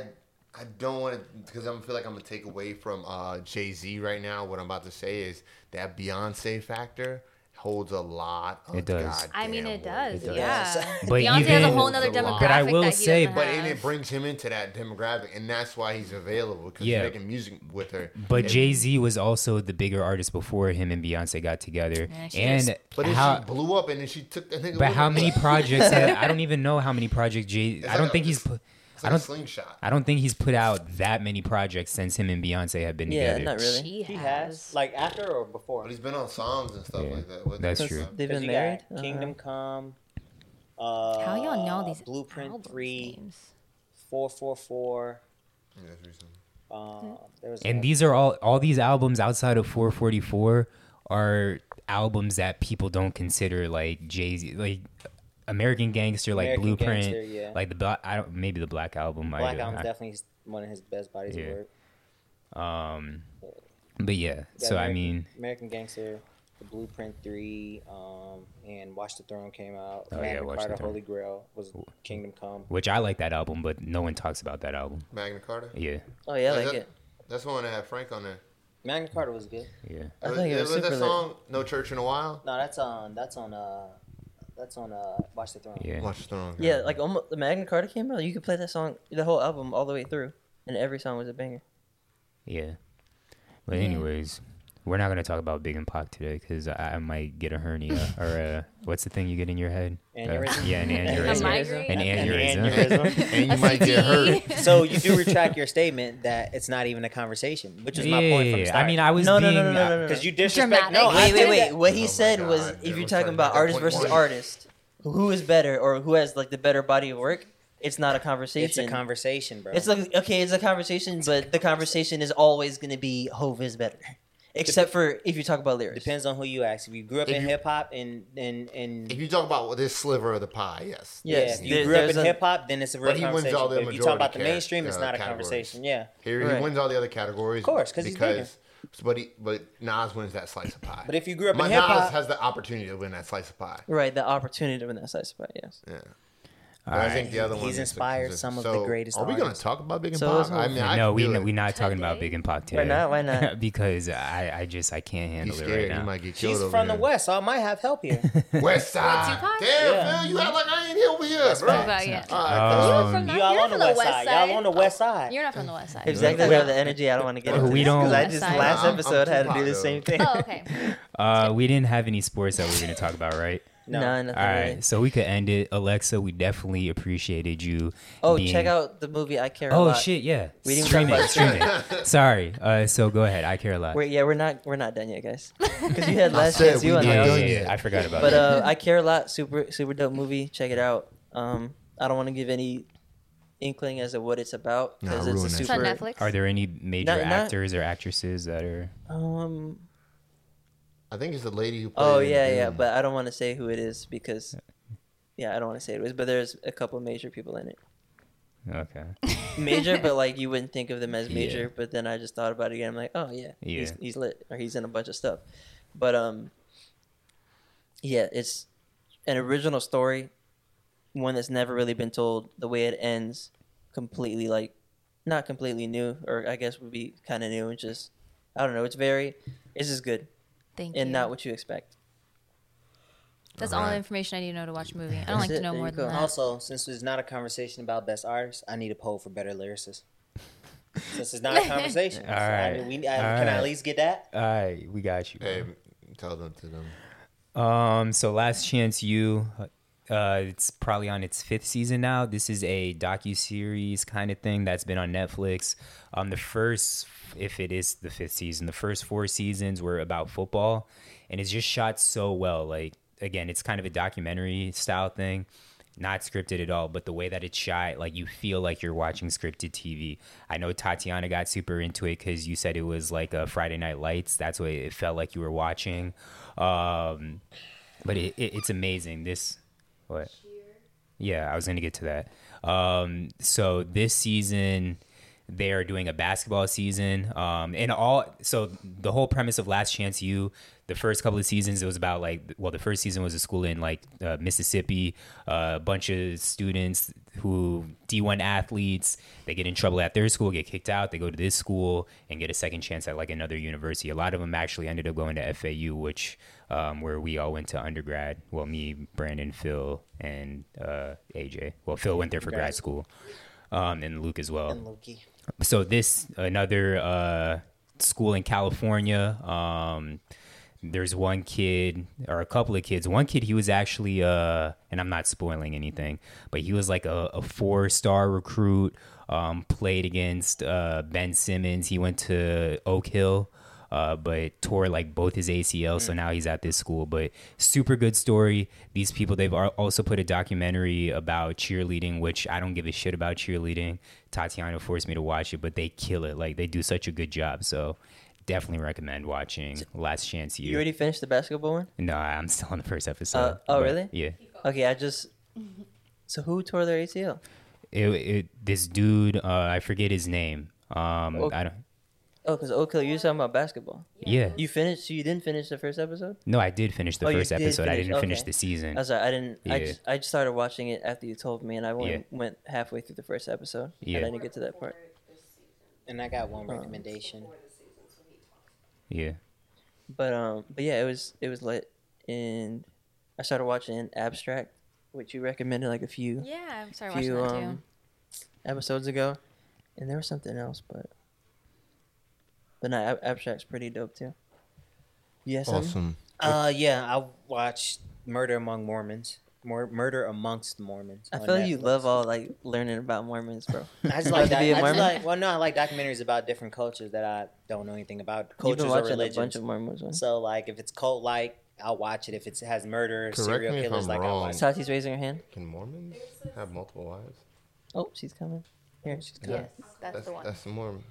[SPEAKER 3] I don't want to because I'm feel like I'm gonna take away from uh, Jay Z right now. What I'm about to say is that Beyonce factor holds a lot. Of
[SPEAKER 5] It does.
[SPEAKER 1] I mean, it
[SPEAKER 3] goddamn
[SPEAKER 1] does.
[SPEAKER 3] weight.
[SPEAKER 1] Yeah,
[SPEAKER 5] But
[SPEAKER 1] Beyonce has a
[SPEAKER 5] even-
[SPEAKER 1] whole other
[SPEAKER 3] But I
[SPEAKER 1] demographic.
[SPEAKER 5] will
[SPEAKER 1] that he
[SPEAKER 5] say-
[SPEAKER 1] doesn't
[SPEAKER 3] But
[SPEAKER 1] have.
[SPEAKER 3] and it brings him into that demographic, and that's why he's available because
[SPEAKER 5] Yeah.
[SPEAKER 3] he's making music with her.
[SPEAKER 5] But
[SPEAKER 3] And-
[SPEAKER 5] Jay Z was also the bigger artist before him and Beyonce got together.
[SPEAKER 1] Yeah, she
[SPEAKER 5] and
[SPEAKER 1] is.
[SPEAKER 3] but then
[SPEAKER 5] how,
[SPEAKER 3] she blew up, and then she took that nigga.
[SPEAKER 5] But
[SPEAKER 3] with
[SPEAKER 5] how
[SPEAKER 3] her.
[SPEAKER 5] many projects? Have, I don't even know how many projects Jay. I
[SPEAKER 3] like
[SPEAKER 5] don't
[SPEAKER 3] a-
[SPEAKER 5] think he's. Put,
[SPEAKER 3] It's
[SPEAKER 5] I
[SPEAKER 3] like a
[SPEAKER 5] don't.
[SPEAKER 3] slingshot.
[SPEAKER 5] I don't think he's put out that many projects since him and Beyonce have been
[SPEAKER 2] Yeah,
[SPEAKER 5] together.
[SPEAKER 2] not really.
[SPEAKER 1] she,
[SPEAKER 4] He
[SPEAKER 1] has.
[SPEAKER 4] has like after or before.
[SPEAKER 3] But he's been on songs and stuff
[SPEAKER 5] Yeah,
[SPEAKER 3] like that. with
[SPEAKER 5] that's
[SPEAKER 3] her.
[SPEAKER 5] true.
[SPEAKER 2] They've
[SPEAKER 4] 'Cause
[SPEAKER 2] been
[SPEAKER 4] you
[SPEAKER 2] married. Uh-huh.
[SPEAKER 4] got Kingdom Come. Uh,
[SPEAKER 1] How y'all know these
[SPEAKER 4] Blueprint
[SPEAKER 1] album
[SPEAKER 4] Three,
[SPEAKER 1] names?
[SPEAKER 4] Four Four Four.
[SPEAKER 3] Yeah, that's recent.
[SPEAKER 1] Hmm.
[SPEAKER 4] Um, there was
[SPEAKER 5] And
[SPEAKER 4] a-
[SPEAKER 5] these are all all these albums outside of 444 are albums that people don't consider like Jay Z like. American Gangster, like
[SPEAKER 4] American
[SPEAKER 5] Blueprint,
[SPEAKER 4] Gangster, yeah.
[SPEAKER 5] like the Bla- I don't maybe the Black Album. I
[SPEAKER 4] Black
[SPEAKER 5] don't-
[SPEAKER 4] Album's
[SPEAKER 5] I-
[SPEAKER 4] definitely his- one of his best bodies
[SPEAKER 5] Yeah.
[SPEAKER 4] of work.
[SPEAKER 5] But yeah,
[SPEAKER 4] Yeah,
[SPEAKER 5] so I
[SPEAKER 4] American-
[SPEAKER 5] mean,
[SPEAKER 4] American Gangster, The Blueprint Three, um, and Watch the Throne came out.
[SPEAKER 5] Oh,
[SPEAKER 4] Oh,
[SPEAKER 5] yeah,
[SPEAKER 4] Magna
[SPEAKER 5] Watch the
[SPEAKER 4] Carta,
[SPEAKER 5] Throne.
[SPEAKER 4] Holy Grail was Kingdom Come.
[SPEAKER 5] which I like that album, but no one talks about that album.
[SPEAKER 3] Magna Carta.
[SPEAKER 5] Yeah,
[SPEAKER 2] Oh yeah, I like
[SPEAKER 3] Is that-
[SPEAKER 2] it.
[SPEAKER 3] That's the one that had Frank on there.
[SPEAKER 4] Magna Carta was good.
[SPEAKER 5] yeah.
[SPEAKER 2] I think it was super
[SPEAKER 3] that
[SPEAKER 2] lit.
[SPEAKER 3] song "No Church in a While."
[SPEAKER 4] No, that's on. That's on. Uh, that's on. Uh, Watch the Throne.
[SPEAKER 5] Yeah.
[SPEAKER 3] Watch the wrong.
[SPEAKER 2] Yeah, like almost the Magna Carta came out. You could play that song, the whole album, all the way through, and every song was a banger.
[SPEAKER 5] Yeah. But anyways, we're not gonna talk about Big and Pac today because I, I might get a hernia or a, what's the thing you get in your head? Uh,
[SPEAKER 4] Aneurysm?
[SPEAKER 5] yeah, an
[SPEAKER 1] A
[SPEAKER 5] aneurysm.
[SPEAKER 1] migraine?
[SPEAKER 5] An
[SPEAKER 4] An
[SPEAKER 5] aneurysm.
[SPEAKER 4] aneurysm.
[SPEAKER 3] and you might get hurt.
[SPEAKER 4] so you do retract your statement that it's not even a conversation, which is my point from the
[SPEAKER 5] I
[SPEAKER 4] start.
[SPEAKER 5] mean, I was
[SPEAKER 2] No, no,
[SPEAKER 5] being uh,
[SPEAKER 2] no, no, no, no, no.
[SPEAKER 4] because you
[SPEAKER 1] Dramatic.
[SPEAKER 4] disrespect. No,
[SPEAKER 2] Wait,
[SPEAKER 4] I
[SPEAKER 2] wait,
[SPEAKER 4] said
[SPEAKER 2] wait.
[SPEAKER 4] that-
[SPEAKER 2] What he
[SPEAKER 3] Oh my
[SPEAKER 2] said
[SPEAKER 3] God,
[SPEAKER 2] was,
[SPEAKER 3] dude,
[SPEAKER 2] if you're
[SPEAKER 3] we're
[SPEAKER 2] talking
[SPEAKER 3] starting
[SPEAKER 2] about
[SPEAKER 3] to
[SPEAKER 2] artist
[SPEAKER 3] get
[SPEAKER 2] versus
[SPEAKER 3] point one.
[SPEAKER 2] artist, who is better or who has like the better body of work, it's not a conversation.
[SPEAKER 4] It's a conversation, bro.
[SPEAKER 2] It's like okay, it's a conversation, but the conversation is always going to be Hove is better, except for if you talk about lyrics.
[SPEAKER 4] depends on who you ask. If you grew up
[SPEAKER 3] If
[SPEAKER 4] in
[SPEAKER 3] you-
[SPEAKER 4] hip hop and and and
[SPEAKER 3] If you talk about this sliver of the pie, yes.
[SPEAKER 2] Yes,
[SPEAKER 4] yeah, if you
[SPEAKER 2] there-
[SPEAKER 4] grew up
[SPEAKER 2] there's
[SPEAKER 4] in
[SPEAKER 2] a-
[SPEAKER 4] hip hop, then it's a real
[SPEAKER 3] But he wins
[SPEAKER 4] conversation.
[SPEAKER 3] all the
[SPEAKER 4] But if you talk
[SPEAKER 3] majority
[SPEAKER 4] about the
[SPEAKER 3] car-
[SPEAKER 4] mainstream, it's
[SPEAKER 3] uh,
[SPEAKER 4] not a
[SPEAKER 3] categories.
[SPEAKER 4] conversation. Yeah,
[SPEAKER 3] Here he
[SPEAKER 2] Right.
[SPEAKER 3] wins all the other categories. Of
[SPEAKER 4] course, 'cause he's
[SPEAKER 3] but he, but Nas wins that slice of pie.
[SPEAKER 4] But if you grew up in
[SPEAKER 3] My
[SPEAKER 4] hip-hop-
[SPEAKER 3] Nas has the opportunity to win that slice of pie.
[SPEAKER 2] Right, the opportunity to win that side spot. Yes.
[SPEAKER 3] Yeah.
[SPEAKER 5] All
[SPEAKER 3] But I
[SPEAKER 5] right.
[SPEAKER 3] think the other
[SPEAKER 4] He's
[SPEAKER 3] one is the
[SPEAKER 4] inspired
[SPEAKER 3] consensus.
[SPEAKER 4] some of the greatest
[SPEAKER 3] Are we going to
[SPEAKER 4] artists.
[SPEAKER 3] talk about Big and
[SPEAKER 2] So
[SPEAKER 3] Pop?
[SPEAKER 2] that's what
[SPEAKER 3] I
[SPEAKER 2] we-
[SPEAKER 3] mean, I
[SPEAKER 5] No, we
[SPEAKER 3] feel it.
[SPEAKER 5] we're not talking about Big and Pac today.
[SPEAKER 2] not? Why not?
[SPEAKER 5] because I, I just I can't handle
[SPEAKER 3] He's
[SPEAKER 5] it right
[SPEAKER 3] scared.
[SPEAKER 5] now.
[SPEAKER 3] He might get killed.
[SPEAKER 4] she's
[SPEAKER 3] over
[SPEAKER 4] from
[SPEAKER 3] here.
[SPEAKER 4] the west, so I might have help here.
[SPEAKER 3] West Side.
[SPEAKER 1] Tupac?
[SPEAKER 3] Damn,
[SPEAKER 4] Yeah.
[SPEAKER 3] Phil, you act like I ain't here with you, bro.
[SPEAKER 1] What about you?
[SPEAKER 3] All right,
[SPEAKER 5] Uh,
[SPEAKER 1] You're
[SPEAKER 5] Um,
[SPEAKER 1] from the-
[SPEAKER 4] you all
[SPEAKER 1] you're
[SPEAKER 4] on the
[SPEAKER 1] from
[SPEAKER 4] west side. Y'all on the west side.
[SPEAKER 1] You're not from the west side.
[SPEAKER 2] Exactly. That's the energy I don't want to get into.
[SPEAKER 5] We
[SPEAKER 2] this,
[SPEAKER 5] don't-
[SPEAKER 2] 'cause I just
[SPEAKER 1] Sorry.
[SPEAKER 2] last
[SPEAKER 3] I'm- I'm
[SPEAKER 2] episode had to
[SPEAKER 3] Tupac,
[SPEAKER 2] do the
[SPEAKER 3] though.
[SPEAKER 2] same thing.
[SPEAKER 1] Oh, okay.
[SPEAKER 5] Uh, we didn't have any sports that we were gonna talk about, right?
[SPEAKER 4] No.
[SPEAKER 2] Nah, nothing.
[SPEAKER 5] All
[SPEAKER 2] really.
[SPEAKER 5] right, so we could end it. Alexa, we definitely appreciated you.
[SPEAKER 2] Oh,
[SPEAKER 5] being-
[SPEAKER 2] check out the movie I Care a
[SPEAKER 5] Oh
[SPEAKER 2] Lot.
[SPEAKER 5] shit, yeah.
[SPEAKER 2] We didn't
[SPEAKER 5] stream
[SPEAKER 2] talk
[SPEAKER 5] it,
[SPEAKER 2] about
[SPEAKER 5] stream it. Sorry. Uh, so go ahead. I care a lot.
[SPEAKER 2] We're, yeah, we're not we're not done yet, guys. Because you had last
[SPEAKER 3] said
[SPEAKER 2] chance
[SPEAKER 3] we
[SPEAKER 2] you on
[SPEAKER 3] not
[SPEAKER 2] that.
[SPEAKER 5] yeah, yeah,
[SPEAKER 3] done
[SPEAKER 5] yeah,
[SPEAKER 3] yet.
[SPEAKER 5] I forgot about
[SPEAKER 2] But
[SPEAKER 5] that.
[SPEAKER 2] uh, I care a lot. Super super dope movie. Check it out. Um, I don't want to give any inkling as to what it's about
[SPEAKER 3] Nah,
[SPEAKER 2] because it's a
[SPEAKER 3] ruin it.
[SPEAKER 1] It's on
[SPEAKER 2] super.
[SPEAKER 1] Netflix.
[SPEAKER 5] Are there any major
[SPEAKER 2] uh, Not- not-
[SPEAKER 5] actors or actresses that are?
[SPEAKER 2] Um.
[SPEAKER 3] I think it's the lady who. Played
[SPEAKER 2] Oh yeah, yeah.
[SPEAKER 3] Doom.
[SPEAKER 2] But I don't want to say who it is because. Yeah, I don't want to say it was, but there's a couple major people in it.
[SPEAKER 5] Okay.
[SPEAKER 2] Major, but like you wouldn't think of them as
[SPEAKER 5] Yeah.
[SPEAKER 2] major. But then I just thought about it again. I'm like, oh yeah, he's,
[SPEAKER 5] Yeah.
[SPEAKER 2] he's lit, or he's in a bunch of stuff. But um, yeah, it's an original story, one that's never really been told. The way it ends, completely like, not completely new, or I guess would be kind of new and just, I don't know. It's very, it's just good
[SPEAKER 1] Thank
[SPEAKER 2] and
[SPEAKER 1] you.
[SPEAKER 2] not what you expect.
[SPEAKER 1] That's all the information I need to know to watch a movie. I
[SPEAKER 2] That's
[SPEAKER 1] don't like
[SPEAKER 2] it.
[SPEAKER 1] to know
[SPEAKER 2] There
[SPEAKER 1] more
[SPEAKER 2] you go.
[SPEAKER 1] than that.
[SPEAKER 4] Also, since it's not a conversation about best artists, I need a poll for better lyricists. Since it's not a conversation,
[SPEAKER 5] All
[SPEAKER 4] so I
[SPEAKER 5] right.
[SPEAKER 4] mean, we, I,
[SPEAKER 5] All
[SPEAKER 4] can I
[SPEAKER 5] right.
[SPEAKER 4] at least get that?
[SPEAKER 5] All right, we got you.
[SPEAKER 3] Hey, tell them to them.
[SPEAKER 5] Um, so last chance you uh it's probably on its fifth season now. This is a docu-series kind of thing that's been on Netflix. Um the first if it is the fifth season, the first four seasons were about football and it's just shot so well. Like again, it's kind of a documentary style thing. Not scripted at all, but the way that it's shot, like you feel like you're watching scripted TV. I know Tatiana got super into it because you said it was like a Friday Night Lights. That's what it felt like you were watching. Um, but it, it, it's amazing. This what? Yeah, I was gonna get to that. Um, so this season they are doing a basketball season. Um, and all so the whole premise of Last Chance U, the first couple of seasons it was about like well the first season was a school in like uh, Mississippi, uh, a bunch of students who D1 athletes, they get in trouble at their school, get kicked out, they go to this school and get a second chance at like another university. A lot of them actually ended up going to FAU, which um, where we all went to undergrad. Well, me, Brandon, Phil, and uh, AJ. Well, Phil went there for grad school, um, and Luke as well
[SPEAKER 4] And Loki.
[SPEAKER 5] so this another uh, school in California. Um, there's one kid or a couple of kids. One kid he was actually, uh, and I'm not spoiling anything, but he was like a, a four star recruit. Um, played against uh, Ben Simmons. He went to Oak Hill. Uh, but tore like both his ACL,
[SPEAKER 2] Mm.
[SPEAKER 5] so now he's at this school. But super good story. These people they've al- also put a documentary about cheerleading, which I don't give a shit about cheerleading. Tatiana forced me to watch it, but they kill it. Like they do such a good job. So definitely recommend watching Last Chance
[SPEAKER 2] You
[SPEAKER 5] You.
[SPEAKER 2] already finished the basketball one?
[SPEAKER 5] no, I'm still on the first episode.
[SPEAKER 2] Uh, oh,
[SPEAKER 5] but
[SPEAKER 2] really?
[SPEAKER 5] Yeah.
[SPEAKER 2] Okay, I just. So who tore their ACL?
[SPEAKER 5] It, it, this dude, uh, I forget his name. Um,
[SPEAKER 2] Okay.
[SPEAKER 5] I don't.
[SPEAKER 2] Oh, because Oak Hill, you were talking about basketball.
[SPEAKER 5] Yeah.
[SPEAKER 2] You finished? So you didn't finish the first episode?
[SPEAKER 5] No, I did finish the
[SPEAKER 2] Oh, you
[SPEAKER 5] first
[SPEAKER 2] did
[SPEAKER 5] episode. I
[SPEAKER 2] finish-
[SPEAKER 5] didn't finish
[SPEAKER 2] okay.
[SPEAKER 5] the season.
[SPEAKER 2] I'm sorry, I didn't. I,
[SPEAKER 5] Yeah.
[SPEAKER 2] just, I just started watching it after you told me, and I went, went halfway through the first episode.
[SPEAKER 5] Yeah.
[SPEAKER 2] And I didn't get to that part.
[SPEAKER 4] And I got one recommendation.
[SPEAKER 5] Yeah.
[SPEAKER 2] But um, but yeah, it was it was lit, and I started watching Abstract, which you recommended like a few
[SPEAKER 1] Yeah, I'm sorry watching
[SPEAKER 2] few
[SPEAKER 1] that
[SPEAKER 2] um, episodes ago, and there was something else, but but no, Ab- Abstract's pretty dope too. Yes, Andy?
[SPEAKER 3] Awesome.
[SPEAKER 4] Uh, yeah, I watched Murder Among Mormons. Mur- Murder Amongst Mormons.
[SPEAKER 2] I
[SPEAKER 4] on
[SPEAKER 2] feel like you
[SPEAKER 4] Netflix.
[SPEAKER 2] love all like learning about Mormons, bro.
[SPEAKER 4] I just like
[SPEAKER 2] to
[SPEAKER 4] that.
[SPEAKER 2] be a
[SPEAKER 4] I just
[SPEAKER 2] Mormon?
[SPEAKER 4] like, well, no, I like documentaries about different cultures that I don't know anything about.
[SPEAKER 2] You've
[SPEAKER 4] Cultures
[SPEAKER 2] been
[SPEAKER 4] or
[SPEAKER 2] watching a
[SPEAKER 4] religions.
[SPEAKER 2] bunch of Mormons ones.
[SPEAKER 4] So like, if it's cult like, I'll watch it. If it's, it has murder,
[SPEAKER 3] Correct
[SPEAKER 4] serial
[SPEAKER 3] me if
[SPEAKER 4] killers,
[SPEAKER 3] I'm
[SPEAKER 4] like I'll
[SPEAKER 3] wrong.
[SPEAKER 4] watch. it.
[SPEAKER 2] Sati's raising her hand.
[SPEAKER 3] Can Mormons have multiple wives?
[SPEAKER 2] Oh, she's coming. Here, she's
[SPEAKER 1] too.
[SPEAKER 2] coming.
[SPEAKER 1] Yes, that's,
[SPEAKER 3] That's
[SPEAKER 1] the one.
[SPEAKER 3] that's Mormon.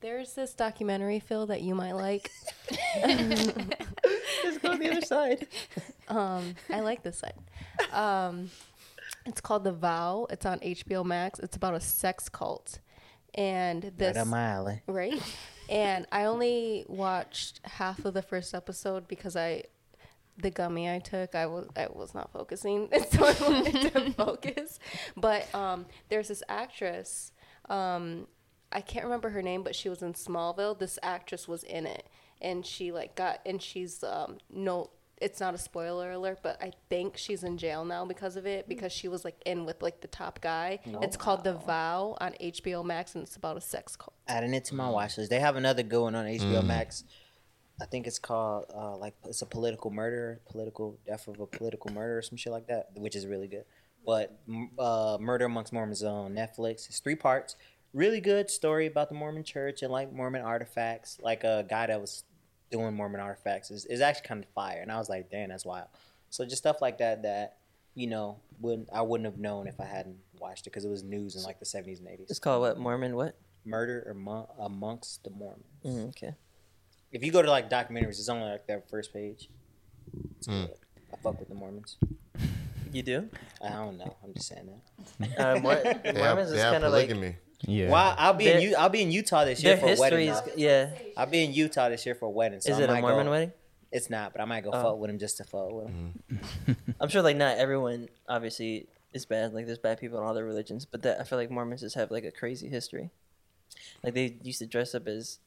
[SPEAKER 8] There's this documentary, Phil, that you might like.
[SPEAKER 2] Just go on the other side.
[SPEAKER 8] Um, I like this side. Um, it's called The Vow. It's on HBO Max. It's about a sex cult, and
[SPEAKER 4] Right
[SPEAKER 8] this
[SPEAKER 4] up my alley.
[SPEAKER 8] right. and I only watched half of the first episode because I, the gummy I took, I was I was not focusing, so I wanted to focus. But um, there's this actress. Um, I can't remember her name, but she was in Smallville. This actress was in it, and she like got and she's um no, it's not a spoiler alert, but I think she's in jail now because of it because she was like in with like the top guy. it's called The Vow on HBO Max, and it's about a sex cult.
[SPEAKER 4] Adding it to my watch list. They have another good one on HBO Max. I think it's called uh, like it's a political murder, political death of a political murder or some shit like that, which is really good. But m- uh, Murder Amongst Mormons on Netflix. It's three parts. Really good story about the Mormon Church and like Mormon artifacts. Like a guy that was doing Mormon artifacts is is actually kind of fire. And I was like, damn, that's wild. So just stuff like that that you know wouldn't I wouldn't have known if I hadn't watched it because it was news in like the seventies and eighties.
[SPEAKER 2] It's called what? Mormon what?
[SPEAKER 4] Murder Among- Amongst the Mormons.
[SPEAKER 2] Mm, okay.
[SPEAKER 4] If you go to like documentaries, it's only like their first page. It's
[SPEAKER 3] Mm.
[SPEAKER 4] good. I fuck with the Mormons.
[SPEAKER 2] You do?
[SPEAKER 4] I don't know. I'm just saying that.
[SPEAKER 2] Uh,
[SPEAKER 3] Um,
[SPEAKER 2] Mor-
[SPEAKER 3] They have,
[SPEAKER 2] Mormons
[SPEAKER 3] they
[SPEAKER 2] is
[SPEAKER 3] have
[SPEAKER 2] kind of like
[SPEAKER 3] polygamy.
[SPEAKER 5] Yeah.
[SPEAKER 4] Well, I'll be in
[SPEAKER 2] Their-
[SPEAKER 4] U- I'll be in Utah this year
[SPEAKER 2] their
[SPEAKER 4] for a wedding.
[SPEAKER 2] history is yeah.
[SPEAKER 4] I'll be in Utah this year for a wedding. So
[SPEAKER 2] is
[SPEAKER 4] I
[SPEAKER 2] it a
[SPEAKER 4] might
[SPEAKER 2] Mormon
[SPEAKER 4] go-
[SPEAKER 2] wedding?
[SPEAKER 4] It's not, but I might go
[SPEAKER 2] Oh.
[SPEAKER 4] fuck with him just to fuck with
[SPEAKER 3] Mm-hmm.
[SPEAKER 4] him.
[SPEAKER 2] I'm sure like not everyone obviously is bad. Like there's bad people in all their religions, but that I feel like Mormons just have like a crazy history. Like they used to dress up as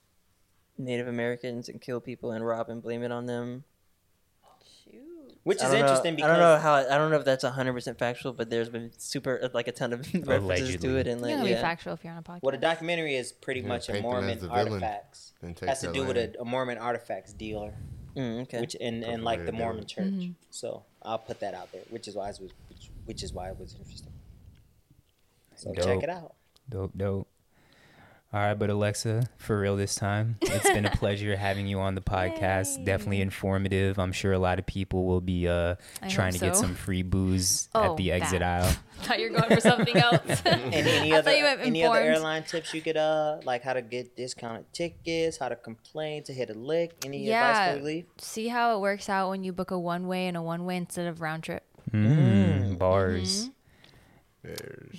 [SPEAKER 2] Native Americans and kill people and rob and blame it on them.
[SPEAKER 8] Shoot.
[SPEAKER 4] Which
[SPEAKER 2] I
[SPEAKER 4] is
[SPEAKER 2] don't know-
[SPEAKER 4] interesting because
[SPEAKER 2] I don't know how I don't know if that's 100 percent factual, but there's been super like a ton of references to
[SPEAKER 5] Allegedly.
[SPEAKER 2] it and
[SPEAKER 1] You're
[SPEAKER 2] like
[SPEAKER 1] gonna be
[SPEAKER 2] yeah.
[SPEAKER 1] factual if you're on a podcast.
[SPEAKER 4] what a documentary is pretty
[SPEAKER 3] Yeah,
[SPEAKER 4] much a
[SPEAKER 3] paint them as
[SPEAKER 4] Mormon
[SPEAKER 3] the villain.
[SPEAKER 4] artifacts.
[SPEAKER 3] Then take
[SPEAKER 4] Has to
[SPEAKER 3] their
[SPEAKER 4] do with a,
[SPEAKER 3] land.
[SPEAKER 4] a Mormon artifacts dealer,
[SPEAKER 2] Mm, okay.
[SPEAKER 4] which and, and
[SPEAKER 3] Perfect way
[SPEAKER 4] like
[SPEAKER 3] to
[SPEAKER 4] the
[SPEAKER 3] do
[SPEAKER 4] Mormon
[SPEAKER 3] it.
[SPEAKER 4] Church.
[SPEAKER 1] Mm-hmm.
[SPEAKER 4] So I'll put that out there, which is why it was which, which is why it was interesting. So check
[SPEAKER 5] Dope.
[SPEAKER 4] it out.
[SPEAKER 5] Dope, dope. All right, but Alexa, for real this time, it's been a pleasure having you on the podcast. Definitely informative. I'm sure a lot of people will be uh,
[SPEAKER 1] I
[SPEAKER 5] trying to
[SPEAKER 1] hope
[SPEAKER 5] get
[SPEAKER 1] so.
[SPEAKER 5] some free booze
[SPEAKER 1] Oh,
[SPEAKER 5] at the exit
[SPEAKER 1] that.
[SPEAKER 5] aisle.
[SPEAKER 1] thought you were going for something else.
[SPEAKER 4] And any
[SPEAKER 1] I
[SPEAKER 4] other
[SPEAKER 1] thought you meant
[SPEAKER 4] any other
[SPEAKER 1] informed.
[SPEAKER 4] airline tips you could uh like how to get discounted tickets, how to complain, to hit a lick, any advice
[SPEAKER 1] Yeah.
[SPEAKER 4] before we leave?
[SPEAKER 1] See how it works out when you book a one way and a one way instead of round trip. Mm-hmm.
[SPEAKER 5] Mm, bars.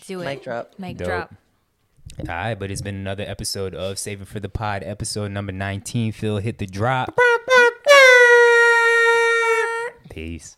[SPEAKER 1] Do it.
[SPEAKER 2] Mic drop.
[SPEAKER 1] Mic
[SPEAKER 5] Dope.
[SPEAKER 1] drop. Mm-hmm.
[SPEAKER 5] All right, but it's been another episode of Saving for the Pod, episode number 19. Phil, hit the drop. Peace.